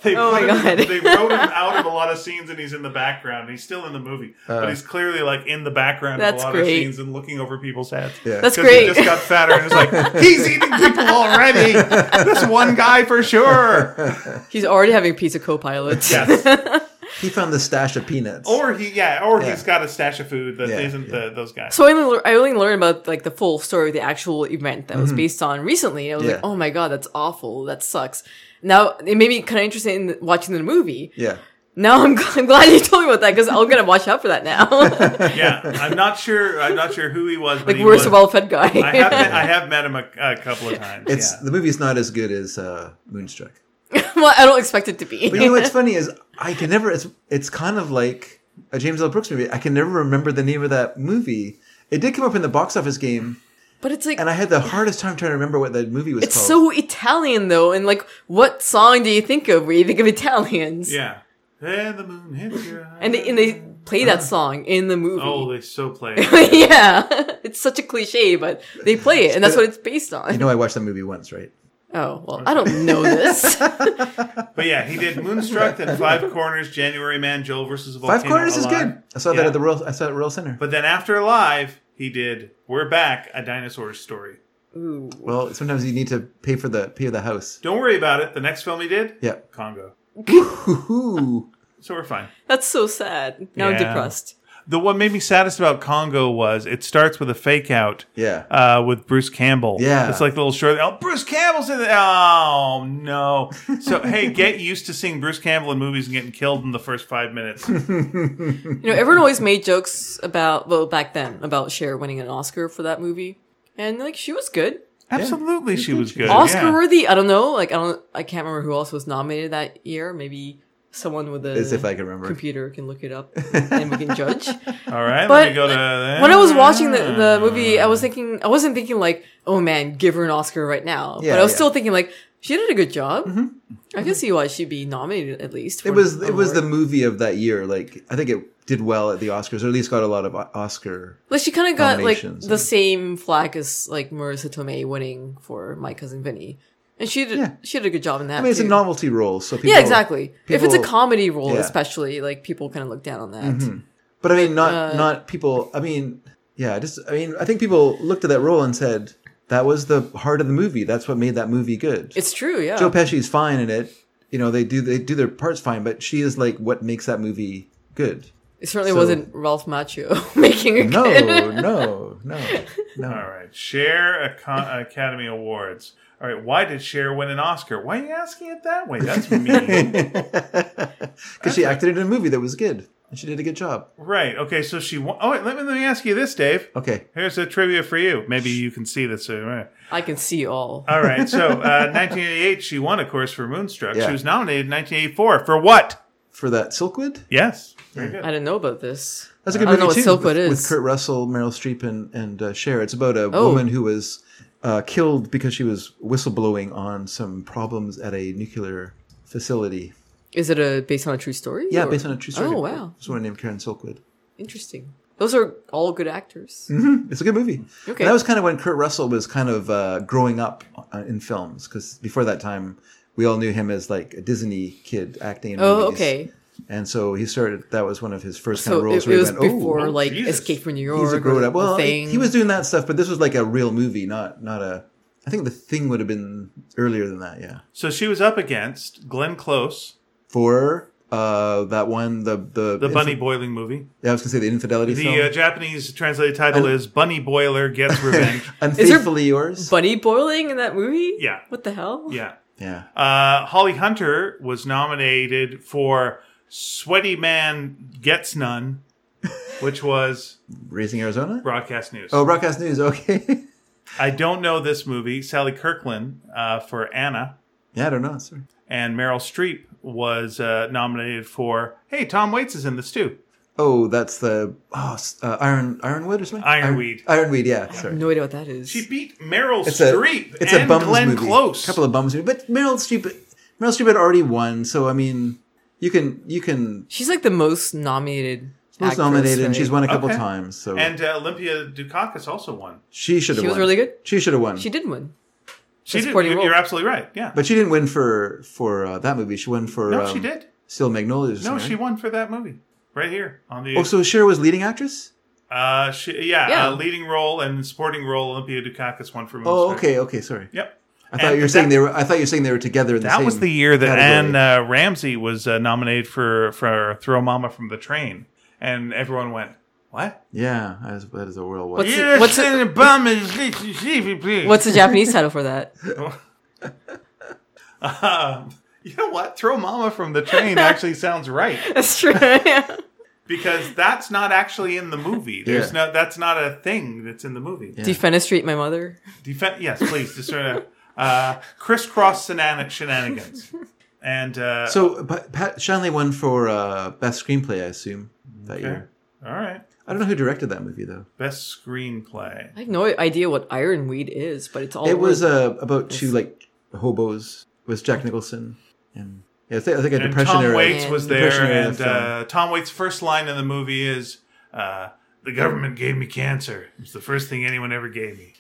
Speaker 3: they
Speaker 2: Oh my
Speaker 3: put him-
Speaker 2: God.
Speaker 3: they wrote him out of a lot of scenes, and he's in the background. And he's still in the movie, but he's clearly like in the background of a
Speaker 2: Uh. That's
Speaker 3: lot of
Speaker 2: great.
Speaker 3: scenes and looking over people's heads.
Speaker 1: Yeah.
Speaker 2: That's
Speaker 3: 'Cause He
Speaker 2: great.
Speaker 3: just got fatter and it's like, he's eating people already. This one guy for sure.
Speaker 2: He's already having pizza co-pilots.
Speaker 3: Yes.
Speaker 1: He found the stash of peanuts.
Speaker 3: Or he, yeah, or
Speaker 1: Yeah.
Speaker 3: he's got a stash of food that
Speaker 1: Yeah,
Speaker 3: not the, those guys.
Speaker 2: So I only, lear- I only learned about like the full story of the actual event that was based on recently. I was
Speaker 1: Mm-hmm. Yeah.
Speaker 2: like, oh my god, that's awful. That sucks. Now it made me kind of interested in the- watching the movie.
Speaker 1: yeah.
Speaker 2: Now I'm, gl- I'm glad you told me about that because I'm gonna watch out for that now.
Speaker 3: yeah, I'm not sure. I'm not sure who he was. But
Speaker 2: like
Speaker 3: he
Speaker 2: worst
Speaker 3: was.
Speaker 2: of all fed guy.
Speaker 3: I have met, I have met him a, a couple of times.
Speaker 1: It's
Speaker 3: yeah.
Speaker 1: the movie's not as good as uh, Moonstruck.
Speaker 2: well, I don't expect it to be.
Speaker 1: But you know what's funny is I can never. It's it's kind of like a James L. Brooks movie. I can never remember the name of that movie. It did come up in the box office game,
Speaker 2: But it's like
Speaker 1: and I had the hardest time trying to remember what that movie was
Speaker 2: it's
Speaker 1: called.
Speaker 2: so Italian though, and like what song do you think of when you think of Italians?
Speaker 3: yeah. And the moon hits your eye.
Speaker 2: And they, and they play that song in the movie.
Speaker 3: Uh-huh. oh, they so play. it.
Speaker 2: yeah, it's such a cliche, but they play it, and that's what it's based on.
Speaker 1: you know, I watched that movie once, right?
Speaker 2: oh well, I don't know this.
Speaker 3: But yeah, he did Moonstruck, then Five Corners, January Man, Joel versus a Volcano.
Speaker 1: Five Corners is
Speaker 3: Alive.
Speaker 1: good. I saw that
Speaker 3: Yeah.
Speaker 1: at the Royal. I saw it at Royal Center.
Speaker 3: But then after Alive, he did We're Back, A Dinosaur Story.
Speaker 2: Ooh.
Speaker 1: Well, sometimes you need to pay for the pay the house.
Speaker 3: Don't worry about it. The next film he did,
Speaker 1: Yeah.
Speaker 3: Congo.
Speaker 1: Woohoo!
Speaker 3: So we're fine.
Speaker 2: That's so sad. Now I'm
Speaker 3: Yeah.
Speaker 2: depressed.
Speaker 3: The what made me saddest about Congo was it starts with a fake out
Speaker 1: Yeah.
Speaker 3: uh, with Bruce Campbell.
Speaker 1: Yeah.
Speaker 3: It's like the little short. Oh, Bruce Campbell's in it. Oh, no. So, hey, get used to seeing Bruce Campbell in movies and getting killed in the first five minutes.
Speaker 2: You know, everyone always made jokes about well back then about Cher winning an Oscar for that movie, and like she was good.
Speaker 3: Absolutely, she was good.
Speaker 2: Oscar
Speaker 3: yeah.
Speaker 2: worthy. I don't know. Like I don't. I can't remember who else was nominated that year. Maybe someone with a
Speaker 1: As if I can remember.
Speaker 2: computer can look it up and we can judge.
Speaker 3: All right,
Speaker 2: But
Speaker 3: let me go to.
Speaker 2: when I was watching the, the movie, I was thinking, I wasn't thinking like, oh man, give her an Oscar right now.
Speaker 1: Yeah,
Speaker 2: but I was
Speaker 1: yeah. Mm-hmm.
Speaker 2: still thinking like, she did a good job. I can see why she'd be nominated at least. for
Speaker 1: It was
Speaker 2: an
Speaker 1: it was the
Speaker 2: award.
Speaker 1: movie of that year. Like I think it did well at the Oscars, or at least got a lot of O- Oscar.
Speaker 2: like she kind of got like
Speaker 1: nominations
Speaker 2: the
Speaker 1: and-
Speaker 2: same flack as like Marissa Tomei winning for My Cousin Vinny, and she did
Speaker 1: Yeah.
Speaker 2: she did a good job in that.
Speaker 1: I mean, it's a
Speaker 2: too.
Speaker 1: novelty role, so people,
Speaker 2: yeah, exactly. if it's a
Speaker 1: people-
Speaker 2: comedy role,
Speaker 1: yeah. Mm-hmm.
Speaker 2: especially like people kind of look down on that.
Speaker 1: But I mean, not
Speaker 2: uh,
Speaker 1: not people. I mean, yeah, just I mean, I think people looked at that role and said that was the heart of the movie. That's what made that movie good.
Speaker 2: It's true. Yeah.
Speaker 1: Joe Pesci's fine in it. You know, they do they do their parts fine, but she is like what makes that movie good.
Speaker 2: it certainly
Speaker 1: so-
Speaker 2: wasn't Ralph Macchio making a
Speaker 1: No,
Speaker 2: kid.
Speaker 1: no, no,
Speaker 3: All
Speaker 1: no.
Speaker 3: right, Cher Aco- Academy Awards. All right, why did Cher win an Oscar? Why are you asking it that way? That's mean.
Speaker 1: Because she acted in a movie that was good, and she did a good job.
Speaker 3: right. Okay, so she won. Oh, wait, let me let me ask you this, Dave.
Speaker 1: Okay,
Speaker 3: Here's a trivia for you. Maybe you can see this. uh,
Speaker 2: I can see all.
Speaker 3: All right. So, uh, 1988, she won, of course, for Moonstruck.
Speaker 1: Yeah.
Speaker 3: She was nominated in 1984 for what?
Speaker 1: for that Silkwood,
Speaker 3: Yes. Very good.
Speaker 2: I didn't know about this.
Speaker 1: that's a good
Speaker 2: I don't
Speaker 1: movie
Speaker 2: know
Speaker 1: too.
Speaker 2: what Silkwood
Speaker 1: with, with
Speaker 2: is.
Speaker 1: Kurt Russell, Meryl Streep, and and uh, Cher. It's about a
Speaker 2: Oh.
Speaker 1: woman who was uh, killed because she was whistleblowing on some problems at a nuclear facility.
Speaker 2: Is it a based on a true story?
Speaker 1: Yeah,
Speaker 2: or-
Speaker 1: based on a true story.
Speaker 2: Oh wow,
Speaker 1: This woman named Karen Silkwood.
Speaker 2: interesting. Those are all good actors.
Speaker 1: It's a good movie.
Speaker 2: Okay.
Speaker 1: And that was kind of when Kurt Russell was kind of uh, growing up uh, in films because before that time, we all knew him as like a Disney kid acting in
Speaker 2: Oh,
Speaker 1: movies.
Speaker 2: okay.
Speaker 1: And so he started. That was one of his first kind
Speaker 2: So
Speaker 1: of roles
Speaker 2: it, it
Speaker 1: where he
Speaker 2: was
Speaker 1: went,
Speaker 2: before
Speaker 1: "Oh,
Speaker 2: like
Speaker 3: Jesus.
Speaker 2: Escape from New York.
Speaker 1: he's a grown
Speaker 2: or
Speaker 1: up." Well,
Speaker 2: the thing.
Speaker 1: he was doing that stuff, but this was like a real movie, not not a. I think the thing would have been earlier than that. Yeah,
Speaker 3: So she was up against Glenn Close,
Speaker 1: for uh that one, the the
Speaker 3: the Bunny Boiling movie.
Speaker 1: Yeah, I was gonna say the infidelity
Speaker 3: The
Speaker 1: film.
Speaker 3: uh, Japanese translated title is Bunny Boiler Gets Revenge.
Speaker 1: Unfaithfully yours.
Speaker 2: bunny boiling in that movie.
Speaker 3: Yeah.
Speaker 2: What the hell?
Speaker 3: yeah.
Speaker 1: yeah.
Speaker 3: Uh, Holly Hunter was nominated for Sweaty Man Gets None, which was
Speaker 1: Raising Arizona.
Speaker 3: broadcast news.
Speaker 1: Oh, broadcast news. Okay.
Speaker 3: I don't know this movie. Sally Kirkland uh, for Anna
Speaker 1: yeah, I don't know. Sorry.
Speaker 3: and Meryl Streep was uh, nominated for. Hey, Tom Waits is in this too.
Speaker 1: Oh, that's the oh, s- uh, iron ironwood or something.
Speaker 3: Ironweed.
Speaker 1: Iron- ironweed. Yeah, sorry.
Speaker 2: No idea what that is.
Speaker 3: She beat Meryl
Speaker 1: It's a
Speaker 3: Streep
Speaker 1: it's
Speaker 3: and
Speaker 1: a bums
Speaker 3: Glenn
Speaker 1: movie.
Speaker 3: Close.
Speaker 1: couple of bums movie. But Meryl Streep, Meryl Streep had already won, so I mean, you can you can
Speaker 2: She's like the most nominated.
Speaker 1: most
Speaker 2: actress,
Speaker 1: nominated, and she's
Speaker 2: right?
Speaker 1: won a couple
Speaker 3: Okay.
Speaker 1: times. So
Speaker 3: and uh, Olympia Dukakis also won.
Speaker 1: she should have.
Speaker 2: She was
Speaker 1: won.
Speaker 2: really good?
Speaker 1: She should have won.
Speaker 2: She did win.
Speaker 3: She did.
Speaker 2: supporting
Speaker 3: You're,
Speaker 2: role.
Speaker 3: you're absolutely right. Yeah.
Speaker 1: But she didn't win for for uh, that movie. She won for
Speaker 3: no,
Speaker 1: um,
Speaker 3: she did.
Speaker 1: Still Magnolias. or
Speaker 3: No,
Speaker 1: something,
Speaker 3: she
Speaker 1: right?
Speaker 3: won for that movie right here on the.
Speaker 1: Oh, so Cher was leading actress.
Speaker 3: uh, she, yeah,
Speaker 2: Yeah.
Speaker 3: Uh, leading role and supporting role. Olympia Dukakis won for.
Speaker 1: Oh,
Speaker 3: Moonstruck.
Speaker 1: okay, okay, sorry.
Speaker 3: Yep.
Speaker 1: I thought
Speaker 3: And
Speaker 1: you were saying
Speaker 3: that-
Speaker 1: they were. I thought you were saying they were together in the
Speaker 3: That
Speaker 1: same
Speaker 3: was the year that Anne
Speaker 1: category.
Speaker 3: uh, Ramsey was uh, nominated for for Throw Mama from the Train, and everyone went, "What?"
Speaker 1: yeah, that is, that is a real one.
Speaker 2: What's it- what's it-
Speaker 3: an Obama is-
Speaker 2: What's the Japanese title for that?
Speaker 3: Um, you know what? Throw Mama from the Train actually sounds right
Speaker 2: That's true. yeah.
Speaker 3: because that's not actually in the movie. There's
Speaker 1: Yeah.
Speaker 3: no that's not a thing that's in the movie.
Speaker 2: Defenestrate my mother.
Speaker 3: Defen- yes, please just sort of uh, crisscross shenan- shenanigans. And uh,
Speaker 1: So, but Pat Shanley won for uh, best screenplay, I assume that year.
Speaker 3: all right,
Speaker 1: I don't know who directed that movie though.
Speaker 3: best screenplay.
Speaker 2: I have no idea what ironweed is, but it's all
Speaker 1: it was
Speaker 2: wood.
Speaker 1: uh, about two like hobos. It was Jack Nicholson and yeah, I think, I think a
Speaker 3: And
Speaker 1: depression
Speaker 3: Tom
Speaker 1: era.
Speaker 3: Waits
Speaker 2: Yeah.
Speaker 3: was
Speaker 1: Depression
Speaker 3: there,
Speaker 1: era
Speaker 3: and
Speaker 1: film.
Speaker 3: uh, Tom Waits' first line in the movie is, uh, "The government gave me cancer. It's the first thing anyone ever gave me."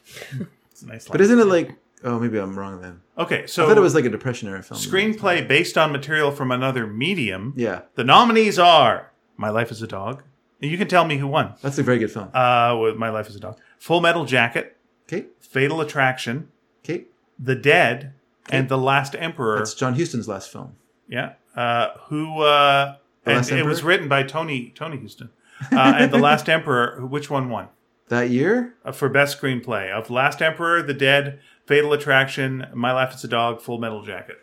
Speaker 3: it's a nice line.
Speaker 1: But isn't it like? Oh, maybe I'm wrong then.
Speaker 3: okay,
Speaker 1: I
Speaker 3: so
Speaker 1: thought it was like a depression era film.
Speaker 3: screenplay based on material from another medium.
Speaker 1: Yeah,
Speaker 3: The nominees are "My Life as a Dog." And you can tell me who won.
Speaker 1: that's a very good film.
Speaker 3: Uh, with "My Life as a Dog," "Full Metal Jacket,"
Speaker 1: Okay.
Speaker 3: Fatal Attraction,
Speaker 1: Okay.
Speaker 3: The Dead, and The Last Emperor.
Speaker 1: That's John Huston's last film.
Speaker 3: yeah. Uh, who uh,
Speaker 1: The
Speaker 3: and
Speaker 1: Last
Speaker 3: it was
Speaker 1: Emperor?
Speaker 3: written by Tony Tony Houston. Uh, and The Last Emperor, who- which one won?
Speaker 1: That year?
Speaker 3: Uh, for best screenplay of Last Emperor, The Dead, Fatal Attraction, My Life as a Dog, Full Metal Jacket.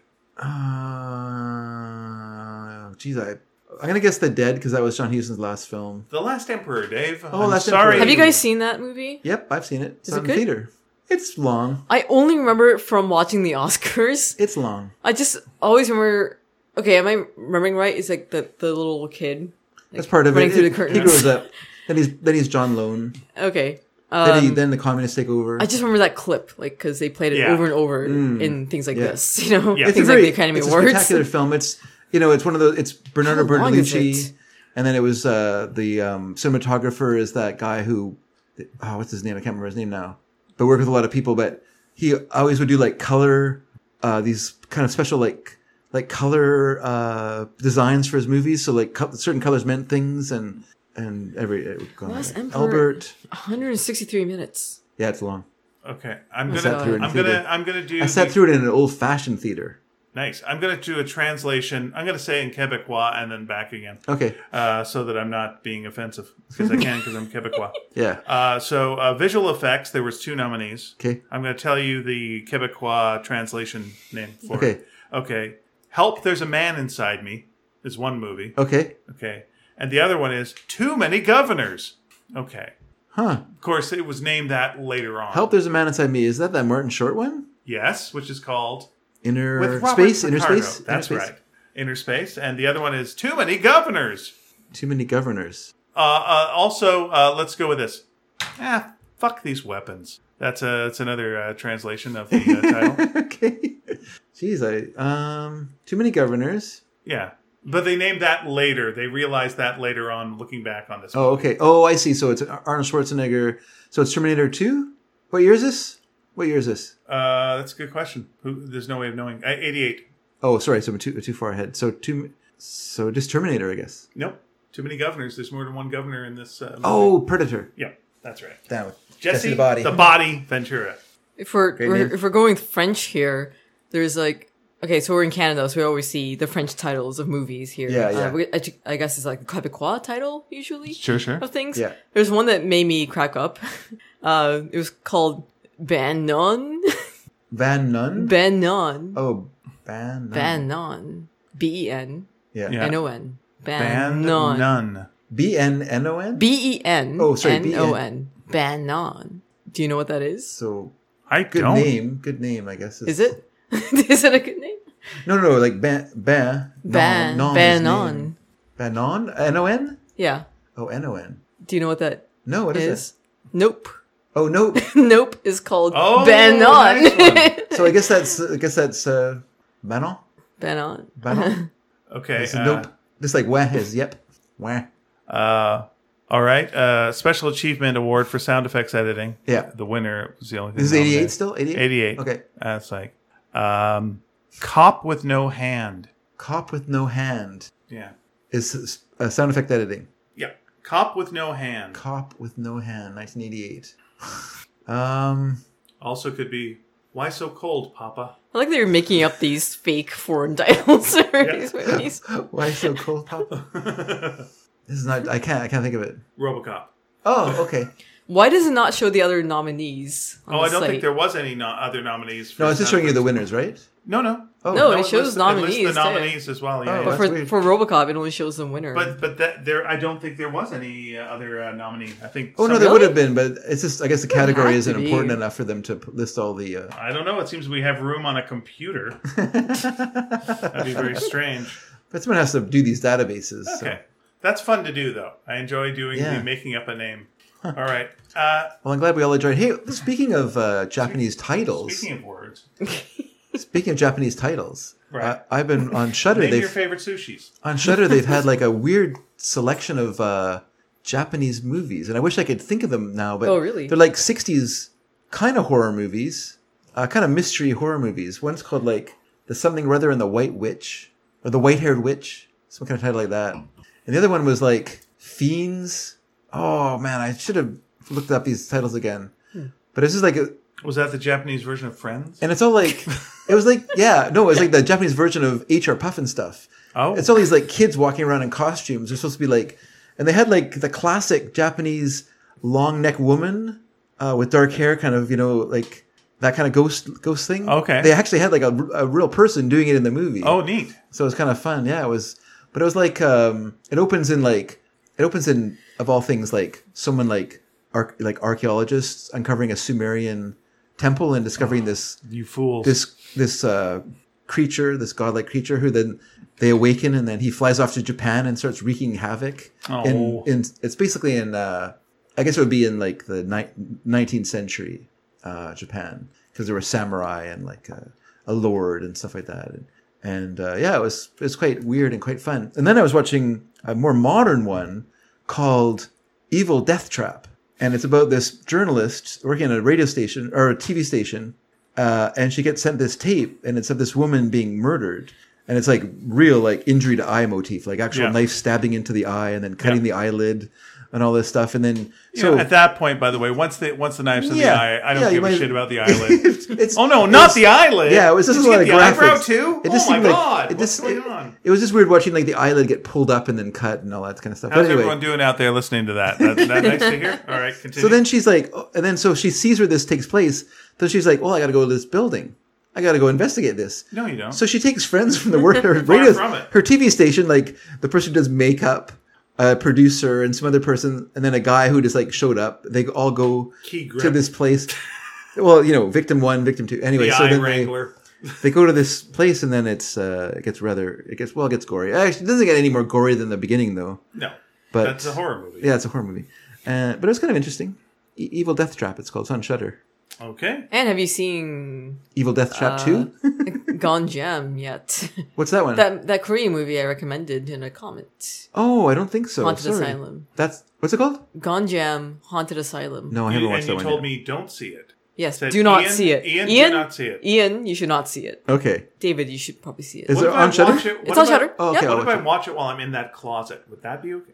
Speaker 1: Uh, geez, I, I'm going to guess The Dead because that was John Huston's last film.
Speaker 3: The Last Emperor, Dave.
Speaker 1: Oh,
Speaker 3: I'm
Speaker 1: Last
Speaker 3: sorry.
Speaker 1: Emperor.
Speaker 2: Have you guys seen that movie?
Speaker 1: Yep, I've seen it. It's
Speaker 2: Is
Speaker 1: out
Speaker 2: it
Speaker 1: in
Speaker 2: good?
Speaker 1: theater. It's long.
Speaker 2: I only remember it from watching the Oscars.
Speaker 1: It's long.
Speaker 2: I just always remember. Okay, am I remembering right? It's like the the little kid.
Speaker 1: That's part of
Speaker 2: running
Speaker 1: it.
Speaker 2: through
Speaker 1: It-
Speaker 2: the
Speaker 1: he
Speaker 2: curtains.
Speaker 1: grows up. Then he's then he's John Lone.
Speaker 2: Okay.
Speaker 1: Then, he,
Speaker 2: Um,
Speaker 1: then the communists take over.
Speaker 2: I just remember that clip, like, because they played it
Speaker 3: Yeah.
Speaker 2: over and over
Speaker 1: Mm.
Speaker 2: in things like
Speaker 1: Yeah.
Speaker 2: this, you know,
Speaker 3: Yeah.
Speaker 1: it's a
Speaker 2: things
Speaker 1: very-
Speaker 2: like the Academy
Speaker 1: it's A
Speaker 2: Awards.
Speaker 1: spectacular film. It's you know it's one of those. It's Bernardo
Speaker 2: How long is
Speaker 1: Bertolucci,
Speaker 2: it?
Speaker 1: and then it was uh, the um, cinematographer is that guy who oh what's his name I can't remember his name now, but worked with a lot of people. But he always would do like color uh, these kind of special like like color uh, designs for his movies. So like co- certain colors meant things and and every it would go on.
Speaker 2: Last Emperor.
Speaker 1: Albert.
Speaker 2: 163 minutes.
Speaker 1: Yeah, it's long.
Speaker 3: Okay, I'm
Speaker 2: I
Speaker 3: gonna,
Speaker 2: sat through it
Speaker 1: in
Speaker 3: I'm gonna,
Speaker 1: theater.
Speaker 3: I'm gonna do.
Speaker 1: I sat
Speaker 3: the-
Speaker 1: through it in an old fashioned theater.
Speaker 3: Nice. I'm gonna do a translation. I'm gonna say in Quebecois and then back again,
Speaker 1: Okay.
Speaker 3: uh, so that I'm not being offensive because I can because I'm Quebecois.
Speaker 1: Yeah.
Speaker 3: Uh, so uh, visual effects. There was two nominees.
Speaker 1: Okay.
Speaker 3: I'm gonna tell you the Quebecois translation name for
Speaker 1: Okay.
Speaker 3: it. Okay. Help! There's a man inside me. Is one movie.
Speaker 1: Okay.
Speaker 3: Okay. And the other one is Too Many Governors. Okay.
Speaker 1: Huh.
Speaker 3: Of course, it was named that later on.
Speaker 1: Help, there's a man inside me. Is that that Martin Short one?
Speaker 3: Yes, which is called
Speaker 1: Inner
Speaker 3: with Robert
Speaker 1: space, inner
Speaker 3: Picardo.
Speaker 1: space.
Speaker 3: That's
Speaker 1: Inner Space?
Speaker 3: right. Inner space. And the other one is Too Many Governors.
Speaker 1: Too many governors.
Speaker 3: Uh, uh, also, uh, let's go with this. Ah, fuck these weapons. That's a that's another uh, translation of the uh, title.
Speaker 1: okay. Jeez, I um too many governors.
Speaker 3: yeah, but they named that later. They realized that later on, looking back on this.
Speaker 1: Oh, okay. Oh, I see. So it's Arnold Schwarzenegger. So it's Terminator Two. What year is this? What year is this?
Speaker 3: Uh, that's a good question. Who, there's no way of knowing. Uh, 88.
Speaker 1: Oh, sorry. So I'm too too far ahead. So too. So just Terminator, I guess.
Speaker 3: Nope. Too many governors. There's more than one governor in this. Uh, movie.
Speaker 1: Oh, Predator.
Speaker 3: yeah, that's right.
Speaker 1: Down.
Speaker 3: Jesse, the body. Ventura.
Speaker 2: If we're,
Speaker 1: Great
Speaker 2: we're
Speaker 1: name.
Speaker 2: if we're going with French here, there's like okay, so we're in Canada, so we always see the French titles of movies here.
Speaker 1: Yeah,
Speaker 2: Uh,
Speaker 1: yeah.
Speaker 2: we- I, ju- I guess it's like the Quebecois title usually
Speaker 3: Sure, sure.
Speaker 2: of things.
Speaker 1: Yeah.
Speaker 2: There's one that made me crack up. Uh, it was called Bannon.
Speaker 1: Van Nun.
Speaker 2: Bannon.
Speaker 1: oh, Van. Nun.
Speaker 2: Bannon. B E N
Speaker 1: Yeah.
Speaker 3: Yeah.
Speaker 2: N O N.
Speaker 3: Ban
Speaker 2: Bannon.
Speaker 3: none.
Speaker 1: B N N O N.
Speaker 2: B E N
Speaker 1: Oh, sorry,
Speaker 2: N O N. Bannon. Do you know what that is?
Speaker 1: So
Speaker 3: I
Speaker 1: good
Speaker 3: don't.
Speaker 1: name. Good name. I guess.
Speaker 2: Is it? is it a good name?
Speaker 1: No, no, no, like ban, ban,
Speaker 2: Ban.
Speaker 1: non- non is name.
Speaker 2: Bannon.
Speaker 1: Banon, N O N,
Speaker 2: Yeah.
Speaker 1: oh N O N.
Speaker 2: Do you know what that
Speaker 1: No, what
Speaker 2: is?
Speaker 1: is, it?
Speaker 2: Nope.
Speaker 1: Oh no.
Speaker 2: nope is called
Speaker 3: Oh,
Speaker 2: Bannon.
Speaker 3: nice one.
Speaker 1: So I guess that's I guess that's uh, Banon,
Speaker 2: Bannon.
Speaker 1: Banon.
Speaker 3: Okay.
Speaker 1: It's
Speaker 3: uh,
Speaker 1: nope. Just like wah is yep, wah.
Speaker 3: Uh, all right. Uh, Special Achievement Award for Sound Effects Editing.
Speaker 1: Yeah.
Speaker 3: The winner was the only thing.
Speaker 1: This is eighty
Speaker 3: nominated.
Speaker 1: eight still eighty
Speaker 3: 88.
Speaker 1: Okay,
Speaker 3: That's like um, Cop with No Hand.
Speaker 1: cop with no hand
Speaker 3: Yeah.
Speaker 1: is s- uh, sound effect editing.
Speaker 3: Yeah. Cop with No Hand.
Speaker 1: Cop with no hand, nineteen eighty eight. Um,
Speaker 3: Also could be Why So Cold, Papa?
Speaker 2: I like that you're making up these fake foreign titles for these movies.
Speaker 1: why so cold, Papa? This is not. I can't. I can't think of it.
Speaker 3: Robocop.
Speaker 1: Oh, okay.
Speaker 2: Why does it not show the other nominees? On
Speaker 3: Oh,
Speaker 2: the
Speaker 3: I don't
Speaker 2: site?
Speaker 3: think there was any no- other nominees. For
Speaker 1: No, I was just showing you the
Speaker 3: sound
Speaker 1: winners, right?
Speaker 3: effects. No, no.
Speaker 1: Oh,
Speaker 2: No, it
Speaker 3: lists-
Speaker 2: shows nominees,
Speaker 3: lists
Speaker 2: too.
Speaker 3: the nominees as well. Yeah,
Speaker 1: Oh,
Speaker 3: yeah.
Speaker 2: But
Speaker 1: That's
Speaker 2: for,
Speaker 1: weird.
Speaker 2: for RoboCop, it only shows them winners.
Speaker 3: But but that there, I don't think there was any uh, other uh, nominee. I think.
Speaker 1: Oh no,
Speaker 3: some-
Speaker 1: there would
Speaker 2: Really?
Speaker 1: have been, but it's just I guess the category
Speaker 2: have
Speaker 1: isn't
Speaker 2: to be.
Speaker 1: important enough for them to p- list all the. Uh...
Speaker 3: I don't know. It seems we have room on a computer. That'd be very strange.
Speaker 1: But someone has to do these databases. so-
Speaker 3: Okay, that's fun to do though. I enjoy doing
Speaker 1: Yeah.
Speaker 3: the making up a name. All right. Uh,
Speaker 1: Well, I'm glad we all enjoyed. Hey, speaking of uh, Japanese titles, speaking
Speaker 3: speaking of words,
Speaker 1: of, Japanese titles,
Speaker 3: Right.
Speaker 1: uh, I've been on Shutter.
Speaker 3: name your
Speaker 1: they've
Speaker 3: favorite sushis.
Speaker 1: on Shutter they've had like a weird selection of uh, Japanese movies, and I wish I could think of them now. But
Speaker 2: Oh, really?
Speaker 1: They're like '60s kind of horror movies, uh, kind of mystery horror movies. One's called like the something rather and the White Witch or the White Haired Witch, some kind of title like that. And the other one was
Speaker 2: Hmm.
Speaker 1: like Fiends. Oh man, I should have looked up these titles again. But this is like, a,
Speaker 3: Was that the Japanese version of Friends?
Speaker 1: and it's all like, it was like, yeah, no, it was like the Japanese version of HR Puffin stuff.
Speaker 3: Oh.
Speaker 1: It's all these like kids walking around in costumes. They're supposed to be like, and they had like the classic Japanese long neck woman uh, with dark hair, kind of you know like that kind of ghost ghost thing.
Speaker 3: Okay.
Speaker 1: They actually had like a, a real person doing it in the movie.
Speaker 3: oh, neat.
Speaker 1: So it was kind of fun. Yeah, it was, but it was like um, it opens in like it opens in of all things like someone like arch- like archaeologists uncovering a Sumerian temple and
Speaker 3: Oh.
Speaker 1: discovering this
Speaker 3: You fools.
Speaker 1: this this uh, creature, this godlike creature, who then they awaken, and then he flies off to Japan and starts wreaking havoc. In,
Speaker 3: Oh.
Speaker 1: in it's basically in, uh, I guess it would be in like the nineteenth century uh, Japan, because there were samurai and like a, a lord and stuff like that. And, and uh, yeah, it was it was quite weird and quite fun. And then I was watching a more modern one called Evil Death Trap. And it's about this journalist working at a radio station or a TV station uh, and she gets sent this tape, and it's of this woman being murdered, and it's like real like injury to eye motif, like actual
Speaker 3: Yeah.
Speaker 1: knife stabbing into the eye and then cutting the eyelid and all this stuff, and then
Speaker 3: You
Speaker 1: so
Speaker 3: know, at that point, by the way, once the once the knife's in
Speaker 1: Yeah.
Speaker 3: the eye, I don't
Speaker 1: Yeah, you
Speaker 3: give a
Speaker 1: might-
Speaker 3: shit about the eyelid.
Speaker 1: it's
Speaker 3: oh no,
Speaker 1: it
Speaker 3: not
Speaker 1: was-
Speaker 3: the eyelid.
Speaker 1: yeah, it was just a
Speaker 3: Did you
Speaker 1: lot
Speaker 3: get
Speaker 1: of
Speaker 3: the
Speaker 1: graphics.
Speaker 3: eyebrow too.
Speaker 1: It just
Speaker 3: oh my
Speaker 1: seemed like,
Speaker 3: god,
Speaker 1: it just,
Speaker 3: what's going
Speaker 1: it-
Speaker 3: on?
Speaker 1: It was just weird watching like the eyelid get pulled up and then cut and all that kind of stuff.
Speaker 3: How's
Speaker 1: but anyway,
Speaker 3: everyone doing out there listening to that? That, that nice to hear. All right, continue.
Speaker 1: So then she's like, oh, and then so she sees where this takes place. Then she's like, well, I got to go to this building. I got to go investigate this.
Speaker 3: no, you don't.
Speaker 1: So she takes friends from the work her radio,
Speaker 3: Oh. from it.
Speaker 1: her TV station, like the person who does makeup, a producer, and some other person, and then a guy who just like showed up. They all go
Speaker 3: Key
Speaker 1: to
Speaker 3: grip.
Speaker 1: this place. well, you know, victim one, victim two. Anyway,
Speaker 3: the
Speaker 1: so
Speaker 3: eye
Speaker 1: then they,
Speaker 3: wrangler.
Speaker 1: they go to this place, and then it's uh, it gets rather it gets well, it gets gory. Actually, it doesn't get any more gory than the beginning though.
Speaker 3: No,
Speaker 1: But
Speaker 3: that's a horror movie.
Speaker 1: yeah, it's a horror movie, uh, but it was kind of interesting. E- Evil Death Trap. It's called. It's on Shutter.
Speaker 3: Okay.
Speaker 2: And have you seen
Speaker 1: Evil Death Trap
Speaker 2: Uh,
Speaker 1: Two.
Speaker 2: Gone Jam yet?
Speaker 1: What's that one?
Speaker 2: that that Korean movie I recommended in a comment.
Speaker 1: oh, I don't think so.
Speaker 2: Haunted
Speaker 1: Sorry.
Speaker 2: Asylum.
Speaker 1: That's what's it called?
Speaker 2: Gone Jam, Haunted Asylum.
Speaker 1: No, I haven't
Speaker 3: You,
Speaker 1: watched
Speaker 3: and you
Speaker 1: that one.
Speaker 3: told
Speaker 1: yet.
Speaker 3: me don't see it.
Speaker 2: Yes,
Speaker 3: Said
Speaker 2: do not
Speaker 3: Ian-
Speaker 2: see it.
Speaker 3: Ian, do not see it.
Speaker 2: Ian, you should not see it.
Speaker 1: Okay.
Speaker 2: David, you should probably see it.
Speaker 1: Is
Speaker 3: What
Speaker 1: it
Speaker 3: if I
Speaker 1: on
Speaker 3: watch
Speaker 1: Shudder?
Speaker 3: What
Speaker 2: it's on
Speaker 3: if I-
Speaker 2: Shutter.
Speaker 1: Oh,
Speaker 2: yep.
Speaker 1: okay.
Speaker 3: What
Speaker 1: I'll
Speaker 3: if
Speaker 1: watch
Speaker 3: I watch it while I'm in that closet? Would that be okay?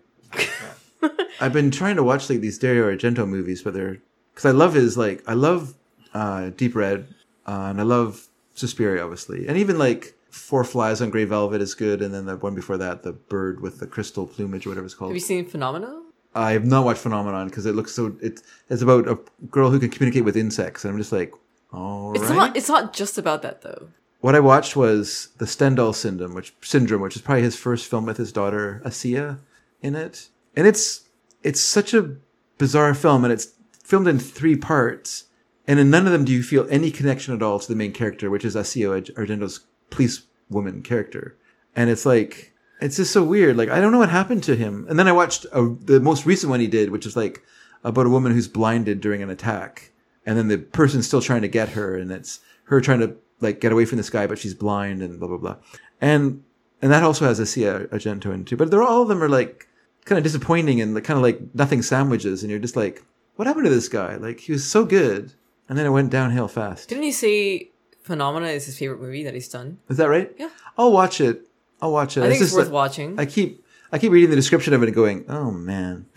Speaker 1: I've been trying to watch like these Dario Argento movies, but they're because I love his like I love uh, Deep Red uh, and I love Suspiria, obviously, and even like Four Flies on Grey Velvet is good, and then the one before that, the bird with the crystal plumage or whatever it's called.
Speaker 2: Have you seen Phenomena?
Speaker 1: I have not watched Phenomenon because it looks so it's it's about a girl who can communicate with insects, and I'm just like, all right.
Speaker 2: It's not. It's not just about that though.
Speaker 1: what I watched was the Stendhal syndrome, which syndrome, which is probably his first film with his daughter Asiya in it, and it's it's such a bizarre film, and it's filmed in three parts, and in none of them do you feel any connection at all to the main character, which is Asiya Arg- Argento's police woman character, and it's like it's just so weird. Like I don't know what happened to him, and then I watched a, the most recent one he did, which is like about a woman who's blinded during an attack, and then the person's still trying to get her and it's her trying to like get away from this guy but she's blind and blah blah blah and and that also has a Cia Argento in too but they're all of them are like kind of disappointing and kind of like nothing sandwiches and you're just like what happened to this guy like he was so good and then it went downhill fast
Speaker 2: Didn't he say Phenomena is his favorite movie that he's done?
Speaker 1: is that right
Speaker 2: Yeah.
Speaker 1: I'll watch it I'll watch it
Speaker 2: I think it's,
Speaker 1: just
Speaker 2: worth
Speaker 1: like-
Speaker 2: watching.
Speaker 1: I keep I keep reading the description of it and going oh man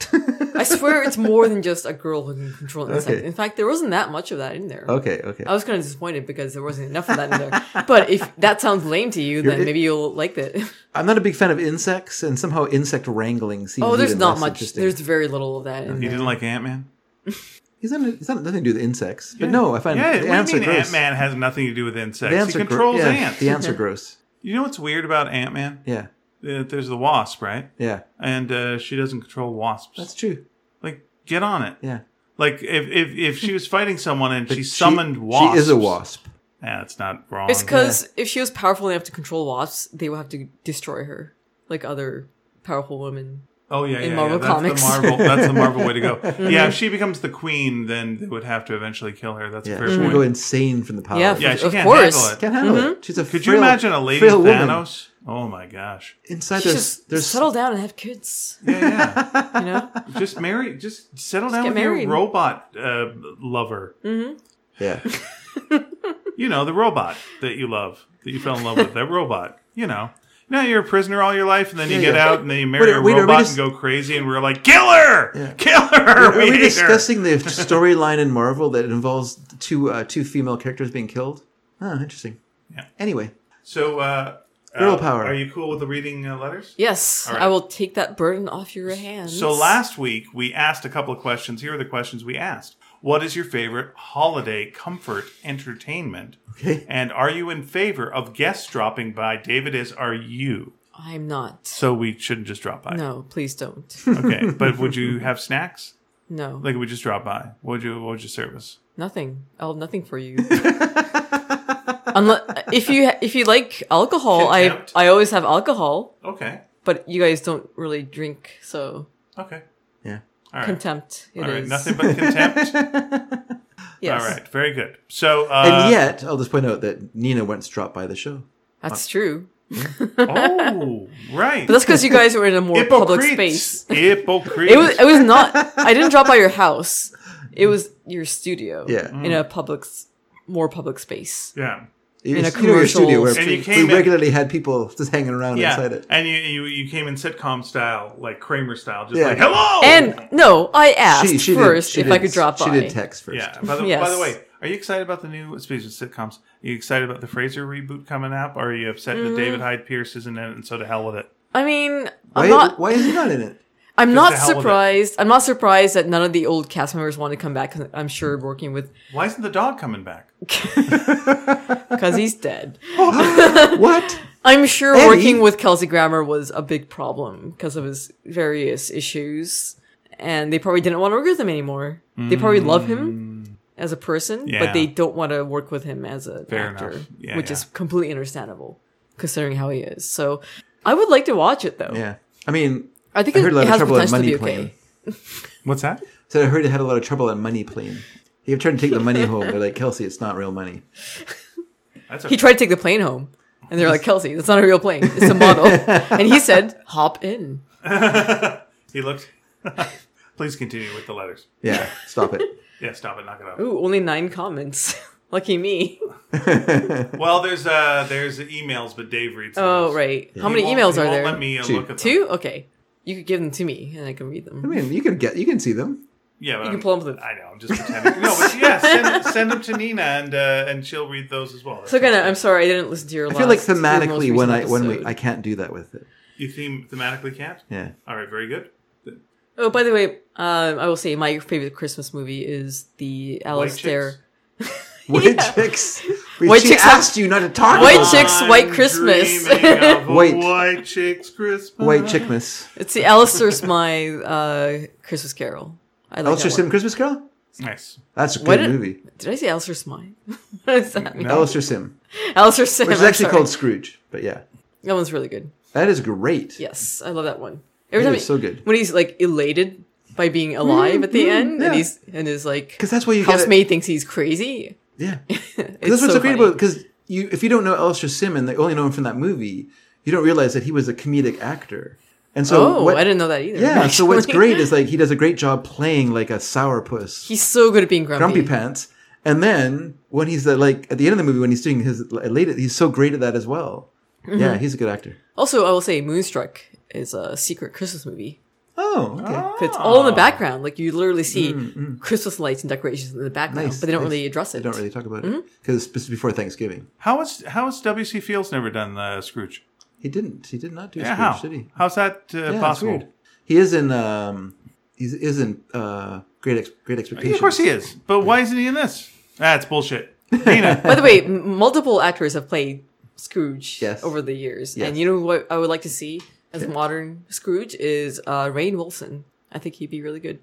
Speaker 2: I swear it's more than just a girl who can control an insect.
Speaker 1: Okay.
Speaker 2: In fact, there wasn't that much of that in there.
Speaker 1: okay okay
Speaker 2: I was kind of disappointed because there wasn't enough of that in there. But if that sounds lame to you, then
Speaker 1: it-
Speaker 2: maybe you'll like it.
Speaker 1: I'm not a big fan of insects and somehow insect wrangling seems
Speaker 2: Oh, there's
Speaker 1: even
Speaker 2: not
Speaker 1: less
Speaker 2: much.
Speaker 1: interesting.
Speaker 2: There's very little of that in
Speaker 3: You
Speaker 2: there.
Speaker 3: didn't like Ant Man?
Speaker 1: He's not, he's not nothing to do with insects. But no, I find
Speaker 3: Yeah,
Speaker 1: the
Speaker 3: what do
Speaker 1: ants
Speaker 3: you
Speaker 1: are
Speaker 3: mean
Speaker 1: gross.
Speaker 3: Ant Man has nothing to do with insects?
Speaker 1: the ants
Speaker 3: he
Speaker 1: are gro-
Speaker 3: controls
Speaker 1: yeah,
Speaker 3: ants.
Speaker 1: The ants are gross.
Speaker 3: You know what's weird about Ant Man?
Speaker 1: Yeah,
Speaker 3: There's the wasp, right?
Speaker 1: yeah,
Speaker 3: And uh, she doesn't control wasps.
Speaker 1: that's true.
Speaker 3: like, get on it.
Speaker 1: Yeah,
Speaker 3: Like, if, if if she was fighting someone and she
Speaker 1: She-
Speaker 3: summoned
Speaker 1: she,
Speaker 3: wasps,
Speaker 1: is a wasp.
Speaker 3: Yeah, that's not wrong.
Speaker 2: It's because if she was powerful enough to control wasps, they would have to destroy her, like other powerful women.
Speaker 3: oh yeah, yeah,
Speaker 2: in
Speaker 3: yeah.
Speaker 2: Marvel
Speaker 3: that's
Speaker 2: comics.
Speaker 3: The Marvel, that's the Marvel way to go. Yeah, if she becomes the queen, then they would have to eventually kill her. That's a
Speaker 1: Yeah,
Speaker 3: fair
Speaker 1: she would
Speaker 3: point.
Speaker 1: go insane from the power.
Speaker 2: Yeah, Mm-hmm.
Speaker 3: yeah, she
Speaker 2: Of
Speaker 3: can't
Speaker 2: course.
Speaker 3: handle it.
Speaker 1: Oh, can't handle it. She's a.
Speaker 3: Could
Speaker 1: frail,
Speaker 3: you imagine a lady
Speaker 1: frail woman.
Speaker 3: Thanos? Oh my gosh!
Speaker 1: Inside
Speaker 2: She
Speaker 1: there's
Speaker 2: just
Speaker 1: there's
Speaker 2: settle down and have kids.
Speaker 3: Yeah,
Speaker 2: You know,
Speaker 3: yeah. just marry, just settle down
Speaker 2: get
Speaker 3: with
Speaker 2: married.
Speaker 3: your robot uh, lover.
Speaker 1: Mm. yeah.
Speaker 3: You know the robot that you love, that you fell in love with. That robot. You know, No, you're a prisoner all your life, and then you
Speaker 1: Yeah,
Speaker 3: get
Speaker 1: yeah.
Speaker 3: out, and then you marry
Speaker 1: Wait,
Speaker 3: a
Speaker 1: wait, are we
Speaker 3: robot
Speaker 1: just-
Speaker 3: and go crazy, and we're like, kill her,
Speaker 1: Yeah.
Speaker 3: kill her.
Speaker 1: Are we
Speaker 3: hate her!"
Speaker 1: discussing the storyline in Marvel that involves two uh, two female characters being killed? Oh, interesting.
Speaker 3: Yeah.
Speaker 1: Anyway,
Speaker 3: So, uh,
Speaker 1: Girl
Speaker 3: uh,
Speaker 1: power.
Speaker 3: Are you cool with the reading uh, letters?
Speaker 2: Yes,
Speaker 3: All right.
Speaker 2: I will take that burden off your hands.
Speaker 3: So last week we asked a couple of questions. Here are the questions we asked. What is your favorite holiday comfort entertainment?
Speaker 1: okay.
Speaker 3: And are you in favor of guest dropping by? David is, are you?
Speaker 2: I'm not.
Speaker 3: So we shouldn't just drop by.
Speaker 2: No, please don't.
Speaker 3: Okay. But would you have snacks?
Speaker 2: No,
Speaker 3: Like we just drop by. What would you what would you service?
Speaker 2: nothing. I'll have nothing for you. Unless if you if you like alcohol, I
Speaker 3: Contempt.
Speaker 2: I always have alcohol,
Speaker 3: Okay.
Speaker 2: but you guys don't really drink, so
Speaker 3: Okay.
Speaker 1: Yeah.
Speaker 3: All right.
Speaker 2: contempt. It is.
Speaker 3: All right. Nothing but contempt.
Speaker 2: Yes,
Speaker 3: All right. Very good. So uh
Speaker 1: And yet, I'll just point out that Nina once dropped by the show.
Speaker 2: that's true.
Speaker 3: Oh, right.
Speaker 2: But that's because you guys were in a more public space.
Speaker 3: Hypocrites.
Speaker 2: It was. It was not. I didn't drop by your house. It was your studio.
Speaker 1: Yeah.
Speaker 2: in
Speaker 3: Mm.
Speaker 2: a public, s- more public space.
Speaker 3: yeah.
Speaker 1: It
Speaker 2: In
Speaker 1: was,
Speaker 2: a
Speaker 1: you know, your
Speaker 2: commercial
Speaker 1: studio where
Speaker 2: And
Speaker 3: you
Speaker 1: we
Speaker 3: came in-
Speaker 1: regularly had people just hanging around outside it.
Speaker 3: And you, you you came in sitcom style, like Kramer style, just
Speaker 1: Yeah.
Speaker 3: like hello.
Speaker 2: And no, I asked
Speaker 1: did-
Speaker 2: first
Speaker 1: she
Speaker 2: if
Speaker 1: did-
Speaker 2: I could drop
Speaker 1: she
Speaker 2: by.
Speaker 1: did text first.
Speaker 3: yeah. By the, by
Speaker 2: Yes.
Speaker 3: the way, are you excited about the new speaking of sitcoms? Are you excited about the Fraser reboot coming up? Or are you upset
Speaker 2: Mm-hmm.
Speaker 3: that David Hyde Pierce isn't in it, and so to hell with it?
Speaker 2: I mean,
Speaker 1: Why,
Speaker 2: I'm not.
Speaker 1: why is he not in it?
Speaker 2: I'm not
Speaker 3: the hell of it.
Speaker 2: surprised. I'm not surprised that none of the old cast members want to come back. i I'm sure working with
Speaker 3: Why isn't the dog coming back?
Speaker 2: because he's dead.
Speaker 1: What?
Speaker 2: I'm sure
Speaker 1: Eddie?
Speaker 2: working with Kelsey Grammer was a big problem because of his various issues, and they probably didn't want to work with him anymore. They probably love him as a person,
Speaker 3: Yeah.
Speaker 2: but they don't want to work with him as an
Speaker 3: Fair
Speaker 2: actor,
Speaker 3: enough. Yeah,
Speaker 2: which
Speaker 3: yeah.
Speaker 2: is completely understandable considering how he is. So, I would like to watch it though.
Speaker 1: Yeah. I mean,
Speaker 2: I think
Speaker 1: I
Speaker 2: it,
Speaker 1: heard a lot
Speaker 2: it
Speaker 1: of
Speaker 2: has
Speaker 1: trouble in
Speaker 2: potential to be
Speaker 1: Money
Speaker 2: okay.
Speaker 1: Plane.
Speaker 3: What's that?
Speaker 1: So I heard he had a lot of trouble on money plane. He tried to take the money home. They're like, Kelsey, it's not real money.
Speaker 3: That's a,
Speaker 2: He tried to take the plane home, and they're like, "Kelsey, that's not a real plane; it's a model." and he said, "Hop in."
Speaker 3: he looked. Please continue with the letters.
Speaker 1: Yeah, stop it.
Speaker 3: Yeah, stop it, knock it off.
Speaker 2: Ooh, only nine comments. Lucky me.
Speaker 3: Well, there's uh there's emails, but Dave reads.
Speaker 2: Oh
Speaker 3: those.
Speaker 2: right. How
Speaker 3: He
Speaker 2: many
Speaker 3: won't-
Speaker 2: emails
Speaker 3: he
Speaker 2: are
Speaker 3: won't
Speaker 2: there?
Speaker 3: Let me uh,
Speaker 1: Two.
Speaker 3: look at them.
Speaker 2: Two? Okay. You could give them to me and I can read
Speaker 1: I
Speaker 2: them.
Speaker 1: mean, you can get, you can see them.
Speaker 3: Yeah, but
Speaker 2: You
Speaker 3: I'm-
Speaker 2: can pull them up.
Speaker 3: I know. I'm just pretending. no, but yeah, send, send them to Nina, and uh, and she'll read those as well.
Speaker 2: So again, I'm sorry I didn't listen to your
Speaker 1: I
Speaker 2: last
Speaker 1: feel like
Speaker 2: your most
Speaker 1: thematically
Speaker 2: recent
Speaker 1: when I when we
Speaker 2: episode.
Speaker 1: I can't do that with it.
Speaker 3: you theme thematically can't.
Speaker 1: Yeah.
Speaker 3: All right, very good.
Speaker 2: Oh, by the way, um, I will say my favorite Christmas movie is the Alistair
Speaker 1: White
Speaker 2: Yeah.
Speaker 1: chicks. We,
Speaker 2: White
Speaker 1: she
Speaker 2: chicks have-
Speaker 1: asked you not to talk
Speaker 2: White
Speaker 1: about
Speaker 2: chicks, White Christmas.
Speaker 3: white.
Speaker 1: White-
Speaker 3: white chicks Christmas.
Speaker 1: White chickmas.
Speaker 2: It's the Alistair Smythe uh, Christmas Carol. I like
Speaker 1: Alistair
Speaker 2: that
Speaker 1: Sim
Speaker 2: one.
Speaker 1: Christmas Carol?
Speaker 3: Nice.
Speaker 1: That's a good
Speaker 2: What did-
Speaker 1: movie.
Speaker 2: Did I say Alistair Smythe? what does that mean?
Speaker 3: No.
Speaker 1: Alistair Sim.
Speaker 2: Alistair Sim.
Speaker 1: Which is
Speaker 2: I'm
Speaker 1: actually
Speaker 2: sorry.
Speaker 1: called Scrooge, but yeah.
Speaker 2: That one's really good.
Speaker 1: That is great.
Speaker 2: Yes, I love that one. Every
Speaker 1: It
Speaker 2: time
Speaker 1: is
Speaker 2: he-
Speaker 1: so good. Mm-hmm.
Speaker 2: when he's like elated by being alive at the end,
Speaker 1: yeah.
Speaker 2: and he's and is like
Speaker 1: Because that's why you get it.
Speaker 2: housemaid thinks he's crazy.
Speaker 1: Yeah.
Speaker 2: It's
Speaker 1: That's what's so, great
Speaker 2: funny.
Speaker 1: about because you if you don't know Alistair Sim and they only know him from that movie, you don't realize that he was a comedic actor. And so
Speaker 2: Oh,
Speaker 1: what,
Speaker 2: I didn't know that either.
Speaker 1: Yeah, so what's
Speaker 2: actually.
Speaker 1: great is like he does a great job playing like a sourpuss,
Speaker 2: He's so good at being grumpy.
Speaker 1: grumpy pants. And then when he's the, like at the end of the movie when he's doing his later, he's so great at that as well.
Speaker 2: Mm-hmm.
Speaker 1: Yeah, he's a good actor.
Speaker 2: also, I will say, Moonstruck is a secret Christmas movie.
Speaker 1: Oh, okay.
Speaker 2: It's all in the background. Like you literally see Christmas lights and decorations in the background,
Speaker 1: Mm, Nice,
Speaker 2: but they don't
Speaker 1: nice.
Speaker 2: really address it. Mm-hmm.
Speaker 1: They don't really talk about it because this is before Thanksgiving.
Speaker 3: How is how is WC Fields never done the Scrooge?
Speaker 1: He didn't. He did not do
Speaker 3: Yeah,
Speaker 1: Scrooge,
Speaker 3: how?
Speaker 1: did he?
Speaker 3: How's that uh,
Speaker 1: Yeah, it's
Speaker 3: possible?
Speaker 1: weird. He is in. Um, he is in uh, great ex- great expectations.
Speaker 3: Yeah, of course he is, but why isn't he in this? That's bullshit. Nina,
Speaker 2: By the way, m- multiple actors have played Scrooge
Speaker 1: Yes.
Speaker 2: over the years,
Speaker 1: Yes.
Speaker 2: and you know what I would like to see as modern Scrooge is uh, Rain Wilson. I think he'd be really good.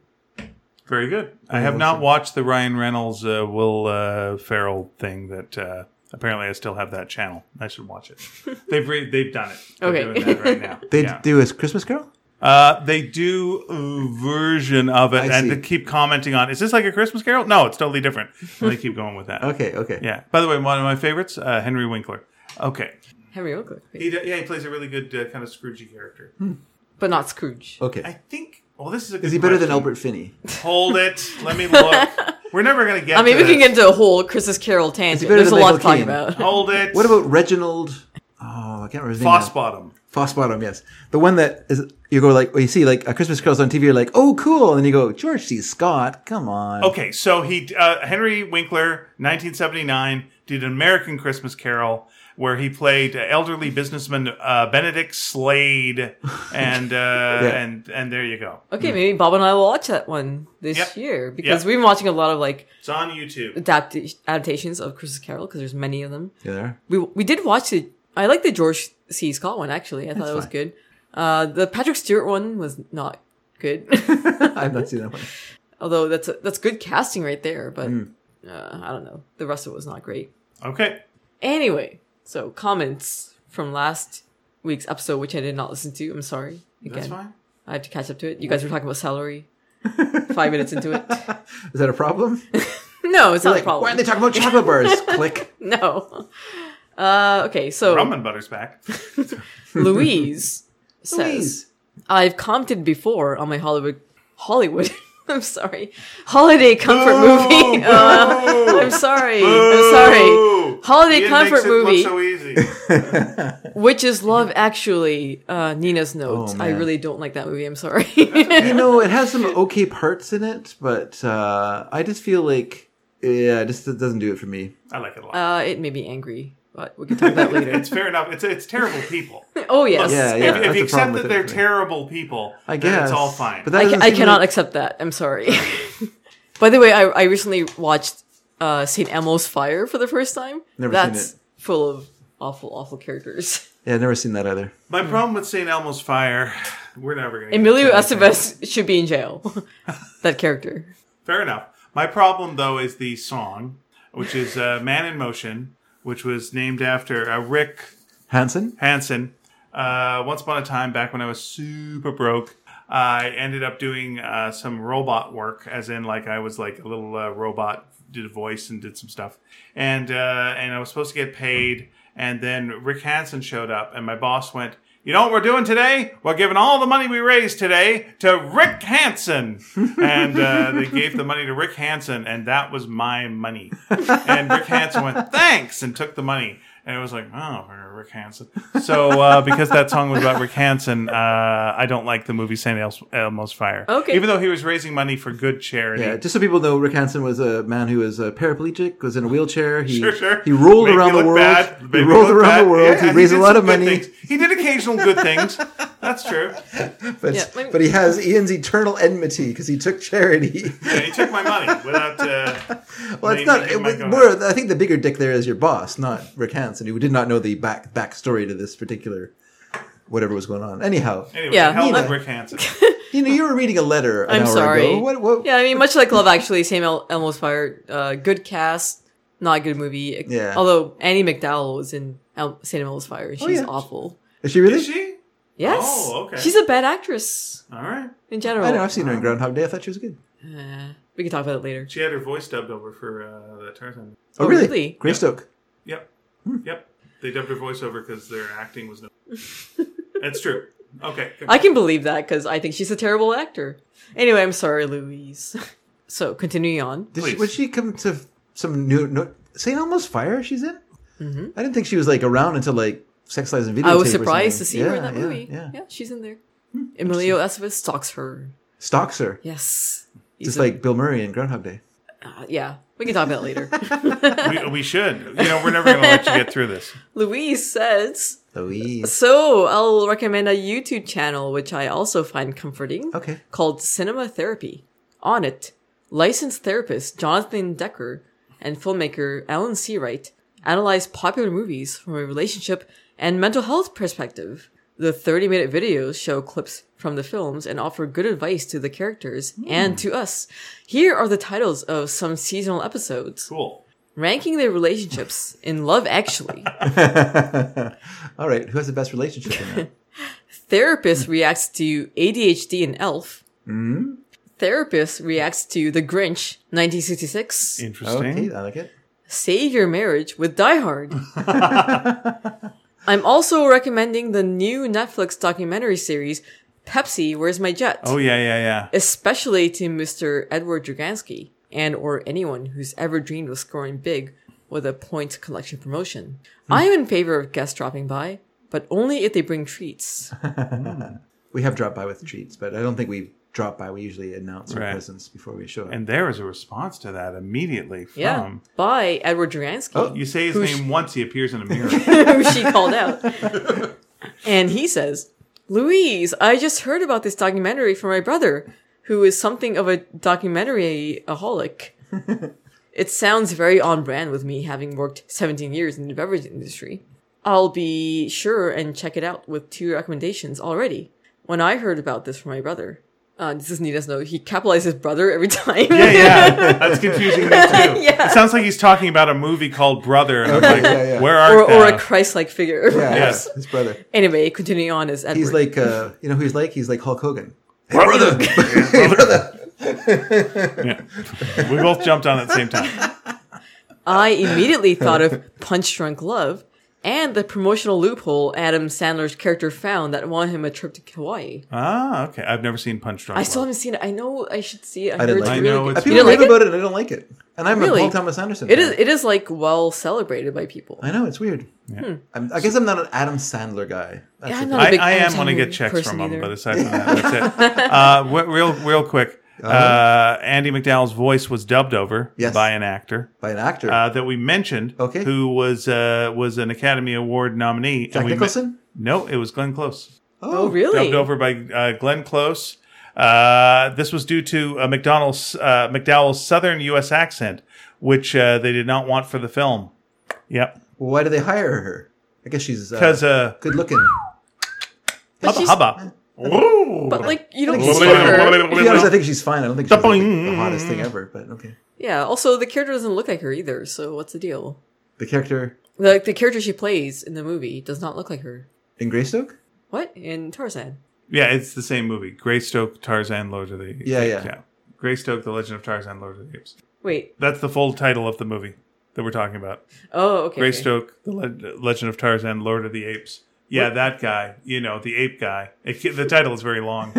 Speaker 3: very good. I have not watched the Ryan Reynolds uh, Will uh, Ferrell thing that uh, apparently I still have that channel. I should watch it. They've re- they've done it. They're
Speaker 2: Okay.
Speaker 3: doing that right now.
Speaker 1: They
Speaker 3: Yeah.
Speaker 1: do his Christmas Carol.
Speaker 3: Uh, they do a version of it,
Speaker 1: I
Speaker 3: and
Speaker 1: see.
Speaker 3: they keep commenting on. Is this like a Christmas Carol? No, it's totally different. And they keep going with that.
Speaker 1: Okay, okay.
Speaker 3: Yeah. By the way, one of my favorites, uh, Henry Winkler. Okay.
Speaker 2: Henry Winkler, wait.
Speaker 3: He d- yeah, he plays a really good uh, kind of Scroogey character.
Speaker 2: but not Scrooge.
Speaker 1: Okay.
Speaker 3: I think. Well, this is a. Good
Speaker 1: Hmm. is he better than
Speaker 3: question.
Speaker 1: Albert Finney?
Speaker 3: Hold it. Let me look. We're never gonna get.
Speaker 2: I mean,
Speaker 3: to
Speaker 2: we can
Speaker 3: this.
Speaker 2: get into a whole Christmas Carol tangent.
Speaker 1: better
Speaker 2: There's a
Speaker 1: than
Speaker 2: lot to
Speaker 1: Michael
Speaker 2: talk
Speaker 1: Caine?
Speaker 2: about.
Speaker 3: Hold it.
Speaker 1: What about Reginald? Oh, I can't remember his name. now.
Speaker 3: Fossbottom?
Speaker 1: Foss Bottom, yes. The one that is you go like, well, you see like a Christmas Carol's on TV, you're like, oh, cool, and then you go George C. Scott, come on.
Speaker 3: Okay, so he uh, Henry Winkler, 1979, did an American Christmas Carol where he played elderly businessman uh, Benedict Slade, and uh, and and there you go.
Speaker 2: Okay, maybe Bob and I will watch that one this
Speaker 3: Yep.
Speaker 2: year because
Speaker 3: Yep.
Speaker 2: we've been watching a lot of like
Speaker 3: It's on YouTube.
Speaker 2: adapt- adaptations of Christmas Carol because there's many of them.
Speaker 1: Yeah, there.
Speaker 2: We we did watch the I like the George C. Scott one actually. I thought
Speaker 1: That's
Speaker 2: it was
Speaker 1: fine.
Speaker 2: good. Uh, the Patrick Stewart one was not good,
Speaker 1: I've not seen that one.
Speaker 2: although that's a, that's good casting right there. But uh, I don't know, the rest of it was not great.
Speaker 3: Okay,
Speaker 2: Anyway, so comments from last week's episode, which I did not listen to. I'm sorry. Again,
Speaker 3: that's fine.
Speaker 2: I have to catch up to it. You guys were talking about salary. Five minutes into it,
Speaker 1: Is that a problem?
Speaker 2: no, it's not
Speaker 1: Like,
Speaker 2: a problem.
Speaker 1: why are they talking about chocolate bars? Click.
Speaker 2: No. Uh, okay,
Speaker 1: Oh.
Speaker 2: so
Speaker 3: Rum and butter's back.
Speaker 2: Louise says,
Speaker 1: Please.
Speaker 2: I've commented before on my Hollywood, Hollywood, I'm sorry, holiday comfort movie. Uh, I'm sorry, I'm sorry.
Speaker 3: Ooh,
Speaker 2: Holiday
Speaker 3: Ian
Speaker 2: comfort
Speaker 3: makes it look
Speaker 2: movie.
Speaker 3: so easy.
Speaker 2: Which is Love Actually, uh, Nina's notes. I
Speaker 1: Oh, man.
Speaker 2: really don't like that movie, I'm sorry.
Speaker 1: you know, it has some okay parts in it, but uh, I just feel like yeah, it just doesn't do it for me.
Speaker 3: I like it a lot.
Speaker 2: uh, it made me angry, but we can talk about that later.
Speaker 3: it's fair enough. It's it's terrible people.
Speaker 2: Oh, yes.
Speaker 1: Yeah, yeah.
Speaker 3: if, if
Speaker 1: that's
Speaker 3: you
Speaker 1: the problem
Speaker 3: accept
Speaker 1: with
Speaker 3: that
Speaker 1: it
Speaker 3: they're
Speaker 1: for me.
Speaker 3: terrible people,
Speaker 1: I
Speaker 3: then
Speaker 1: guess
Speaker 3: it's all fine.
Speaker 1: But
Speaker 2: I,
Speaker 1: that
Speaker 2: ca-
Speaker 1: doesn't
Speaker 2: I
Speaker 1: seem
Speaker 2: cannot
Speaker 1: like-
Speaker 2: accept that. I'm sorry. By the way, I, I recently watched uh, St. Elmo's Fire for the first time.
Speaker 1: Never seen
Speaker 2: That's
Speaker 1: it.
Speaker 2: full of awful, awful characters.
Speaker 1: yeah, I've never seen that either.
Speaker 3: My problem with St. Elmo's Fire, we're never going to.
Speaker 2: Emilio Estevez should be in jail. that character.
Speaker 3: Fair enough. My problem though is the song, which is uh, "Man in Motion," which was named after uh, Rick
Speaker 1: Hanson.
Speaker 3: Hansen. Uh, once upon a time, back when I was super broke, I ended up doing uh, some robot work, as in like I was like a little uh, robot, did a voice and did some stuff, and uh, and I was supposed to get paid. And then Rick Hansen showed up, and my boss went, "You know what we're doing today? We're giving all the money we raised today to Rick Hansen." and uh, they gave the money to Rick Hansen, and that was my money. And Rick Hansen went, "Thanks," and took the money. And it was like, oh, Rick Hansen. So uh, because that song was about Rick Hansen, uh, I don't like the movie St. El- Elmo's Fire.
Speaker 2: Okay.
Speaker 3: Even though he was raising money for good charity.
Speaker 1: Yeah, just so people know, Rick Hansen was a man who was a paraplegic, was in a wheelchair. He,
Speaker 3: Sure, sure.
Speaker 1: He rolled
Speaker 3: Made me
Speaker 1: around the
Speaker 3: look
Speaker 1: world.
Speaker 3: bad. Made
Speaker 1: He
Speaker 3: me
Speaker 1: rolled
Speaker 3: look
Speaker 1: around
Speaker 3: bad.
Speaker 1: the world.
Speaker 3: Yeah,
Speaker 1: he raised a
Speaker 3: did
Speaker 1: lot
Speaker 3: some
Speaker 1: of
Speaker 3: good
Speaker 1: money,
Speaker 3: things. He did occasional good things. That's true.
Speaker 1: but,
Speaker 2: Yeah, let me-
Speaker 1: but he has Ian's eternal enmity because he took charity.
Speaker 3: Yeah, he took my money without. Uh,
Speaker 1: well, it's
Speaker 3: Maybe
Speaker 1: not.
Speaker 3: give
Speaker 1: It,
Speaker 3: my
Speaker 1: was-
Speaker 3: go
Speaker 1: more, I think the bigger dick there is your boss, not Rick Hansen, who did not know the back backstory to this particular whatever was going on. Anyhow,
Speaker 3: anyway,
Speaker 2: Yeah,
Speaker 3: hell
Speaker 1: Nina.
Speaker 3: with Rick Hansen.
Speaker 1: you know, you were reading a letter. An
Speaker 2: I'm
Speaker 1: hour
Speaker 2: sorry.
Speaker 1: Ago. What? What?
Speaker 2: Yeah, I mean, much like Love Actually, St. El- Elmo's Fire, uh, good cast, not a good movie.
Speaker 1: Yeah. Oh,
Speaker 2: Although Annie McDowell was in El- St. Elmo's Fire. She's
Speaker 1: yeah.
Speaker 2: awful.
Speaker 1: Is she really?
Speaker 3: Is she?
Speaker 2: Yes.
Speaker 3: Oh, okay.
Speaker 2: She's a bad actress
Speaker 3: All right.
Speaker 2: in general.
Speaker 1: I know. I've seen
Speaker 3: Oh.
Speaker 1: her in Groundhog Day. I thought she was good.
Speaker 2: Uh, we can talk about it later.
Speaker 3: She had her voice dubbed over for uh, that Tarzan.
Speaker 1: Oh,
Speaker 2: Oh,
Speaker 1: really?
Speaker 2: really?
Speaker 1: Greystoke.
Speaker 3: Yep.
Speaker 1: Hmm.
Speaker 3: Yep. They dubbed her voice over because their acting was no. That's true. Okay.
Speaker 2: I can believe that because I think she's a terrible actor. Anyway, I'm sorry, Louise. so continuing on.
Speaker 1: Did she,
Speaker 3: Please.
Speaker 1: would she come to some new no, St. Elmo's Fire? She's in. I didn't think she was like around until like Sex Lies and Video.
Speaker 2: Mm-hmm. I was surprised to see her in that
Speaker 1: yeah,
Speaker 2: movie.
Speaker 1: Yeah, Hmm,
Speaker 2: Yeah, she's in there. Emilio Estevez stalks her.
Speaker 1: stalks her
Speaker 2: Yes. He's
Speaker 1: just
Speaker 2: a-
Speaker 1: like Bill Murray in Groundhog Day.
Speaker 2: uh, yeah, we can talk about it later.
Speaker 3: we, we should. You know, we're never going to let you get through this.
Speaker 2: Louise says,
Speaker 1: Louise.
Speaker 2: "So I'll recommend a YouTube channel which I also find comforting,
Speaker 1: Okay.
Speaker 2: called Cinema Therapy. On it, licensed therapist Jonathan Decker and filmmaker Alan Seawright analyze popular movies from a relationship and mental health perspective. The 30-minute videos show clips from the films and offer good advice to the characters and to us. Here are the titles of some seasonal episodes."
Speaker 3: Cool.
Speaker 2: ranking their relationships in Love Actually.
Speaker 1: All right. Who has the best relationship in that?
Speaker 2: Therapist reacts to ADHD in Elf. E Therapist reacts to The Grinch, 1966.
Speaker 1: okay, I like it.
Speaker 2: Save Your Marriage with Die Hard. I'm also recommending the new Netflix documentary series, Pepsi, Where's My Jet?
Speaker 3: Oh yeah, yeah, yeah.
Speaker 2: especially to Mr. Edward Dragansky and or anyone who's ever dreamed of scoring big with a point collection promotion. I am in favor of guests dropping by, but only if they bring treats.
Speaker 1: We have dropped by with treats, but I don't think we drop by. We usually announce our
Speaker 3: Right.
Speaker 1: presence before we show up.
Speaker 3: And there is a response to that immediately from.
Speaker 2: Yeah, by Edward Juransky,
Speaker 1: Oh.
Speaker 3: You say his
Speaker 2: Who's-
Speaker 3: name once, he appears in a mirror.
Speaker 2: who she called out, and he says, "Louise, I just heard about this documentary from my brother, who is something of a documentary aholic." it sounds very on brand with me, having worked 17 years in the beverage industry. I'll be sure and check it out with two recommendations already. When I heard about this from my brother, uh, this is Nita's note. He capitalizes brother every time.
Speaker 3: yeah, yeah. That's confusing me too.
Speaker 2: Yeah.
Speaker 3: It sounds like he's talking about a movie called Brother. And I'm like,
Speaker 1: yeah, yeah.
Speaker 3: where are
Speaker 2: or,
Speaker 3: thou?
Speaker 2: or a Christ-like figure.
Speaker 1: yeah,
Speaker 3: Yes.
Speaker 1: his- his brother.
Speaker 2: Anyway, continuing on as Edward.
Speaker 1: He's like, uh, you know, who he's like? He's like Hulk Hogan.
Speaker 3: Yeah. We both jumped on at the same time.
Speaker 2: I immediately thought of Punch Drunk Love and the promotional loophole Adam Sandler's character found that won him a trip to Hawaii.
Speaker 3: Ah, okay. I've never seen Punch Drunk
Speaker 2: I
Speaker 3: Love.
Speaker 2: still haven't seen it. I know I should see it. I,
Speaker 1: I
Speaker 2: heard
Speaker 1: didn't
Speaker 2: it's
Speaker 1: like it.
Speaker 2: really
Speaker 3: I know
Speaker 2: good.
Speaker 3: it's
Speaker 2: You
Speaker 1: People rave
Speaker 2: didn't like it?
Speaker 1: about it, and I don't like it. And I'm
Speaker 2: Really?
Speaker 1: a Paul Thomas Anderson.
Speaker 2: It
Speaker 1: fan.
Speaker 2: is. It is like well celebrated by people.
Speaker 1: I know it's weird. Hmm. I'm, I guess I'm not an Adam Sandler guy. That's
Speaker 2: Yeah, I'm
Speaker 1: the
Speaker 2: not a
Speaker 3: I,
Speaker 2: big
Speaker 3: I am
Speaker 2: Adam
Speaker 3: want to
Speaker 2: Sandler
Speaker 3: get checks
Speaker 2: person
Speaker 3: from him,
Speaker 2: either.
Speaker 3: but aside from that, that's it. Uh, w- real, real quick. Uh, Andy McDowell's voice was dubbed over
Speaker 1: Uh-huh. Yes.
Speaker 3: by an actor
Speaker 1: by an actor.
Speaker 3: uh, that we mentioned,
Speaker 1: Okay.
Speaker 3: who was uh, was an Academy Award nominee.
Speaker 1: Jack
Speaker 3: we
Speaker 1: Nicholson?
Speaker 3: no, it was Glenn Close,
Speaker 2: Oh, really?
Speaker 3: dubbed over by uh, Glenn Close. Uh, this was due to uh, McDonald's uh, McDowell's Southern U.S. accent, which uh, they did not want for the film. Yep,
Speaker 1: Well, why do they hire her? I guess she's
Speaker 3: because
Speaker 1: uh,
Speaker 3: uh,
Speaker 1: good looking.
Speaker 2: But
Speaker 3: hubba
Speaker 2: she's-
Speaker 3: hubba. Ooh.
Speaker 2: But like you don't
Speaker 1: Like,
Speaker 2: see her.
Speaker 1: To be honest, I think she's fine. I don't think she's like, the
Speaker 3: Dumpling.
Speaker 1: hottest thing ever. But okay,
Speaker 2: Yeah. Also, the character doesn't look like her either. So what's the deal?
Speaker 1: the character
Speaker 2: Like the character she plays in the movie does not look like her.
Speaker 1: in Greystoke.
Speaker 2: What in Tarzan?
Speaker 3: Yeah, it's the same movie. Greystoke, Tarzan, Lord of the Apes.
Speaker 1: Yeah, yeah.
Speaker 3: Greystoke, The Legend of Tarzan, Lord of the Apes.
Speaker 2: Wait.
Speaker 3: That's the full title of the movie that we're talking about.
Speaker 2: Oh, okay. okay.
Speaker 3: Greystoke, The Le- Legend of Tarzan, Lord of the Apes. Yeah, that guy. You know, the ape guy. It, the title is very long.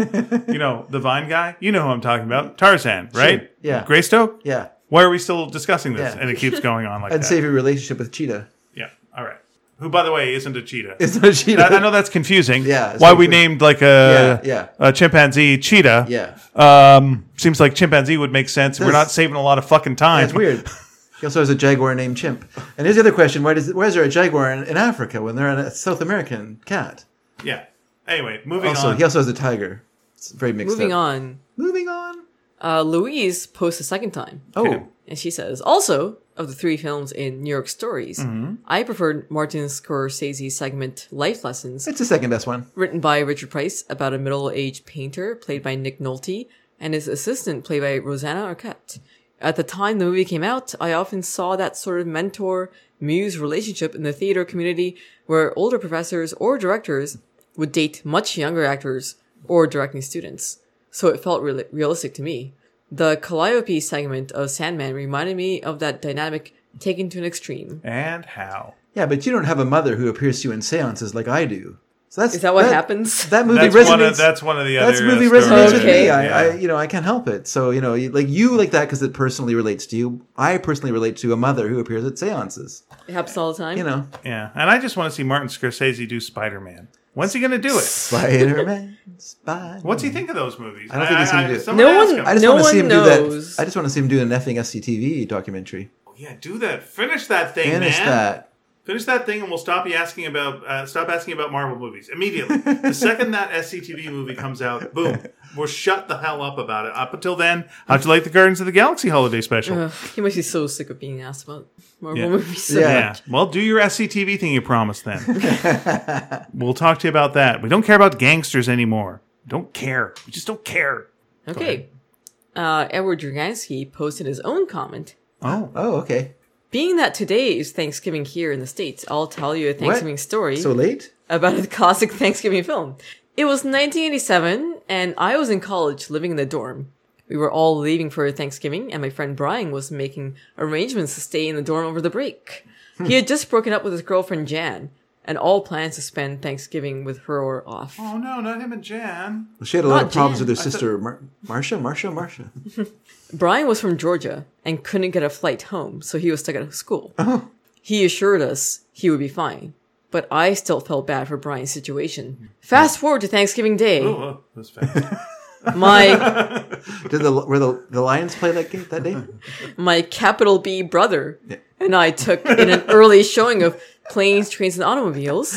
Speaker 3: you know, the vine guy. You know who I'm talking about. Tarzan, right?
Speaker 1: yeah.
Speaker 3: Greystoke?
Speaker 1: Yeah,
Speaker 3: Why are we still discussing this?
Speaker 1: Yeah.
Speaker 3: And it keeps going on like
Speaker 1: I'd
Speaker 3: that.
Speaker 1: save your relationship with Cheetah.
Speaker 3: yeah. All right. Who, by the way, isn't a cheetah.
Speaker 1: It's not Cheetah.
Speaker 3: I, I know that's confusing.
Speaker 1: Yeah, it's
Speaker 3: Why we
Speaker 1: confusing.
Speaker 3: named like a,
Speaker 1: Yeah, yeah.
Speaker 3: a chimpanzee cheetah.
Speaker 1: Yeah,
Speaker 3: Um, seems like chimpanzee would make sense. We're not saving a lot of fucking time.
Speaker 1: that's weird. He also has a jaguar named Chimp. And here's the other question: Why does why is there a jaguar in, in Africa when they're in a South American cat?
Speaker 3: Yeah. Anyway, moving
Speaker 1: also,
Speaker 3: on.
Speaker 1: he also has a tiger. It's very mixed
Speaker 2: Moving
Speaker 1: up.
Speaker 2: on.
Speaker 1: Moving on.
Speaker 2: Uh, Louise posts a second time.
Speaker 1: Oh,
Speaker 3: Okay.
Speaker 2: And she says, also, of the three films in New York Stories, I preferred Martin Scorsese's segment Life Lessons,
Speaker 1: it's the second best one.
Speaker 2: written by Richard Price, about a middle aged painter played by Nick Nolte and his assistant played by Rosanna Arquette. At the time the movie came out, I often saw that sort of mentor muse relationship in the theater community where older professors or directors would date much younger actors or directing students. So it felt reali- realistic to me. The Calliope segment of Sandman reminded me of that dynamic taken to an extreme.
Speaker 3: And how?
Speaker 1: Yeah, but you don't have a mother who appears to you in seances like I do. So that's
Speaker 2: Is that what happens?
Speaker 1: That movie
Speaker 3: That's
Speaker 1: resonates.
Speaker 3: one, of, that's one of the other.
Speaker 1: That's movie
Speaker 3: uh, stories.
Speaker 1: resonates with
Speaker 2: Okay.
Speaker 1: me. I, I,
Speaker 3: Yeah.
Speaker 1: you know, I can't help it. So, you know, you- like you like that because it personally relates to you. I personally relate to a mother who appears at seances.
Speaker 2: It happens all the time.
Speaker 1: You know,
Speaker 3: Yeah. And I just want to see Martin Scorsese do Spider Man. When's he going to do it?
Speaker 1: Spider Man, Spider.
Speaker 3: What's he think of those movies?
Speaker 1: I don't think he's gonna do it.
Speaker 3: someone
Speaker 2: No
Speaker 3: ask
Speaker 2: one-
Speaker 3: him.
Speaker 1: I just
Speaker 2: No
Speaker 1: want to see him
Speaker 2: one
Speaker 1: do
Speaker 2: knows.
Speaker 1: that. I just want to see him do an effing SCTV documentary.
Speaker 3: yeah, do that. Finish that thing,
Speaker 1: Finish
Speaker 3: man.
Speaker 1: that.
Speaker 3: Finish that thing, and we'll stop you asking about uh, stop asking about Marvel movies immediately. the second that SCTV movie comes out, boom, we're shut the hell up about it. Up until then, how'd you like the Guardians of the Galaxy holiday special?
Speaker 2: Ugh, he must be so sick of being asked about Marvel
Speaker 3: Yeah.
Speaker 2: movies. So
Speaker 1: Yeah.
Speaker 3: Yeah. Well, do your SCTV thing you promised then. we'll talk to you about that. We don't care about gangsters anymore. Don't care. We just don't care.
Speaker 2: Okay. Uh, Edward Dragansky posted his own comment.
Speaker 3: Oh.
Speaker 1: Oh, okay.
Speaker 2: Being that today is Thanksgiving here in the States, I'll tell you a Thanksgiving story
Speaker 1: So late.
Speaker 2: about a classic Thanksgiving film. It was 1987, and I was in college living in the dorm. We were all leaving for Thanksgiving, and my friend Brian was making arrangements to stay in the dorm over the break.
Speaker 1: Hmm.
Speaker 2: he had just broken up with his girlfriend Jan, and all plans to spend Thanksgiving with her were off.
Speaker 3: Oh no, not him and Jan.
Speaker 1: Well, she had a lot
Speaker 2: Oh,
Speaker 1: of problems
Speaker 2: damn.
Speaker 1: with her sister, Mar- Marsha. Marsha. Marsha.
Speaker 2: Brian was from Georgia and
Speaker 1: Oh.
Speaker 2: couldn't get a flight home, so he was stuck at school. He assured us he would be fine. But I still felt bad for Brian's situation. Fast forward to Thanksgiving Day.
Speaker 3: Oh, oh, that's fast.
Speaker 2: My
Speaker 1: Did the were the, the Lions play that game that day?
Speaker 2: my capital B brother and I took in an early showing of Planes, Trains, and Automobiles,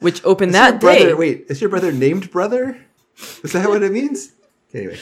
Speaker 2: which opened that
Speaker 1: brother,
Speaker 2: day.
Speaker 1: wait, is your brother named brother? Is that what it means? Anyway,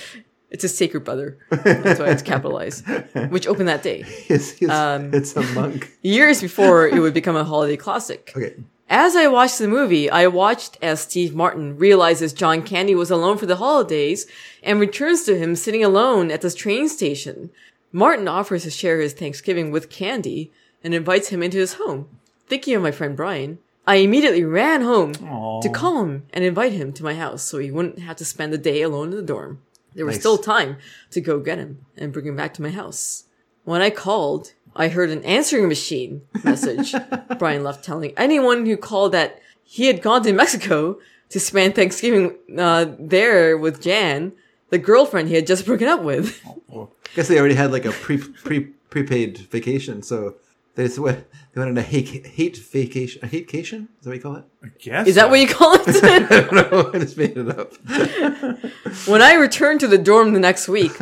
Speaker 2: It's a sacred brother. That's why it's capitalized. Which opened that day.
Speaker 1: it's, it's,
Speaker 2: Um,
Speaker 1: it's a monk.
Speaker 2: Years before it would become a holiday classic.
Speaker 1: Okay,
Speaker 2: As I watched the movie, I watched as Steve Martin realizes John Candy was alone for the holidays and returns to him sitting alone at the train station. Martin offers to share his Thanksgiving with Candy and invites him into his home. Thinking of my friend Brian, I immediately ran home to call him and invite him to my house so he wouldn't have to spend the day alone in the dorm. There was
Speaker 1: Nice.
Speaker 2: still time to go get him and bring him back to my house. When I called, I heard an answering machine message. Brian left telling anyone who called that he had gone to Mexico to spend Thanksgiving uh, there with Jan, the girlfriend he had just broken up with.
Speaker 1: guess they already had like a pre pre prepaid vacation, so they just went, they went on a hate hate vacation. A hatecation? Is that what you call it?
Speaker 3: I guess
Speaker 2: Is that what you call it?
Speaker 1: I don't know. I just made it up.
Speaker 2: when I returned to the dorm the next week,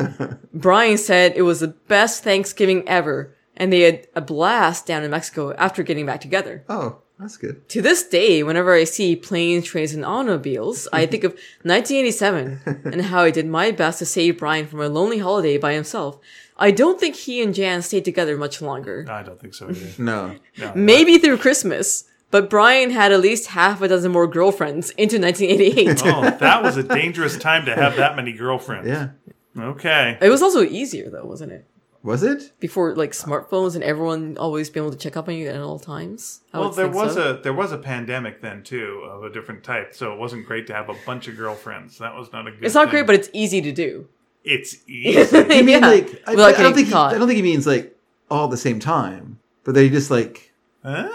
Speaker 2: Brian said it was the best Thanksgiving ever, and they had a blast down in Mexico after getting back together.
Speaker 1: Oh, that's good.
Speaker 2: to this day, whenever I see planes, trains, and automobiles, I think of 1987 and how I did my best to save Brian from a lonely holiday by himself. I don't think he and Jan stayed together much longer.
Speaker 3: I don't think so. Either.
Speaker 1: No,
Speaker 2: Maybe through Christmas, but Brian had at least half a dozen more girlfriends into 1988.
Speaker 3: oh, that was a dangerous time to have that many girlfriends.
Speaker 1: yeah,
Speaker 3: Okay.
Speaker 2: It was also easier though, wasn't it?
Speaker 1: was it?
Speaker 2: Before like smartphones and everyone always being able to check up on you at all times. I
Speaker 3: Well,
Speaker 2: would
Speaker 3: there
Speaker 2: think
Speaker 3: was
Speaker 2: so.
Speaker 3: a there was a pandemic then too of a different type, so it wasn't great to have a bunch of girlfriends. That was not a good.
Speaker 2: It's not great, but it's easy to do.
Speaker 3: it's easy.
Speaker 1: You mean
Speaker 2: Yeah,
Speaker 1: like I,
Speaker 2: without
Speaker 1: I don't
Speaker 2: getting
Speaker 1: think he,
Speaker 2: caught.
Speaker 1: I don't think he means like all at the same time, but they just like
Speaker 3: Uh,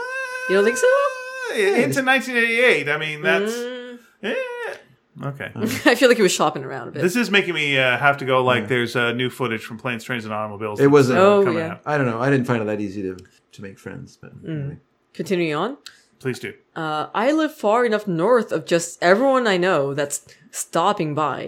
Speaker 2: You don't think so?
Speaker 3: it- It's Uh, in 1988. I mean, that's eh. okay.
Speaker 2: I feel like he was shopping around a bit.
Speaker 3: This is making me uh, have to go. Like, there's uh, new footage from planes, trains, and automobiles.
Speaker 1: it wasn't.
Speaker 2: Oh,
Speaker 3: uh, coming
Speaker 2: yeah.
Speaker 3: out.
Speaker 1: I don't know. I didn't find it that easy to to make friends, but
Speaker 2: Mm.
Speaker 1: anyway.
Speaker 2: Continuing on.
Speaker 3: Please do.
Speaker 2: Uh, I live far enough north of just everyone I know that's stopping by.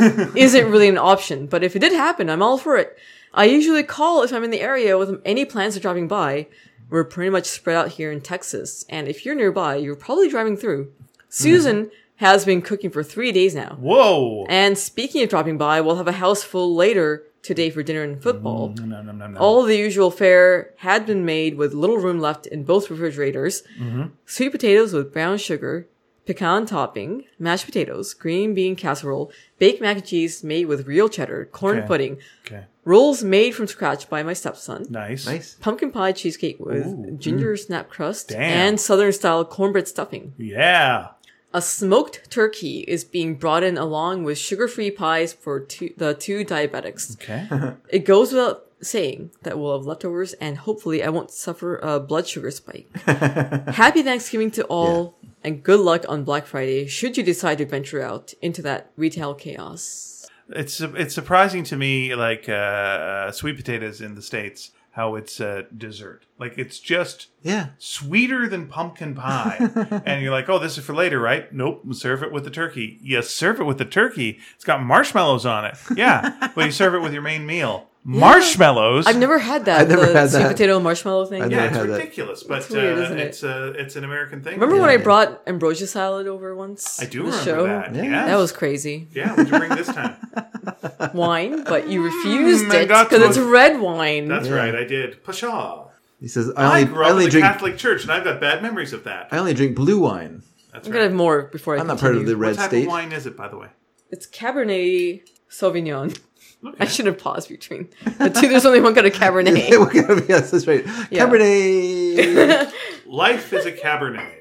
Speaker 2: Isn't really an option, but if it did happen, I'm all for it. I usually call if I'm in the area with any plans of driving by. We're pretty much spread out here in Texas, and if you're nearby, you're probably driving through. Susan has been cooking for three days now.
Speaker 3: Whoa.
Speaker 2: And speaking of dropping by, we'll have a house full later today for dinner and football.
Speaker 3: Nom, nom, nom, nom.
Speaker 2: All the usual fare had been made with little room left in both refrigerators.
Speaker 3: Mm-hmm.
Speaker 2: Sweet potatoes with brown sugar, pecan topping, mashed potatoes, green bean casserole, baked mac and cheese made with real cheddar, corn
Speaker 3: Okay.
Speaker 2: pudding,
Speaker 3: Okay.
Speaker 2: rolls made from scratch by my stepson,
Speaker 3: Nice. Mm.
Speaker 1: nice.
Speaker 2: pumpkin pie cheesecake with ginger snap crust,
Speaker 3: Damn.
Speaker 2: and southern style cornbread stuffing.
Speaker 3: Yeah.
Speaker 2: A smoked turkey is being brought in along with sugar-free pies for two, the two diabetics.
Speaker 3: Okay.
Speaker 2: It goes without saying that we'll have leftovers and hopefully I won't suffer a blood sugar spike. Happy Thanksgiving to all and good luck on Black Friday should you decide to venture out into that retail chaos.
Speaker 3: It's it's surprising to me, like uh, uh, sweet potatoes in the states, how it's uh, dessert. Like it's just
Speaker 1: Yeah.
Speaker 3: sweeter than pumpkin pie, and you're like, oh, this is for later, right? Nope. Serve it with the turkey. Yes, serve it with the turkey. It's got marshmallows on it. Yeah, but you serve it with your main meal. Marshmallows.
Speaker 2: I've never had that.
Speaker 1: I've never
Speaker 2: the
Speaker 1: had
Speaker 2: sweet
Speaker 1: that.
Speaker 2: potato marshmallow thing.
Speaker 1: I've
Speaker 3: yeah,
Speaker 1: never
Speaker 3: it's
Speaker 1: had that.
Speaker 3: ridiculous, but
Speaker 2: It's weird,
Speaker 3: uh,
Speaker 2: isn't it?
Speaker 3: it's uh, it's an American thing.
Speaker 2: Remember when
Speaker 1: Yeah.
Speaker 2: I brought ambrosia salad over once?
Speaker 3: I do
Speaker 2: for the
Speaker 3: remember
Speaker 2: show?
Speaker 3: that.
Speaker 1: Yeah.
Speaker 3: yes.
Speaker 2: That was crazy.
Speaker 3: yeah. What'd you bring this time?
Speaker 2: Wine, but you refused
Speaker 3: Mm, I
Speaker 2: it
Speaker 3: got
Speaker 2: because
Speaker 3: to-
Speaker 2: it's red wine.
Speaker 3: That's
Speaker 1: Yeah.
Speaker 3: right. I did. Pshaw.
Speaker 1: He says
Speaker 3: I
Speaker 1: I only
Speaker 3: grew
Speaker 1: I
Speaker 3: up in
Speaker 1: only
Speaker 3: the
Speaker 1: drink
Speaker 3: Catholic Church, and I've got bad memories of that.
Speaker 1: I only drink blue wine.
Speaker 3: That's
Speaker 2: I'm
Speaker 3: right.
Speaker 2: gonna have more before I
Speaker 1: I'm not part of
Speaker 2: continue.
Speaker 1: the red
Speaker 3: what type
Speaker 1: state.
Speaker 3: of wine is it, by the way?
Speaker 2: It's Cabernet Sauvignon. I should have paused between the two. There's only one kind of Cabernet.
Speaker 1: We're gonna be- yes, that's right.
Speaker 2: Yeah.
Speaker 1: Cabernet,
Speaker 3: Life is a Cabernet.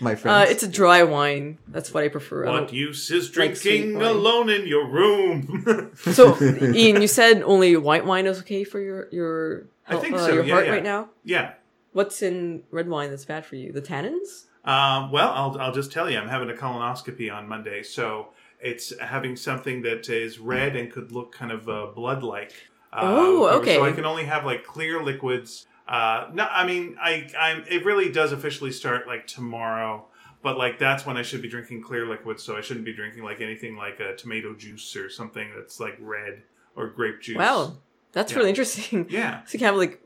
Speaker 1: my
Speaker 2: Uh,
Speaker 1: friends.
Speaker 2: it's a dry wine. That's what I prefer. I
Speaker 3: what use is
Speaker 2: like sweet
Speaker 3: drinking
Speaker 2: wine.
Speaker 3: alone in your room?
Speaker 2: don't- So, Ian, you said only white wine is okay for your your
Speaker 3: I think
Speaker 2: uh,
Speaker 3: so.
Speaker 2: your
Speaker 3: yeah,
Speaker 2: heart
Speaker 3: yeah.
Speaker 2: right now.
Speaker 3: Yeah.
Speaker 2: What's in red wine that's bad for you? The tannins.
Speaker 3: Um, well, I'll, I'll just tell you, I'm having a colonoscopy on Monday, so it's having something that is red and could look kind of uh, blood-like. Uh,
Speaker 2: Oh,
Speaker 3: or-
Speaker 2: okay.
Speaker 3: So I can only have like clear liquids. Uh, no, I mean, I, I'm. It really does officially start like tomorrow, but like that's when I should be drinking clear liquids. So I shouldn't be drinking like anything like a tomato juice or something that's like red or grape juice.
Speaker 2: Wow, that's
Speaker 3: Yeah.
Speaker 2: really interesting.
Speaker 3: Yeah.
Speaker 2: So you can have like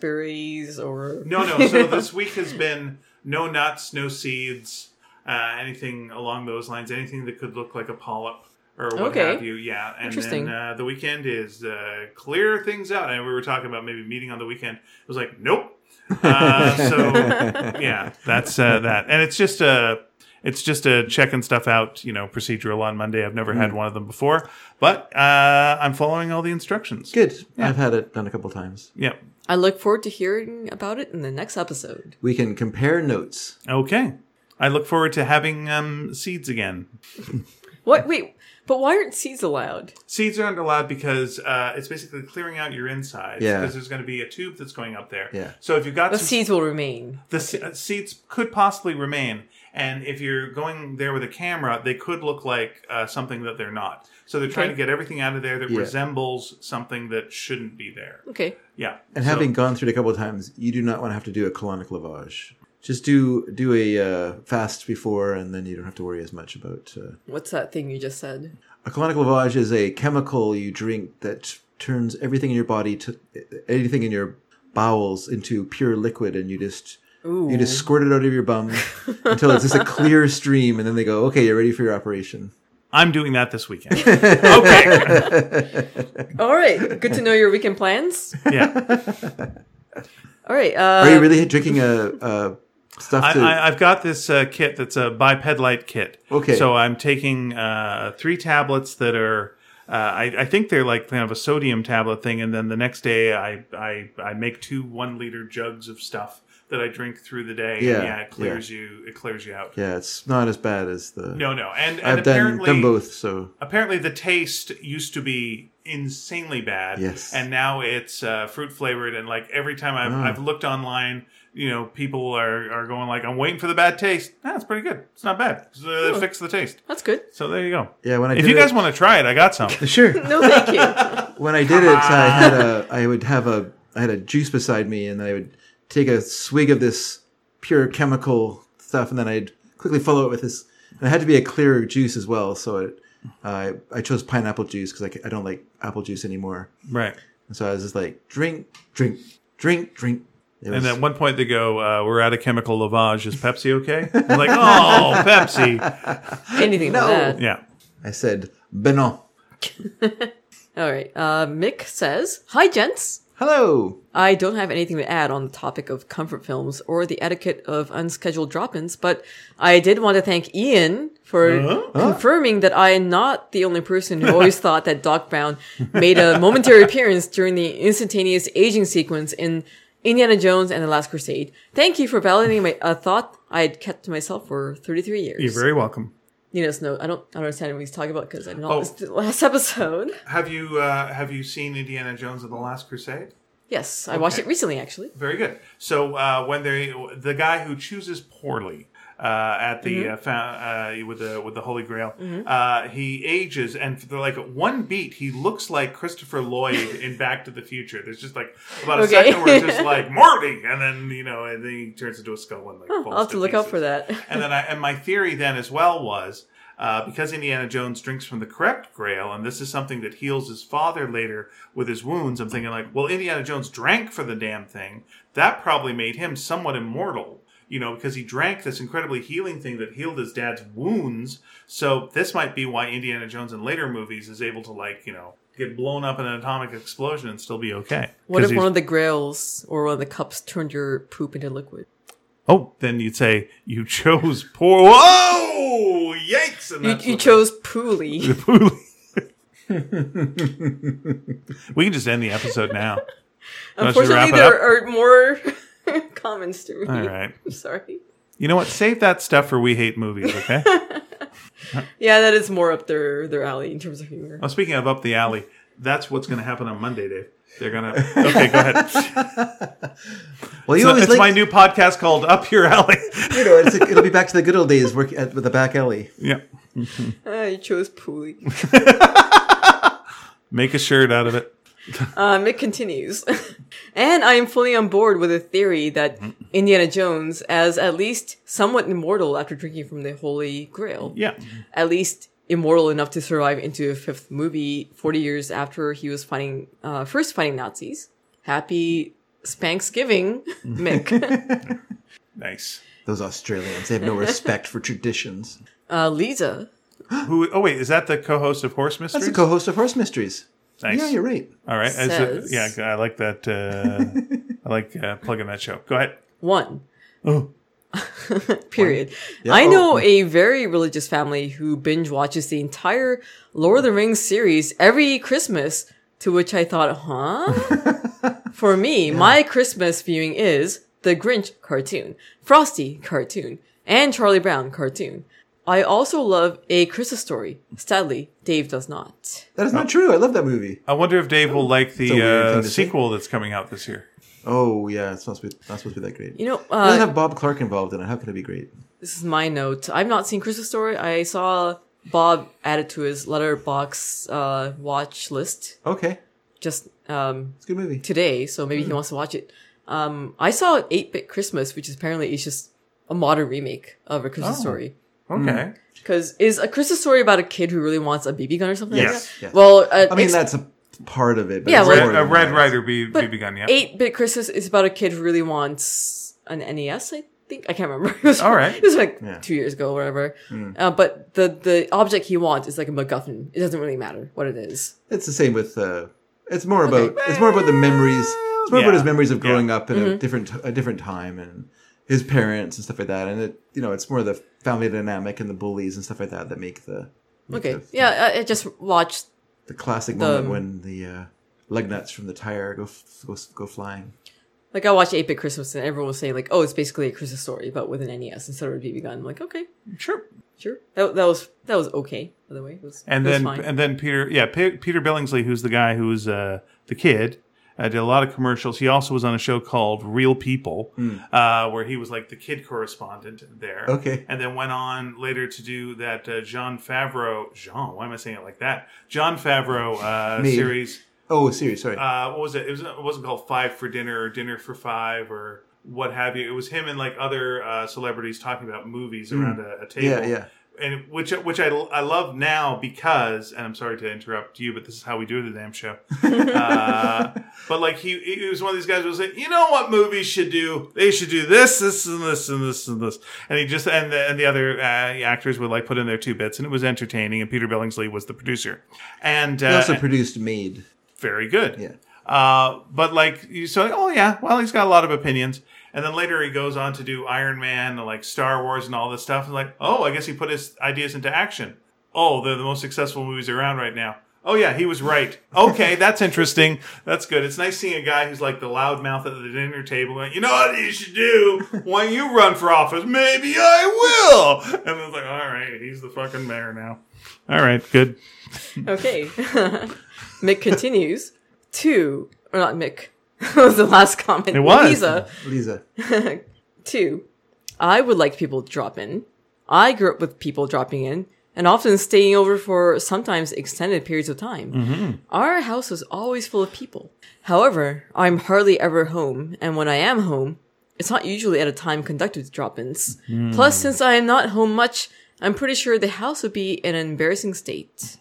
Speaker 2: raspberries or
Speaker 3: No, no. So this week has been no nuts, no seeds, uh, anything along those lines. Anything that could look like a polyp or what
Speaker 2: Okay.
Speaker 3: have you. Yeah. And
Speaker 2: Interesting.
Speaker 3: then uh, the weekend is uh, clear things out. And we were talking about maybe meeting on the weekend. It was like, nope. Uh, so yeah, that's uh, that. And it's just a. It's just a checking stuff out, you know, procedural on Monday. I've never
Speaker 2: Mm.
Speaker 3: had one of them before, but uh, I'm following all the instructions.
Speaker 1: Good. I've had it done a couple times.
Speaker 3: Yep.
Speaker 2: I look forward to hearing about it in the next episode.
Speaker 1: We can compare notes.
Speaker 3: Okay. I look forward to having um, seeds again.
Speaker 2: What? Wait, but why aren't seeds allowed?
Speaker 3: Seeds aren't allowed because uh, it's basically clearing out your insides.
Speaker 1: Yeah.
Speaker 3: Because there's going to be a tube that's going up there.
Speaker 1: Yeah.
Speaker 3: So if you've got
Speaker 2: The
Speaker 3: some,
Speaker 2: seeds will remain.
Speaker 3: the se- uh, seeds could possibly remain, and if you're going there with a camera, they could look like uh, something that they're not. So they're trying
Speaker 2: Okay.
Speaker 3: to get everything out of there that
Speaker 1: Yeah.
Speaker 3: resembles something that shouldn't be there.
Speaker 2: Okay.
Speaker 3: Yeah.
Speaker 1: And
Speaker 3: So-
Speaker 1: having gone through it a couple of times, you do not want to have to do a colonic lavage. Just do do a uh, fast before, and then you don't have to worry as much about. Uh,
Speaker 2: What's that thing you just said?
Speaker 1: a colonic lavage is a chemical you drink that turns everything in your body to anything in your bowels into pure liquid, and you just
Speaker 2: Ooh.
Speaker 1: you just squirt it out of your bum until it's just a clear stream, and then they go, "Okay, you're ready for your operation."
Speaker 3: I'm doing that this weekend. okay.
Speaker 2: All right. Good to know your weekend plans.
Speaker 3: Yeah.
Speaker 2: All right. Uh,
Speaker 1: Are you really drinking a, a stuff
Speaker 3: I,
Speaker 1: to?
Speaker 3: I, I've got this uh, kit that's a bipedalite kit.
Speaker 1: Okay.
Speaker 3: So I'm taking uh, three tablets that are. Uh, I, I think they're like kind of a sodium tablet thing, and then the next day I I, I make two one liter jugs of stuff that I drink through the day.
Speaker 1: Yeah,
Speaker 3: and yeah it clears you it clears you out.
Speaker 1: yeah, it's not as bad as the.
Speaker 3: No, no, and, and
Speaker 1: I've done
Speaker 3: apparently
Speaker 1: done both, so
Speaker 3: apparently the taste used to be insanely bad
Speaker 1: Yes. Mm.
Speaker 3: and now it's uh, fruit flavored and like every time I've, I've looked online you know people are, are going like i'm waiting for the bad taste that's pretty good it's not bad so they fix the taste
Speaker 2: that's good.
Speaker 3: so there you go
Speaker 1: yeah. When I
Speaker 3: if
Speaker 1: did
Speaker 3: you
Speaker 1: it-
Speaker 3: guys want to try it i got some
Speaker 1: sure.
Speaker 2: No, thank you.
Speaker 1: when I did it, I had a I would have a I had a juice beside me, and I would take a swig of this pure chemical stuff, and then I'd quickly follow it with this. And it had to be a clear juice as well, so it, uh, I chose pineapple juice because I, ca- I don't like apple juice anymore.
Speaker 3: right
Speaker 1: And so I was just like drink, drink, drink, drink. It was,
Speaker 3: and at one point they go uh, we're out of chemical lavage is pepsi okay I'm like oh pepsi
Speaker 2: Anything
Speaker 1: No.
Speaker 2: like that.
Speaker 3: yeah
Speaker 1: I said Benon.
Speaker 2: All right. Uh, Mick says, "Hi, gents.
Speaker 1: Hello.
Speaker 2: I don't have anything to add on the topic of comfort films or the etiquette of unscheduled drop-ins, but I did want to thank Ian for confirming that I am not the only person who always thought that Doc Brown made a momentary appearance during the instantaneous aging sequence in Indiana Jones and the Last Crusade. Thank you for validating my, a thought I had kept to myself for 33 years.
Speaker 3: you're very welcome
Speaker 2: you know, no, I don't, I don't understand what he's talking about because I didn't
Speaker 3: Oh.
Speaker 2: listen to the last episode.
Speaker 3: have you uh, have you seen indiana jones and the last crusade
Speaker 2: Yes, I watched
Speaker 3: Okay.
Speaker 2: it recently, actually.
Speaker 3: Very good. So uh, when they, the guy who chooses poorly uh, at the
Speaker 2: Mm-hmm.
Speaker 3: uh, fa- uh, with the with the Holy Grail, uh, he ages, and for like one beat, he looks like Christopher Lloyd in Back to the Future. There's just like about a
Speaker 2: Okay.
Speaker 3: second where it's just like Marty, and then you know, and then he turns into a skull and like. falls
Speaker 2: I'll have to look out
Speaker 3: pieces
Speaker 2: for that.
Speaker 3: and then I, and my theory then as well was uh, because Indiana Jones drinks from the correct grail, and this is something that heals his father later with his wounds. I'm thinking like, well, Indiana Jones drank for the damn thing. That probably made him somewhat immortal, you know, because he drank this incredibly healing thing that healed his dad's wounds. So this might be why Indiana Jones in later movies is able to like, you know, get blown up in an atomic explosion and still be okay.
Speaker 2: What
Speaker 3: 'Cause
Speaker 2: if
Speaker 3: he's-
Speaker 2: one of the grails or one of the cups turned your poop into liquid?
Speaker 3: oh, then you'd say you chose poor. Whoa, yikes! And
Speaker 2: You,
Speaker 3: that's
Speaker 2: you
Speaker 3: what-
Speaker 2: chose pooly.
Speaker 3: we can just end the episode now. Don't you
Speaker 2: Unfortunately,
Speaker 3: wrap it
Speaker 2: there are more comments to read.
Speaker 3: All right.
Speaker 2: I'm sorry.
Speaker 3: You know what? Save that stuff for We Hate Movies, okay?
Speaker 2: Yeah, that is more up their their alley in terms of humor.
Speaker 3: well, speaking of Up the Alley, that's what's going to happen on Monday, Dave. They're going to. Okay, go ahead.
Speaker 1: Well, you
Speaker 3: So
Speaker 1: always
Speaker 3: it's
Speaker 1: like
Speaker 3: my new podcast called Up Your Alley.
Speaker 1: you know, it's, it'll be back to the good old days, work at with the back alley.
Speaker 3: yeah.
Speaker 2: Uh, Ah, you chose pooly.
Speaker 3: Make a shirt out of it.
Speaker 2: Um, it continues. and I am fully on board with the theory that
Speaker 3: Mm.
Speaker 2: Indiana Jones, as at least somewhat immortal after drinking from the Holy Grail,
Speaker 3: Yeah.
Speaker 2: at least immortal enough to survive into a fifth movie 40 years after he was fighting, uh, first fighting Nazis. Happy Spanksgiving, Mick.
Speaker 3: Nice.
Speaker 1: Those Australians, they have no respect for traditions.
Speaker 2: uh, Lisa.
Speaker 3: Who? Oh wait, is that the co-host of Horse Mysteries?
Speaker 1: That's the co host of Horse Mysteries.
Speaker 3: nice.
Speaker 1: Yeah, you're right.
Speaker 3: All right. As a-
Speaker 2: Says-
Speaker 3: yeah, I like that. Uh, I like uh, plugging that show. Go ahead.
Speaker 2: One.
Speaker 3: Oh.
Speaker 2: Period.
Speaker 1: Yeah,
Speaker 2: I
Speaker 1: oh.
Speaker 2: know a very religious family who binge watches the entire Lord of the Rings series every Christmas, to which I thought, huh? For me, my Christmas viewing is the Grinch cartoon, Frosty cartoon, and Charlie Brown cartoon. I also love A Christmas Story. Sadly, Dave does not.
Speaker 1: That is
Speaker 3: Oh.
Speaker 1: not true. I love that movie.
Speaker 3: I wonder if Dave will like
Speaker 1: a
Speaker 3: the
Speaker 1: weird
Speaker 3: uh,
Speaker 1: thing to say.
Speaker 3: sequel that's coming out this year.
Speaker 1: Oh, yeah, it's not supposed to be, not supposed to be that great.
Speaker 2: You know,
Speaker 1: it doesn't
Speaker 2: uh,
Speaker 1: have Bob Clark involved in it. How could it be great?
Speaker 2: this is my note. I've not seen Christmas Story. I saw Bob add it to his letterbox uh, watch list
Speaker 1: Okay,
Speaker 2: just um,
Speaker 1: it's a good movie.
Speaker 2: today, so
Speaker 1: Hmm.
Speaker 2: maybe he wants to watch it. Um, I saw 8 Bit Christmas, which is apparently is just a modern remake of a Christmas
Speaker 3: Oh.
Speaker 2: story.
Speaker 3: Okay.
Speaker 1: Hmm.
Speaker 2: Because is a Christmas story about a kid who really wants a BB gun or something? like
Speaker 3: Yes,
Speaker 2: that?
Speaker 1: yes.
Speaker 2: Well, uh,
Speaker 1: I mean, that's a part of it. But
Speaker 2: Yeah,
Speaker 1: it's
Speaker 2: well-
Speaker 1: more
Speaker 3: Red,
Speaker 1: than
Speaker 3: a Red
Speaker 1: that.
Speaker 3: Rider be,
Speaker 2: But
Speaker 3: be begun. Yeah.
Speaker 2: 8 Bit Christmas is about a kid who really wants an NES, I think. I can't remember. It was,
Speaker 3: All right.
Speaker 2: It was like
Speaker 1: Yeah.
Speaker 2: two years ago or whatever. Uh, but the, the object he wants is like a MacGuffin. It doesn't really matter what it is.
Speaker 1: It's the same with. Uh, it's more about. It's more about the memories. It's more about
Speaker 3: Yeah,
Speaker 1: his memories of
Speaker 3: yeah.
Speaker 1: growing up in
Speaker 2: Mm-hmm.
Speaker 1: a different a different time and his parents and stuff like that. And it, you know, it's more the family dynamic and the bullies and stuff like that that make the
Speaker 2: Okay. Yeah, I, I just watched
Speaker 1: the classic moment when the uh, lug nuts from the tire go f- go s- go flying.
Speaker 2: Like I watched 8 Bit Christmas and everyone was saying like, oh, it's basically a Christmas story, but with an NES instead of a BB gun. I'm like, okay,
Speaker 3: Sure.
Speaker 2: sure. That, that was that was okay, by the way. It was,
Speaker 3: And
Speaker 2: it was
Speaker 3: then
Speaker 2: fine.
Speaker 3: and then Peter yeah Pe- Peter Billingsley who's the guy who's uh, the kid uh, did a lot of commercials. He also was on a show called Real People
Speaker 1: Hmm.
Speaker 3: uh, where he was like the kid correspondent there.
Speaker 1: Okay.
Speaker 3: And then went on later to do that uh, John Favreau Jean why am I saying it like that John Favreau uh,
Speaker 1: Me.
Speaker 3: series.
Speaker 1: Oh, serious. Sorry.
Speaker 3: uh, what was it? It, was, it wasn't called Five for Dinner or Dinner for Five or what have you. It was him and like other uh, celebrities talking about movies around a, a table.
Speaker 1: Hmm. yeah, yeah.
Speaker 3: And which which I, I love now because and I'm sorry to interrupt you, but this is how we do the damn show. uh, but like he he was one of these guys who was like, you know what movies should do? They should do this, this, and this, and this, and this. And he just and the, and the other uh, actors would like put in their two bits, and it was entertaining. And Peter Billingsley was the producer, and uh,
Speaker 1: He also produced Made.
Speaker 3: very good.
Speaker 1: Yeah.
Speaker 3: Uh, but like you so like, oh yeah, well he's got a lot of opinions. And then later he goes on to do Iron Man and like Star Wars and all this stuff. And like, oh, I guess he put his ideas into action. Oh, they're the most successful movies around right now. Oh yeah, he was right. Okay, that's interesting. That's good. It's nice seeing a guy who's like the loudmouth at the dinner table. Going, you know what you should do when you run for office? Maybe I will. And it's like, all right, he's the fucking mayor now. All right, good.
Speaker 2: okay. Mick continues. Two or not Mick. that was the last comment.
Speaker 3: It was.
Speaker 2: Lisa.
Speaker 1: Lisa.
Speaker 2: Two. I would like people to drop in. I grew up with people dropping in and often staying over for sometimes extended periods of time. Our house is always full of people. However, I'm hardly ever home, and when I am home, it's not usually at a time conducted to drop ins. Plus, since I am not home much, I'm pretty sure the house would be in an embarrassing state.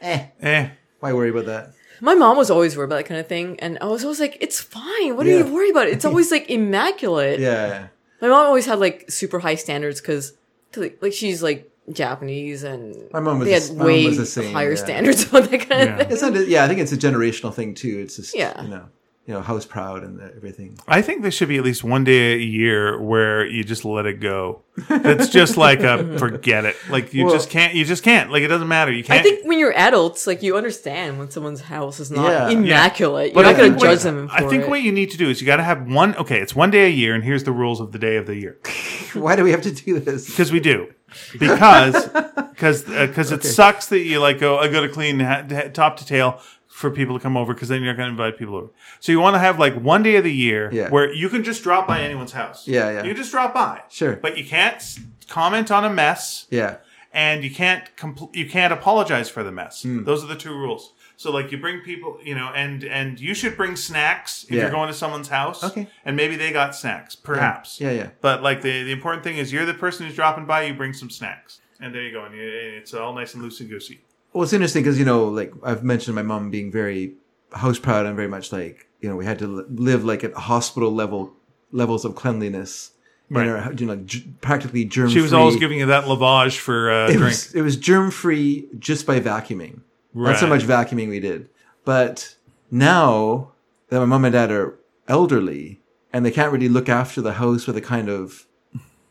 Speaker 1: Eh.
Speaker 3: Eh.
Speaker 1: Why worry about that?
Speaker 2: My mom was always worried about that kind of thing, and I was always like, it's fine. What are
Speaker 1: Yeah.
Speaker 2: you worried about? It's always like immaculate.
Speaker 1: Yeah.
Speaker 2: My mom always had like super high standards because like, like, she's like Japanese and
Speaker 1: My mom was
Speaker 2: they
Speaker 1: the
Speaker 2: had
Speaker 1: s- my mom
Speaker 2: way
Speaker 1: was the same,
Speaker 2: higher
Speaker 1: yeah.
Speaker 2: standards on that kind
Speaker 3: Yeah.
Speaker 2: of thing.
Speaker 1: It's not. Yeah, I think it's a generational thing too. It's just
Speaker 2: Yeah.
Speaker 1: you know, you know, house proud and everything.
Speaker 3: I think there should be at least one day a year where you just let it go. It's just like a forget it. Like you
Speaker 1: Well-
Speaker 3: just can't. You just can't. Like it doesn't matter. You can't.
Speaker 2: I think when you're adults, like you understand when someone's house is not
Speaker 1: Yeah.
Speaker 2: immaculate.
Speaker 3: But
Speaker 2: You're
Speaker 3: I
Speaker 2: not going
Speaker 3: think
Speaker 2: to
Speaker 3: what-
Speaker 2: judge them for
Speaker 3: I think
Speaker 2: it.
Speaker 3: what you need to do is you got to have one. Okay, it's one day a year, and here's the rules of the day of the year
Speaker 1: Why do we have to do this?
Speaker 3: because we do because because because it sucks that you like go I got to clean ha- ha- top to tail for people to come over because then you're not going to invite people over. So you want to have like one day of the year
Speaker 1: Yeah.
Speaker 3: where you can just drop by anyone's house.
Speaker 1: Yeah, yeah.
Speaker 3: You can just drop by.
Speaker 1: Sure.
Speaker 3: but you can't s- comment on a mess.
Speaker 1: Yeah. Hmm.
Speaker 3: and you can't compl- you can't apologize for the mess. Those are the two rules. So like you bring people, you know, and and you should bring snacks if
Speaker 1: Yeah.
Speaker 3: you're going to someone's house.
Speaker 1: Okay.
Speaker 3: And maybe they got snacks, perhaps.
Speaker 1: Yeah, yeah.
Speaker 3: But like the the important thing is you're the person who's dropping by. You bring some snacks, and there you go. And you- and it's all nice and loosey goosey.
Speaker 1: Well, it's interesting because you know, like I've mentioned, my mom being very house proud and very much like you know, we had to li- live like at hospital level levels of cleanliness.
Speaker 3: Right.
Speaker 1: You know, you know, like g- practically germ.
Speaker 3: She was always giving you that lavage for uh,
Speaker 1: it
Speaker 3: drink.
Speaker 1: was, it was germ free just by vacuuming. Not so
Speaker 3: Right.
Speaker 1: much vacuuming we did, but now that my mom and dad are elderly and they can't really look after the house with a kind of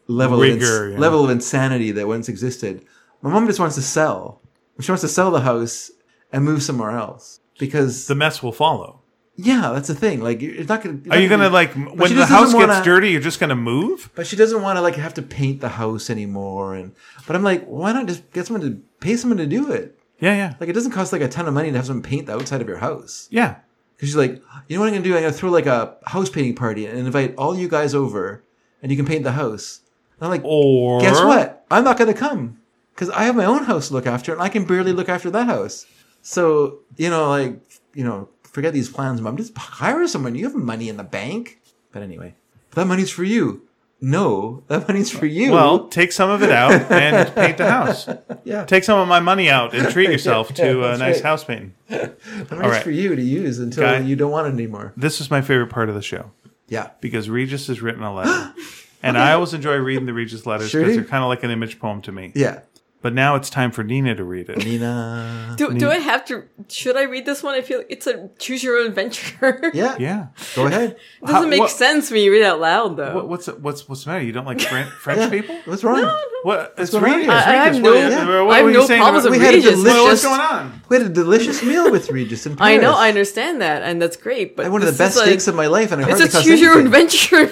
Speaker 1: level of
Speaker 3: Rigor,
Speaker 1: ins-
Speaker 3: yeah.
Speaker 1: level of insanity that once existed. My mom just wants to sell. She wants to sell the house and move somewhere else because
Speaker 3: The mess will follow.
Speaker 1: yeah, that's the thing. Like you're not gonna.
Speaker 3: Are you gonna like
Speaker 1: she
Speaker 3: when the
Speaker 1: just
Speaker 3: house
Speaker 1: doesn't
Speaker 3: gets
Speaker 1: wanna-
Speaker 3: dirty? You're just gonna move?
Speaker 1: But she doesn't want to like have to paint the house anymore. And but I'm like, why not just get someone to pay someone to do it?
Speaker 3: Yeah, yeah,
Speaker 1: Like it doesn't cost like a ton of money to have someone paint the outside of your house.
Speaker 3: yeah.
Speaker 1: Because she's like, you know what I'm gonna do? I'm gonna throw like a house painting party and invite all you guys over, and you can paint the house. And I'm like,
Speaker 3: Or
Speaker 1: guess what? I'm not gonna come because I have my own house to look after, and I can barely look after that house. So you know, like you know, forget these plans, mom. Just hire someone. You have money in the bank. But anyway, that money's for you. No, that money's for you.
Speaker 3: Well, take some of it out and paint the house.
Speaker 1: yeah,
Speaker 3: Take some of my money out and treat yourself
Speaker 1: Yeah,
Speaker 3: to a
Speaker 1: that's
Speaker 3: nice
Speaker 1: right.
Speaker 3: house painting.
Speaker 1: that money's
Speaker 3: right.
Speaker 1: for you to use until
Speaker 3: Guy-
Speaker 1: you don't want it anymore.
Speaker 3: This is my favorite part of the show
Speaker 1: Yeah.
Speaker 3: because Regis has written a letter. And I always enjoy reading the Regis letters
Speaker 1: Sure
Speaker 3: because
Speaker 1: do.
Speaker 3: they're kind of like an image poem to me.
Speaker 1: Yeah.
Speaker 3: But now it's time for Nina to read it.
Speaker 1: Nina.
Speaker 2: Do, do I have to? Should I read this one? I feel like it's a choose your own adventure.
Speaker 1: Yeah.
Speaker 3: Yeah.
Speaker 1: Go ahead.
Speaker 2: it doesn't
Speaker 3: How-
Speaker 2: make
Speaker 3: what-
Speaker 2: sense when you read it out loud, though.
Speaker 3: What, what's what's what's the matter? You don't like French,
Speaker 1: Yeah.
Speaker 3: French people?
Speaker 1: What's wrong?
Speaker 3: What? It's
Speaker 1: going on
Speaker 3: Regis.
Speaker 1: here? I-
Speaker 3: Regis.
Speaker 2: I have
Speaker 3: What-
Speaker 2: no-
Speaker 3: what
Speaker 2: I have
Speaker 3: were you
Speaker 2: no
Speaker 3: saying
Speaker 2: problems
Speaker 3: about-
Speaker 1: we
Speaker 2: with
Speaker 1: had a
Speaker 2: Regis.
Speaker 1: delicious.
Speaker 3: Well, what's going on?
Speaker 1: We had a delicious meal with Regis in
Speaker 2: I
Speaker 1: Paris.
Speaker 2: know, I understand that, and that's great. But
Speaker 1: I had one of the
Speaker 2: this
Speaker 1: best
Speaker 2: is a-
Speaker 1: steaks of my life, and I hardly
Speaker 2: It's a
Speaker 1: cost
Speaker 2: choose your own
Speaker 1: anything.
Speaker 2: adventure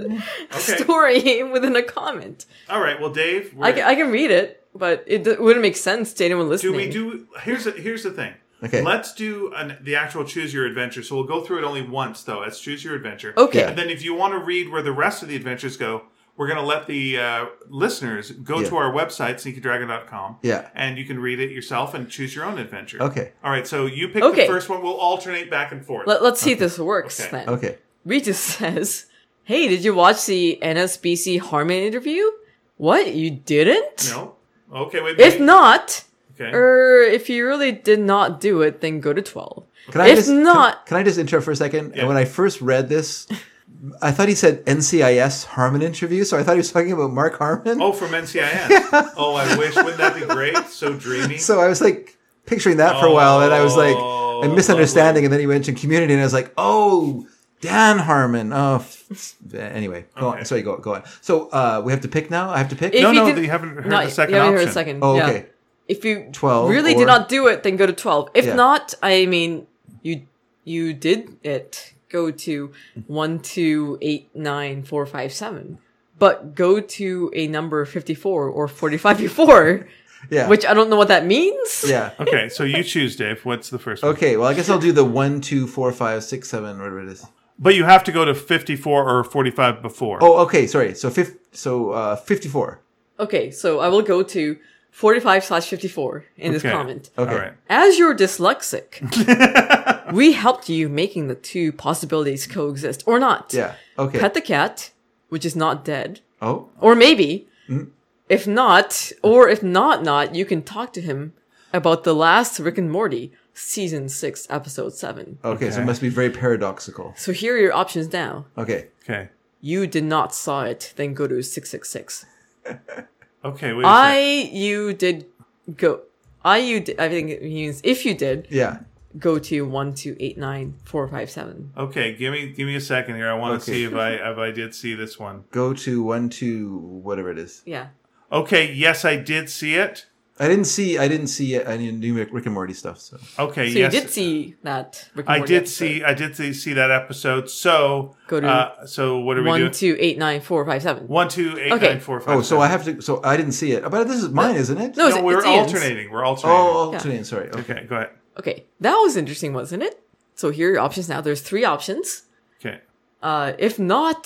Speaker 3: Okay.
Speaker 2: story within a comment.
Speaker 3: All right. Well, Dave,
Speaker 2: I
Speaker 3: we're-
Speaker 2: can, I can read it, but it d- wouldn't make sense to anyone
Speaker 3: do
Speaker 2: listening.
Speaker 3: we do? Here's the, here's the thing.
Speaker 1: Okay.
Speaker 3: Let's do an, the actual choose your adventure. So we'll go through it only once, though. As choose your adventure.
Speaker 2: Okay.
Speaker 1: Yeah.
Speaker 3: And then if you want to read where the rest of the adventures go, we're going to let the uh, listeners go
Speaker 1: Yeah.
Speaker 3: to our website, sneakydragon.com.
Speaker 1: Yeah.
Speaker 3: And you can read it yourself and choose your own adventure.
Speaker 1: Okay.
Speaker 3: All right. So you pick
Speaker 2: Okay.
Speaker 3: the first one. We'll alternate back and forth.
Speaker 2: Let, us see if this works
Speaker 3: Okay.
Speaker 2: then.
Speaker 1: Okay.
Speaker 2: Regis says, Hey, did you watch the NSBC Harmon interview? What? You didn't?
Speaker 3: no. Okay. Wait.
Speaker 2: If
Speaker 3: wait.
Speaker 2: not,
Speaker 3: okay.
Speaker 2: or if you really did not do it, then go to 12.
Speaker 1: Can I
Speaker 2: If
Speaker 1: just,
Speaker 2: not-
Speaker 1: can, can I just interrupt for a second?
Speaker 3: Yeah.
Speaker 1: When I first read this, I thought he said NCIS Harmon interview, so I thought he was talking about Mark Harmon.
Speaker 3: oh, from NCIS. Oh, I wish. Wouldn't that be great? So dreamy.
Speaker 1: So I was like picturing that for a while, and I was like,
Speaker 3: Oh,
Speaker 1: a misunderstanding, and then he mentioned Community, and I was like, oh, Dan Harmon. Oh, f- anyway, go
Speaker 3: Okay.
Speaker 1: on. Sorry, go go on. So uh, we have to pick now. I have to pick.
Speaker 2: If
Speaker 3: no,
Speaker 2: you
Speaker 3: no,
Speaker 2: did-
Speaker 3: you haven't heard
Speaker 2: Not-
Speaker 3: the second
Speaker 2: you haven't
Speaker 3: option.
Speaker 2: heard the second.
Speaker 1: Oh,
Speaker 2: yeah.
Speaker 1: okay.
Speaker 2: If you
Speaker 1: 12
Speaker 2: really
Speaker 1: or-
Speaker 2: did not do it, then go to 12. If
Speaker 1: Yeah.
Speaker 2: not, I mean, you you did it. Go to one, two, eight, nine, four, five, seven. But go to a number 54 or 45 before,
Speaker 1: Yeah.
Speaker 2: which I don't know what that means.
Speaker 1: Yeah.
Speaker 3: Okay, so you choose, Dave. What's the first one?
Speaker 1: Okay, well, I guess I'll do the one, two, four, five, six, seven, whatever it is.
Speaker 3: But you have to go to 54 or 45 before.
Speaker 1: Oh, okay, sorry. So, fif- so uh, 54.
Speaker 2: Okay, so I will go to 45 slash 54 in this
Speaker 3: Okay.
Speaker 2: comment.
Speaker 1: Okay.
Speaker 3: All right.
Speaker 2: As you're dyslexic, we helped you making the two possibilities coexist or not.
Speaker 1: Yeah. Okay.
Speaker 2: Pet the cat, which is not dead,
Speaker 1: oh,
Speaker 2: or maybe if not or if not not you can talk to him about the last rick and morty season 6 episode 7
Speaker 1: okay, So
Speaker 3: Okay.
Speaker 1: it must be very paradoxical.
Speaker 2: so here are your options now
Speaker 1: Okay.
Speaker 3: Okay.
Speaker 2: you did not saw it then go to 666
Speaker 3: Okay, wait a
Speaker 2: i
Speaker 3: sec.
Speaker 2: you did go i you did, i think it means if you did
Speaker 1: Yeah.
Speaker 2: go to 1289457
Speaker 3: Okay, give me give me a second here. I want to
Speaker 1: Okay.
Speaker 3: see if I if I did see this one.
Speaker 1: Go to one, two, whatever it is.
Speaker 2: yeah
Speaker 3: Okay, yes, I did see it.
Speaker 1: I didn't see. I didn't see any new Rick Rick and Morty stuff. So
Speaker 3: Okay,
Speaker 2: so
Speaker 3: yes.
Speaker 2: you did see that rick and
Speaker 3: I
Speaker 2: Morty
Speaker 3: did
Speaker 2: episode.
Speaker 3: see I did see, see that episode. So
Speaker 2: Go to
Speaker 3: uh, so what are we doing?
Speaker 2: 1289457
Speaker 3: One, two, eight,
Speaker 2: Okay.
Speaker 3: nine, four, five,
Speaker 1: oh, so
Speaker 3: seven.
Speaker 1: I have to. So I didn't see it. But this is mine, isn't it?
Speaker 2: no, it's,
Speaker 3: No, we're
Speaker 2: it's Ian's.
Speaker 3: alternating. We're alternating.
Speaker 1: Oh, alternating. Sorry. Okay.
Speaker 3: Okay, go ahead.
Speaker 2: Okay, that was interesting, wasn't it? So here are your options now. There's three options.
Speaker 3: Okay.
Speaker 2: Uh, if not,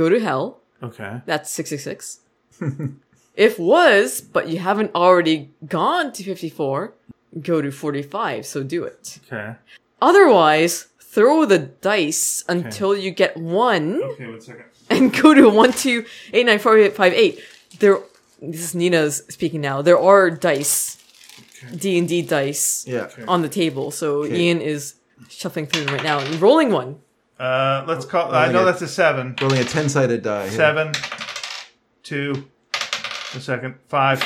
Speaker 2: go to hell.
Speaker 3: Okay.
Speaker 2: That's 666. if was, but you haven't already gone to 54, go to 45, so do it.
Speaker 3: Okay.
Speaker 2: Otherwise, throw the dice until you get one
Speaker 3: Okay, one second.
Speaker 2: and go to one two eight nine four eight five eight. There, this is Nina's speaking now. There are dice, D and D dice,
Speaker 1: Yeah.
Speaker 2: on the table. So Ian is shuffling through them right now and rolling one.
Speaker 3: Uh,
Speaker 1: Oh,
Speaker 3: let's call. I know
Speaker 1: yeah.
Speaker 3: that's a seven.
Speaker 1: Rolling a ten sided die. yeah.
Speaker 3: Seven, two, a second, five,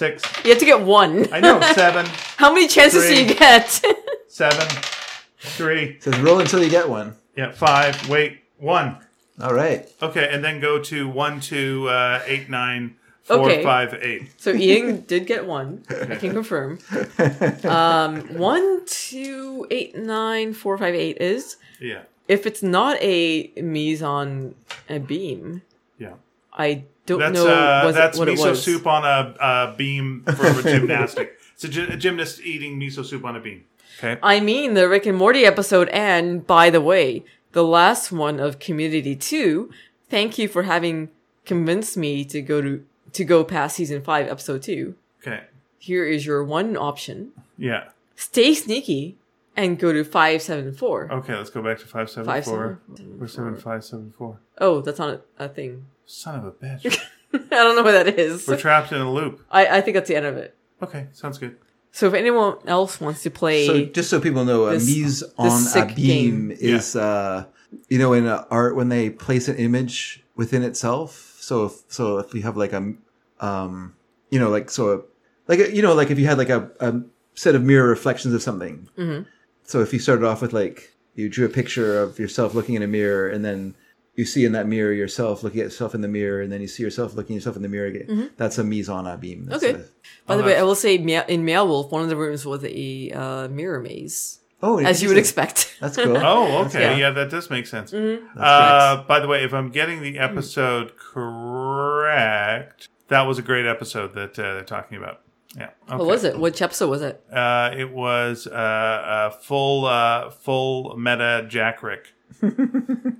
Speaker 3: six.
Speaker 2: You have to get one.
Speaker 3: I know seven,
Speaker 2: How many chances do
Speaker 3: Three.
Speaker 2: you get?
Speaker 3: seven, three.
Speaker 1: Says roll until you get one.
Speaker 3: Yeah, five. Wait, one.
Speaker 1: All right.
Speaker 3: Okay, and then go to one, two, uh, eight, nine, four,
Speaker 2: Okay.
Speaker 3: five, eight.
Speaker 2: so Ian did get one. I can confirm. Um, one two eight nine four five eight is
Speaker 3: Yeah,
Speaker 2: if it's not a mise on a beam.
Speaker 3: yeah.
Speaker 2: I don't
Speaker 3: That's
Speaker 2: know
Speaker 3: uh,
Speaker 2: was it-
Speaker 3: that's
Speaker 2: what it
Speaker 3: miso
Speaker 2: was.
Speaker 3: soup on a, a beam for a gymnastic. It's a, gy- a gymnast eating miso soup on a beam. Okay.
Speaker 2: I mean the Rick and Morty episode, and by the way, the last one of Community Two. Thank you for having convinced me to go to to go past season five, episode two.
Speaker 3: Okay.
Speaker 2: Here is your one option:
Speaker 3: Yeah.
Speaker 2: stay sneaky and go to five seven four.
Speaker 3: Okay, let's go back to five seven
Speaker 2: Five,
Speaker 3: four.
Speaker 2: seven,
Speaker 3: We're seven five seven four.
Speaker 2: Oh, that's not a, a thing.
Speaker 3: Son of a bitch.
Speaker 2: I don't know what that is.
Speaker 3: We're trapped in a loop.
Speaker 2: I, I think that's the end of it.
Speaker 3: Okay, sounds good.
Speaker 2: So if anyone else wants to play,
Speaker 1: So just so people know, a
Speaker 2: This-
Speaker 1: mise on
Speaker 2: this
Speaker 1: a
Speaker 2: sick
Speaker 1: beam
Speaker 2: game.
Speaker 1: is, uh, you know, in uh, art when they place an image within itself. So if so, if you have like a, um, you know, like so, like you know, like if you had like a, a set of mirror reflections of something.
Speaker 2: Mhm.
Speaker 1: So if you started off with like you drew a picture of yourself looking in a mirror, and then you see in that mirror yourself looking at yourself in the mirror, and then you see yourself looking at yourself in the mirror again. That's a mise on a beam. That's
Speaker 2: Mm-hmm. Okay.
Speaker 1: a-
Speaker 2: by
Speaker 3: Oh,
Speaker 2: the way,
Speaker 3: that's-
Speaker 2: I will say Ma- in Meowulf, one of the rooms was a uh, mirror maze,
Speaker 1: oh,
Speaker 2: as you would
Speaker 1: interesting.
Speaker 2: expect.
Speaker 1: That's cool.
Speaker 3: Oh, okay. Yeah,
Speaker 2: Yeah.
Speaker 3: that does make sense.
Speaker 2: Mhm.
Speaker 3: Uh, by the way, if I'm getting the episode correct, that was a great episode that uh, they're talking about. Yeah. Okay.
Speaker 2: What was it? Which episode was it?
Speaker 3: Uh, it was uh, uh, full uh, full meta Jack Rick,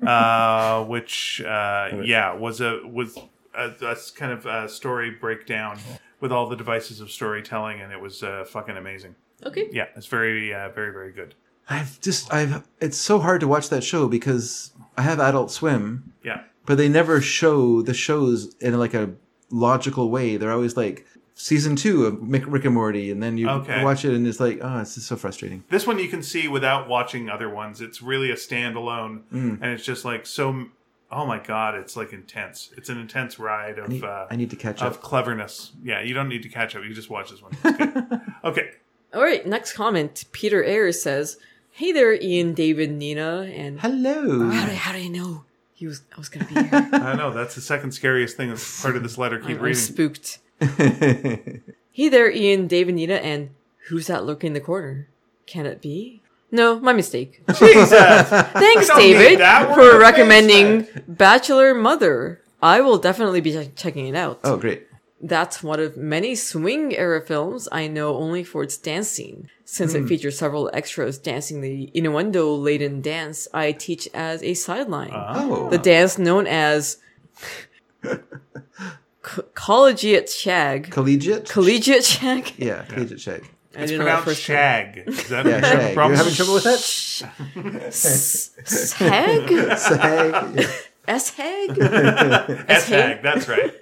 Speaker 3: uh, which uh, yeah was a was a, a s- kind of a story breakdown with all the devices of storytelling, and it was uh, fucking amazing.
Speaker 2: Okay.
Speaker 3: Yeah, it's very uh, very very good.
Speaker 1: I've just I've it's so hard to watch that show because I have Adult Swim,
Speaker 3: Yeah,
Speaker 1: but they never show the shows in like a logical way. They're always like season two of Mick- Rick and Morty, and then you
Speaker 3: Okay.
Speaker 1: watch it and it's like, oh, it's just so frustrating.
Speaker 3: this one you can see without watching other ones. It's really a standalone,
Speaker 1: Mm.
Speaker 3: and it's just like so. Oh my god, it's like intense. It's an intense ride
Speaker 1: I need,
Speaker 3: of. Uh,
Speaker 1: I need to catch
Speaker 3: of
Speaker 1: up.
Speaker 3: cleverness. Yeah, you don't need to catch up. You just watch this one. It's good. okay.
Speaker 2: All right. Next comment. Peter Ayers says, "Hey there, Ian, David, Nina, and how
Speaker 1: Hello.
Speaker 2: do I, how do I know he was I was gonna be here? I'm-
Speaker 3: I know that's the second scariest thing that's part of this letter. Keep
Speaker 2: I'm
Speaker 3: reading.
Speaker 2: spooked. Hey there, Ian, David, Nina, and who's that lurking in the corner? Can it be? No, my mistake.
Speaker 3: Jesus.
Speaker 2: Thanks,
Speaker 3: I don't need
Speaker 2: David,
Speaker 3: that one.
Speaker 2: for recommending Bachelor Mother. I will definitely be check- checking it out.
Speaker 1: oh, great.
Speaker 2: That's one of many swing era films I know only for its dance scene. Since
Speaker 3: Hmm.
Speaker 2: it features several extras dancing the innuendo laden dance I teach as a sideline.
Speaker 3: Ah.
Speaker 1: Oh,
Speaker 2: The dance known as co- collegiate shag.
Speaker 1: collegiate.
Speaker 2: Collegiate shag?
Speaker 1: yeah, collegiate shag.
Speaker 2: I
Speaker 3: It's
Speaker 2: didn't know the
Speaker 3: pronounced
Speaker 2: first time.
Speaker 3: shag. Is that
Speaker 1: Yeah,
Speaker 3: you have a
Speaker 1: shag. You're
Speaker 3: problem?
Speaker 1: having trouble with that?
Speaker 2: S- Shag?
Speaker 1: Shag. Yeah.
Speaker 2: S-hag?
Speaker 3: S hag. That's right.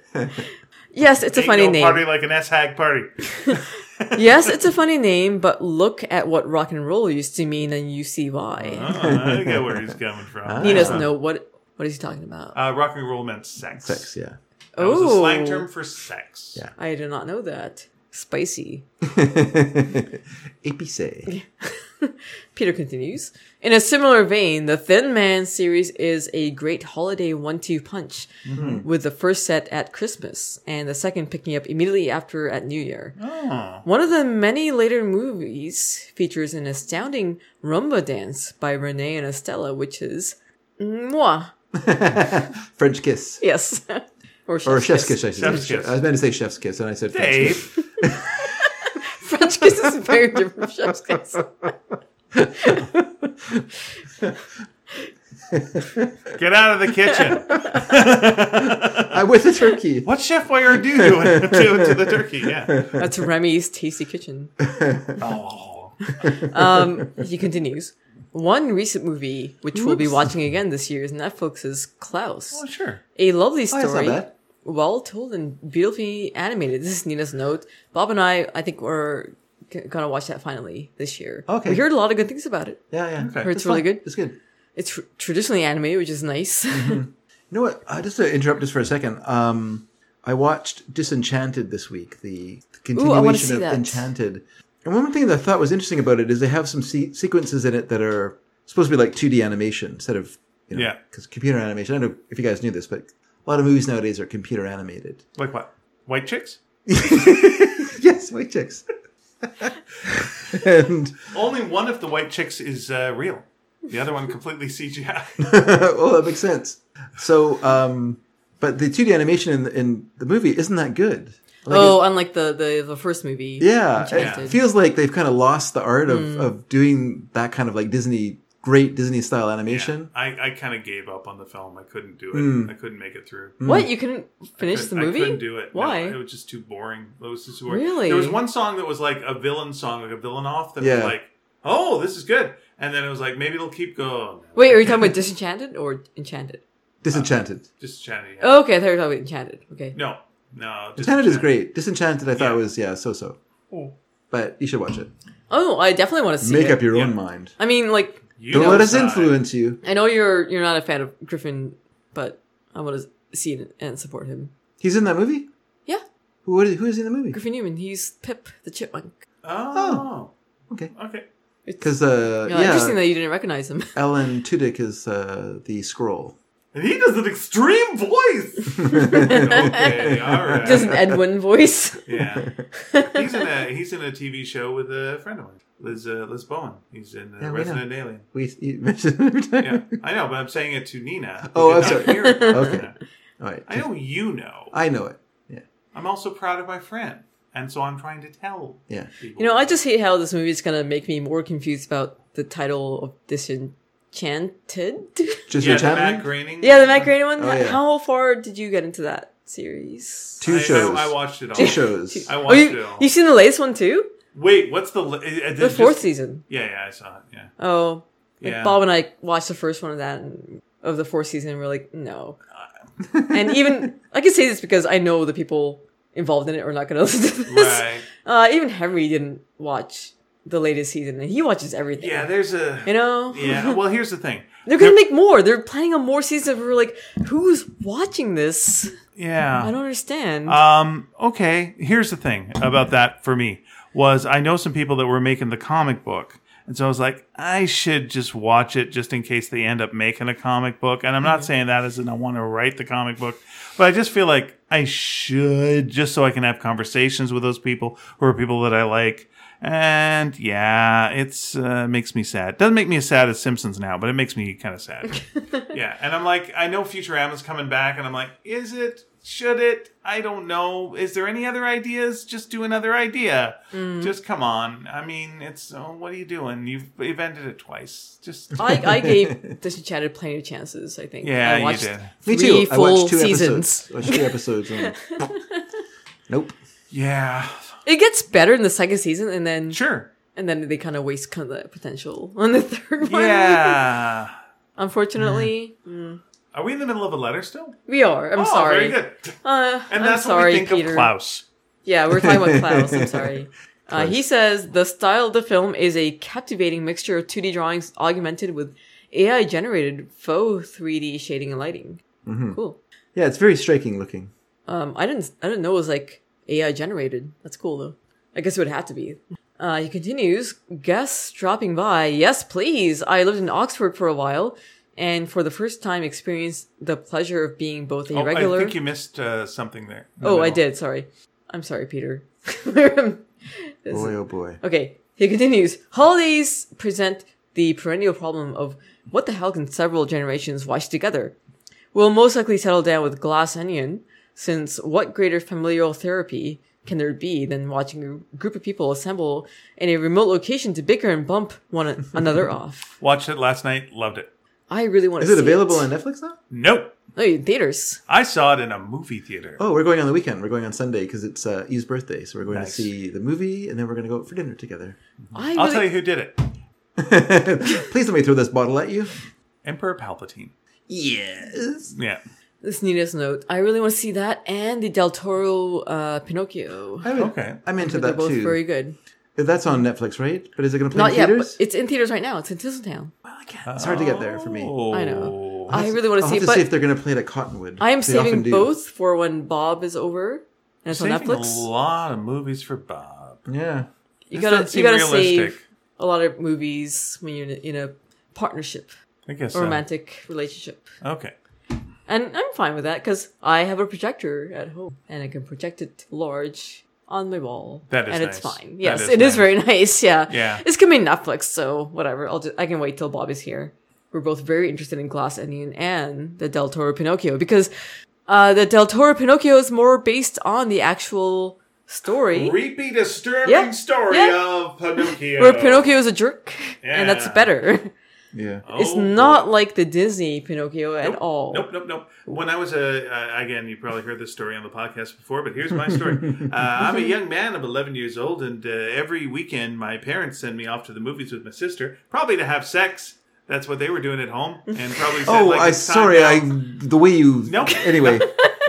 Speaker 2: Yes, it's a
Speaker 3: Ain't
Speaker 2: funny
Speaker 3: no
Speaker 2: name.
Speaker 3: Party like an S hag party.
Speaker 2: yes, it's a funny name, but look at what rock and roll used to mean, and you see why.
Speaker 3: Oh, I get where he's coming from.
Speaker 2: He doesn't know what what is he talking about.
Speaker 3: Uh-huh. Uh, rock and roll meant sex.
Speaker 1: Sex. Yeah.
Speaker 3: That was a
Speaker 2: Oh.
Speaker 3: slang term for sex.
Speaker 1: Yeah.
Speaker 2: I did not know that. Spicy.
Speaker 1: Epice.
Speaker 2: Peter continues. In a similar vein, the Thin Man series is a great holiday one-two punch,
Speaker 1: Mm-hmm.
Speaker 2: with the first set at Christmas and the second picking up immediately after at New Year.
Speaker 1: Ah.
Speaker 3: Oh.
Speaker 2: One of the many later movies features an astounding rumba dance by Renee and Estella, which is moi.
Speaker 1: French kiss.
Speaker 2: Yes. or
Speaker 1: Or chef's kiss, I should
Speaker 3: Chef's
Speaker 1: say.
Speaker 3: kiss.
Speaker 1: I was meant to say chef's kiss, and I said French kiss.
Speaker 3: Dave.
Speaker 2: French kiss is very different from chef's kiss.
Speaker 3: Get out of the kitchen.
Speaker 1: I I with a turkey.
Speaker 3: What's Chef Boyardee doing to, to the turkey? Yeah.
Speaker 2: That's Remy's Tasty Kitchen.
Speaker 3: Oh.
Speaker 2: Um, he continues. One recent movie, which we'll be watching again this year, is Netflix's Klaus.
Speaker 3: Well, sure.
Speaker 2: A lovely
Speaker 1: Oh, that's not
Speaker 2: story,
Speaker 1: bad.
Speaker 2: well told and beautifully animated. This is Nina's note. Bob and I, I think, we're g- gonna watch that finally this year.
Speaker 1: Okay.
Speaker 2: we heard a lot of good things about it.
Speaker 1: Yeah, yeah.
Speaker 3: Okay.
Speaker 2: Heard it's really
Speaker 1: fun.
Speaker 2: good.
Speaker 1: It's good.
Speaker 2: It's tr- traditionally animated, which is nice.
Speaker 1: You know what? Uh, just to interrupt this for a second, um, I watched Disenchanted this week, the
Speaker 2: Ooh, I wanna
Speaker 1: continuation
Speaker 2: see
Speaker 1: of
Speaker 2: that.
Speaker 1: Enchanted. And one thing that I thought was interesting about it is they have some se- sequences in it that are supposed to be like 2D animation instead of, you know,
Speaker 3: Yeah.
Speaker 1: because computer animation. I don't know if you guys knew this, but a lot of movies nowadays are computer animated.
Speaker 3: Like what? White chicks?
Speaker 1: yes, white chicks. and
Speaker 3: Only one of the white chicks is uh, real. The other one completely CGI.
Speaker 1: well, that makes sense. So, um, but the 2D animation in the, in the movie isn't that good. Like, it-
Speaker 2: oh, unlike the, the the first movie.
Speaker 1: Yeah,
Speaker 2: Enchanted.
Speaker 1: it feels like they've kind of lost the art of,
Speaker 2: Hmm.
Speaker 1: of doing that kind of like Disney, great Disney style animation.
Speaker 3: I, I kind of gave up on the film. I couldn't do it.
Speaker 1: Hmm.
Speaker 3: I couldn't make it through.
Speaker 2: What you couldn't finish
Speaker 3: Couldn't-
Speaker 2: the movie?
Speaker 3: I couldn't do it. No,
Speaker 2: Why?
Speaker 3: it was just too boring. It was just too boring.
Speaker 2: Really?
Speaker 3: There was one song that was like a villain song, like a villain off that was
Speaker 1: Yeah.
Speaker 3: like, oh, this is good. And then it was like, maybe it'll keep going.
Speaker 2: Wait, are you talking about Disenchanted or Enchanted?
Speaker 1: Disenchanted.
Speaker 3: Just Enchanted. yeah.
Speaker 2: Oh, okay, I thought you were talking about Enchanted. Okay.
Speaker 3: No, no. just
Speaker 1: Enchanted is great. Disenchanted, I thought
Speaker 3: Yeah.
Speaker 1: was yeah, so so.
Speaker 3: Oh.
Speaker 1: But you should watch it.
Speaker 2: Oh, I definitely want to see
Speaker 1: Make
Speaker 2: it.
Speaker 1: up your
Speaker 3: Yeah.
Speaker 1: own mind.
Speaker 2: I mean, like,
Speaker 3: You
Speaker 1: Don't let us
Speaker 3: decide.
Speaker 1: influence you.
Speaker 2: I know you're you're not a fan of Griffin, but I want to see it and support him.
Speaker 1: He's in that movie.
Speaker 2: Yeah,
Speaker 1: Who what is, who is in the movie?
Speaker 2: Griffin Newman. He's Pip the chipmunk.
Speaker 3: Oh.
Speaker 1: Okay,
Speaker 3: Okay.
Speaker 1: because uh,
Speaker 2: Yeah, Interesting
Speaker 1: yeah,
Speaker 2: that you didn't recognize him.
Speaker 1: Alan Tudyk is uh, the scroll.
Speaker 3: And he does an extreme voice. okay, all right.
Speaker 2: Just an Edwin voice.
Speaker 3: yeah, he's in a he's in a TV show with a friend of mine, Liz uh, Liz Bowen. He's in uh,
Speaker 1: Yeah, we
Speaker 3: Resident Alien.
Speaker 1: We you mentioned it every time.
Speaker 3: Yeah, I know, but I'm saying it to Nina. who
Speaker 1: Oh, I'm
Speaker 3: did not
Speaker 1: sorry.
Speaker 3: hear it.
Speaker 1: Okay. All right,
Speaker 3: I know you know.
Speaker 1: I know it. Yeah,
Speaker 3: I'm also proud of my friend, and so I'm trying to tell
Speaker 1: yeah.
Speaker 3: people.
Speaker 2: You know, I just hate how this movie is gonna make me more confused about the title of Disenchanted.
Speaker 1: Just
Speaker 3: yeah, the
Speaker 1: Enchanted?
Speaker 3: Matt Groening.
Speaker 2: Yeah, the Matt Groening one.
Speaker 1: Oh, yeah.
Speaker 2: How far did you get into that series?
Speaker 1: Two
Speaker 3: I-
Speaker 1: shows.
Speaker 3: I, I watched it all.
Speaker 1: Two shows.
Speaker 3: I
Speaker 2: Oh,
Speaker 3: watched it
Speaker 2: you,
Speaker 3: all.
Speaker 2: you've seen the latest one too?
Speaker 3: Wait, what's the li- uh, uh,
Speaker 2: The
Speaker 3: just-
Speaker 2: fourth season.
Speaker 3: Yeah, yeah, I saw it. Yeah,
Speaker 2: Oh, like
Speaker 3: yeah.
Speaker 2: Bob and I watched the first one of that and, of the fourth season. and We're like, no.
Speaker 3: Uh,
Speaker 2: and even I can say this because I know the people involved in it are not going to listen to this.
Speaker 3: right.
Speaker 2: Uh, even Henry didn't watch the latest season, and he watches everything.
Speaker 3: Yeah, there's a.
Speaker 2: You know,
Speaker 3: Yeah. Well, here's the thing.
Speaker 2: they're gonna make more. They're planning on more seasons. We're like, who's watching this?
Speaker 3: Yeah.
Speaker 2: I don't understand.
Speaker 3: Um, okay, here's the thing about that for me was I know some people that were making the comic book. And so I was like, I should just watch it just in case they end up making a comic book. And I'm
Speaker 2: Mm-hmm.
Speaker 3: not saying that as in I want to write the comic book, but I just feel like I should just so I can have conversations with those people who are people that I like. And yeah, it's uh, makes me sad. Doesn't make me as sad as Simpsons now, but it makes me kind of sad. Yeah, and I'm like, I know Futurama's coming back, and I'm like, is it? Should it? I don't know. Is there any other ideas? Just do another idea.
Speaker 2: Mm.
Speaker 3: Just come on. I mean, it's oh, what are you doing? You've you've ended it twice. Just
Speaker 2: I, I gave Disenchanted plenty of chances. I think.
Speaker 3: yeah,
Speaker 2: I
Speaker 3: you
Speaker 2: watched
Speaker 3: did.
Speaker 1: Me
Speaker 2: three
Speaker 1: too. I
Speaker 2: full
Speaker 1: watched two episodes.
Speaker 2: seasons.
Speaker 1: I watched two episodes. And... nope.
Speaker 3: Yeah,
Speaker 2: It gets better in the second season, and then
Speaker 3: sure.
Speaker 2: and then they kind of waste kind of the potential on the third one.
Speaker 3: Yeah.
Speaker 2: Unfortunately, mm,
Speaker 3: Are we in the middle of a letter still?
Speaker 2: we are. I'm
Speaker 3: oh,
Speaker 2: sorry.
Speaker 3: Very good.
Speaker 2: Uh,
Speaker 3: And
Speaker 2: I'm
Speaker 3: that's
Speaker 2: sorry,
Speaker 3: what we think
Speaker 2: Peter.
Speaker 3: of Klaus.
Speaker 2: Yeah, we're talking about Klaus. I'm sorry. Uh, he says the style of the film is a captivating mixture of 2D drawings augmented with AI generated faux 3D shading and lighting. Cool.
Speaker 1: Yeah, it's very striking looking.
Speaker 2: Um, I didn't I didn't know it was like AI generated. That's cool though. I guess it would have to be. Uh, he continues, guests dropping by. Yes, please. I lived in Oxford for a while, and for the first time experienced the pleasure of being both a
Speaker 3: Oh,
Speaker 2: regular.
Speaker 3: I think you missed uh, something there. in the
Speaker 2: oh, I
Speaker 3: middle.
Speaker 2: did. Sorry. I'm sorry, Peter. This-
Speaker 1: Boy, oh boy.
Speaker 2: Okay, he continues. Holidays present the perennial problem of what the hell can several generations watch together? We'll most likely settle down with Glass Onion, since what greater familial therapy can there be than watching a group of people assemble in a remote location to bicker and bump one another off?
Speaker 3: Watched it last night. Loved it.
Speaker 2: I really want to.
Speaker 1: Is it available on Netflix now?
Speaker 3: Nope.
Speaker 2: Oh, in theaters?
Speaker 3: I saw it in a movie theater.
Speaker 1: Oh, we're going on the weekend. We're going on Sunday because it's uh, Eve's birthday, so we're going
Speaker 3: Nice.
Speaker 1: to see the movie and then we're going to go out for dinner together.
Speaker 2: I
Speaker 3: I'll
Speaker 2: really,
Speaker 3: tell you who did it
Speaker 1: Please let me throw this bottle at you.
Speaker 3: Emperor Palpatine.
Speaker 1: Yes.
Speaker 3: Yeah.
Speaker 2: This Nina's note. I really want to see that and the Del Toro uh, Pinocchio.
Speaker 1: I would,
Speaker 3: Okay.
Speaker 1: I'm into
Speaker 2: They're
Speaker 1: that
Speaker 2: both
Speaker 1: too.
Speaker 2: very good.
Speaker 1: That's on Netflix, right? But is it going to play
Speaker 2: Not
Speaker 1: in
Speaker 2: yet,
Speaker 1: theaters?
Speaker 2: but it's in theaters right now. It's in Tinseltown.
Speaker 1: well, I can't. It's hard to get there for me.
Speaker 2: I know.
Speaker 3: Oh.
Speaker 2: I really want
Speaker 1: I'll
Speaker 2: to
Speaker 1: have
Speaker 2: see it,
Speaker 1: to
Speaker 2: but
Speaker 1: see if they're going to play it at Cottonwood.
Speaker 2: I am
Speaker 1: They often
Speaker 2: saving
Speaker 1: do.
Speaker 2: both for when Bob is over and it's on
Speaker 3: Saving
Speaker 2: Netflix.
Speaker 3: A lot of movies for Bob.
Speaker 1: Yeah.
Speaker 2: You
Speaker 3: This
Speaker 2: gotta
Speaker 3: doesn't
Speaker 2: you
Speaker 3: seem
Speaker 2: gotta
Speaker 3: realistic.
Speaker 2: save a lot of movies when you're in a, in a partnership,
Speaker 3: I guess
Speaker 2: a
Speaker 3: so.
Speaker 2: romantic relationship,
Speaker 3: Okay.
Speaker 2: and I'm fine with that because I have a projector at home and I can project it large on my wall.
Speaker 3: That is
Speaker 2: and it's
Speaker 3: nice.
Speaker 2: fine.
Speaker 3: That
Speaker 2: Yes,
Speaker 3: is
Speaker 2: it is
Speaker 3: nice.
Speaker 2: very nice. Yeah,
Speaker 3: Yeah.
Speaker 2: It's gonna be Netflix, so whatever. I'll just I can wait till Bob is here. We're both very interested in Glass Onion and the Del Toro Pinocchio because uh, the Del Toro Pinocchio is more based on the actual story.
Speaker 3: Creepy, disturbing
Speaker 2: Yeah.
Speaker 3: story
Speaker 2: Yeah.
Speaker 3: of Pinocchio.
Speaker 2: Where Pinocchio is a jerk, and that's
Speaker 3: Yeah.
Speaker 2: better.
Speaker 1: Yeah.
Speaker 2: It's
Speaker 3: Oh,
Speaker 2: not like the Disney Pinocchio at
Speaker 3: Nope,
Speaker 2: all.
Speaker 3: Nope, nope, nope. When I was a, uh, again, you probably heard this story on the podcast before, but here's my story. uh, I'm a young man. I'm 11 years old, and uh, every weekend my parents send me off to the movies with my sister, probably to have sex. That's what they were doing at home, and probably. Said,
Speaker 1: Oh,
Speaker 3: like,
Speaker 1: I
Speaker 3: it's time
Speaker 1: sorry.
Speaker 3: now.
Speaker 1: I the way you.
Speaker 3: Nope.
Speaker 1: Anyway,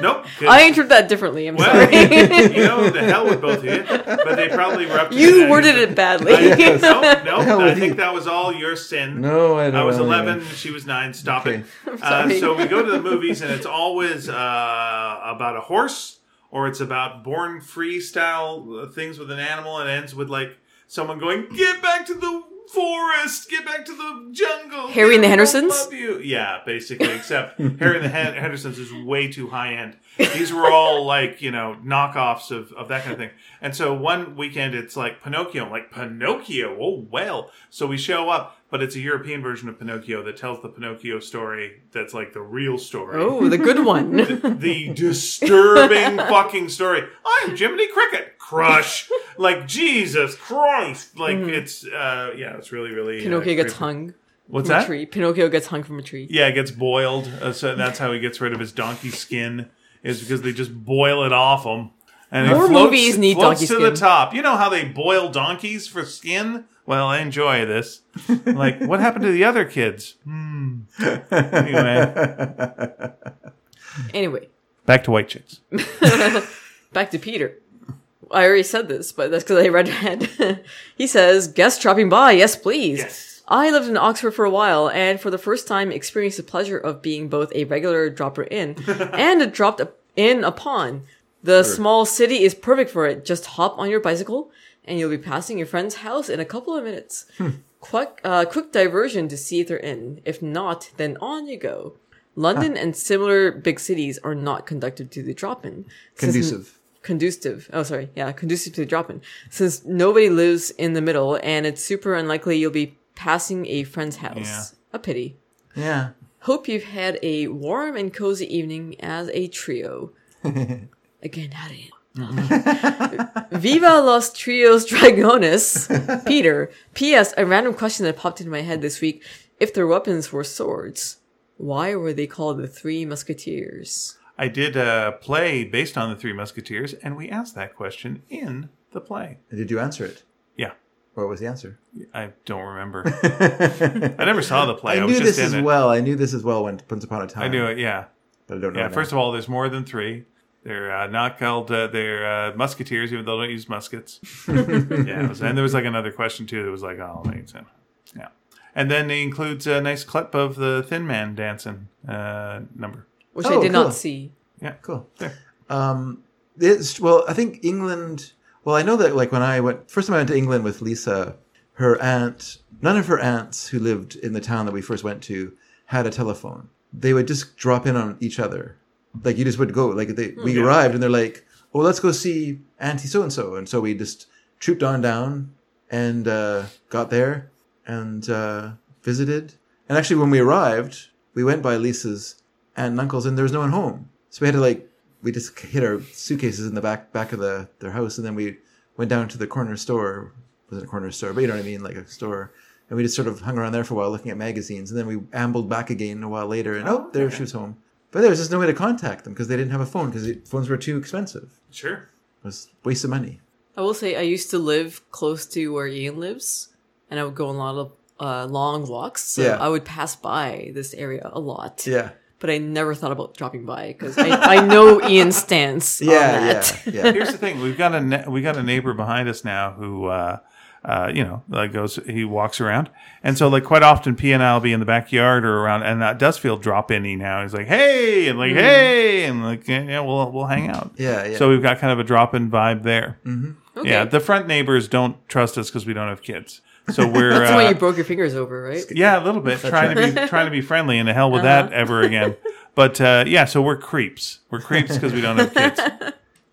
Speaker 3: nope. 'cause-
Speaker 2: I answered that differently. I'm
Speaker 3: well,
Speaker 2: sorry.
Speaker 3: you know, the hell with both of you. But they probably were up. to
Speaker 2: you
Speaker 3: that.
Speaker 2: worded it badly.
Speaker 1: Yes.
Speaker 3: No,
Speaker 1: hell
Speaker 3: no. I
Speaker 1: with
Speaker 3: think
Speaker 1: you.
Speaker 3: that was all your sin.
Speaker 1: no, I don't.
Speaker 3: I was
Speaker 1: know.
Speaker 3: 11. She was nine. Stop
Speaker 1: Okay.
Speaker 3: it. Uh,
Speaker 2: sorry.
Speaker 3: so we go to the movies, and it's always uh, about a horse, or it's about born free style uh, things with an animal, and ends with like someone going, "Get back to the forest. Get back to the jungle."
Speaker 2: Harry and the
Speaker 3: I don't
Speaker 2: Hendersons?
Speaker 3: love you." Yeah, basically. Except Harry and the Hen- Hendersons is way too high end. These were all like you know knockoffs of of that kind of thing. And so one weekend it's like Pinocchio. I'm like Pinocchio. Oh well. So we show up, but it's a European version of Pinocchio that tells the Pinocchio story. That's like the real story.
Speaker 2: Oh, the good one.
Speaker 3: The disturbing fucking story. I'm Jiminy Cricket. Crush. Like Jesus Christ. Like it's uh yeah, it's really really. uh,
Speaker 2: Mm. Pinocchio gets
Speaker 3: creepy.
Speaker 2: hung
Speaker 3: What's
Speaker 2: from a
Speaker 3: that?
Speaker 2: tree. Pinocchio gets hung from a tree.
Speaker 3: Yeah, it gets boiled. Uh, so that's how he gets rid of his donkey skin is because they just boil it off him. And it
Speaker 2: More
Speaker 3: floats-
Speaker 2: movies need
Speaker 3: floats
Speaker 2: donkey
Speaker 3: to
Speaker 2: skin.
Speaker 3: the top. You know how they boil donkeys for skin? Well, I enjoy this. like, what happened to the other kids? Hmm. Anyway,
Speaker 2: Anyway,
Speaker 3: back to white chicks.
Speaker 2: back to Peter. I already said this, but that's because I read ahead. he says, "Guest dropping by, yes, please."
Speaker 3: Yes.
Speaker 2: I lived in Oxford for a while, and for the first time, experienced the pleasure of being both a regular dropper in and a dropped in upon. The small city is perfect for it. Just hop on your bicycle, and you'll be passing your friend's house in a couple of minutes. Quick, uh, quick diversion to see if they're in. If not, then on you go. London and similar big cities are not conductive to the drop-in. Since-
Speaker 1: Conducive.
Speaker 2: conducive. Oh, sorry. Yeah, conducive to drop in. Since nobody lives in the middle and it's super unlikely you'll be passing a friend's house.
Speaker 3: Yeah.
Speaker 2: A pity.
Speaker 1: Yeah.
Speaker 2: Hope you've had a warm and cozy evening as a trio. Again, how do you. Viva los trios dragones, Peter. P.S. A random question that popped into my head this week: If their weapons were swords, why were they called the Three Musketeers?
Speaker 3: I did a play based on the Three Musketeers, and we asked that question in the play.
Speaker 1: Did you answer it?
Speaker 3: Yeah,
Speaker 1: What was the answer?
Speaker 3: I don't remember. I never saw the play. I,
Speaker 1: I
Speaker 3: was
Speaker 1: knew
Speaker 3: just
Speaker 1: this as
Speaker 3: in it.
Speaker 1: well. I knew this as well when Once Upon a Time.
Speaker 3: I knew it. Yeah.
Speaker 1: But I don't know.
Speaker 3: Yeah,
Speaker 1: now.
Speaker 3: first of all, there's more than three. They're uh, not called uh, they're uh, musketeers, even though they don't use muskets. yeah, it was- and there was like another question too that was like, oh, wait, so- yeah, and then it includes a nice clip of the Thin Man dancing uh, number.
Speaker 2: Which I
Speaker 1: Oh,
Speaker 2: did
Speaker 1: cool.
Speaker 2: not see.
Speaker 1: cool.
Speaker 3: There.
Speaker 1: Um, it's, well, I think England. Well, I know that like when I went first time I went to England with Lisa, her aunt, none of her aunts who lived in the town that we first went to had a telephone. They would just drop in on each other. Like you just would go. Like they, we
Speaker 3: Hmm, yeah.
Speaker 1: arrived and they're like, "Oh, let's go see Auntie so and so," and so we just trooped on down and uh, got there and uh, visited. And actually, when we arrived, we went by Lisa's aunt and uncle's, and there was no one home. So we had to like we just hid our suitcases in the back back of the their house, and then we went down to the corner store. It wasn't a corner store, but you know what I mean, like a store, and we just sort of hung around there for a while looking at magazines, and then we ambled back again a while later, and oh, there she was home. But there was just no way to contact them because they didn't have a phone because phones were too expensive.
Speaker 3: Sure.
Speaker 1: It was a waste of money.
Speaker 2: I will say I used to live close to where Ian lives, and I would go on a lot of uh, long walks. So
Speaker 1: Yeah.
Speaker 2: I would pass by this area a lot,
Speaker 1: Yeah,
Speaker 2: but I never thought about dropping by because I, I know Ian's stance. on
Speaker 1: yeah,
Speaker 2: that.
Speaker 1: yeah, yeah.
Speaker 3: Here's the thing: we've got a ne- we got a neighbor behind us now who, uh, uh, you know, like goes he walks around, and so like quite often P and I'll be in the backyard or around, and uh, Dustfield drop in he now. He's like, hey, and like hey, and like yeah, yeah, we'll we'll hang out.
Speaker 1: Yeah, yeah.
Speaker 3: So we've got kind of a drop in vibe there. Mm-hmm.
Speaker 2: Okay.
Speaker 3: Yeah, the front neighbors don't trust us because we don't have kids, so we're
Speaker 2: That's the
Speaker 3: uh,
Speaker 2: why you broke your fingers over, right?
Speaker 3: yeah, a little bit trying to be trying to be friendly, and to hell with that ever again. But uh, yeah, so we're creeps. We're creeps because we don't have kids.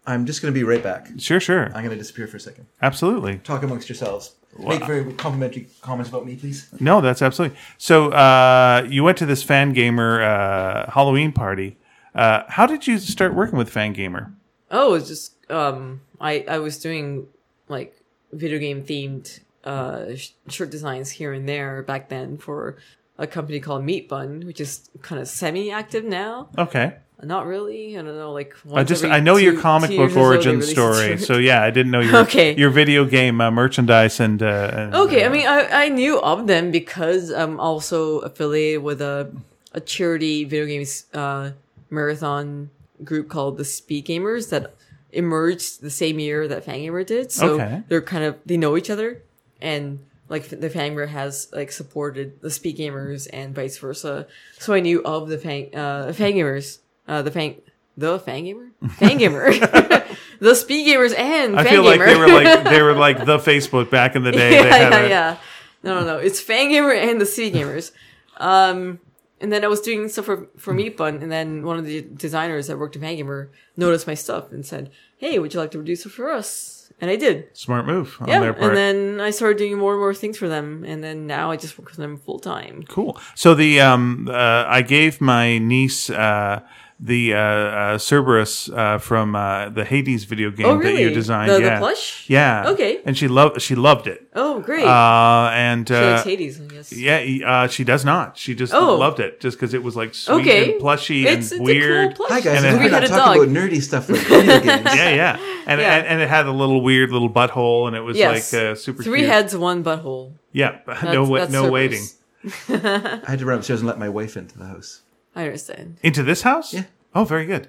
Speaker 1: I'm just going to be right back.
Speaker 3: Sure, sure,
Speaker 1: I'm going to disappear for a second.
Speaker 3: absolutely.
Speaker 1: Talk amongst yourselves. Make very complimentary comments about me, please.
Speaker 3: No, that's absolutely. So uh, you went to this fan gamer uh, Halloween party. Uh, how did you start working with fan gamer?
Speaker 2: Oh, it's just um, I I was doing like video game themed uh sh- shirt designs here and there back then for a company called Meat Bun, which is kind of semi-active now.
Speaker 3: Okay,
Speaker 2: Not really. I don't know. Like
Speaker 3: I
Speaker 2: once
Speaker 3: just
Speaker 2: every
Speaker 3: I know your
Speaker 2: two-
Speaker 3: comic
Speaker 2: two
Speaker 3: book
Speaker 2: years or so, they
Speaker 3: origin
Speaker 2: release a
Speaker 3: story.
Speaker 2: shirt.
Speaker 3: So yeah, I didn't know your
Speaker 2: Okay.
Speaker 3: your video game uh, merchandise and, uh, and
Speaker 2: Okay, I
Speaker 3: uh,
Speaker 2: mean, I, I knew of them because I'm also affiliated with a, a charity video games uh, marathon group called the Speed Gamers that emerged the same year that Fangamer did. So
Speaker 3: Okay.
Speaker 2: they're kind of, they know each other. And like the Fangamer has like supported the Speed Gamers and vice versa. So I knew of the Fang, uh, Fangamers, uh, the Fang, the Fangamer? Fangamer. the Speed Gamers and
Speaker 3: I feel
Speaker 2: Fangamer.
Speaker 3: like they were like they were like the Facebook back in the day.
Speaker 2: yeah,
Speaker 3: they had
Speaker 2: yeah,
Speaker 3: a-
Speaker 2: yeah. No, no, no. It's fan gamer and the city gamers. Um, and then I was doing stuff for for
Speaker 3: Hmm.
Speaker 2: Meat Bun, and then one of the designers that worked in fan gamer noticed my stuff and said, "Hey, would you like to produce it for us?" And I did.
Speaker 3: Smart move on
Speaker 2: Yeah.
Speaker 3: their part.
Speaker 2: And then I started doing more and more things for them, and then now I just work with them full time.
Speaker 3: Cool. So the um, uh, I gave my niece uh, the uh, uh, Cerberus uh, from uh, the Hades video game
Speaker 2: Oh,
Speaker 3: that you
Speaker 2: really?
Speaker 3: designed.
Speaker 2: The- the
Speaker 3: yeah.
Speaker 2: plush?
Speaker 3: Yeah.
Speaker 2: Okay.
Speaker 3: And she loved she loved it.
Speaker 2: Oh, great!
Speaker 3: Uh, and
Speaker 2: she likes
Speaker 3: uh,
Speaker 2: Hades, I guess.
Speaker 3: yeah, uh, she does not. She just
Speaker 2: Oh.
Speaker 3: loved it just because it was like sweet
Speaker 2: Okay.
Speaker 3: and plushy
Speaker 2: It's,
Speaker 3: and
Speaker 2: it's a
Speaker 3: weird.
Speaker 2: cool plush.
Speaker 1: Hi, guys.
Speaker 3: And
Speaker 1: I'm
Speaker 3: then-
Speaker 1: glad
Speaker 2: we
Speaker 1: we're
Speaker 2: had
Speaker 1: not
Speaker 2: a
Speaker 1: talking
Speaker 2: dog.
Speaker 1: about nerdy stuff like video games.
Speaker 3: yeah, yeah. And,
Speaker 2: Yeah.
Speaker 3: and and it had a little weird little butthole, and it was
Speaker 2: yes.
Speaker 3: like uh, super
Speaker 2: Three
Speaker 3: cute.
Speaker 2: heads, one butthole.
Speaker 3: yeah, no
Speaker 2: That's-
Speaker 3: wa-
Speaker 2: that's
Speaker 3: no
Speaker 2: Cerberus.
Speaker 3: waiting
Speaker 1: I had to run upstairs and let my wife into the house.
Speaker 2: I understand.
Speaker 3: into this house.
Speaker 1: Yeah.
Speaker 3: Oh, very good.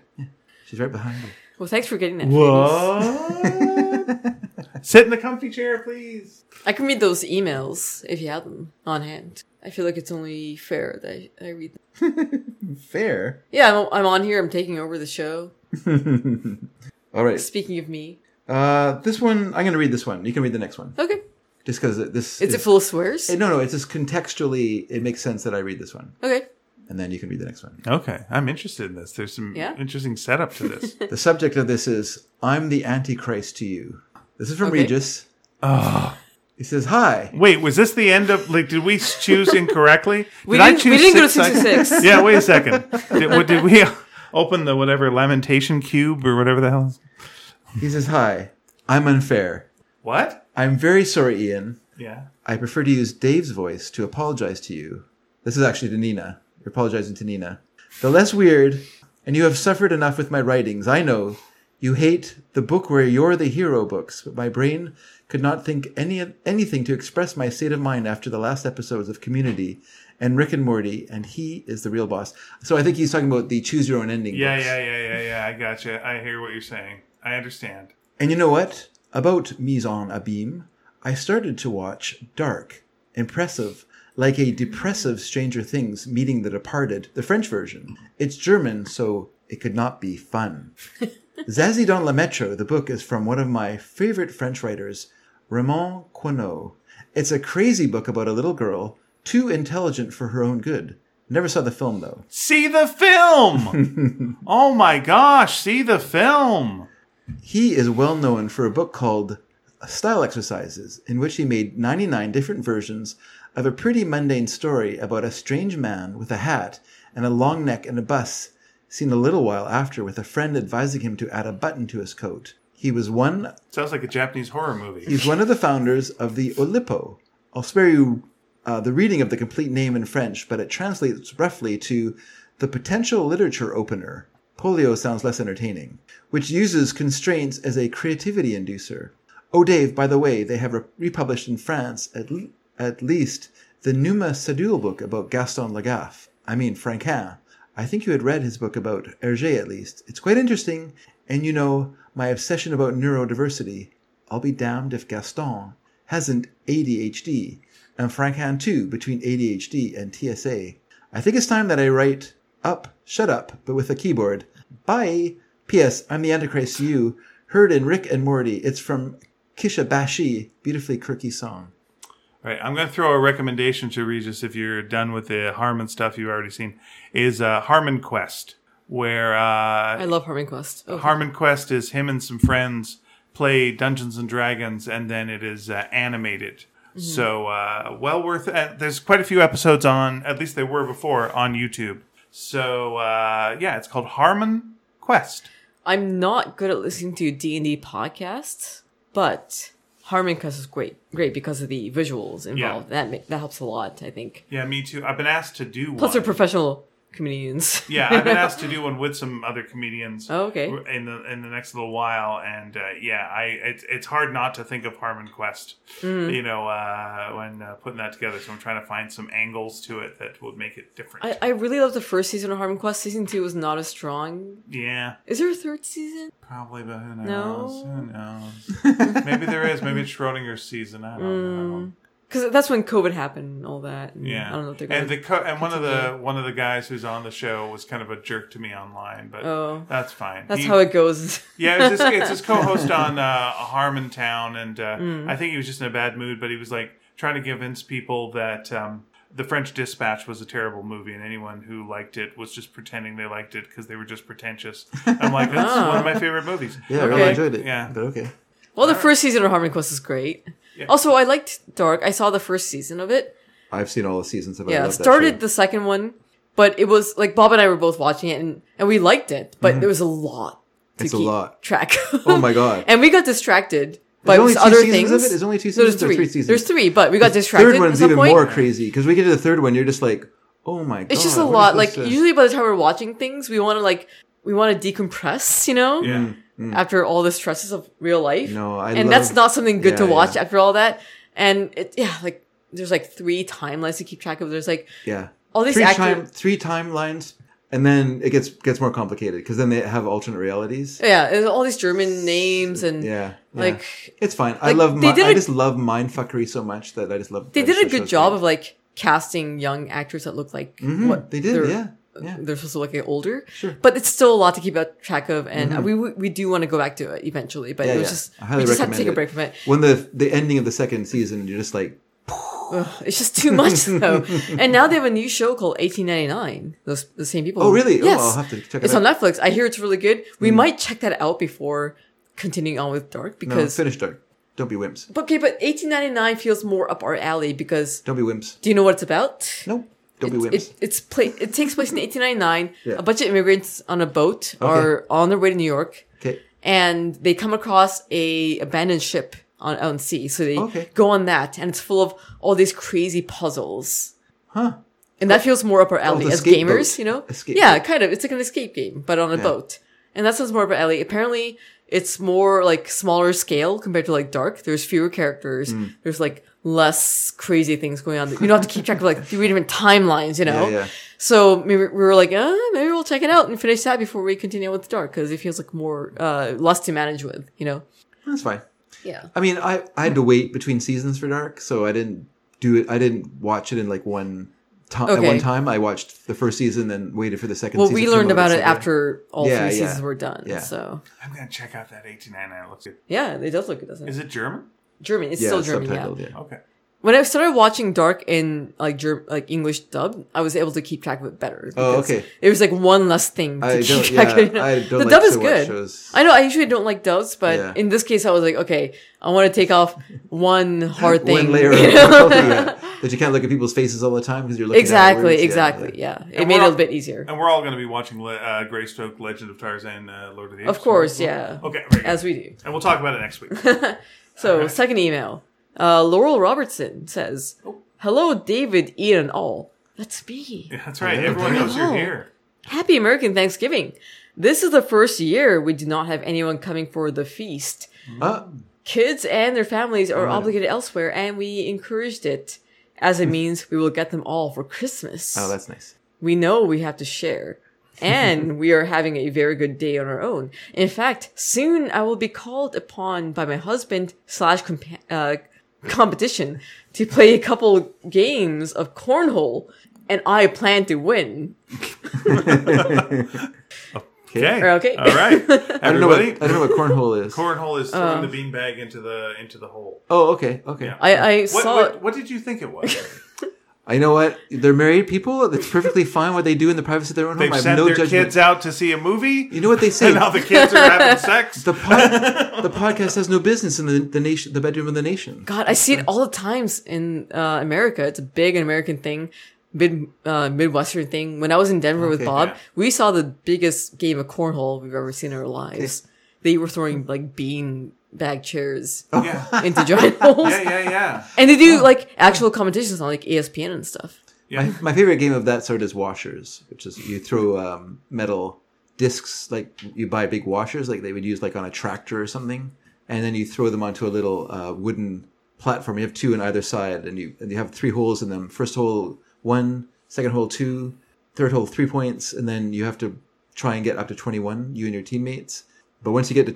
Speaker 1: She's right behind me.
Speaker 2: Well, thanks for getting that. Hades.
Speaker 3: What? Sit in the comfy chair, please.
Speaker 2: I can read those emails if you have them on hand. I feel like it's only fair that I, I read them.
Speaker 1: Fair.
Speaker 2: Yeah, I'm, I'm on here. I'm taking over the show.
Speaker 1: All right.
Speaker 2: Speaking of me,
Speaker 1: Uh, this one, I'm going to read this one. You can read the next one.
Speaker 2: okay.
Speaker 1: Just because this
Speaker 2: Is it full of swears?
Speaker 1: Eh, No, no. It's just contextually, it makes sense that I read this one.
Speaker 2: Okay.
Speaker 1: And then you can read the next one.
Speaker 3: Okay, I'm interested in this. There's some
Speaker 2: Yeah?
Speaker 3: interesting setup to this.
Speaker 1: The subject of this is I'm the Antichrist to you. This is from
Speaker 2: Okay.
Speaker 1: Regis. He says, Hi.
Speaker 3: Wait, was this the end of? Like, did we choose incorrectly?
Speaker 2: We
Speaker 3: did
Speaker 2: didn't- we didn't go to
Speaker 3: sec-
Speaker 2: 626.
Speaker 3: yeah, wait a second. Did, what, did we open the whatever lamentation cube or whatever the hell? is-
Speaker 1: He says, Hi. I'm unfair.
Speaker 3: What?
Speaker 1: I'm very sorry, Ian.
Speaker 3: Yeah.
Speaker 1: I prefer to use Dave's voice to apologize to you. This is actually to Nina. You're apologizing to Nina. The less weird, and you have suffered enough with my writings, I know. You hate the book where you're the hero books, but my brain could not think any anything to express my state of mind after the last episodes of Community and Rick and Morty, and he is the real boss. So I think he's talking about the choose your own ending.
Speaker 3: Yeah,
Speaker 1: books.
Speaker 3: yeah, yeah, yeah, yeah. I gotcha. I hear what you're saying. I understand.
Speaker 1: And you know what? About Mise en Abîme, I started to watch Dark, impressive, like a depressive Stranger Things meeting the Departed, the French version. It's German, so it could not be fun. Zazie dans la Metro, the book is from one of my favorite French writers, Raymond Queneau. It's a crazy book about a little girl, too intelligent for her own good. Never saw the film though.
Speaker 3: See the film. oh my gosh! See the film.
Speaker 1: He is well known for a book called Style Exercises, in which he made 99 different versions of a pretty mundane story about a strange man with a hat and a long neck and a bus, seen a little while after with a friend advising him to add a button to his coat. He was one
Speaker 3: Sounds like a Japanese horror movie.
Speaker 1: he's one of the founders of the Olippo. I'll spare you uh, the reading of the complete name in French, but it translates roughly to the potential literature opener. Polio sounds less entertaining, which uses constraints as a creativity inducer. Oh, Dave, by the way, they have re- republished in France at, l- at least the Numa Sadul book about Gaston Lagaffe. I mean, Franquin. I think you had read his book about Hergé, at least. It's quite interesting, and you know my obsession about neurodiversity. I'll be damned if Gaston hasn't ADHD, and Franquin too, between ADHD and TSA. I think it's time that I write up, shut up, but with a keyboard. Bye. P.S. I'm the Antichrist to you. Heard in Rick and Morty. It's from Kisha Bashi. Beautifully quirky song.
Speaker 3: All right, I'm going to throw a recommendation to Regis if you're done with the Harmon stuff you've already seen. Is uh, Harmon Quest, where
Speaker 2: I
Speaker 3: uh,
Speaker 2: love Harmon Quest. Oh,
Speaker 3: Harmon Quest is him and some friends play Dungeons and Dragons, and then it is uh, animated.
Speaker 2: Mm-hmm.
Speaker 3: So uh, well worth. Uh, there's quite a few episodes on. At least they were before on YouTube. So uh, yeah, it's called Harmon Quest.
Speaker 2: I'm not good at listening to D and D podcasts, but Harmon Quest is great, great because of the visuals involved. That ma- that helps a lot, I think.
Speaker 3: Yeah, me too. I've been asked to do
Speaker 2: Plus, they're
Speaker 3: one.
Speaker 2: professional comedians.
Speaker 3: yeah, I've been asked to do one with some other comedians.
Speaker 2: Oh, okay.
Speaker 3: In the in the next little while, and uh, yeah, I it's it's hard not to think of Harmon Quest,
Speaker 2: Mm.
Speaker 3: you know, uh, when uh, putting that together. So I'm trying to find some angles to it that would make it different.
Speaker 2: I, I really loved the first season of Harmon Quest. Season two was not as strong.
Speaker 3: yeah,
Speaker 2: Is there a third season?
Speaker 3: probably, but who
Speaker 2: No.
Speaker 3: knows? Who knows? Maybe there is. Maybe it's Schrodinger's season. I don't know.
Speaker 2: Because that's when COVID happened and all that. and
Speaker 3: Yeah,
Speaker 2: Mm. I don't know if they're going
Speaker 3: and the
Speaker 2: to.
Speaker 3: co- and one of the
Speaker 2: continue.
Speaker 3: one of the guys who's on the show was kind of a jerk to me online, but
Speaker 2: Oh.
Speaker 3: that's fine.
Speaker 2: That's
Speaker 3: He-
Speaker 2: how it goes.
Speaker 3: Yeah, it was his, it's his co-host on uh, Harmontown, and uh,
Speaker 1: Mm.
Speaker 3: I think he was just in a bad mood. But he was like trying to convince people that um, the French Dispatch was a terrible movie, and anyone who liked it was just pretending they liked it because they were just pretentious. I'm like, this is
Speaker 1: Oh.
Speaker 3: one of my favorite movies.
Speaker 1: Yeah, I
Speaker 2: Okay.
Speaker 1: really enjoyed it.
Speaker 3: Yeah.
Speaker 1: But okay.
Speaker 2: Well, the first season of Harmon Quest is great. Also, I liked Dark. I saw the first season of it.
Speaker 1: I've seen all the seasons of
Speaker 2: Yeah, started the second one, but it was like Bob and I were both watching it and, and we liked it, but there was a lot
Speaker 1: Mm-hmm.
Speaker 2: to
Speaker 1: It's a
Speaker 2: keep
Speaker 1: lot.
Speaker 2: track. Of.
Speaker 1: Oh my God.
Speaker 2: And we got distracted by
Speaker 1: only
Speaker 2: these
Speaker 1: two
Speaker 2: other
Speaker 1: seasons
Speaker 2: things.
Speaker 1: of it? There's only two
Speaker 2: No, there's
Speaker 1: seasons or
Speaker 2: three.
Speaker 1: three seasons?
Speaker 2: There's three, but we got distracted.
Speaker 1: third
Speaker 2: at
Speaker 1: one's
Speaker 2: some
Speaker 1: even
Speaker 2: point.
Speaker 1: more crazy because we get to the third one, you're just like, oh my god.
Speaker 2: It's just a
Speaker 1: what is
Speaker 2: lot. Like
Speaker 1: this, uh,
Speaker 2: usually by the time we're watching things, we want to like we want to decompress, you know,
Speaker 3: Yeah.
Speaker 2: after all the stresses of real life.
Speaker 1: Mm. No, I
Speaker 2: and
Speaker 1: love-
Speaker 2: that's not something good
Speaker 1: Yeah,
Speaker 2: to watch
Speaker 1: yeah.
Speaker 2: after all that. And it, yeah, like there's like three timelines to keep track of. There's like
Speaker 1: yeah.
Speaker 2: all these
Speaker 1: three
Speaker 2: actors.
Speaker 1: time three timelines, and then it gets gets more complicated because then they have alternate realities.
Speaker 2: oh, Yeah, and all these German names and
Speaker 1: Yeah, yeah.
Speaker 2: like
Speaker 1: it's fine. I
Speaker 2: like,
Speaker 1: love.
Speaker 2: they
Speaker 1: Mi-
Speaker 2: did
Speaker 1: I
Speaker 2: a-
Speaker 1: just love mindfuckery so much that I just love.
Speaker 2: they
Speaker 1: that
Speaker 2: did a
Speaker 1: show-
Speaker 2: good
Speaker 1: show's
Speaker 2: job
Speaker 1: great.
Speaker 2: of like casting young actors that look like
Speaker 1: Mhm,
Speaker 2: what
Speaker 1: they did.
Speaker 2: they're-
Speaker 1: Yeah, yeah.
Speaker 2: They're supposed to look like older,
Speaker 1: Sure. Mm-hmm.
Speaker 2: but it's still a lot to keep a track of, and we we we do want to go back to it eventually. But
Speaker 1: Yeah,
Speaker 2: it was
Speaker 1: yeah.
Speaker 2: just
Speaker 1: I highly
Speaker 2: we just had to
Speaker 1: recommend
Speaker 2: take a
Speaker 1: it.
Speaker 2: break from it.
Speaker 1: When the the ending of the second season, you're just like,
Speaker 2: Ugh, it's just too much though. and now they have a new show called 1899. Those the same people.
Speaker 1: oh really?
Speaker 2: Yes,
Speaker 1: Oh, I'll have to check it
Speaker 2: it's
Speaker 1: out. Hmm.
Speaker 2: on Netflix. I hear it's really good. We might check that out before continuing on with Dark
Speaker 1: no,
Speaker 2: because
Speaker 1: finish dark. Don't be wimps.
Speaker 2: okay, but 1899 feels more up our alley because
Speaker 1: Don't be wimps.
Speaker 2: do you know what it's about?
Speaker 1: No, don't be wimps.
Speaker 2: It, it's pla- it takes place in 1899.
Speaker 1: Yeah.
Speaker 2: A bunch of immigrants on a boat are on their way to New York,
Speaker 1: okay.
Speaker 2: and they come across a abandoned ship on on sea. So they
Speaker 1: Okay.
Speaker 2: go on that, and it's full of all these crazy puzzles.
Speaker 1: Huh. Oh,
Speaker 2: And that feels more up our alley
Speaker 1: the
Speaker 2: as
Speaker 1: escape
Speaker 2: gamers,
Speaker 1: boat.
Speaker 2: you know?
Speaker 1: Escape
Speaker 2: yeah,
Speaker 1: boat.
Speaker 2: kind of. It's like an escape game, but on a boat. And that sounds more up our alley. Apparently, it's more like smaller scale compared to like Dark. There's fewer characters.
Speaker 1: Hmm.
Speaker 2: There's like less crazy things going on. You don't have to keep track of like three different timelines, you know?
Speaker 1: Yeah, yeah.
Speaker 2: So maybe we were like, uh, maybe we'll check it out and finish that before we continue with Dark because it feels like more, uh, less to manage with, you know?
Speaker 1: That's fine.
Speaker 2: Yeah.
Speaker 1: I mean, I, I had to wait between seasons for Dark, so I didn't do it. I didn't watch it in like one time. At
Speaker 2: Okay.
Speaker 1: one time, I watched the first season, then waited for the second.
Speaker 2: Well,
Speaker 1: season
Speaker 2: we
Speaker 1: to come
Speaker 2: learned
Speaker 1: out
Speaker 2: about it
Speaker 1: somewhere.
Speaker 2: after all
Speaker 1: Yeah,
Speaker 2: three
Speaker 1: yeah.
Speaker 2: seasons were done.
Speaker 1: Yeah.
Speaker 2: So
Speaker 3: I'm gonna check out that 1899. Looks good.
Speaker 2: yeah, it does look good, doesn't it?
Speaker 3: Is it German?
Speaker 2: German. It's
Speaker 1: Yeah,
Speaker 2: still German. Yeah.
Speaker 1: subtitled. Yeah.
Speaker 3: Okay.
Speaker 2: when I started watching Dark in like Ger- like English dub, I was able to keep track of it better.
Speaker 1: Oh,
Speaker 2: because
Speaker 1: okay.
Speaker 2: It was like one less thing to
Speaker 1: I
Speaker 2: keep
Speaker 1: don't-
Speaker 2: track of.
Speaker 1: yeah, I don't
Speaker 2: the
Speaker 1: like
Speaker 2: dub
Speaker 1: to
Speaker 2: is
Speaker 1: watch
Speaker 2: good.
Speaker 1: shows.
Speaker 2: I know. I usually don't like dubs, but
Speaker 1: Yeah.
Speaker 2: in this case, I was like, okay, I want to take off one hard thing.
Speaker 1: One layer of
Speaker 2: you know?
Speaker 1: difficulty, yeah, that you can't look at people's faces all the time because you're looking
Speaker 2: exactly.
Speaker 1: at words. Yeah,
Speaker 2: exactly.
Speaker 1: yeah.
Speaker 2: Yeah. It
Speaker 3: And
Speaker 2: made it
Speaker 3: we're all-
Speaker 2: a bit easier.
Speaker 3: And we're all going to be watching Le- uh, Greystoke, Legend of Tarzan, uh, Lord of the Apes.
Speaker 2: Of course. Yeah.
Speaker 3: Okay. very good.
Speaker 2: As we do.
Speaker 3: and we'll talk about it next week. Oh.
Speaker 2: So, second email. Uh, Laurel Robertson says, Hello, David, Ian, all. That's me.
Speaker 3: That's right. Everyone knows you're here.
Speaker 2: Happy American Thanksgiving. This is the first year we do not have anyone coming for the feast.
Speaker 1: Ah,
Speaker 2: Kids and their families are obligated elsewhere, and we encouraged it. As a means, we will get them all for Christmas.
Speaker 1: oh, that's nice.
Speaker 2: we know we have to share. And we are having a very good day on our own. In fact, soon I will be called upon by my husband slash compa- uh, competition to play a couple games of cornhole, and I plan to win.
Speaker 3: Okay.
Speaker 2: Okay.
Speaker 3: All right. Everybody.
Speaker 1: I don't know what I don't know what cornhole is.
Speaker 3: Cornhole is throwing the beanbag into the into the hole.
Speaker 1: oh, okay, okay.
Speaker 3: Yeah.
Speaker 2: Uh. I, I
Speaker 3: What,
Speaker 2: saw
Speaker 3: what, what did you think it was?
Speaker 1: I know what they're married people. That's perfectly fine what they do in the privacy of their own
Speaker 3: They've
Speaker 1: home. I have
Speaker 3: sent
Speaker 1: no
Speaker 3: their
Speaker 1: judgment.
Speaker 3: kids out to see a movie,
Speaker 1: you know what they say.
Speaker 3: and now the kids are having sex.
Speaker 1: The, pod, the podcast has no business in the, the nation, the bedroom of the nation.
Speaker 2: God, I see it all the times in uh, America. It's a big American thing, mid uh, Midwestern thing. When I was in Denver with
Speaker 1: Okay,
Speaker 2: Bob,
Speaker 3: yeah.
Speaker 2: we saw the biggest game of cornhole we've ever seen in our lives. They were throwing like bean bag chairs
Speaker 3: yeah.
Speaker 2: into giant holes,
Speaker 3: yeah, yeah, yeah.
Speaker 2: and they
Speaker 1: Oh.
Speaker 2: do like actual competitions on like E ESPN and stuff.
Speaker 1: My, my favorite game of that sort is washers, which is you throw um, metal discs like you buy big washers like they would use like on a tractor or something, and then you throw them onto a little uh, wooden platform. You have two on either side, and you and you have three holes in them. First hole one, second hole two, third hole three points, and then you have to try and get up to twenty one. You and your teammates. But once you get to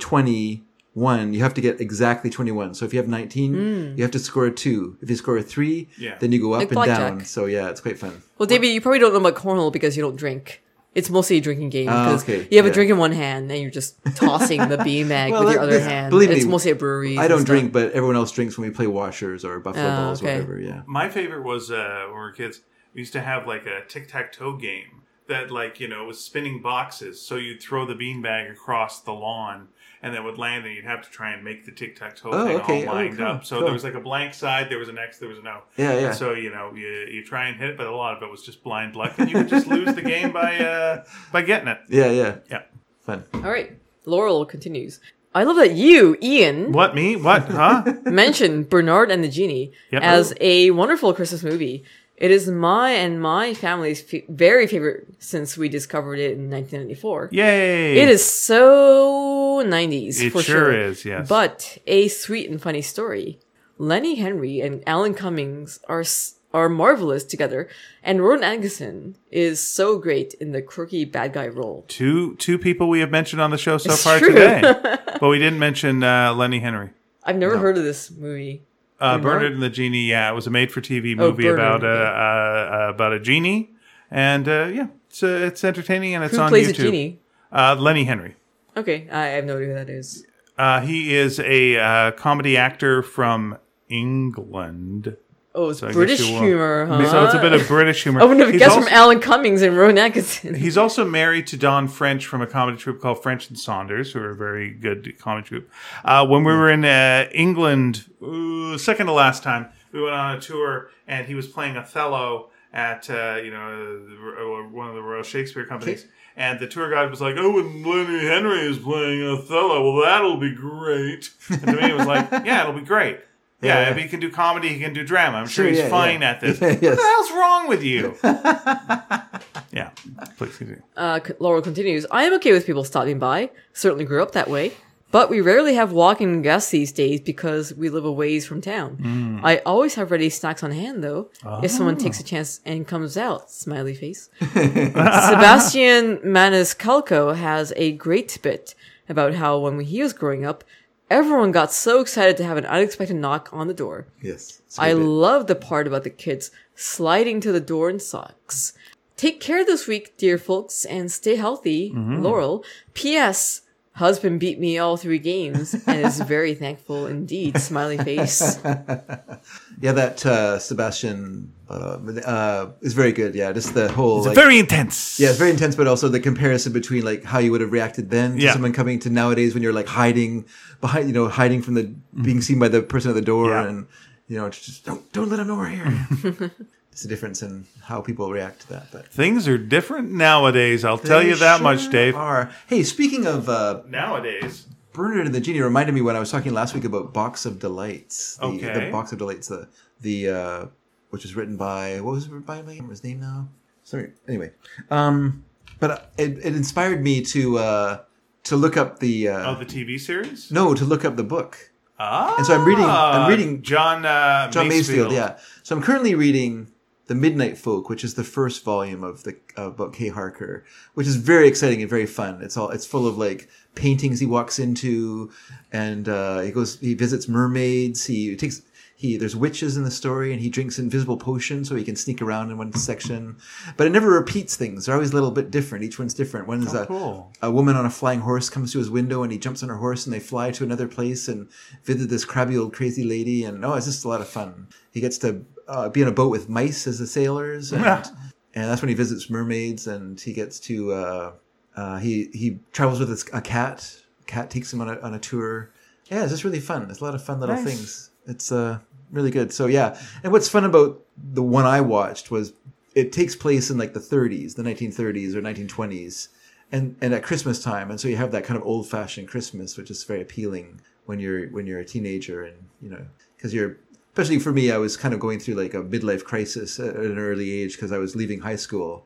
Speaker 1: 21, you have to get exactly 21. So if you have 19, you have to score a 2. If you score a 3,
Speaker 3: Yeah.
Speaker 1: then you go up
Speaker 2: Like
Speaker 1: and down.
Speaker 2: blackjack.
Speaker 1: So yeah, it's quite fun.
Speaker 2: Well, David, you probably don't know about cornhole because you don't drink. It's mostly a drinking game
Speaker 1: Ah,
Speaker 2: because
Speaker 1: okay,
Speaker 2: you have a
Speaker 1: yeah.
Speaker 2: drink in one hand and you're just tossing the bean bag
Speaker 1: Well,
Speaker 2: with your
Speaker 1: that-
Speaker 2: other
Speaker 1: this-
Speaker 2: hand.
Speaker 1: believe me,
Speaker 2: it's mostly at breweries.
Speaker 1: I
Speaker 2: and
Speaker 1: don't
Speaker 2: stuff.
Speaker 1: drink, but everyone else drinks when we play washers or buffalo
Speaker 2: Oh,
Speaker 1: balls,
Speaker 2: okay.
Speaker 1: whatever. Yeah.
Speaker 3: My favorite was uh, when we were kids. We used to have like a tic tac toe game that, like, you know, was spinning boxes. So you'd throw the beanbag across the lawn, and it would land, and you'd have to try and make the tic tac toe
Speaker 1: Oh,
Speaker 3: thing
Speaker 1: okay. Oh,
Speaker 3: all lined
Speaker 1: cool,
Speaker 3: up. So
Speaker 1: cool.
Speaker 3: there was like a blank side, there was an X, there was an O.
Speaker 1: Yeah, yeah.
Speaker 3: And so you know, you, you try and hit it, but a lot of it was just blind luck, and you could just lose the game by uh, by getting it.
Speaker 1: Yeah, yeah.
Speaker 3: Yeah.
Speaker 1: Fun.
Speaker 2: All right. Laurel continues. I love that you, Ian,
Speaker 3: What me? What? Huh?
Speaker 2: mentioned Bernard and the Genie
Speaker 3: Yep.
Speaker 2: as a wonderful Christmas movie. It is my and my family's f- very favorite since we discovered it in 1994.
Speaker 3: Yay!
Speaker 2: It is so 90s
Speaker 3: It
Speaker 2: for
Speaker 3: sure
Speaker 2: sure.
Speaker 3: is, yes.
Speaker 2: But a sweet and funny story. Lenny Henry and Alan Cummings are s- are marvelous together, and Rowan Atkinson is so great in the quirky bad guy role.
Speaker 3: two two people we have mentioned on the show so
Speaker 2: It's
Speaker 3: far
Speaker 2: true.
Speaker 3: today, but we didn't mention uh, Lenny Henry.
Speaker 2: I've never heard of this movie.
Speaker 3: Uh,
Speaker 2: Bernard?
Speaker 3: Bernard and the Genie. Yeah, it was a made-for-TV
Speaker 2: Oh,
Speaker 3: movie
Speaker 2: Bernard,
Speaker 3: about uh, uh, uh, about a genie, and uh, yeah, it's uh, it's entertaining and it's
Speaker 2: Who
Speaker 3: on
Speaker 2: plays
Speaker 3: YouTube.
Speaker 2: a genie?
Speaker 3: Uh, Lenny Henry.
Speaker 2: Okay, I have no idea who that is.
Speaker 3: Uh, he is a uh, comedy actor from England,
Speaker 2: Oh, it's
Speaker 3: I guess
Speaker 2: British
Speaker 3: you will.
Speaker 2: humor, huh?
Speaker 3: so it's a bit of British humor.
Speaker 2: I wouldn't have
Speaker 3: He's
Speaker 2: guessed
Speaker 3: also-
Speaker 2: from Alan Cummings and Rowan Atkinson.
Speaker 3: He's also married to Don French from a comedy troupe called French and Saunders, who are a very good comedy troupe. Uh, when we were in uh, England, ooh, second to last time, we went on a tour, and he was playing Othello at uh, you know the- uh, one of the Royal Shakespeare companies. And the tour guide was like, "Oh, and Lenny Henry is playing Othello. Well, that'll be great." And to me, it was like, "Yeah, it'll be great. Yeah,
Speaker 1: Yeah.
Speaker 3: if he can do comedy, he can do drama. I'm sure,
Speaker 1: Sure,
Speaker 3: he's
Speaker 1: yeah,
Speaker 3: fine
Speaker 1: yeah.
Speaker 3: at this.
Speaker 1: Yeah, yes.
Speaker 3: What the hell's wrong with you?" yeah, please continue.
Speaker 2: Uh, C- Laurel continues, I am okay with people stopping by. Certainly grew up that way. But we rarely have walking guests these days because we live a ways from town.
Speaker 3: Hmm.
Speaker 2: I always have ready snacks on hand, though, if someone takes a
Speaker 3: Ah.
Speaker 2: chance and comes out. Smiley face. Sebastian Maniscalco has a great bit about how when he was growing up, everyone got so excited to have an unexpected knock on the door.
Speaker 1: Yes. It's a
Speaker 2: I
Speaker 1: good bit.
Speaker 2: love the part about the kids sliding to the door in socks. Take care this week, dear folks, and stay healthy,
Speaker 1: Mm-hmm.
Speaker 2: Laurel. P.S. Husband beat me all three games and is very thankful indeed. Smiley face.
Speaker 1: yeah, that uh, Sebastian uh, uh, is very good. Yeah, just the whole. like,
Speaker 3: very intense.
Speaker 1: yeah, it's very intense, but also the comparison between like how you would have reacted then to
Speaker 3: Yeah.
Speaker 1: someone coming to nowadays when you're like hiding behind, you know, hiding from the being seen by the person at the door,
Speaker 3: Mm. Yeah.
Speaker 1: and you know, it's just don't don't let them know we're here. it's a difference in how people react to that, but.
Speaker 3: Things are different nowadays. I'll tell you that
Speaker 1: They
Speaker 3: much,
Speaker 1: sure
Speaker 3: Dave.
Speaker 1: Are. Hey, speaking of uh,
Speaker 3: Nowadays,
Speaker 1: Bernard and the Genie, reminded me when I was talking last week about Box of Delights. The,
Speaker 3: Okay.
Speaker 1: the Box of Delights, the the uh, which was written by what was it written by? I can't remember his name now. Sorry. Anyway, um, but uh, it, it inspired me to uh, to look up the uh,
Speaker 3: Oh, the TV series.
Speaker 1: no to look up the book.
Speaker 3: Ah,
Speaker 1: And so I'm reading- I'm reading-
Speaker 3: John uh,
Speaker 1: John Masefield. yeah. So I'm currently reading The Midnight Folk, which is the first volume of the of about K. Harker, which is very exciting and very fun. It's all it's full of like paintings he walks into, and uh, he goes he visits mermaids. He takes he there's witches in the story, and he drinks invisible potions so he can sneak around in one section. But it never repeats things; they're always a little bit different. Each one's different. One's a
Speaker 3: cool.
Speaker 1: a woman on a flying horse comes to his window and he jumps on her horse and they fly to another place and visit this crabby old crazy lady and oh it's just a lot of fun he gets to uh, be in a boat with mice as the sailors and, and that's when he visits mermaids and he gets to uh, uh, he he travels with his, a cat cat takes him on a, on a tour yeah it's just really fun it's a lot of fun little
Speaker 3: Nice.
Speaker 1: things it's uh, really good so yeah and what's fun about the one i watched was it takes place in like the 30s the 1930s or 1920s and and at Christmas time, and so you have that kind of old fashioned Christmas, which is very appealing when you're when you're a teenager, and you know because you're especially for me, I was kind of going through like a midlife crisis at an early age because I was leaving high school,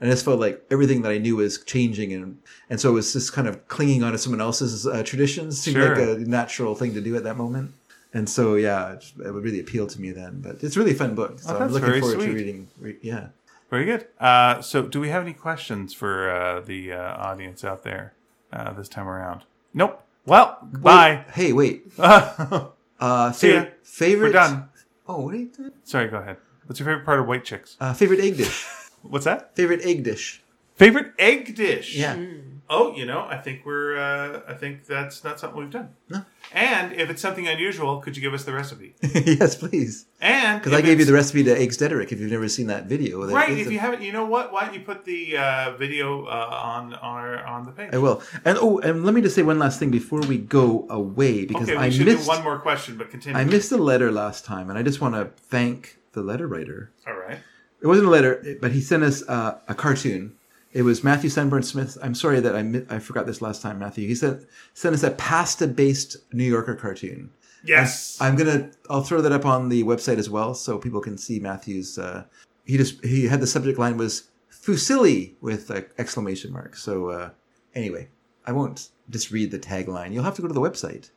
Speaker 1: and I just felt like everything that I knew was changing, and and so it was just kind of clinging onto someone else's uh, traditions seemed
Speaker 3: Sure.
Speaker 1: like a natural thing to do at that moment. And so, yeah, it, it would really appeal to me then. But it's a really fun book, so I'm
Speaker 3: Oh, that's
Speaker 1: looking
Speaker 3: very
Speaker 1: forward
Speaker 3: sweet.
Speaker 1: to reading. Re- yeah,
Speaker 3: Very good. Uh, so, do we have any questions for uh, the uh, audience out there uh, this time around? Nope. Well, bye.
Speaker 1: Wait, hey, wait. Uh,
Speaker 3: See ya.
Speaker 1: favorite, favorite.
Speaker 3: We're done.
Speaker 1: Oh, what are you doing?
Speaker 3: Sorry, go ahead. What's your favorite part of White Chicks?
Speaker 1: Uh, favorite egg dish.
Speaker 3: What's that?
Speaker 1: Favorite egg dish.
Speaker 3: Favorite egg dish?
Speaker 1: Yeah.
Speaker 3: Oh, you know, I think we're. Uh, I think that's not something we've done.
Speaker 1: No.
Speaker 3: And if it's something unusual, could you give us the recipe?
Speaker 1: yes, please.
Speaker 3: And
Speaker 1: Because I
Speaker 3: if
Speaker 1: gave you
Speaker 3: it's-
Speaker 1: the recipe to eggs Dederick if you've never seen that video. There
Speaker 3: Right,
Speaker 1: is
Speaker 3: if
Speaker 1: a-
Speaker 3: you haven't, you know what? Why don't you put the uh, video uh, on our on the page?
Speaker 1: I will. And oh, and let me just say one last thing before we go away because
Speaker 3: Okay, we
Speaker 1: I
Speaker 3: should
Speaker 1: missed
Speaker 3: do one more question, but continue.
Speaker 1: I missed a letter last time, and I just want to thank the letter writer.
Speaker 3: All right.
Speaker 1: It wasn't a letter, but he sent us uh, a cartoon. It was Matthew Sunburn Smith. I'm sorry that I mi- I forgot this last time, Matthew. He sent sent us a pasta based New Yorker cartoon.
Speaker 3: Yes.
Speaker 1: I'm gonna. I'll throw that up on the website as well, so people can see Matthew's. Uh, he just he had the subject line was "Fusilli" with an exclamation mark. So uh, anyway, I won't just read the tagline. You'll have to go to the website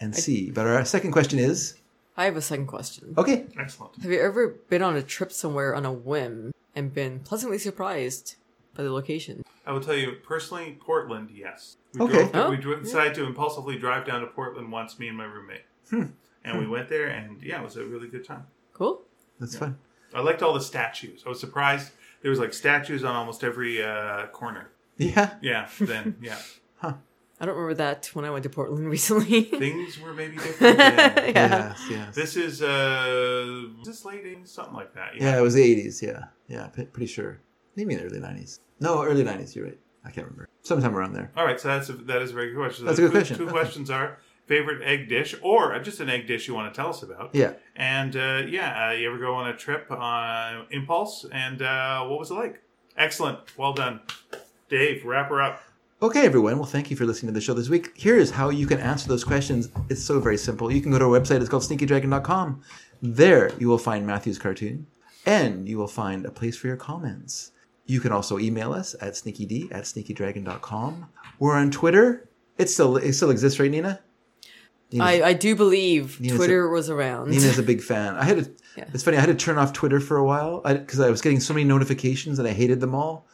Speaker 1: and see. But our second question is
Speaker 2: I have a second question.
Speaker 1: okay.
Speaker 3: Excellent.
Speaker 2: Have you ever been on a trip somewhere on a whim and been pleasantly surprised by the location?
Speaker 3: I will tell you personally, Portland, yes. We
Speaker 1: Okay.
Speaker 3: Drove,
Speaker 2: Oh,
Speaker 3: we dro- decided to impulsively drive down to Portland once, me and my roommate.
Speaker 1: Hmm.
Speaker 3: And we went there, and yeah, it was a really good time.
Speaker 2: Cool.
Speaker 1: That's fun.
Speaker 3: I liked all the statues. I was surprised there was like statues on almost every uh, corner.
Speaker 1: Yeah.
Speaker 3: Yeah, then yeah,
Speaker 2: I don't remember that when I went to Portland recently.
Speaker 3: things were maybe different. Then.
Speaker 2: Yeah.
Speaker 1: Yes. Yes.
Speaker 3: This is uh, is this late in something like that. Yeah.
Speaker 1: Yeah, it was the '80s. Yeah. Yeah. p- Pretty sure. Maybe in the early '90s. No, early '90s. You're right. I can't remember. Sometime around there.
Speaker 3: All right, so that's a, that is a very good question. So
Speaker 1: That's
Speaker 3: the
Speaker 1: a good
Speaker 3: two,
Speaker 1: question.
Speaker 3: Two
Speaker 1: Okay.
Speaker 3: questions are favorite egg dish or uh, just an egg dish you want to tell us about.
Speaker 1: Yeah.
Speaker 3: And uh, yeah, uh, you ever go on a trip on impulse? And uh, what was it like? Excellent. Well done. Dave, wrap her up.
Speaker 1: Okay, everyone. Well, thank you for listening to the show this week. Here is how you can answer those questions. It's so very simple. You can go to our website. It's called sneakydragon.com. There, you will find Matthew's cartoon, and you will find a place for your comments. You can also email us at sneakyd at sneakydragon.com. We're on Twitter. It still it still exists, right, Nina? Nina's,
Speaker 2: I, I do believe
Speaker 1: Nina's a-
Speaker 2: Twitter was around.
Speaker 1: Nina's a big fan. I had to,
Speaker 2: Yeah.
Speaker 1: it's funny. I had to turn off Twitter for a while because I, was getting so many notifications and I hated them all.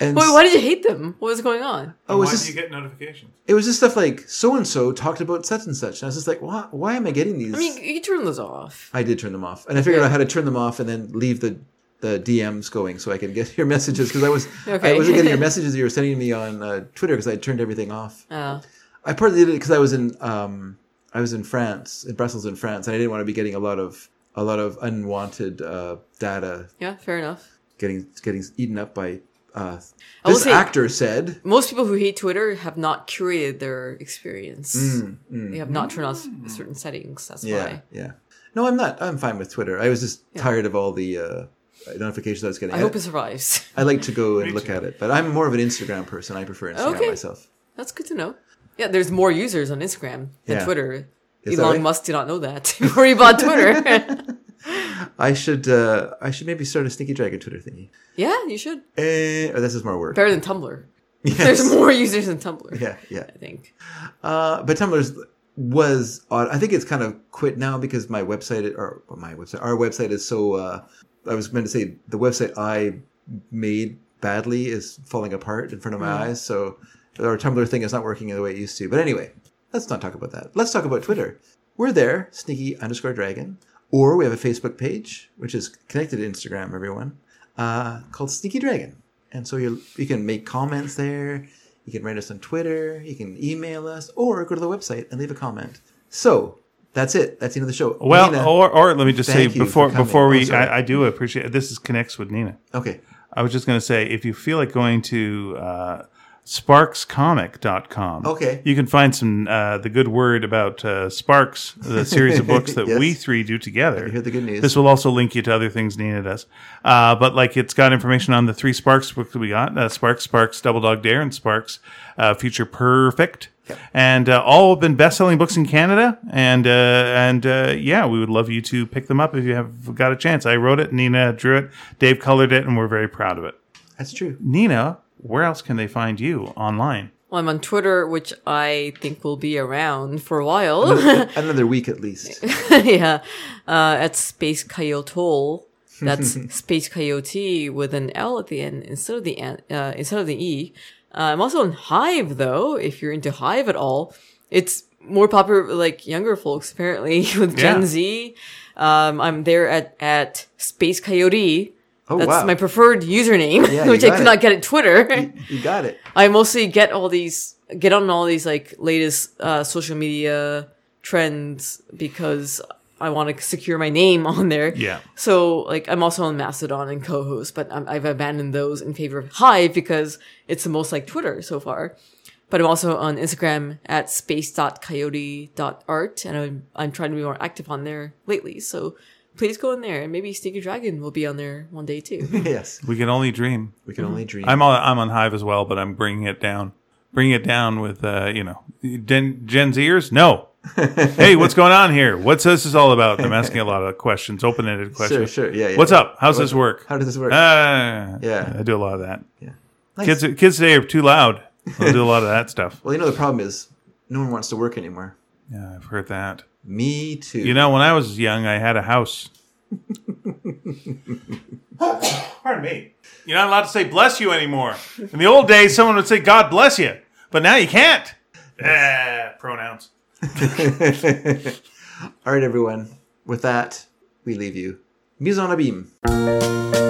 Speaker 1: And
Speaker 2: Wait, why did you hate them? What was going on?
Speaker 1: oh,
Speaker 3: why
Speaker 1: it's just-
Speaker 3: do you get notifications?
Speaker 1: it was just stuff like so and so talked about such and such, and I was just like, why, why am I getting these?
Speaker 2: I mean, you can turn those off.
Speaker 1: I did turn them off, and I figured
Speaker 2: Yeah.
Speaker 1: out how to turn them off and then leave the the DMs going so I could get your messages because I was I
Speaker 2: Okay.
Speaker 1: wasn't getting your messages you were sending me on uh, Twitter because I turned everything off.
Speaker 2: Uh,
Speaker 1: I partly did it because I was in um, I was in France, in Brussels, in France, and I didn't want to be getting a lot of a lot of unwanted uh, data
Speaker 2: yeah, fair enough.
Speaker 1: getting getting eaten up by.
Speaker 2: Oh,
Speaker 1: Uh,
Speaker 2: I will
Speaker 1: this
Speaker 2: say-
Speaker 1: actor said,
Speaker 2: Most people who hate Twitter have not curated their experience. They have not turned off certain settings. That's
Speaker 1: Mm, Yeah,
Speaker 2: why.
Speaker 1: yeah. No, I'm not. I'm fine with Twitter. I was just tired of all the uh, notifications I was getting.
Speaker 2: I
Speaker 1: I,
Speaker 2: hope it survives.
Speaker 1: I like to go and look at it, but I'm more of an Instagram person. I prefer Instagram
Speaker 2: Okay.
Speaker 1: myself.
Speaker 2: That's good to know. Yeah, there's more users on Instagram
Speaker 1: Yeah.
Speaker 2: than Twitter.
Speaker 1: Is that
Speaker 2: Elon
Speaker 1: right?
Speaker 2: Musk did not know that before he bought Twitter.
Speaker 1: I should uh, I should maybe start a Sneaky Dragon Twitter thingy.
Speaker 2: Yeah, you should.
Speaker 1: Eh, oh, this is more work.
Speaker 2: Better than Tumblr.
Speaker 1: Yes.
Speaker 2: There's more users than Tumblr.
Speaker 1: Yeah, yeah.
Speaker 2: I think.
Speaker 1: Uh, but Tumblr's was odd. I think it's kind of quit now because my website or well, my website, our website is so. Uh, I was meant to say the website I made badly is falling apart in front of my eyes. So our Tumblr thing is not working the way it used to. But anyway, let's not talk about that. Let's talk about Twitter. We're there, sneaky underscore dragon, or we have a Facebook page which is connected to Instagram. Everyone uh, called Sneaky Dragon, and so you you can make comments there. You can write us on Twitter. You can email us, or go to the website and leave a comment. So that's it. That's the end of the show.
Speaker 3: Well, oh.
Speaker 1: Nina-
Speaker 3: or or let me just say
Speaker 1: thank you for
Speaker 3: before
Speaker 1: coming.
Speaker 3: before
Speaker 1: Oh,
Speaker 3: we,
Speaker 1: sorry.
Speaker 3: I, I do appreciate this is connects with Nina.
Speaker 1: okay.
Speaker 3: I was just going to say if you feel like going to uh, sparkscomic.com,
Speaker 1: Okay.
Speaker 3: you can find some uh, the good word about uh, Sparks, the series of books that
Speaker 1: Yes.
Speaker 3: we three do together.
Speaker 1: hear the good news.
Speaker 3: This will also link you to other things Nina does, uh, but like it's got information on the three Sparks books that we got: uh, Sparks, Sparks, Double Dog Dare, and Sparks uh, Future Perfect. And uh, all have been best-selling books in Canada, and uh, and uh, yeah, we would love you to pick them up if you have got a chance. I wrote it, Nina drew it, Dave colored it, and we're very proud of it.
Speaker 1: That's true.
Speaker 3: Nina, where else can they find you online?
Speaker 2: Well, I'm on Twitter, which I think will be around for a while.
Speaker 1: Another week at least.
Speaker 2: yeah, uh, at Space Coyote. That's Space Coyote with an L at the end instead of the an- uh, instead of the E. Uh, I'm also on Hive though. If you're into Hive at all, it's more popular with, like younger folks apparently with Gen
Speaker 3: Yeah.
Speaker 2: Z. Um, I'm there at at Space Coyote.
Speaker 1: Oh
Speaker 2: That's
Speaker 1: wow.
Speaker 2: my preferred username,
Speaker 1: Yeah, you
Speaker 2: which I
Speaker 1: got
Speaker 2: could
Speaker 1: it.
Speaker 2: not get at Twitter.
Speaker 1: you got it.
Speaker 2: I mostly get all these get on all these like latest uh, social media trends because I want to secure my name on there.
Speaker 3: Yeah.
Speaker 2: So like I'm also on Mastodon and co-host, but I'm, I've abandoned those in favor of Hive because it's the most like Twitter so far. But I'm also on Instagram at space.coyote.art and I'm, I'm trying to be more active on there lately. So please go in there and maybe Sneaky Dragon will be on there one day too.
Speaker 1: Yes.
Speaker 3: We can only dream.
Speaker 1: We can only dream.
Speaker 3: I'm on, I'm on Hive as well, but I'm bringing it down. Bring it down with, uh, you know, Gen, Gen Zers? No. hey, what's going on here? What's this is all about? I'm asking a lot of questions, open-ended
Speaker 1: sure,
Speaker 3: questions.
Speaker 1: sure. Yeah, yeah.
Speaker 3: What's
Speaker 1: yeah.
Speaker 3: up? How's this work?
Speaker 1: How does this work?
Speaker 3: Ah,
Speaker 1: Yeah.
Speaker 3: I do a lot of that.
Speaker 1: yeah. Nice.
Speaker 3: Kids, kids today are too loud. They'll do a lot of that stuff.
Speaker 1: well, you know the problem is no one wants to work anymore.
Speaker 3: Yeah, I've heard that.
Speaker 1: Me too.
Speaker 3: You know, when I was young, I had a house. Pardon me. You're not allowed to say bless you anymore. In the old days, someone would say God bless you, but now you can't. Eh, pronouns.
Speaker 1: All right, everyone. With that, we leave you. Mise en abîme.